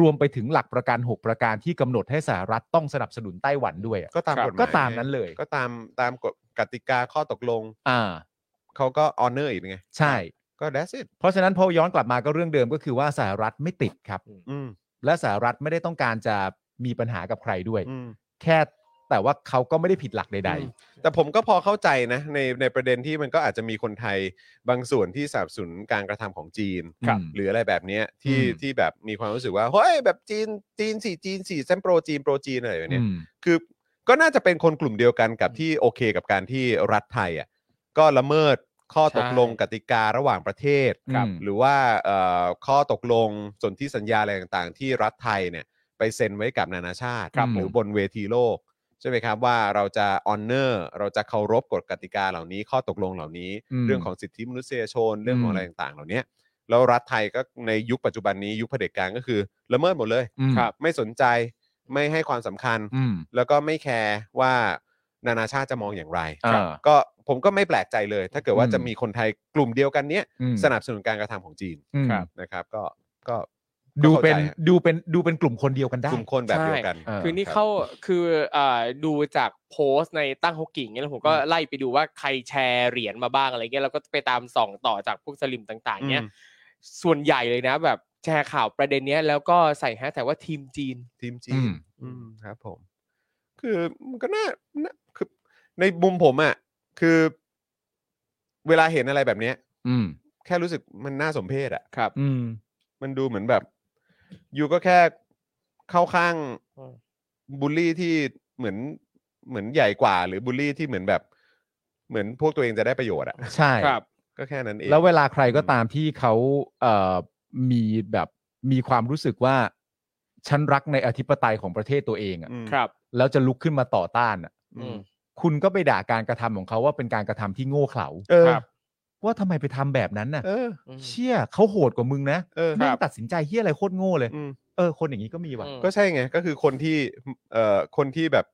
Speaker 3: รวมไปถึงหลักประกัน 6 ประการที่กำหนดให้สหรัฐต้องสนับสนุนไต้หวันด้วยอะ
Speaker 2: ก็ตามกฎหมาย
Speaker 3: ก็ตามนั้นเลย
Speaker 2: ก็ตามตามกฎกติกาข้อตกลง
Speaker 3: อ่า
Speaker 2: เขาก็ออเนอร์อีกไง
Speaker 3: ใช่
Speaker 2: ก็ that's it
Speaker 3: เพราะฉะนั้นพอย้อนกลับมาก็เรื่องเดิมก็คือว่าสหรัฐไม่ติดครับ
Speaker 2: อืม
Speaker 3: และสหรัฐไม่ได้ต้องการจะมีปัญหากับใครด้วย
Speaker 2: อืม
Speaker 3: แค่แต่ว่าเขาก็ไม่ได้ผิดหลักใด
Speaker 4: อืม
Speaker 2: แต่ผมก็พอเข้าใจนะในในประเด็นที่มันก็อาจจะมีคนไทยบางส่วนที่สนับสนุนการกระทำของจีน
Speaker 3: ครับ
Speaker 2: หรืออะไรแบบเนี้ยที่
Speaker 3: อืม
Speaker 2: ที่แบบมีความรู้สึกว่าเฮ้ยแบบจีนจีนสี่จีนสี่เซนโปรจีนโปรจีนอะไรแบบ
Speaker 3: ๆ
Speaker 2: เนี้ย
Speaker 3: อืม
Speaker 2: คือก็น่าจะเป็นคนกลุ่มเดียวกันกับที่โอเคกับการที่รัฐไทยอ่ะก็ละเมิดข้อตกลง
Speaker 4: ใช่
Speaker 2: กติการะหว่างประเทศ
Speaker 3: ครับ
Speaker 2: หรือว่าเอ่อข้อตกลงสนธิสัญญาอะไรต่างๆ ที่รัฐไทยเนี่ยไปเซ็นไว้กับนานาชาติ
Speaker 3: ครับ
Speaker 2: หรือ
Speaker 3: ผม
Speaker 2: บนเวทีโลก ใช่ไหมครับว่าเราจะ honor เราจะเคารพกฎกติกาเหล่านี้ ข้อตกลงเหล่านี้
Speaker 3: อืม
Speaker 2: เรื่องของสิทธิมนุษยชนเรื่องของ
Speaker 3: อืม
Speaker 2: อะไรต่างๆ เหล่านี้แล้วรัฐไทยก็ในยุคปัจจุบันนี้ยุคเผด็จการก็คือละเมิดหมดเลย
Speaker 3: อืม
Speaker 2: ไม่สนใจไม่ให้ความสำคัญ
Speaker 3: อืม
Speaker 2: แล้วก็ไม่แคร์ว่านานาชาติจะมองอย่างไร
Speaker 3: อ่า
Speaker 2: ครับก็ผมก็ไม่แปลกใจเลย ถ้าเกิดว่า
Speaker 3: อืม
Speaker 2: จะมีคนไทยกลุ่มเดียวกันเนี้ย
Speaker 3: อืม
Speaker 2: สนับสนุนการกระทำของจีน
Speaker 3: อืม
Speaker 2: นะครับ ก็ก็ก็
Speaker 3: ดู
Speaker 2: ข้า
Speaker 3: เป็น
Speaker 2: ใจฮะ
Speaker 3: ดูเป็นดูเป็นกลุ่มคนเดียวกันได้
Speaker 2: กลุ่มคนแบบเดียวกัน
Speaker 3: เออ
Speaker 4: คือนี่เข้าคืออ่าดูจากโพสต์ในตั้งฮกกิ่งเนี่ยแล้วผมก็ไล่ไปดูว่าใครแชร์เหรียญมาบ้างอะไรเงี้ยแล้วก็ไปตามส่องต่อจากพวกสลิมต่างๆ เนี่ย
Speaker 2: อืม
Speaker 4: ส่วนใหญ่เลยนะ แบบแชร์ข่าวประเด็นเนี้ยแล้วก็ใส่แฮชแท็กว่าทีมจีน
Speaker 2: ทีมจี
Speaker 3: อื
Speaker 2: น
Speaker 3: ม
Speaker 2: อืมครับผม คือมันก็น่านาคือในมุมผมอะ่ะ คือ เวลาเห็นอะไรแบบเนี้ย
Speaker 3: อืม
Speaker 2: แค่รู้สึกมันน่าสมเพชอะ่ะ
Speaker 4: ครับ
Speaker 3: อืม
Speaker 2: มันดูเหมือนแบบ อยู่ก็แค่เข้าข้าง
Speaker 4: อืม
Speaker 2: บูลลี่ที่เหมือนเหมือนใหญ่กว่า หรือบูลลี่ที่เหมือนแบบ เหมือนพวกตัวเองจะได้ประโยชน์อะ่ะ
Speaker 3: ใช่
Speaker 4: ครับ
Speaker 2: ก็แค่นั้นเอง
Speaker 3: แล้วเวลาใครก็ตามที่เขาเอ่อมีแบบมีความรู้สึกว่า ฉันรักในอธิปไตยของประเทศตัวเองอะ
Speaker 2: อืม
Speaker 4: ครับ
Speaker 3: แล้วจะลุกขึ้นมาต่อต้านอะ
Speaker 2: อืม
Speaker 3: คุณก็ไปด่าการกระทำของเขาว่าเป็นการกระทำที่โง่เขลา
Speaker 2: เออ
Speaker 4: ครับ
Speaker 3: ว่าทำไมไปทำแบบนั้นน่ะ
Speaker 2: เออ
Speaker 4: อืม
Speaker 3: เชี่ยเขาโหดกว่ามึงนะ
Speaker 2: เออ
Speaker 3: แม่งตัดสินใจเฮี้ยอะไรโคตรโง่เลย
Speaker 2: อืม
Speaker 3: เออ คนอย่างนี้ก็มีว่ะ
Speaker 4: อืม
Speaker 2: ก็ใช่ไง ก็คือคนที่เอ่อคนที่แบบ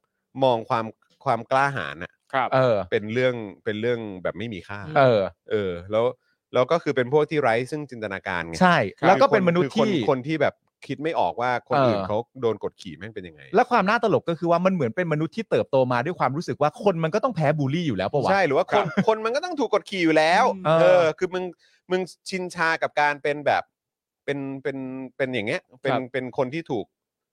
Speaker 2: มองความความกล้าหาญอ่ะ
Speaker 4: ครับ
Speaker 3: เออ
Speaker 2: เป็นเรื่องเป็นเรื่องแบบไม่มีค่า
Speaker 3: เออ
Speaker 2: เออ แล้วแล้วก็คือเป็นพวกที่ไร้ซึ่งจินตนาการไง
Speaker 3: ใช่
Speaker 2: คือ
Speaker 3: แล้วก็
Speaker 2: ค
Speaker 3: เป็นมนุษย์
Speaker 2: คือค
Speaker 3: ที่
Speaker 2: นคนที่แบบคิดไม่ออกว่าคน
Speaker 3: เอออื่
Speaker 2: อื่นเขาโดนกดขี่แม่งเป็นยังไง
Speaker 3: และความน่าตลกก็คือว่ามันเหมือนเป็นมนุษย์ที่เติบโตมาด้วยความรู้สึกว่าคนมันก็ต้องแพ้บูลลี่อยู่แล้วปะวะ
Speaker 2: ใช่หรือว่าคนคนมันก็ต้องถูกกดขี่อยู่แล้ว
Speaker 3: เออ
Speaker 2: เออ คือมึงมึงชินชากับการเป็นแบบเป็นเป็นเป็นอย่างเงี้ย เป็น
Speaker 4: ครับ
Speaker 2: เป็นคนที่ถูก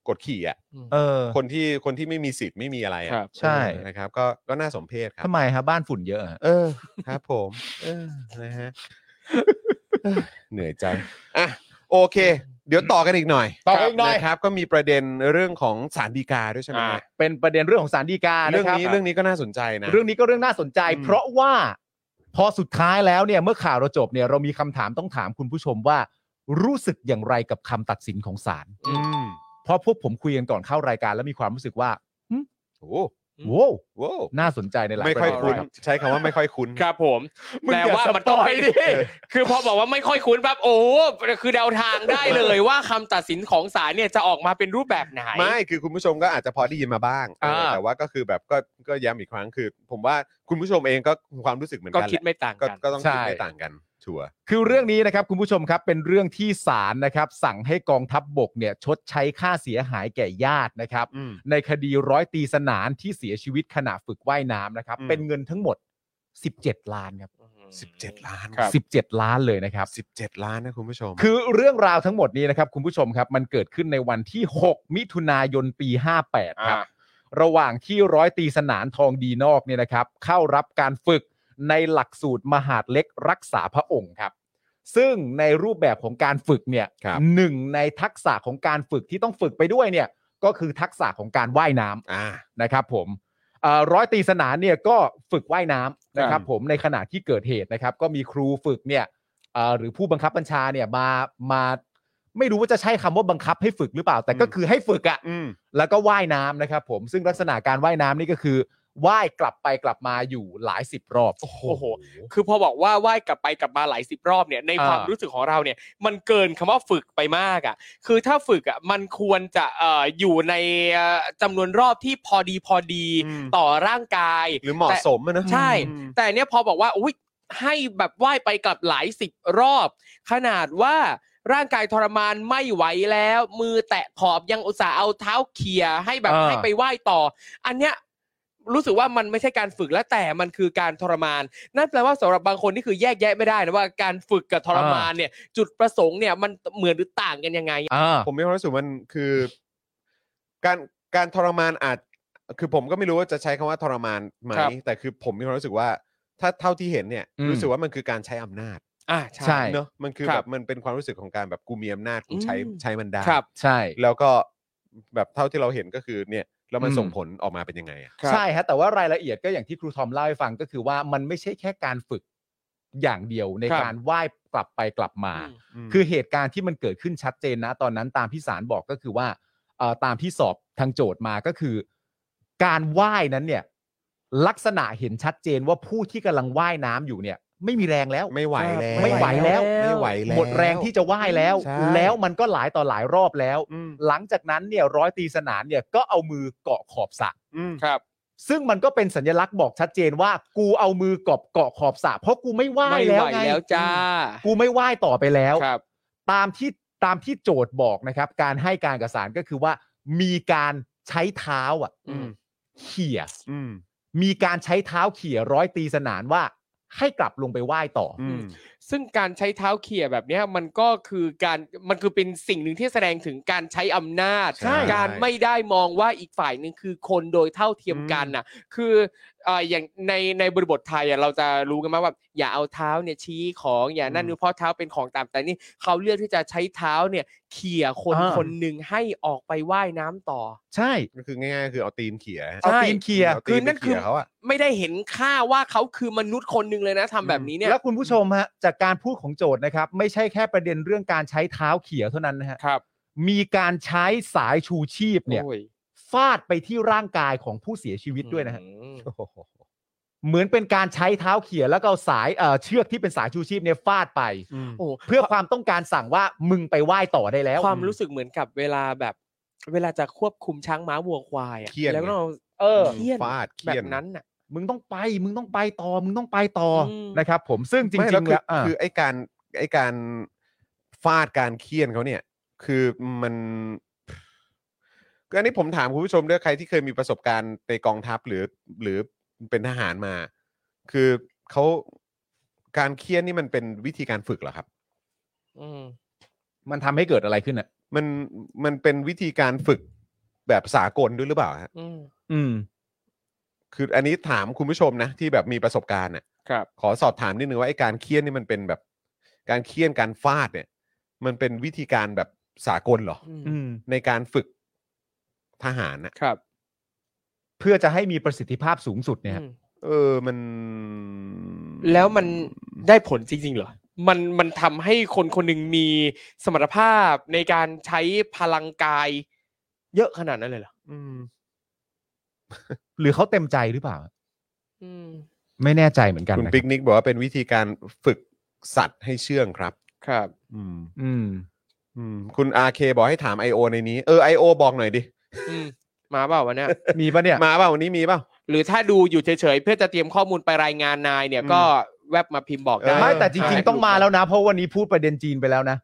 Speaker 2: กดขี่อ่ะ
Speaker 3: เออ
Speaker 2: คนที่คนที่ไม่มีสิทธิ์ไม่มีอะไรอ่ะ
Speaker 4: ครับ
Speaker 3: ใช่
Speaker 2: นะครับ ก็ก็น่าสมเพชครั
Speaker 3: ทำไมฮะบ้านฝุ่นเยอะฮะ
Speaker 2: เออครับผม เออนะฮะเออเหนื่อยใจอ่ะโอเค เดี๋ยวต่อกันอีกหน่อย
Speaker 3: ต่อกันอีกหน่อย
Speaker 2: นะครับ ก็มีประเด็นเรื่องของสารดีกาด้วยใช่ไหม
Speaker 4: อ่า
Speaker 3: เป็นประเด็นเรื่องของสารดีกา
Speaker 2: เรื่อ
Speaker 3: นะ
Speaker 2: ง
Speaker 3: ครับ
Speaker 2: นี้เรื่องนี้ก็น่าสนใจนะ
Speaker 3: เรื่องนี้ก็เรื่องน่าสนใจ
Speaker 2: อืม
Speaker 3: เพราะว่าพอสุดท้ายแล้วเนี่ยเมื่อข่าวเราจบเนี่ยเรามีคำถามต้องถามคุณผู้ชมว่า รู้สึกอย่างไรกับคำตัดสินของศาล
Speaker 2: อืม
Speaker 3: เพราะพวกผมคุยกันก่อนเข้ารายการแล้วมีความรู้สึกว่า
Speaker 2: โอ้โห
Speaker 3: โว้ว
Speaker 2: โว้ว
Speaker 3: น่าสนใจในหลาย
Speaker 2: ไม่ค่อย
Speaker 3: ประ
Speaker 2: คุ้น
Speaker 3: เด็นรับ
Speaker 2: ใช้คำว่าไม่ค่อยคุ้น
Speaker 4: ครับผม
Speaker 3: มึง
Speaker 4: แปล
Speaker 3: อย่า
Speaker 4: ว่า
Speaker 3: ส
Speaker 4: มัน
Speaker 3: ป
Speaker 4: ต้อ
Speaker 3: อยยดิ
Speaker 4: ดิ คือพอบอกว่าไม่ค่อยคุ้นปั๊บโอ้โหคือเดาทางได้เลยว่าคำตัดสินของศาลเนี่ยจะออกมาเป็นรูปแบบไหน
Speaker 2: ไม่คือคุณผู้ชมก็อาจจะพอได้ยินมาบ้าง
Speaker 4: อ่า
Speaker 2: เออแต่ว่าก็คือแบบก็ก็ย้ำอีกครั้งคือ ผมว่าคุณผู้ชมเองก็ความรู้สึกเหมือน
Speaker 4: ก็
Speaker 2: กันแห
Speaker 4: คิด
Speaker 2: ละ
Speaker 4: ไม่ต่าง
Speaker 2: ก็
Speaker 4: กัน
Speaker 2: ก็ต้องคิด
Speaker 3: ใช่
Speaker 2: ไม่ต่างกันชัวร์
Speaker 3: คือเรื่องนี้นะครับคุณผู้ชมครับเป็นเรื่องที่ศาลนะครับ สั่งให้กองทัพบบกเนี่ยชดใช้ค่าเสียหายแก่ญาตินะครับ
Speaker 2: อืม
Speaker 3: ในคดีร้อยตีสนานที่เสียชีวิตขณะฝึกว่ายน้ำนะครับ
Speaker 2: อืม
Speaker 3: เป็นเงินทั้งหมด 17 ล้านครั
Speaker 2: สิบเจ็ดล้าน
Speaker 4: ครับ
Speaker 3: บ 17 ล้านเลยนะครับ
Speaker 2: สิบเจ็ดล้านนะคุณผู้ชม
Speaker 3: คือเรื่องราวทั้งหมดนี้นะครับ คุณผู้ชมครับ มันเกิดขึ้นในวันที่ 6 มิถุนายนปี 58 ครับ
Speaker 4: อ่า
Speaker 3: ระหว่างที่ร้อยตีสนานทองดีนอกเนี่ยนะครับ เข้ารับการฝึกในหลักสูตรมหาดเล็กรักษาพระองค์ครับ ซึ่งในรูปแบบของการฝึกเนี่ย
Speaker 2: ครับ
Speaker 3: หนึ่งในทักษะของการฝึกที่ต้องฝึกไปด้วยเนี่ยก็คือทักษะของการว่ายน้ำ
Speaker 2: อ่า
Speaker 3: นะครับผมเอ่อร้อยตรีสนานเนี่ยก็ฝึกว่ายน้ำนะครับผมในขณะที่เกิดเหตุนะครับ ก็มีครูฝึกเนี่ยเอ่อหรือผู้บังคับบัญชาเนี่ยมามาไม่รู้ว่าจะใช้คำว่าบังคับให้ฝึกหรือเปล่า แต่ก็
Speaker 2: อืม
Speaker 3: คือให้ฝึกอะ
Speaker 2: อืม
Speaker 3: แล้วก็ว่ายน้ำนะครับ ผมซึ่งลักษณะการว่ายน้ำนี่ก็คือว่ายกลับไปกลับมาอยู่หลายสิบรอบ
Speaker 4: โอ้โห คือพอบอกว่าว่ายกลับไปกลับมาหลายสิบรอบเนี่ยในความ
Speaker 3: อ่ารู้
Speaker 4: รู้สึกของเราเนี่ยมันเกินคำว่าฝึกไปมากอ่ะคือถ้าฝึกอ่ะมันควรจะเอ่ออยู่ในเอ่อจำนวนรอบที่พอดีพอดี
Speaker 2: ม
Speaker 4: ต่อร่างกาย
Speaker 2: หรือเหมาะสมอะนะ
Speaker 4: ใช่
Speaker 2: อืม
Speaker 4: แต่เนี่ยพอบอกว่าอุ้ยให้แบบว่ายไปกลับหลายสิบรอบ ขนาดว่าร่างกายทรมานไม่ไหวแล้ว มือแตะขอบยังอุตส่าห์เอาเท้าเขี่ยให้แบบ
Speaker 3: อ่า
Speaker 4: ให้ไปว่ายต่อ อันเนี้ยรู้สึกว่ามันไม่ใช่การฝึกแล้วแต่มันคือการทรมาน นั่นแปลว่าสำหรับบางคนนี่คือแยกแยะไม่ได้นะว่าการฝึกกับทรมานเนี่ย จุดประสงค์เนี่ยมันเหมือนหรือต่างกันยังไง
Speaker 3: อ่า
Speaker 2: ผมมีความรู้สึกมันคือ การการทรมานอาจ คือผมก็ไม่รู้ว่าจะใช้คำว่าทรมานไหม
Speaker 4: ครับ
Speaker 2: แต่คือผมมีความรู้สึกว่า ถ้าเท่าที่เห็นเนี่ย
Speaker 3: อืม
Speaker 2: รู้สึกว่ามันคือการใช้อำนาจ
Speaker 4: อ่าใช่
Speaker 3: ใช่
Speaker 2: เนอะมันคือ
Speaker 4: ครั
Speaker 2: แบบ บมันเป็นความรู้สึกของการแบบกูมีอำนาจกู
Speaker 4: อืม
Speaker 2: ใช้ใช้มันได้
Speaker 4: ครับ
Speaker 3: ใช่
Speaker 2: แล้วก็แบบเท่าที่เราเห็นก็คือเนี่ยแล้วมัน
Speaker 3: อืม
Speaker 2: ส่งผลออกมาเป็นยังไงอะ
Speaker 4: ครับ
Speaker 3: ใช่ฮะแต่ว่ารายละเอียดก็อย่างที่ครูทอมเล่าให้ฟังก็คือว่ามันไม่ใช่แค่การฝึกอย่างเดียวใน
Speaker 4: ครับ
Speaker 3: การว่ายกลับไปกลับมา
Speaker 4: อืม
Speaker 2: ม
Speaker 3: คือเหตุการณ์ที่มันเกิดขึ้นชัดเจนนะ ตอนนั้นตามที่ศาลบอกก็คือว่าเอ่อตามที่สอบทางโจทย์มาก็คือ การว่ายนั้นเนี่ย ลักษณะเห็นชัดเจนว่าผู้ที่กำลังว่ายน้ำอยู่เนี่ย ไม่มีแรงแล้ว
Speaker 2: ไม่ไหวแล้ว
Speaker 3: ไม่ไหวแล้ว
Speaker 2: ไม่ไหวแล้ว
Speaker 3: หมดแรงที่จะว่ายแล้ว
Speaker 2: ใช่
Speaker 3: แล้วมันก็หลายต่อหลายรอบแล้ว
Speaker 2: อืม
Speaker 3: หลังจากนั้นเนี่ยร้อยตีสนานเนี่ยก็เอามือเกาะขอบสระ
Speaker 2: อืม
Speaker 4: ครับ
Speaker 3: ซึ่งมันก็เป็นสัญลักษณ์บอกชัดเจนว่า กูเอามือกอบเกาะขอบสระเพราะกูไม่ว่าย
Speaker 4: ไม่
Speaker 3: แล้ว
Speaker 4: ไหว
Speaker 3: ไง
Speaker 4: แล้วจ้า
Speaker 3: กูไม่ว่ายต่อไปแล้ว
Speaker 4: ครับ
Speaker 3: ตามที่ตามที่โจทย์บอกนะครับ การให้การกับสารก็คือว่า มีการใช้เท้าอ่ะ
Speaker 4: อืม
Speaker 3: เขี่ย
Speaker 2: อืม
Speaker 3: มีการใช้เท้าเขี่ยร้อยตีสนานว่าให้กลับลงไปไหว้ต่ออ
Speaker 2: อืม
Speaker 4: ซึ่งการใช้เท้าเขี่ยแบบเนี้ยมันก็คือการมันคือเป็นสิ่งหนึ่งที่แสดงถึงการใช้อำนาจ
Speaker 2: ใช่
Speaker 4: การไม่ได้มองว่าอีกฝ่ายหนึ่งคือคนโดยเท่าเทียมกันน่ะ คือเอ่ออย่างในในบริบทไทยอ่ะเราจะรู้กันมาว่า อย่าเอาเท้าเนี่ยชี้ของอย่านั่น
Speaker 2: อืม
Speaker 4: นู่นเพราะเท้าเป็นของตามแต่นี่เขาเลือกที่จะใช้เท้าเนี่ยเขี่ยคน
Speaker 3: อ่า
Speaker 4: คนหนึ่งให้ออกไปว่ายน้ำต่อ
Speaker 3: ใช่
Speaker 2: ก็คือง่ายๆ คือเอาตีนเขี่ย
Speaker 3: เอาตีนเขี่ย
Speaker 2: เอาตีนไปเขี่ยเขาอะ
Speaker 4: ไม่ได้เห็นค่าว่าเขาคือมนุษย์คนหนึ่งเลยนะทำแบบนี้เนี่ย
Speaker 3: แล้วคุณผู้ชมฮะจากการพูดของโจทย์นะครับ ไม่ใช่แค่ประเด็นเรื่องการใช้เท้าเขี่ยเท่านั้นนะฮะ
Speaker 4: ครับ
Speaker 3: มีการใช้สายชูชีพเนี่ย
Speaker 4: โอ้ย
Speaker 3: ฟาดไปที่ร่างกายของผู้เสียชีวิตด้วยนะฮะ
Speaker 4: อืม
Speaker 3: เหมือนเป็นการใช้เท้าเขี่ยแล้วก็เอาสายเอ่อเชือกที่เป็นสายชูชีพเนี่ยฟาดไป
Speaker 4: โอ้
Speaker 3: เพื่อความต้องการสั่งว่ามึงไปไหว้ต่อได้แล้ว
Speaker 4: ความรู้สึกเหมือนกับเวลาแบบ เวลาจะควบคุมช้างม้าวัวควายอะ
Speaker 2: เขี้ยน
Speaker 4: แล้วก็เอา
Speaker 3: เออ
Speaker 4: เขี้ยน
Speaker 2: ฟาด
Speaker 4: แบ
Speaker 2: เขี่ย
Speaker 4: บนั้นน่ะ
Speaker 3: มึงต้องไป มึงต้องไปต่อ มึงต้องไปต่ออ
Speaker 4: ม
Speaker 3: นะครับ ผมซึ่งจริ
Speaker 2: ไม่
Speaker 3: งๆ
Speaker 2: แล้
Speaker 3: แล้ว ว
Speaker 2: คือ
Speaker 3: อ่า
Speaker 2: คือไอ้การไอ้การฟาดการเคี่ยนเขาเนี่ย คือมันคืออันนี้ผมถามคุณผู้ชมด้วยใครที่เคยมีประสบการณ์ในกองทัพหรือ หรือเป็นทหารมา คือเขาการเคี่ยนนี่มันเป็นวิธีการฝึกเหรอครับ
Speaker 4: อืม
Speaker 3: มันทำให้เกิดอะไรขึ้นอ่ะ
Speaker 2: มันมันเป็นวิธีการฝึก แบบสากลด้วยหรือเปล่าฮะ
Speaker 4: อืม
Speaker 3: อืม
Speaker 2: คืออันนี้ถามคุณผู้ชมนะ ที่แบบมีประสบการณ์อ่ะ
Speaker 4: ครับ
Speaker 2: ขอสอบถามนิดนึงว่าไอ้การเคี่ยนนี่มันเป็นแบบ การเคี่ยนการฟาดเนี่ย มันเป็นวิธีการแบบสากลเหรอ
Speaker 4: อืม
Speaker 3: อืม
Speaker 2: ในการฝึกทหารนะครับ
Speaker 3: เพื่อจะให้มีประสิทธิภาพสูงสุดเนี่ย
Speaker 4: อืม
Speaker 2: เออมัน
Speaker 4: แล้วมันได้ผลจริงๆเหรอ มันมันทำให้คนคนหนึ่งมีสมรรถภาพในการใช้พลังกาย เยอะขนาดนั้นเลยเหรอ
Speaker 2: อืม
Speaker 3: หรือเขาเต็มใจหรือเปล่า
Speaker 4: อืม
Speaker 3: ไม่แน่ใจเหมือนกัน
Speaker 2: คุณ
Speaker 3: นะ
Speaker 2: ปิกนิกบอกว่าเป็นวิธีการฝึกสัตว์ให้เชื่องครับ
Speaker 4: ครับ
Speaker 2: อืม
Speaker 3: อืม
Speaker 2: อืม คุณ RK บอกให้ถาม IO ในนี้ เออ IO บอกหน่อยดิ
Speaker 4: อืมมาเปล่าวันเนี้ย
Speaker 3: มีปะเนี่ย
Speaker 2: มาเปล่าวันนี้มีเปล่า
Speaker 4: หรือถ้าดูอยู่เฉยๆ เพื่อจะเตรียมข้อมูลไปรายงานนายเนี่ย
Speaker 2: อืม
Speaker 4: ก็แวบมาพิมพ์บอกได้
Speaker 2: เออ
Speaker 3: ไม่แต่จ
Speaker 2: ใช่
Speaker 3: ริง ๆ ต้องมาแล้วนะ เพราะวันนี้พูดประเด็นจีนไปแล้วนะ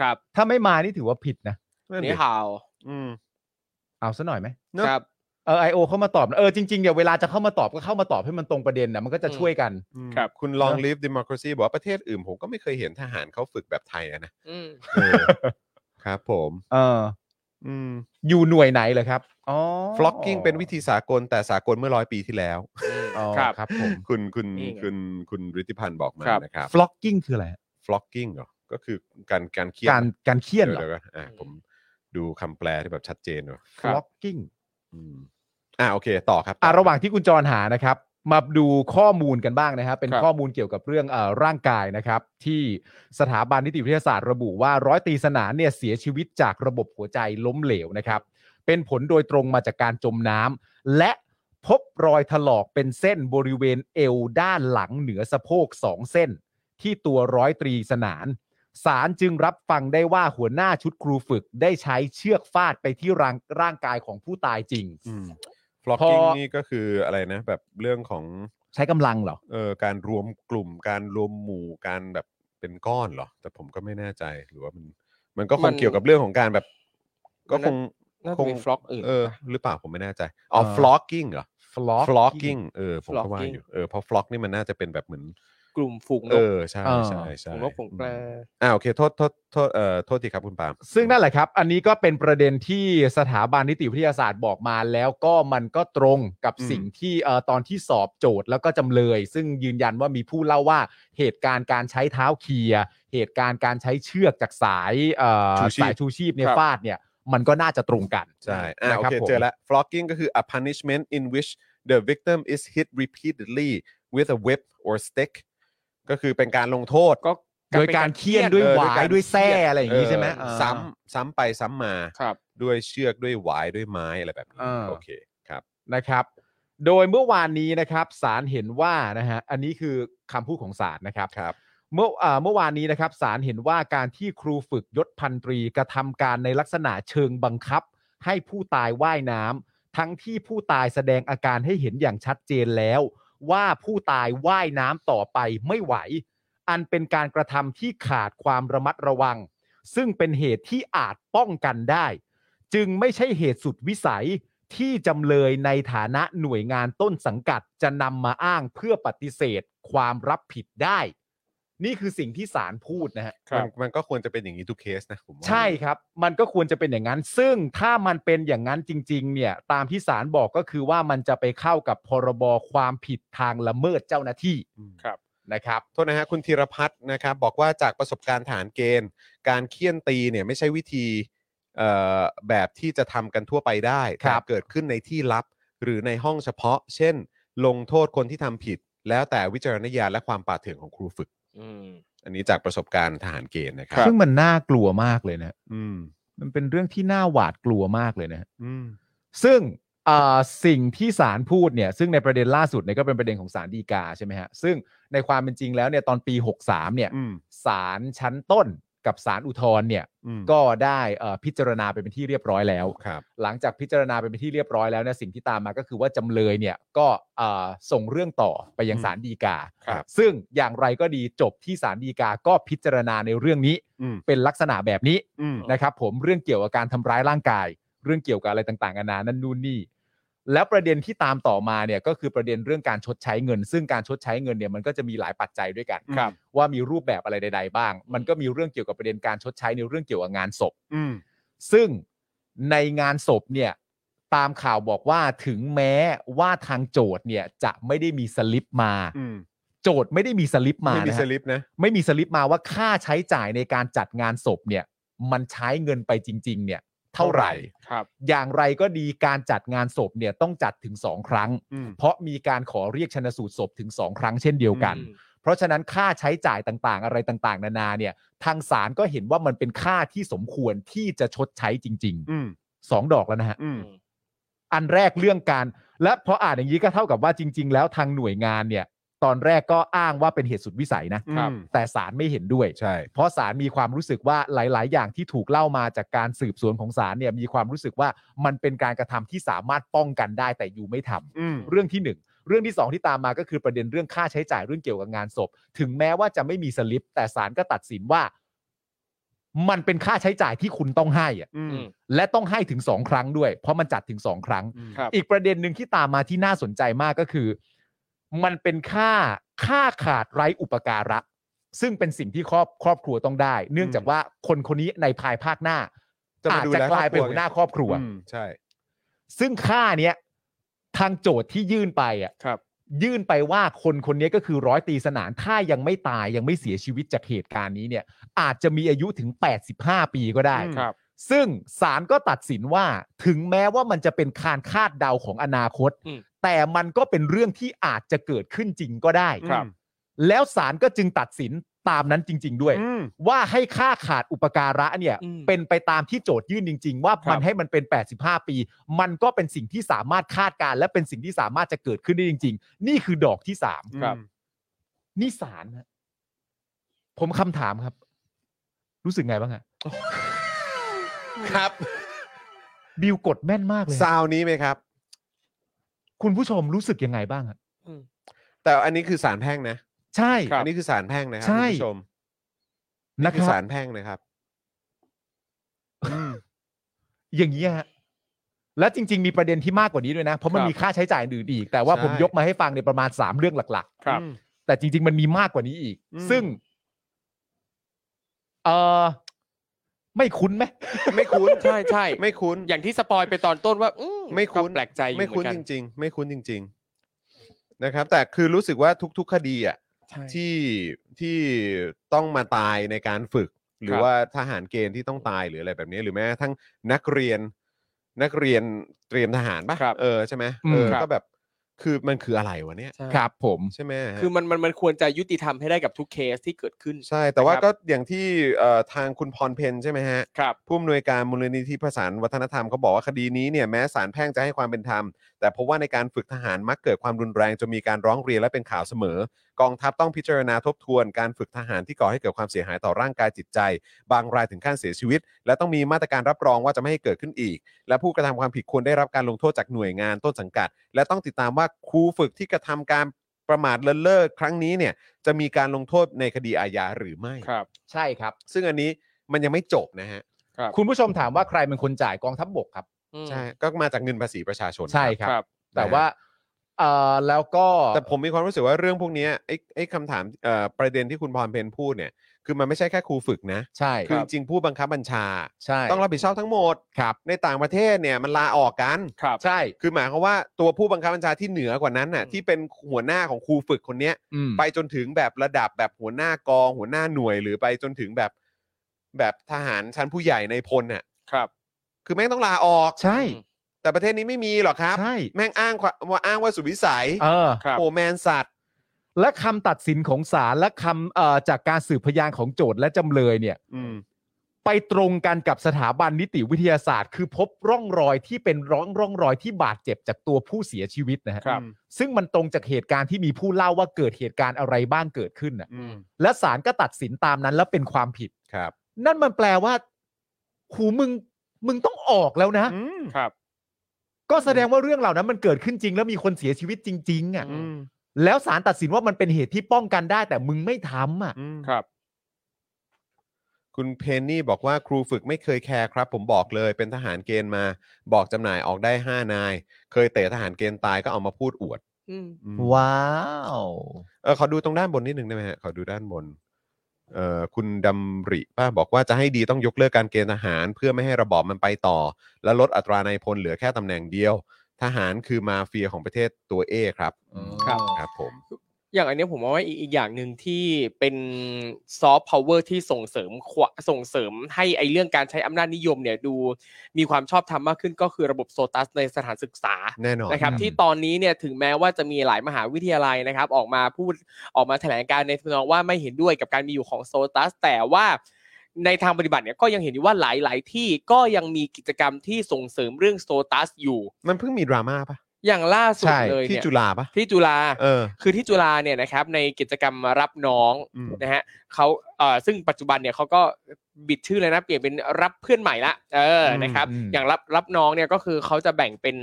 Speaker 4: ครับ
Speaker 3: ถ้าไม่มานี่ถือว่าผิดนะ
Speaker 4: นี่ข่าว
Speaker 2: อืม
Speaker 3: เอาซะหน่อยไหม
Speaker 2: เนอะ
Speaker 4: ครับ
Speaker 3: เออไอโอเข้ามาตอบนะเออจริงๆเนี่ยเวลาจะเข้ามาตอบก็เข้ามาตอบให้มันตรงประเด็นนะมันก็จะช่วยกัน
Speaker 2: อืม
Speaker 4: ครับ
Speaker 2: คุณลอง live democracy บอกว่าประเทศอื่นผมก็ไม่เคยเห็นทหารเขาฝึกแบบไทยอะนะ
Speaker 4: อืม
Speaker 2: เออครับผม
Speaker 3: เออ
Speaker 2: อืม
Speaker 3: อยู่หน่วยไหนเลยครับอ๋อ
Speaker 2: flocking เป็นวิธีสากลแต่สากลเมื่อร้อยปีที่แล้ว
Speaker 3: อ๋อ
Speaker 4: ครับ
Speaker 3: ครับผม
Speaker 2: คุณคุณ
Speaker 4: นี่ไง
Speaker 2: คุณคุณฤทธิพันธ์บอกมา
Speaker 4: ครับ
Speaker 2: นะครับ
Speaker 3: ฟล็อกกิ้งคืออะไรฮะ
Speaker 2: flocking เหรอ ก็คือการการเคี่ยน
Speaker 3: การการเคี่ยนเหรอ
Speaker 2: เดี๋ยวๆก่อนอ่ะผมดูคำแปลที่แบบชัดเจนหน่อย
Speaker 4: ค
Speaker 3: ฟ
Speaker 4: รับ
Speaker 3: ล็อกกิ้ง
Speaker 2: อืมอ่าโอเค ต่อครับต่
Speaker 3: อ่ะ
Speaker 2: อคบ
Speaker 3: ระหว่างที่คุณจรหานะครับ มาดูข้อมูลกันบ้างนะครับ เป็น
Speaker 4: ครับ
Speaker 3: ข้อมูลเกี่ยวกับเรื่องเออร่างกายนะครับ ที่สถาบันนิติวิทยาศาสตร์ระบุว่าร้อยตรีสนานเนี่ยเสียชีวิตจากระบบหัวใจล้มเหลวนะครับ เป็นผลโดยตรงมาจากการจมน้ำและพบรอยถลอกเป็นเส้นบริเวณเอวด้านหลังเหนือสะโพกสองเส้น ที่ตัวร้อยตรีสนานศาลจึงรับฟังได้ว่าหัวหน้าชุดครูฝึกได้ใช้เชือกฟาดไปที่ร่างร่างกายของผู้ตายจริง
Speaker 2: ฟล็อกกิ้ง
Speaker 3: พอ
Speaker 2: นี่ก็คืออะไรนะ แบบเรื่องของ
Speaker 3: ใช้กำลังเหรอ
Speaker 2: เอ่อการรวมกลุ่มการรวมหมู่การแบบเป็นก้อนเหรอ แต่ผมก็ไม่แน่ใจหรือว่ามันมันก็ค
Speaker 4: มั
Speaker 2: ง
Speaker 4: น
Speaker 2: เกี่ยวกับเรื่องของการแบบ ก็ค
Speaker 4: มันน่า
Speaker 2: ง
Speaker 4: น่า
Speaker 2: ค
Speaker 4: จะ
Speaker 2: ง
Speaker 4: มีฟล็อกอื่น
Speaker 2: เออ หรือเปล่าผมไม่แน่ใจอ๋อ
Speaker 3: เออ
Speaker 2: ฟล็อกกิ้งเหรอ
Speaker 3: ฟล็อก
Speaker 2: ฟล็อกกิ้งเออผมก็ว่า
Speaker 4: flocking
Speaker 2: อยู่เออเพราะฟล็อกนี่มันน่าจะเป็นแบบเหมือน
Speaker 4: กลุ่มฝูงน
Speaker 2: เอก อใช่ใช่ใช่
Speaker 4: ฝูงนกฝูงปลา
Speaker 2: อ่าโอเคโทษโทษโทษเอ่อโทษทีครับคุณปาล์ม
Speaker 3: ซึ่งนั่นแหละครับ อันนี้ก็เป็นประเด็นที่สถาบันนิติวิทยาศาสตร์บอกมาแล้วก็มันก็ตรงกับสิ่งที่เอ่อตอนที่สอบโจทย์แล้วก็จำเลย ซึ่งยืนยันว่ามีผู้เล่าว่าเหตุการณ์การใช้เท้าเคียร์เหตุการณ์การใช้เชือกจากสายเอ่อสายชูชีพเนี่ย
Speaker 4: ครับ
Speaker 3: ฟาดเนี่ย มันก็น่าจะตรงกัน
Speaker 2: ใช่อ่า
Speaker 3: นะ
Speaker 2: โอ
Speaker 3: ครับ
Speaker 2: เค
Speaker 3: ผม
Speaker 2: เจอแล้ว flocking ก็คือ a punishment in which the victim is hit repeatedly with a whip or stick ก็คือเป็นการลงโทษ
Speaker 4: ก็
Speaker 3: โดยการเคี่ยนด้วยหวายด้วยแส้อะไรอย่างนี้ใช่ไหม
Speaker 2: เออ
Speaker 3: อ่า
Speaker 2: ซ้ำซ้ำไปซ้ำมา
Speaker 4: ครับ
Speaker 2: ด้วยเชือกด้วยหวายด้วยไม้อะไรแบบนี้
Speaker 3: เออ
Speaker 2: โอเคครับ
Speaker 3: นะครับ โดยเมื่อวานนี้นะครับศาลเห็นว่านะฮะอันนี้คือคำพูดของศาลนะครับ
Speaker 2: ครับ
Speaker 3: เมื่ออาเมื่อวานนี้นะครับศาลเห็นว่าการที่ครูฝึกยศพันตรีกระทำการในลักษณะเชิงบังคับ ให้ผู้ตายว่ายน้ำทั้งที่ผู้ตายแสดงอาการให้เห็นอย่างชัดเจนแล้ว ว่าผู้ตายว่ายน้ำต่อไปไม่ไหว อันเป็นการกระทำที่ขาดความระมัดระวัง ซึ่งเป็นเหตุที่อาจป้องกันได้ จึงไม่ใช่เหตุสุดวิสัยที่จำเลยในฐานะหน่วยงานต้นสังกัดจะนำมาอ้างเพื่อปฏิเสธความรับผิดได้ นี่คือสิ่งที่ศาลพูดนะฮะ
Speaker 4: ครับ
Speaker 2: มันมันก็ควรจะเป็นอย่างนี้ทุกเคสนะผมว่า
Speaker 3: ใช่ครับ มันก็ควรจะเป็นอย่างนั้น ซึ่งถ้ามันเป็นอย่างนั้นจริง ๆ เนี่ย ตามที่ศาลบอกก็คือว่ามันจะไปเข้ากับพรบความผิดทางละเมิดเจ้าหน้าที่
Speaker 2: อืม
Speaker 4: ครับ
Speaker 3: นะครับ
Speaker 2: โทษนะฮะคุณธีรพัฒน์นะครับ บอกว่าจากประสบการณ์ฐานเกณฑ์ การเคี่ยนตีเนี่ยไม่ใช่วิธีเอ่อแบบที่จะทำกันทั่วไปได้
Speaker 3: ครั
Speaker 2: แต่
Speaker 3: บ
Speaker 2: เกิดขึ้นในที่ลับ หรือในห้องเฉพาะ เช่น ลงโทษคนที่ทำผิด แล้วแต่วิจารณญาณและความป่าเถื่อนของครูฝึก
Speaker 4: อืม
Speaker 2: อันนี้จากประสบการณ์ทหารเกณฑ์นะครั
Speaker 3: ซึ่งมันน่ากลัวมากเลยนะ
Speaker 2: อืม
Speaker 3: มันเป็นเรื่องที่น่าหวาดกลัวมากเลยนะ
Speaker 2: อืม
Speaker 3: ซึ่งเอ่อสิ่งที่ศาลพูดเนี่ย ซึ่งในประเด็นล่าสุดเนี่ยก็เป็นประเด็นของศาลฎีกาใช่ไหมฮะ ซึ่งในความเป็นจริงแล้วเนี่ยตอนปี 63 เนี่ย
Speaker 2: อืม
Speaker 3: ศาลชั้นต้นกับศาลอุทธรณ์เนี่ย
Speaker 2: อืม
Speaker 3: ก็ได้เอ่อพิจารณาไปเป็นที่เรียบร้อยแล้ว
Speaker 2: ครับ
Speaker 3: หลังจากพิจารณาไปเป็นที่เรียบร้อยแล้วเนี่ยสิ่งที่ตามมาก็คือว่าจำเลยเนี่ยก็เอ่อส่งเรื่องต่อไปยัง
Speaker 2: อืม
Speaker 3: ศาลฎีกา
Speaker 2: ครับ
Speaker 3: ซึ่งอย่างไรก็ดีจบที่ศาลฎีกาก็พิจารณาในเรื่องนี้
Speaker 2: อืม
Speaker 3: เป็นลักษณะแบบนี้
Speaker 2: อืม
Speaker 3: นะครับผมเรื่องเกี่ยวกับการทำร้ายร่างกาย เรื่องเกี่ยวกับอะไรต่างๆนานานั่นนู่นนี่ แล้วประเด็นที่ตามต่อมาเนี่ยก็คือประเด็นเรื่องการชดใช้เงิน ซึ่งการชดใช้เงินเนี่ยมันก็จะมีหลายปัจจัยด้วยกัน
Speaker 2: ครับ
Speaker 3: ว่ามีรูปแบบอะไรใด ๆ บ้าง มันก็มีเรื่องเกี่ยวกับประเด็นการชดใช้ในเรื่องเกี่ยวกับงานศพ
Speaker 2: อืม
Speaker 3: ซึ่งในงานศพเนี่ย ตามข่าวบอกว่าถึงแม้ว่าทางโจทย์เนี่ยจะไม่ได้มีสลิปมา
Speaker 2: อืม
Speaker 3: โจทย์ไม่ได้มีสลิปมา
Speaker 2: ไม่มี
Speaker 3: นะ
Speaker 2: ส
Speaker 3: ฮะ
Speaker 2: ลิปนะ
Speaker 3: ไม่มีสลิปมาว่าค่าใช้จ่ายในการจัดงานศพเนี่ย มันใช้เงินไปจริง ๆ เนี่ย เท่าไหร่
Speaker 4: ครับ
Speaker 3: อย่างไรก็ดีการจัดงานศพเนี่ยต้องจัดถึงสองครั้ง
Speaker 2: อืม
Speaker 3: เพราะมีการขอเรียกชนสูตรศพถึง 2 ครั้งเช่นเดียวกัน
Speaker 4: อืม
Speaker 3: เพราะฉะนั้นค่าใช้จ่ายต่างๆ อะไรต่างๆ นานาเนี่ย ทางศาลก็เห็นว่ามันเป็นค่าที่สมควรที่จะชดใช้จริง
Speaker 2: อืม
Speaker 3: ๆ 2 ดอกแล้วนะฮะ
Speaker 2: อืม
Speaker 3: อันแรกเรื่องการ และพออ่านอย่างนี้ก็เท่ากับว่าจริง ๆ แล้วทางหน่วยงานเนี่ย ตอนแรกก็อ้างว่าเป็นเหตุสุดวิสัยนะ
Speaker 2: อืม
Speaker 3: แต่ศาลไม่เห็นด้วย
Speaker 2: ใช่
Speaker 3: เพราะศาลมีความรู้สึกว่าหลาย ๆ อย่างที่ถูกเล่ามาจากการสืบสวนของศาลเนี่ยมีความรู้สึกว่ามันเป็นการกระทำที่สามารถป้องกันได้แต่อยู่ไม่ทำ
Speaker 2: อืม
Speaker 3: เรื่องที่หนึ่งเรื่องที่สองที่ตามมาก็คือประเด็นเรื่องค่าใช้จ่ายเรื่องเกี่ยวกับงานศพ ถึงแม้ว่าจะไม่มีสลิป แต่ศาลก็ตัดสินว่า มันเป็นค่าใช้จ่ายที่คุณต้องให้อะ
Speaker 2: อืม
Speaker 4: อืม
Speaker 3: และต้องให้ถึงสองครั้งด้วย เพราะมันจัดถึงสองครั้ง
Speaker 4: ครับ
Speaker 3: อีกประเด็นหนึ่งที่ตามมาที่น่าสนใจมากก็คือ มันเป็นค่าค่าขาดไร้อุปการะ ซึ่งเป็นสิ่งที่ครอบครอบครัวต้องได้ เนื่องจากว่าคนคนนี้ในภายภาคหน้าอาจจะกลายเป็นหัวหน้าครอบครัว
Speaker 2: อืมใช่
Speaker 3: ซึ่งค่าเนี้ยทางโจทย์ที่ยื่นไปอ่ะ
Speaker 4: ครับ
Speaker 3: ยื่นไปว่าคนคนนี้ก็คือร้อยตรีสนานถ้ายังไม่ตายยังไม่เสียชีวิตจากเหตุการณ์นี้เนี่ย อาจจะมีอายุถึง 85 ปีก็ได้
Speaker 2: อืม
Speaker 4: ครับ
Speaker 3: ซึ่งศาลก็ตัดสินว่าถึงแม้ว่ามันจะเป็นการคาดเดาของอนาคต
Speaker 4: อืม
Speaker 3: แต่มันก็เป็นเรื่องที่อาจจะเกิดขึ้นจริงก็ได้
Speaker 4: ครับ
Speaker 3: แล้วศาลก็จึงตัดสินตามนั้นจริง ๆ ด้วย
Speaker 2: อืม
Speaker 3: ว่าให้ค่าขาดอุปการะเนี่ย
Speaker 4: อืม
Speaker 3: เป็นไปตามที่โจทยื่นจริง ๆ ว่า
Speaker 4: ครับ
Speaker 3: มันให้มันเป็น 85 ปี มันก็เป็นสิ่งที่สามารถคาดการณ์และเป็นสิ่งที่สามารถจะเกิดขึ้นได้จริง ๆ นี่คือดอกที่สาม
Speaker 2: ครับ
Speaker 3: นี่สารฮะผมคำถามครับ รู้สึกไงบ้างฮะ
Speaker 2: ครับ
Speaker 3: บิวกดแม่นมากเลย
Speaker 2: ซาวนี้ไหมครับ
Speaker 3: คุณผู้ชมรู้สึกยังไงบ้างฮะ
Speaker 4: อืม
Speaker 2: แต่อันนี้คือสารแพ่งนะ
Speaker 3: ใช่
Speaker 4: ครับ
Speaker 2: อันนี้คือสารแพ่งนะครั
Speaker 3: ใช่
Speaker 2: คุณผู้ชม
Speaker 3: นะค
Speaker 2: คือ
Speaker 3: รับ
Speaker 2: สารแพ่งนะครับ
Speaker 3: อย่างนี้ยฮะและจริง ๆ มีประเด็นที่มากกว่านี้ด้วยนะ เพราะมัน
Speaker 4: ครับ
Speaker 3: มีค่าใช้จ่ายอื่นอีก แต่ว่า
Speaker 2: ใช่
Speaker 3: ผมยกมาให้ฟังในยประมาณสามเรื่องหลัก ๆ
Speaker 4: ครับ
Speaker 2: อืม
Speaker 3: แต่จริง ๆ มันมีมากกว่านี้อีก
Speaker 2: อืม
Speaker 3: ซึ่ง เออไม่คุ้นไหม
Speaker 2: ไม่คุ้น
Speaker 4: ใช่ใช่
Speaker 2: ไม่คุ้น
Speaker 4: อย่างที่สปอยไปตอนต้นว่าอื
Speaker 2: ไม่คุ้น
Speaker 4: ก็แปลกใจอยู่
Speaker 2: ไม่
Speaker 4: เหมื
Speaker 2: คุ้
Speaker 4: อนนกัน
Speaker 2: จริง ๆ ไม่คุ้นจริง ๆ นะครับ แต่คือรู้สึกว่าทุก ๆ คดีอ่ะ
Speaker 4: ใช่
Speaker 2: ที่ที่ต้องมาตายในการฝึก หรือ
Speaker 4: ครับ
Speaker 2: ว่าทหารเกณฑ์ที่ต้องตายหรืออะไรแบบนี้ หรือแม้กระทั้งนักเรียนนักเรียนเตรียมทหารปะ
Speaker 4: ครับ
Speaker 2: เออใช่ไหม
Speaker 3: อืม
Speaker 2: เออ
Speaker 4: ครับ
Speaker 2: ก็แบบคือมันคืออะไรวะเนี่ย
Speaker 4: ใช่
Speaker 3: ครับผม
Speaker 2: ใช่ไหมฮะ
Speaker 4: คือมันมันมันควรจะยุติธรรมให้ได้กับทุกเคสที่เกิดขึ้น
Speaker 2: ใช่ แต่ว่า
Speaker 4: ครับ
Speaker 2: ก็อย่างที่เอ่อทางคุณพรเพนใช่ไหมฮะ
Speaker 4: ครับ
Speaker 2: ผู้อำนวยการมูลนิธิประสานวัฒนธรรมเขาบอกว่าคดีนี้เนี่ยแม้ศาลแพ่งจะให้ความเป็นธรรม แต่พบว่าในการฝึกทหารมักเกิดความรุนแรงจนมีการร้องเรียนและเป็นข่าวเสมอ กองทัพต้องพิจารณาทบทวนการฝึกทหารที่ก่อให้เกิดความเสียหายต่อร่างกายจิตใจ บางรายถึงขั้นเสียชีวิต และต้องมีมาตรการรับรองว่าจะไม่ให้เกิดขึ้นอีก และผู้กระทำความผิดควรได้รับการลงโทษจากหน่วยงานต้นสังกัด และต้องติดตามว่าครูฝึกที่กระทำการประมาทเลินเล่อครั้งนี้เนี่ยจะมีการลงโทษในคดีอาญาหรือไม่
Speaker 4: ครับ
Speaker 3: ใช่ครับ
Speaker 2: ซึ่งอันนี้มันยังไม่จบนะฮะ
Speaker 4: ครับ
Speaker 3: คุณผู้ชมถามว่าใครเป็นคนจ่ายกองทัพบบกครับ
Speaker 4: อืม
Speaker 2: ใช่ ก็มาจากเงินภาษีประชาชน
Speaker 3: ใช่ครับ
Speaker 4: ครับ
Speaker 3: แต่ว่าเออแล้วก็
Speaker 2: แต่ผมมีความรู้สึกว่าเรื่องพวกเนี้ยไอ้ไอ้คำถามเอ่อประเด็นที่คุณพรเพนพูดเนี่ย คือมันไม่ใช่แค่ครูฝึกนะ
Speaker 3: ใช่
Speaker 2: คือจริงๆผู้บังคับบัญชา
Speaker 3: ใช่
Speaker 2: ต้องรับผิดชอบทั้งหมด
Speaker 3: ครับ
Speaker 2: ในต่างประเทศเนี่ยมันลาออกกัน
Speaker 4: ครับ
Speaker 3: ใช่
Speaker 2: คือหมายความว่าตัวผู้บังคับบัญชาที่เหนือกว่านั้นน่ะ
Speaker 4: อืม
Speaker 2: ที่เป็นหัวหน้าของครูฝึกคนเนี้ย
Speaker 3: อืม
Speaker 2: ไปจนถึงแบบระดับแบบหัวหน้ากองหัวหน้าหน่วย หรือไปจนถึงแบบแบบทหารชั้นผู้ใหญ่ในพลน่ะ
Speaker 4: ครับ
Speaker 2: คือแม่งต้องลาออก
Speaker 3: ใช่
Speaker 2: แต่ประเทศนี้ไม่มีหรอกครับ
Speaker 3: ใช่
Speaker 2: แม่งอ้างความว่าอ้างว่าสุดวิสัย
Speaker 3: เออ
Speaker 4: ครับ
Speaker 2: โอแมนสัตว์
Speaker 3: และคำตัดสินของศาลและคำเอ่อจากการสืบพยานของโจทย์และจำเลยเนี่ย
Speaker 2: อืม
Speaker 3: ไปตรงกันกับสถาบันนิติวิทยาศาสตร์ คือพบร่องรอยที่เป็นร่องร่องรอยที่บาดเจ็บจากตัวผู้เสียชีวิตนะฮะ
Speaker 4: ครับ
Speaker 3: ซึ่งมันตรงจากเหตุการณ์ที่มีผู้เล่าว่าเกิดเหตุการณ์อะไรบ้างเกิดขึ้นนะ
Speaker 2: อืม
Speaker 3: และศาลก็ตัดสินตามนั้นแล้วเป็นความผิด
Speaker 2: ครับ
Speaker 3: นั่นมันแปลว่า หูมึงมึงต้องออกแล้วนะ
Speaker 2: อืม
Speaker 4: ครับ
Speaker 3: ก็แสดงว่าเรื่องเหล่านั้นมันเกิดขึ้นจริง แล้วมีคนเสียชีวิตจริง ๆ อ่ะ
Speaker 4: อืม
Speaker 3: แล้วศาลตัดสินว่ามันเป็นเหตุที่ป้องกันได้ แต่มึงไม่ทำอ่ะ
Speaker 2: อืม
Speaker 4: ครับ
Speaker 2: คุณเพนนี่บอกว่าครูฝึกไม่เคยแคร์ครับ ผมบอกเลยเป็นทหารเกณฑ์มา บอกจำหน่ายออกได้ 5 นาย เคยเตะทหารเกณฑ์ตายก็เอามาพูดอวด
Speaker 4: อืม
Speaker 2: อืม
Speaker 3: ว้าว
Speaker 2: เออขอดูตรงด้านบนนิดนึงได้ไหมฮะขอดูด้านบน เอ่อคุณดำริป้าบอกว่าจะให้ดีต้องยกเลิกการเกณฑ์ทหาร เพื่อไม่ให้ระบอบมันไปต่อ และลดอัตราในายพลเหลือแค่ตำแหน่งเดียว ทหารคือมาเฟียของประเทศตัวเอครับ
Speaker 4: ครับ
Speaker 2: ครับผม
Speaker 4: อย่างอันเนี้ยผมมองว่าอีกอีกอย่างหนึ่งที่เป็นซอฟต์พาวเวอร์ที่ส่งเสริมขวะส่งเสริมให้ไอเรื่องการใช้อำนาจนิยมเนี่ยดูมีความชอบธรรมมากขึ้นก็คือระบบโซตัสในสถานศึกษา
Speaker 2: แน่นอน
Speaker 4: นะครับที่ตอนนี้เนี่ยถึงแม้ว่าจะมีหลายมหาวิทยาลัยนะครับ ออกมาพูดออกมาแถลงการณ์ในทำนองว่าไม่เห็นด้วยกับการมีอยู่ของโซตัส แต่ว่าในทางปฏิบัติเนี่ยก็ยังเห็นอยู่ว่าหลาย ๆ ที่ก็ยังมีกิจกรรมที่ส่งเสริมเรื่องโซตัสอยู่
Speaker 2: มันเพิ่งมีดราม่าปะ
Speaker 4: อย่างล่าสุดเลย
Speaker 2: ที่
Speaker 4: เนี่ย
Speaker 2: จุฬาปะ
Speaker 4: ที่จุฬา
Speaker 2: เออ
Speaker 4: คือที่จุฬาเนี่ยนะครับในกิจกรรมรับน้อง
Speaker 2: อืม
Speaker 4: นะฮะเขาเอ่อซึ่งปัจจุบันเนี่ยเขาก็บิดชื่อเลยนะ เปลี่ยนเป็นรับเพื่อนใหม่ละเอออ
Speaker 3: ม
Speaker 4: นะครับ
Speaker 3: อืม
Speaker 4: อย่างรับรับน้องเนี่ยก็คือเขาจะแบ่งเป็น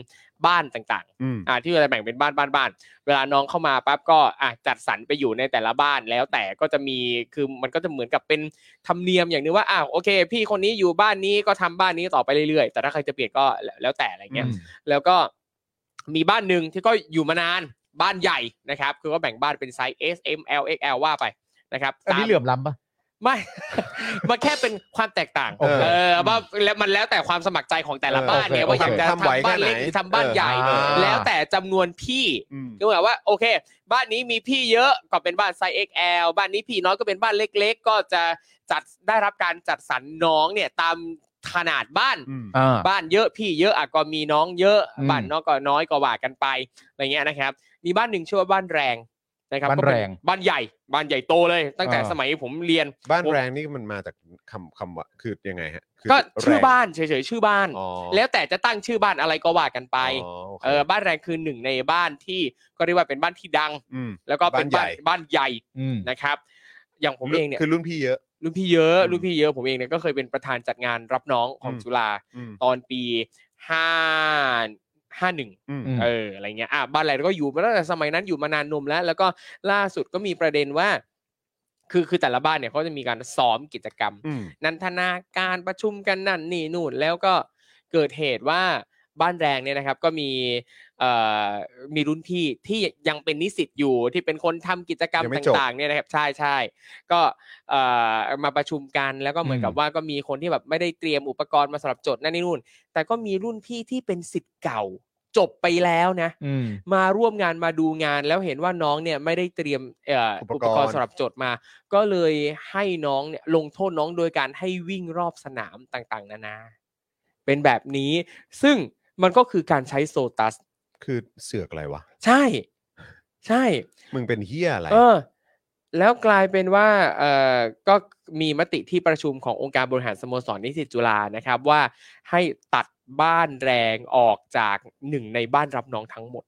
Speaker 4: บ้านต่างๆ
Speaker 2: อืม
Speaker 4: อ่าที่เราจะแบ่งเป็นบ้านบ้านบ้านเวลาน้องเข้ามาปั๊บก็อ่ะจัดสรรไปอยู่ในแต่ละบ้านแล้วแต่ก็จะมีคือมันก็จะเหมือนกับเป็นธรรมเนียมอย่างหนึงว่าอ้าวโอเค พี่คนนี้อยู่บ้านนี้ก็ทำบ้านนี้ต่อไปเรื่อยๆ แต่ถ้าใครจะเปลี่ยนก็แล้วแล้วแต่อะไรเงี้ยแล้วก็มีบ้านหนึ่งที่ก็อยู่มานานบ้านใหญ่นะครับ คือก็แบ่งบ้านเป็นไซส์ S M L X L ว่าไปนะครับ
Speaker 3: อันนี้
Speaker 4: ตา
Speaker 3: เหลื่อมล้ำปะ
Speaker 4: ไม่ มันแค่เป็นความแตกต่าง
Speaker 3: โอเค
Speaker 4: เออว่าแล้วมันแล้วแต่ความสมัครใจของแต่ละบ้านเนี่ย
Speaker 3: โอเค
Speaker 4: ว่าอยากจะ
Speaker 2: ทำไหว
Speaker 4: ทำบ้าน
Speaker 2: แค่ไหน
Speaker 4: เล็กหรือทำบ้านใหญ่
Speaker 3: เอออ่า
Speaker 4: แล้วแต่จำนวนพี่
Speaker 2: อืม
Speaker 4: ก็หมายว่าโอเค บ้านนี้มีพี่เยอะก็เป็นบ้านไซส์ XL บ้านนี้พี่น้อยก็เป็นบ้านเล็ก ๆ ก็จะจัดได้รับการจัดสรรน้องเนี่ยตามขนาดบ้าน
Speaker 2: อื ม
Speaker 3: อ่า
Speaker 4: บ้านเยอะพี่เยอะอ่ะก็มีน้องเยอะ
Speaker 3: อืม
Speaker 4: บ้านน้องก็น้อยก็ว่ากันไปอะไรเงี้ยนะครับ มีบ้านหนึ่งชื่อว่าบ้านแรงนะครับ
Speaker 3: บ้าน
Speaker 4: ก็เป็
Speaker 3: แรง
Speaker 4: บ้านใหญ่บ้านใหญ่โตเลย ตั้งแต่
Speaker 3: อ่า
Speaker 4: สมัยผมเรียน
Speaker 2: บ้านแรงนี่มันมาจากคำคำว่าคือยังไงฮะคื
Speaker 4: ก็ชื่อ
Speaker 2: แรง
Speaker 4: บ้านเฉยๆชื่อบ้าน
Speaker 2: อ๋อ
Speaker 4: แล้วแต่จะตั้งชื่อบ้านอะไรก็ว่ากันไป
Speaker 2: อ๋อโค
Speaker 4: เออบ้านแรงคือหนึ่งในบ้านที่ก็เรียกว่าเป็นบ้านที่ดัง
Speaker 2: ม
Speaker 4: แล้วก็เป็นบ้าน
Speaker 2: บ้านใหญ่
Speaker 4: บ้านใหญ่
Speaker 3: อืม
Speaker 4: นะครับ อย่างผมเองเนี่ย
Speaker 2: คือรุ่นพี่เยอะ
Speaker 4: รุ่นพี่เยอะ
Speaker 2: อืม
Speaker 4: รุ่นพี่เยอะผมเองเนี่ยก็เคยเป็นประธานจัดงานรับน้องของ
Speaker 2: อืม
Speaker 4: จุฬา
Speaker 2: อืม
Speaker 4: ตอนปีห้าห้าหนึ่ง
Speaker 2: อืม
Speaker 3: อืม
Speaker 4: เอออะไรเงี้ยอ่ะบ้านอะไรก็อยู่มาตั้งแต่สมัยนั้นอยู่มานานนมแล้ว แล้วก็ล่าสุดก็มีประเด็นว่า คือคือแต่ละบ้านเนี่ยเขาจะมีการซ้อมกิจกรรม
Speaker 2: อืม
Speaker 4: นันทนาการประชุมกันนั่นนี่นู่นแล้วก็เกิดเหตุว่าบ้านแรงเนี่ยนะครับ ก็มีเอ่อมีรุ่นพี่ที่ยังเป็นนิสิตอยู่ที่เป็นคนทำกิจกรรม
Speaker 2: ยังไม่จบ
Speaker 4: ต่างๆเนี่ยนะครับใช่ใช่ก็เอ่อมาประชุมกันแล้วก็เหมือน
Speaker 3: อืม
Speaker 4: กับว่าก็มีคนที่แบบไม่ได้เตรียมอุปกรณ์มาสำหรับโจทย์นั่นนี่นู่น แต่ก็มีรุ่นพี่ที่เป็นสิทธิ์เก่าจบไปแล้วนะ
Speaker 3: อืม
Speaker 4: มาร่วมงานมาดูงานแล้วเห็นว่าน้องเนี่ยไม่ได้เตรียมเออ
Speaker 2: อุ
Speaker 4: อุ
Speaker 2: ป
Speaker 4: ป
Speaker 2: ก
Speaker 4: ก
Speaker 2: ร
Speaker 4: ร
Speaker 2: ณ์
Speaker 4: ณ์สำหรับโจทย์มา ก็เลยให้น้องเนี่ยลงโทษน้องโดยการให้วิ่งรอบสนามต่างๆ นานา เป็นแบบนี้ซึ่งมันก็คือการใช้โซตัส
Speaker 2: คือเสือกอะไรวะ
Speaker 4: ใช่ ใช่
Speaker 2: มึงเป็นเฮียอะไร
Speaker 4: เออ แล้วกลายเป็นว่าเออก็มีมติที่ประชุมขององค์การบริหารสโมสรนิสิตจุฬานะครับ ว่าให้ตัดบ้านแรงออกจากหนึ่งในบ้านรับน้องทั้งหมด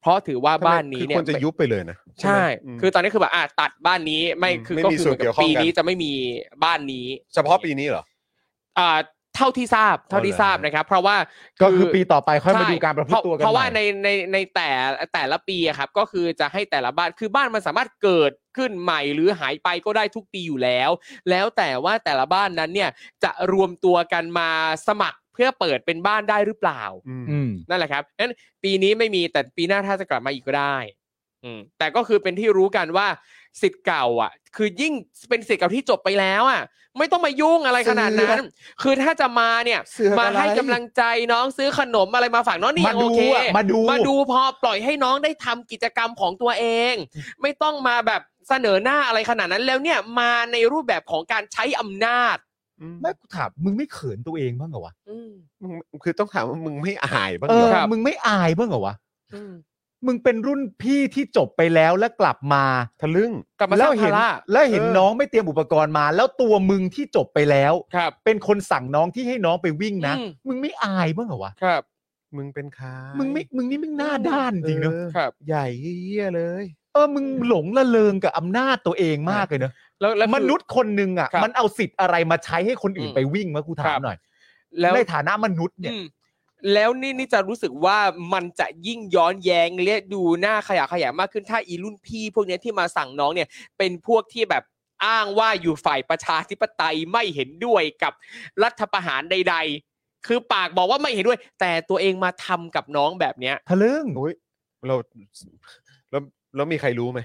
Speaker 4: เพราะถือว่า
Speaker 2: ทำไม
Speaker 4: บ้านนี้
Speaker 2: คือ
Speaker 4: เนี่ย
Speaker 2: ควรจะยุบไปเลยนะ
Speaker 4: ใช่
Speaker 2: ม
Speaker 4: คือตอนนี้คือแบบอ่ะตัดบ้านนี้ไม่
Speaker 2: อืม
Speaker 4: คือ
Speaker 2: ไม่
Speaker 4: ก็
Speaker 2: มี
Speaker 4: คือ
Speaker 2: ส่วน
Speaker 4: เหมือน
Speaker 2: เกี่ยว
Speaker 4: กับ
Speaker 2: ข้อง
Speaker 4: ปี
Speaker 2: กัน
Speaker 4: นี้จะไม่มีบ้านนี้
Speaker 2: เฉพาะปีนี้เหรอ
Speaker 4: อ่าเท่าที่ทราบเท่าที่ทราบ
Speaker 2: อ๋อเหรอฮะ
Speaker 4: นะครับ เพราะว่า
Speaker 3: ก็คือปีต่อไปค่อยมาดูการประพฤติ
Speaker 4: ใช่
Speaker 3: ตัวกัน
Speaker 4: เพราะว่า
Speaker 3: ใหม่
Speaker 4: ในในในแต่แต่ละปีอะครับก็คือจะให้แต่ละบ้านคือบ้านมันสามารถเกิดขึ้นใหม่หรือหายไปก็ได้ทุกปีอยู่แล้ว แล้วแต่ว่าแต่ละบ้านนั้นเนี่ยจะรวมตัวกันมาสมัครเพื่อเปิดเป็นบ้านได้หรือเปล่า
Speaker 2: อืม
Speaker 3: อืม
Speaker 4: นั่นแหละครับนั้นปีนี้ไม่มีแต่ปีหน้าถ้าจะกลับมาอีกก็ได้อืมแต่ก็คือเป็นที่รู้กันว่าสิทธิ์เก่าอ่ะ คือยิ่งเป็นสิทธิ์เก่าที่จบไปแล้วอ่ะ ไม่ต้องมายุ่งอะไรขนาดนั้น คือถ้าจะมาเนี่ย
Speaker 2: เสือกอะไร
Speaker 4: มาให้กำลังใจน้องซื้อขนมอะไรมาฝากน้องนี่
Speaker 3: มา
Speaker 4: ยังโอ
Speaker 3: ดู
Speaker 4: เค
Speaker 3: อะมาดู
Speaker 4: มาดูพอปล่อยให้น้องได้ทำกิจกรรมของตัวเอง ไม่ต้องมาแบบเสนอหน้าอะไรขนาดนั้นแล้วเนี่ยมาในรูปแบบของการใช้อำนาจ
Speaker 3: ไม่กูถามมึงไม่เขินตัวเองบ้างเหรอวะ
Speaker 4: อืม
Speaker 2: มึงคือต้องถามว่ามึงไม่อายบ้าง
Speaker 3: เอ
Speaker 2: เหร
Speaker 3: อ
Speaker 2: อ
Speaker 4: ครับ
Speaker 3: มึงไม่อายบ้างเหรอวะ
Speaker 4: อืม
Speaker 3: มึงเป็นรุ่นพี่ที่จบไปแล้วแล้วกลับมา
Speaker 2: ทะลึ่ง
Speaker 4: กลับมาส
Speaker 3: แล้ว
Speaker 4: ร้าง
Speaker 3: เห็
Speaker 4: ภาน ระ
Speaker 3: แล้วเห็น
Speaker 2: เออ
Speaker 3: น้องไม่เตรียมอุปกรณ์มา แล้วตัวมึงที่จบไปแล้ว
Speaker 4: ครับ
Speaker 3: เป็นคนสั่งน้องที่ให้น้องไปวิ่งนะ
Speaker 4: อืม
Speaker 3: มึงไม่อายบ้างเหรอวะ
Speaker 4: ครับ
Speaker 2: มึงเป็นใคร
Speaker 3: มึงไม่มึงนี่มึงหน้าด้านจริงเนอะ
Speaker 2: ออ
Speaker 4: ครับ
Speaker 2: ใหญ่เฮี้ยเลย
Speaker 3: เออมึงหลงละเลงกับอำนาจตัวเองมากเลยเนอะ
Speaker 4: แล้วแล้วคือ
Speaker 3: มนุษย์คนหนึ่งอ่ะ
Speaker 4: ครับ
Speaker 3: มันเอาสิทธิ์อะไรมาใช้ให้คนอื่น
Speaker 4: อืม
Speaker 3: ไปวิ่งมากูถาม
Speaker 4: ครับ
Speaker 3: หน่อย
Speaker 4: แล้ว
Speaker 3: ในฐานะมนุษย์เนี่ย
Speaker 4: อืมแล้วนี่นี่จะรู้สึกว่ามันจะยิ่งย้อนแย้งและดูหน้าขยะขยะมากขึ้นถ้าอีรุ่นพี่ พวกเนี้ยที่มาสั่งน้องเนี่ยเป็นพวกที่แบบอ้างว่าอยู่ฝ่ายประชาธิปไตยไม่เห็นด้วยกับรัฐประหารใด ๆ คือปากบอกว่าไม่เห็นด้วย แต่ตัวเองมาทำกับน้องแบบเนี้ย
Speaker 3: ทะลึ่ง
Speaker 2: โอ้ยเราแล้วแล้วมีใครรู้ไหม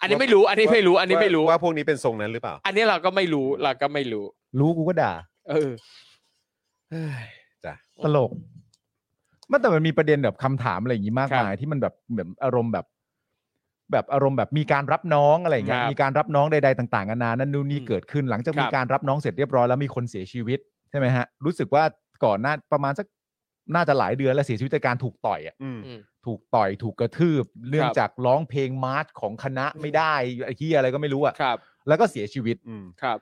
Speaker 4: อันนี้ไม่รู้ อันนี้ไม่รู้ อันนี้ไม่รู้
Speaker 2: ว่าว่าพวกนี้เป็นทรงนั้นหรือเปล่า
Speaker 4: อันนี้เราก็ไม่รู้ เราก็ไม่รู้
Speaker 3: รู้กูก็ด่า
Speaker 4: เออ
Speaker 3: ตลกมันแต่มันมีประเด็นแบบคำถามอะไรอย่างนี้มาก
Speaker 4: ครับ
Speaker 3: มายที่มันแบบแบบอารมณ์แบบ แบบอารมณ์แบบมีการรับน้องอะไรอย่างเงี้ย
Speaker 4: ครับ
Speaker 3: มีการรับน้องใดๆต่างๆนานานั่นนู่นนี่
Speaker 4: อืม
Speaker 3: เกิดขึ้น หลังจาก
Speaker 4: ครับ
Speaker 3: มีการรับน้องเสร็จเรียบร้อยแล้วมีคนเสียชีวิตใช่ไหมฮะรู้สึกว่าก่อนหน้าประมาณสักน่าจะหลายเดือนแล้วเสียชีวิตจากการถูกต่อยอ่ะ
Speaker 2: อืม
Speaker 3: ถูกต่อยถูกกระทืบ เนื่องจากร้องเพลงมาร์ชของคณะไม่ได้ไอ้ที่อะไรก็ไม่รู้อ่ะ
Speaker 4: ครับ
Speaker 3: แล้วก็เสียชีวิต
Speaker 2: อืม
Speaker 4: ครับ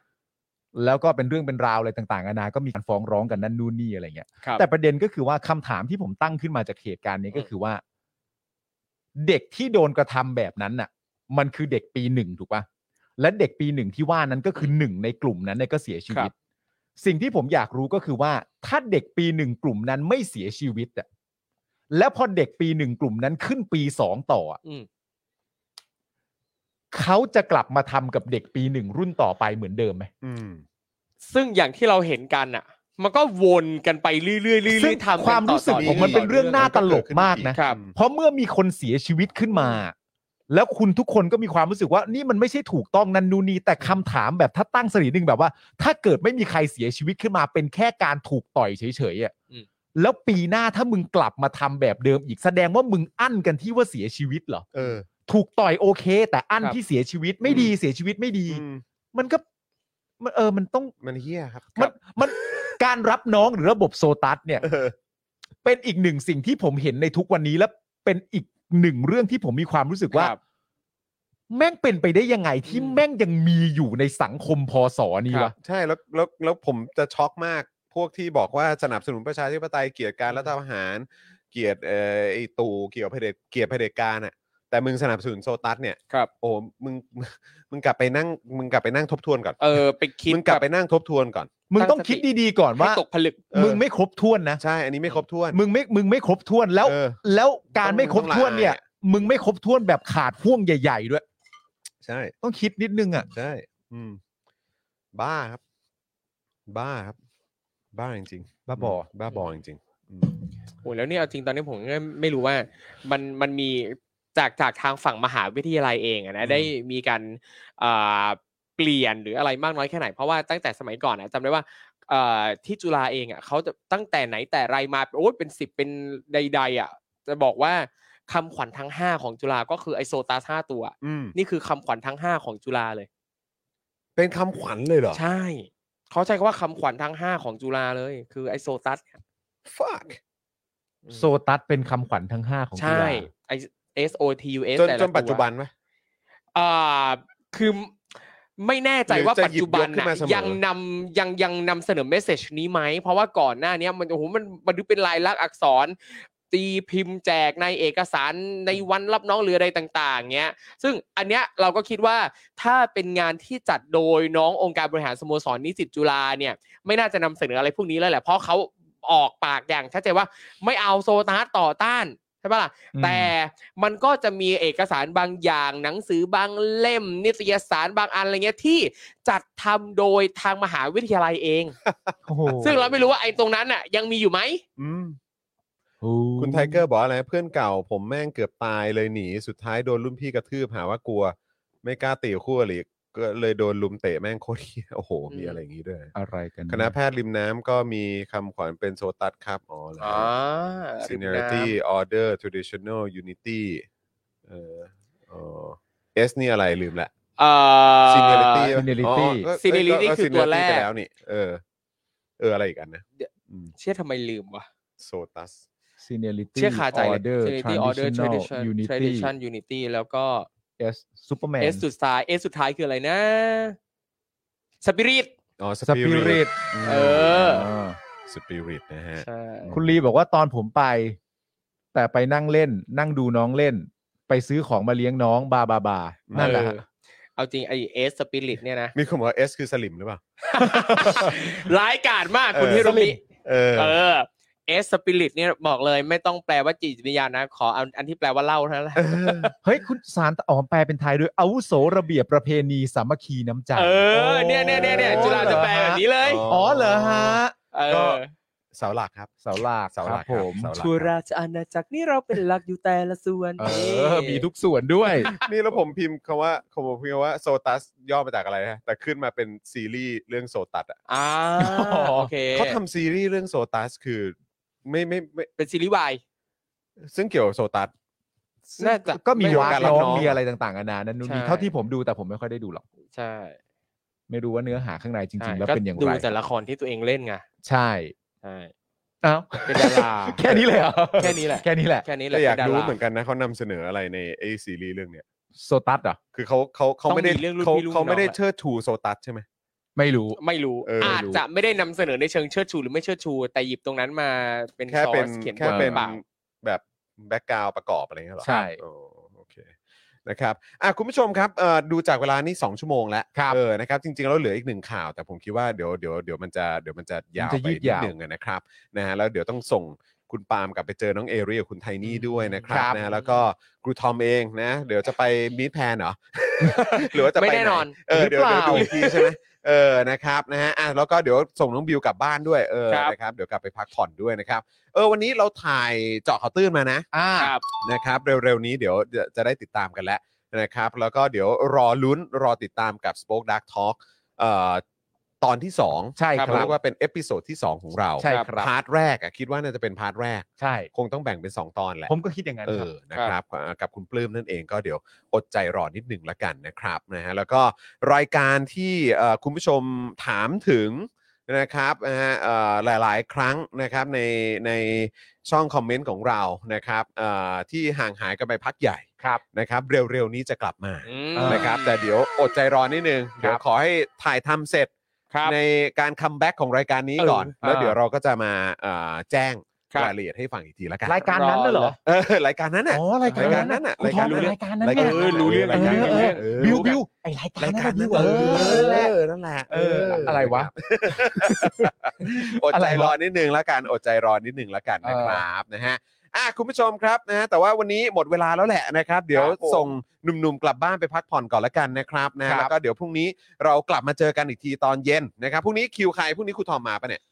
Speaker 3: แล้วก็เป็นเรื่องเป็นราวอะไรต่างๆนานาก็มีการฟ้องร้องกันนั่นนู่นนี่อะไรเงี้ย
Speaker 4: ครับ
Speaker 3: แต่ประเด็นก็คือว่าคำถามที่ผมตั้งขึ้นมาจากเหตุการณ์นี้ก็คือว่า เด็กที่โดนกระทำแบบนั้นน่ะ มันคือเด็กปีหนึ่งถูกปะและเด็กปีหนึ่งที่ว่านั้นก็คือหนึ่งในกลุ่มนั้นเนี่ยก็เสียชีวิต สิ่งที่ผมอยากรู้ก็คือว่า ถ้าเด็กปีหนึ่งกลุ่มนั้นไม่เสียชีวิตอะแล้วพอเด็กปีหนึ่งกลุ่มนั้นขึ้นปีสองต่ออะ
Speaker 4: อืม
Speaker 3: เขาจะกลับมาทำกับเด็กปีหนึ่งรุ่นต่อไปเหมือนเดิมไหม
Speaker 2: อืม
Speaker 4: ซึ่งอย่างที่เราเห็นกันอ่ะ มันก็วนกันไปเรื่อยๆเรื่
Speaker 3: ซึ่
Speaker 4: อง ยๆทำน
Speaker 3: ความรู้สึก
Speaker 4: ต่อๆ
Speaker 3: ผมมันเป็นเรื่องน่าตลกมากนะ
Speaker 4: ครับ
Speaker 3: เพราะเมื่อมีคนเสียชีวิตขึ้นมา แล้วคุณทุกคนก็มีความรู้สึกว่า นี่มันไม่ใช่ถูกต้องนันนูนนีแต่คำถามแบบถ้าตั้งสรีหนึ่งแบบว่า ถ้าเกิดไม่มีใครเสียชีวิตขึ้นมา เป็นแค่การถูกต่อยเฉยๆอ่ะ
Speaker 4: อืม
Speaker 3: แล้วปีหน้าถ้ามึงกลับมาทำแบบเดิมอีกแสดงว่ามึงอั้นกันที่ว่าเสียชีวิตเหรอ
Speaker 2: เออ
Speaker 3: ถูกต่อยโอเค แต่อั้น
Speaker 4: ครับ
Speaker 3: ที่เสียชีวิตไม่ดีเสียชีวิตไม่ดี
Speaker 2: อืม
Speaker 3: มันก็มันเออมันต้อง
Speaker 2: มันเฮี้ยครับ
Speaker 3: มันมันการรับน้องหรือระบบโซตัสเนี่ย
Speaker 2: เออ
Speaker 3: เป็นอีกหนึ่งสิ่งที่ผมเห็นในทุกวันนี้และเป็นอีกหนึ่งเรื่องที่ผมมีความรู้สึกว่า
Speaker 4: ครับ
Speaker 3: แม่งเป็นไปได้ยังไงที่
Speaker 4: อืม
Speaker 3: แม่งยังมีอยู่ในสังคมพอสอนี้
Speaker 4: ครั
Speaker 3: วะ
Speaker 4: บ
Speaker 2: ใช่แล้วแล้วแล้วผมจะช็อกมากพวกที่บอกว่าสนับสนุนประชาธิปไตยเกลียดการรัฐประหาร เกลียดเอ่อไอ้ตู่เกลียดเผด็จเกลียดเผด็จการอ่ะ แต่มึงสนับสนุนโซตัสเนี่ย
Speaker 4: ครับ
Speaker 2: โอ้มึง มึงมึงกลับไปนั่งมึงกลับไปนั่งทบทวนก่อน
Speaker 4: เออไปคิด
Speaker 2: มึงกลับไป
Speaker 4: แ
Speaker 2: นั่งทบทวนก่อน
Speaker 3: มึงต้อง
Speaker 4: ตั้งสติ
Speaker 3: คิดดีๆก่อน
Speaker 4: บบ
Speaker 3: ว่า
Speaker 4: ให้ตกผลึก
Speaker 2: เออ
Speaker 3: มึงไม่ครบถ้วนนะ
Speaker 2: ใช่อันนี้ไม่ครบถ้วน
Speaker 3: มึงไม่มึงไม่ครบถ้วนแล้ว
Speaker 2: เออ
Speaker 3: แล้วการ
Speaker 2: ต้อง
Speaker 3: ไม่ครบถ้วนเนี่ย
Speaker 2: ต้องละอ
Speaker 3: มึงไม่ครบถ้วนแบบขาดห่วงใหญ่ ๆ ด้วย
Speaker 2: ใช่
Speaker 3: ต้องคิดนิดนึงอ่ะ
Speaker 2: ใช่อืมบ้าครับ บ้าครับ บ้าจริงๆ
Speaker 3: บ้าบอ
Speaker 2: บ้าบอจริงๆอืม
Speaker 4: โอ้แล้วเนี่ยเอาจริงตอนนี้ผมก็ไม่รู้ว่ามันมันมีจากจากทางฝั่งมหาวิทยาลัยเองอะนะได้มีการอ่าเปลี่ยนหรืออะไรมากน้อยแค่ไหน เพราะว่าตั้งแต่สมัยก่อนนะจำได้ว่าอ่าที่จุฬาเองอ่ะเขาจะตั้งแต่ไหนแต่ไรมาโอ้ยเป็นสิบเป็นใด ๆ อ่ะ จะบอกว่าคำขวัญทั้งห้าของจุฬาก็คือไอโซตาห้าตัว
Speaker 2: อืม
Speaker 4: นี่คือคำขวัญทั้งห้าของจุฬาเลย
Speaker 2: เป็นคำขวัญเลยเหรอ
Speaker 4: ใช่ เขาใช้คำว่าคำขวัญทั้งห้าของจุฬาเลย คือไอโซตัส
Speaker 2: fuck
Speaker 3: โซตัสเป็นคำขวัญทั้งห้าของกี
Speaker 4: ใช่
Speaker 3: ฬา
Speaker 4: ไอ S O T U S
Speaker 2: จน
Speaker 4: แต่ละ
Speaker 2: จ
Speaker 4: ตั
Speaker 2: น
Speaker 4: ว
Speaker 2: ปัจจุบันไหม
Speaker 4: อ่าคือไม่แน่ใจว่า
Speaker 2: หรือจะ
Speaker 4: ปัจจุบัน
Speaker 2: หยิบยกขึ้น
Speaker 4: น่ะ
Speaker 2: มาเสมอ
Speaker 4: ยังนำยังยังนำเสนอเมสเซจนี้ไหม เพราะว่าก่อนหน้าเนี้ยมันโอ้โหมันมันดูเป็นลายลักษณ์อักษร ตีพิมพ์แจกในเอกสารในวันรับน้องเรือใดต่าง ๆเงี้ย ซึ่งอันเนี้ยเราก็คิดว่าถ้าเป็นงานที่จัดโดยน้ององค์การบริหารสโมสรนิสิตจุฬาเนี่ย ไม่น่าจะนำเสนออะไรพวกนี้แล้วแหละเพราะเขาออกปากอย่างชัดเจนว่าไม่เอาโซตาร์ต่อต้านใช่ปะล่ะ
Speaker 3: อืม
Speaker 4: แต่มันก็จะมีเอกสารบางอย่างหนังสือบางเล่ม นิตยสารบางอันอะไรเงี้ยที่จัดทำโดยทางมหาวิทยาลัยเอง
Speaker 3: โอ้โห
Speaker 4: ซึ่งเราไม่รู้ว่าไอ้ตรงนั้นน่ะยังมีอยู่ไหม
Speaker 2: อืม
Speaker 3: โอ้
Speaker 2: คุณไทเกอร์บอกอะไรเพื่อนเก่า ผมแม่งเกือบตายเลยหนีสุดท้ายโดนรุ่นพี่กระทืบหาว่ากลัว ไม่กล้าตีคู่อริก็เลยโดนลุมเตะแม่งโคตรเหี้ยโอ้โห
Speaker 4: อืม
Speaker 2: มีอะไรอย่างนี้ด้วยนะ
Speaker 3: อะไรกัน
Speaker 2: คณะแพทย์ริมน้ำก็มีคำขวัญเป็นโซตัสครับ อ๋อเหรออ seniority order traditional unity เอออ๋อ S นี่อะไรลืมละ
Speaker 4: เอ่อ
Speaker 2: seniority ปะ
Speaker 3: Seniority
Speaker 2: อ๋อก็
Speaker 4: Seniority
Speaker 2: ก็
Speaker 4: คือตัวแรก
Speaker 2: Seniority ไปแล้วนี่เออ เอออะไรอีกอันนะ
Speaker 4: เชื่อทำไมลืมวะ
Speaker 2: โซตัส
Speaker 3: Seniority
Speaker 4: เชื่อคาใจเลย
Speaker 3: Order
Speaker 4: seniority order
Speaker 3: Traditional
Speaker 4: tradition
Speaker 3: Unity
Speaker 4: tradition unity แล้วก็
Speaker 3: S Superman
Speaker 4: S สุดท้าย S สุดท้ายคืออะไรนะสปิริต
Speaker 2: อ๋อ
Speaker 3: สปิริต
Speaker 2: Spirit ม
Speaker 4: เออ
Speaker 2: Spirit นะฮะ
Speaker 4: ใช่
Speaker 3: คุณลีบอกว่าตอนผมไป แต่ไปนั่งเล่น นั่งดูน้องเล่น ไปซื้อของมาเลี้ยงน้องบาบาบา นั่นแหละ
Speaker 4: เออเอาจริงไอเอสสปิริตเนี่ยนะ
Speaker 2: มีคนบอกว่า S คือสลิมหรือเปล่า
Speaker 4: ร้ายกาจมากคุณ
Speaker 2: เออ
Speaker 4: ฮิโรมิ
Speaker 2: เออ
Speaker 4: เออเอสสปิริตเนี่ยบอกเลยไม่ต้องแปลว่าจิตวิญญาณนะ ขอเอาอันที่แปลว่าเหล่าเท่านั้นแหละ
Speaker 3: เฮ้ย คุณสารอ๋อแปลเป็นไทยด้วยอาวุโสระเบียบประเพณีสามัคคีน้ำใจ
Speaker 4: เออเนี่ยเนี่ยเนี่ยเนี่ยจุฬาจะแปลแบบนี้เลย
Speaker 3: อ๋อเหรอฮะ
Speaker 4: เอ
Speaker 2: ก็
Speaker 4: อ
Speaker 2: เสาหลักครับ
Speaker 3: เสาหลัก
Speaker 2: เสาหลัก
Speaker 3: ครับผม
Speaker 2: ครับเสาหลัก
Speaker 4: ชัวราชอาณาจักรนี่เราเป็นหลักอยู่แต่ละส่วน
Speaker 3: เออ มีทุกส่วนด้วย
Speaker 2: นี่แล้วผมพิมพ์คำว่าผมพิมพ์คำว่าโซตัสย่อมาจากอะไรนะแต่ขึ้นมาเป็นซีรีส์เรื่องโซตัสอ่ะ
Speaker 4: อ่าโอเค
Speaker 2: เขาทำซีรีส์เรื่องโซตัสคือไม่ไม่ไม่
Speaker 4: เป็นซีรีส์วาย
Speaker 2: ซึ่งเกี่ยวกับโซตัส
Speaker 4: น่าจะ
Speaker 3: ก็มี
Speaker 2: ไม่
Speaker 3: วา
Speaker 2: การ
Speaker 3: ก
Speaker 2: รับ
Speaker 3: น้อง
Speaker 2: น้อง
Speaker 3: มีอะไรต่างๆนานานั่นนู่นนี่
Speaker 4: ใช่
Speaker 3: เท่าที่ผมดูแต่ผมไม่ค่อยได้ดูหรอก
Speaker 4: ใช่
Speaker 3: ไม่รู้ว่าเนื้อหาข้างในจริง ๆ แล้ว
Speaker 4: ก็
Speaker 3: เป็นอย่าง
Speaker 4: ดู
Speaker 3: ไร
Speaker 4: แต่ละครที่ตัวเองเล่นไง
Speaker 3: ใช่
Speaker 4: ใช่
Speaker 3: เอ้า
Speaker 4: เป็นดา รา
Speaker 3: แค่นี้เลยเหรอ
Speaker 4: แค่นี้แหละ
Speaker 3: แค่นี้แหละ
Speaker 4: แค่นี้แห
Speaker 2: แต่
Speaker 4: ละ
Speaker 2: อยาก
Speaker 4: ป็ด
Speaker 2: รู้เหมือนกันนะเขานำเสนออะไรในไอซีรีส์เรื่องเนี้ย
Speaker 3: โซตัสเหรอ
Speaker 2: คือเขาเขาเขาไม่ได้
Speaker 4: ต้องมีเรื่องรุ่น
Speaker 2: เขา
Speaker 4: พี่รุ่นน้อง
Speaker 2: เขาไม่ได้
Speaker 4: อะ
Speaker 2: เชิดชูโซตัสใช่ไหม
Speaker 3: ไม่รู้
Speaker 4: ไม่รู้
Speaker 2: เออไม่รู้
Speaker 4: อาจจะไม่ได้นำเสนอในเชิงเชิดชูหรือไม่เชิดชู แต่หยิบตรงนั้นมาเป็น
Speaker 2: แค่
Speaker 4: ซอ
Speaker 2: เป็น
Speaker 4: สเขียนบ
Speaker 2: แค่
Speaker 4: ทห
Speaker 2: เป็
Speaker 4: รื
Speaker 2: น
Speaker 4: อเปล่า
Speaker 2: แบบแบ็กกราวประกอบอะไรเงี้ยเหรอ
Speaker 3: ใช่
Speaker 2: โอ้โอเคนะครับอ่ะคุณผู้ชมครับเอ่อดูจากเวลานี่2ชั่วโมงแล้ว
Speaker 3: ครับ
Speaker 2: เออนะครับจริงๆแล้วเหลืออีกหนึ่งข่าว แต่ผมคิดว่าเดี๋ยวเดี๋ยวเดี๋ยวมันจะเดี๋ยวมันจะยาว
Speaker 3: มันจะ
Speaker 2: ไป
Speaker 3: ยื
Speaker 2: นิ
Speaker 3: ด
Speaker 2: ด
Speaker 3: ยาว
Speaker 2: หนึ่งอะนะครับนะฮะแล้วเดี๋ยวต้องส่งคุณปาล์มกลับไปเจอน้องเอเรียกับคุณไทนี่ด้วยนะครับ
Speaker 3: ครับ
Speaker 2: นะแล้วก็ครูทอมเองนะ เดี๋ยวจะไปมีดแพนเหรอ หรือว่าจะไป
Speaker 4: ไม่
Speaker 2: ห
Speaker 4: แน่นอน
Speaker 2: เออเดี๋ยว
Speaker 3: หรือ
Speaker 2: เดี๋ยว
Speaker 3: เปล่า
Speaker 2: ดูอีกทีใช่ไหม เออ นะครับ นะฮะ อ่ะ แล้วก็เดี๋ยวส่งน้องบิวกลับบ้านด้วย เออ
Speaker 4: ครับ
Speaker 2: นะครับ เดี๋ยวกลับไปพักผ่อนด้วยนะครับ เออ วันนี้เราถ่ายเจาะข่าวตื้นมานะ
Speaker 3: อ่า
Speaker 4: ครับ
Speaker 2: นะครับ เร็วๆนี้เดี๋ยวจะจะได้ติดตามกันแล้วนะครับ แล้วก็เดี๋ยวรอลุ้น รอติดตามกับ Spoke Dark Talk เอ่อ ตอนที่2
Speaker 3: ใช่ครับ
Speaker 2: เขาเรียกว่าเป็นเอพิโซดที่ 2 ของเรา
Speaker 3: ใช่ครับ
Speaker 2: พาร์ทแรกอะคิดว่าน่าจะเป็นพาร์ทแรก
Speaker 3: ใช่
Speaker 2: คงต้องแบ่งเป็น 2 ตอนแหละ
Speaker 3: ผมก็คิดอย่างนั้น
Speaker 2: เอ
Speaker 3: ครั
Speaker 2: อ
Speaker 3: บ
Speaker 2: นะครับอ่ากับคุณปลื้มนั่นเองก็เดี๋ยวอดใจรอนิดหนึ่งละกันนะครับนะฮะแล้วก็รายการที่เอ่อคุณผู้ชมถามถึงนะครับนะฮะเอ่อหลายๆ ครั้งนะครับในในช่องคอมเมนต์ของเรานะครับเอ่อที่ห่างหายกันไปพักใหญ่
Speaker 3: ครับ
Speaker 2: นะครับเร็วๆนี้จะกลับมา
Speaker 4: อืม
Speaker 2: นะครับแต่เดี๋ยวอดใจรอนิดนึงเดี๋ยวขอให้ถ่ายทำเสร็จ
Speaker 4: ครับ
Speaker 2: ในการคัมแบ็กของรายการนี้ก่อน
Speaker 4: เออ
Speaker 2: แล้วเดี๋ยวเราก็จะมาเอ่อแจ้ง
Speaker 4: ครับ
Speaker 2: รายละเอียดให้ฟังอีกทีละกัน
Speaker 3: รายการนั้นน่ะเหรอ
Speaker 2: เออรายการนั้นน่ะ
Speaker 3: อ๋อรายการ
Speaker 2: ราย
Speaker 3: นั้น
Speaker 2: การนั้นน่ะ
Speaker 3: คุณทอม
Speaker 2: ราย
Speaker 3: กา
Speaker 2: การ ร
Speaker 3: นั้
Speaker 2: นั้น น
Speaker 3: เนี่ย
Speaker 2: น่ะ
Speaker 3: เอ
Speaker 2: รายการนั้น
Speaker 3: อเอ
Speaker 2: น่ะ
Speaker 3: อเอ
Speaker 2: เออ
Speaker 3: อบิวบิวไอรายการ
Speaker 2: ราย
Speaker 3: นั้น
Speaker 2: การ
Speaker 3: นะบิ
Speaker 2: นั่
Speaker 3: วน เอ
Speaker 2: เออ
Speaker 3: อ
Speaker 2: นั่นแหละ
Speaker 3: เอออะไรวะ
Speaker 2: อด
Speaker 3: อะไร
Speaker 2: ใจรอ
Speaker 3: วะ
Speaker 2: นิดนึงแล้วกันอดใจรอนิดนึงแล้วกันนะครับนะฮะอ่ะคุณผู้ชมครับนะฮะแต่ว่าวันนี้หมดเวลาแล้วแหละนะครับ เดี๋ยวส่งหนุ่มๆกลับบ้านไปพักผ่อนก่อนละกันนะครับนะแล้วก็เดี๋ยวพรุ่งนี้เรากลับมาเจอกันอีกทีตอนเย็นนะครับพรุ่งนี้คิวใครพรุ่งนี้ครูทอมมาปะเนี่ย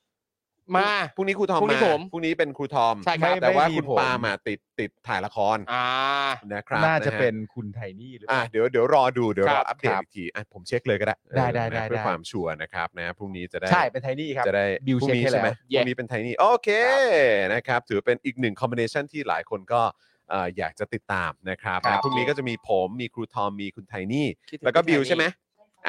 Speaker 4: มา
Speaker 2: พรุ่งนี้ครูทอม
Speaker 4: พรุ่งนี้
Speaker 2: มา
Speaker 4: ผม
Speaker 2: พรุ่งนี้เป็นครูทอม
Speaker 4: ใช่ครับ
Speaker 2: แต่ว่า
Speaker 3: ไม่มี
Speaker 2: คุณ
Speaker 3: ผม
Speaker 2: ปาล์มอะติดติดถ่ายละคร
Speaker 4: อ่า
Speaker 2: นะครับ
Speaker 3: น่าจะ
Speaker 2: ฮ
Speaker 3: เป็นคุณไทนี่หรือเป
Speaker 2: อ่ะ
Speaker 3: ล่า
Speaker 2: เดี๋ยวเดี๋ยวรอดูเดี๋ยวรอ
Speaker 3: ครับ
Speaker 2: อัปเดต
Speaker 3: ครับ
Speaker 2: อีกทีอ่ะผมเช็คเลยก็ได้
Speaker 3: ได้ได้
Speaker 2: เออนะ
Speaker 3: ได้
Speaker 2: เพื่อ
Speaker 3: ได้
Speaker 2: ความชัวร์นะครับนะพรุ่งนี้จะได้
Speaker 3: ใช่เป็นไทนี่ครับ
Speaker 2: จะได้
Speaker 3: บิว
Speaker 2: พรุ่ง
Speaker 3: เช็ค
Speaker 2: นี้
Speaker 3: ให้
Speaker 2: ใช่ไหม
Speaker 3: แล้
Speaker 2: พ
Speaker 3: ว
Speaker 2: รุ่งนี้เป็นไทนี่โอเคนะครับถือเป็นอีกหนึ่งคอมบิเนชันที่หลายคนก็เอ่ออยากจะติดตามนะครับ
Speaker 3: ครับ
Speaker 2: นะพรุ่งนี้ก็จะมีผมมีครูทอมมีคุณไทนี่
Speaker 4: คิดถึง
Speaker 2: แล้วก็
Speaker 4: พี่
Speaker 2: บิว
Speaker 4: ไทนี่
Speaker 2: ใช่ไหม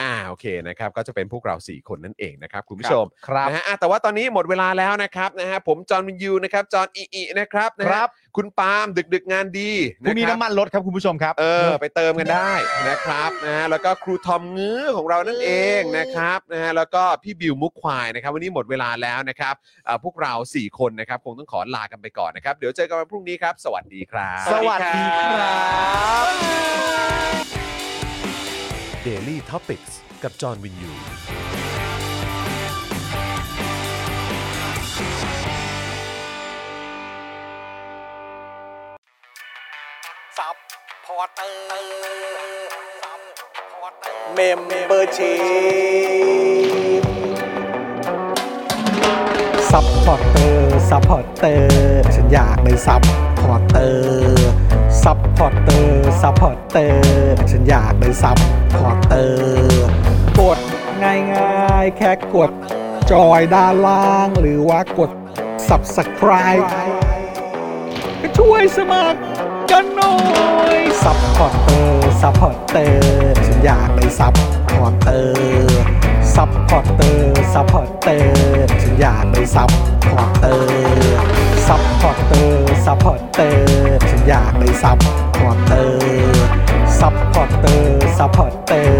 Speaker 2: อ่าโอเคนะครับก็จะเป็นพวกเรา 4 คนนั่นเองนะครับคุณผู้ชม
Speaker 3: ครับ
Speaker 2: นะฮะอ่ะแต่ว่าตอนนี้หมดเวลาแล้วนะครับนะฮะผมจอห์นวินยูนะครับจอห์นอีอีนะครับนะฮะ
Speaker 3: ครับ
Speaker 2: คุณปาล์มดึกดึกๆงานดี
Speaker 3: พรุ่งนี้
Speaker 2: ะครับ
Speaker 3: น้ำมันลดครับคุณผู้ชมครับ
Speaker 2: เออไปเติมกันได้นะครับนะฮะแล้วก็ครูทอมงื้อของเรานั่นเองนะครับนะฮะแล้วก็พี่บิวมุกควายนะครับ วันนี้หมดเวลาแล้วนะครับเอ่อพวกเรา 4 คนนะครับ คงต้องขอลากันไปก่อนนะครับ เดี๋ยวเจอกันวันพรุ่งนี้ครับ สวัสดีครับ
Speaker 3: สวัสดีครับ
Speaker 1: Daily Topics กับจอห์นวินยู
Speaker 7: ซับพอร์เตอร์ซับพอร์เตอร์
Speaker 5: เมมเบอร์ชีซัพพอร์เตอร์ซัพพอร์เตอร์ฉันอยากเป็นซัพพอร์เตอร์ซัพพอร์เตอร์ซัพพอร์เตอร์ฉันอยากเป็นซัพพอร์เตอร์กดง่ายๆ แค่กดจอยด้านล่าง หรือว่ากด subscribe ก็ช่วยสมัครกันหน่อยซัพพอร์เตอร์ซัพพอร์เตอร์ฉันอยากเป็นซัพพอร์เตอร์ซัพพอร์เตอร์ซัพพอร์เตอร์ฉันอยากเป็นซัพพอร์เตอร์ซัพพอร์เตอร์ซัพพอร์เตอร์ฉันอยากเป็นซัพพอร์เตอร์ซัพพอร์เตอร์ซัพพอร์เตอร์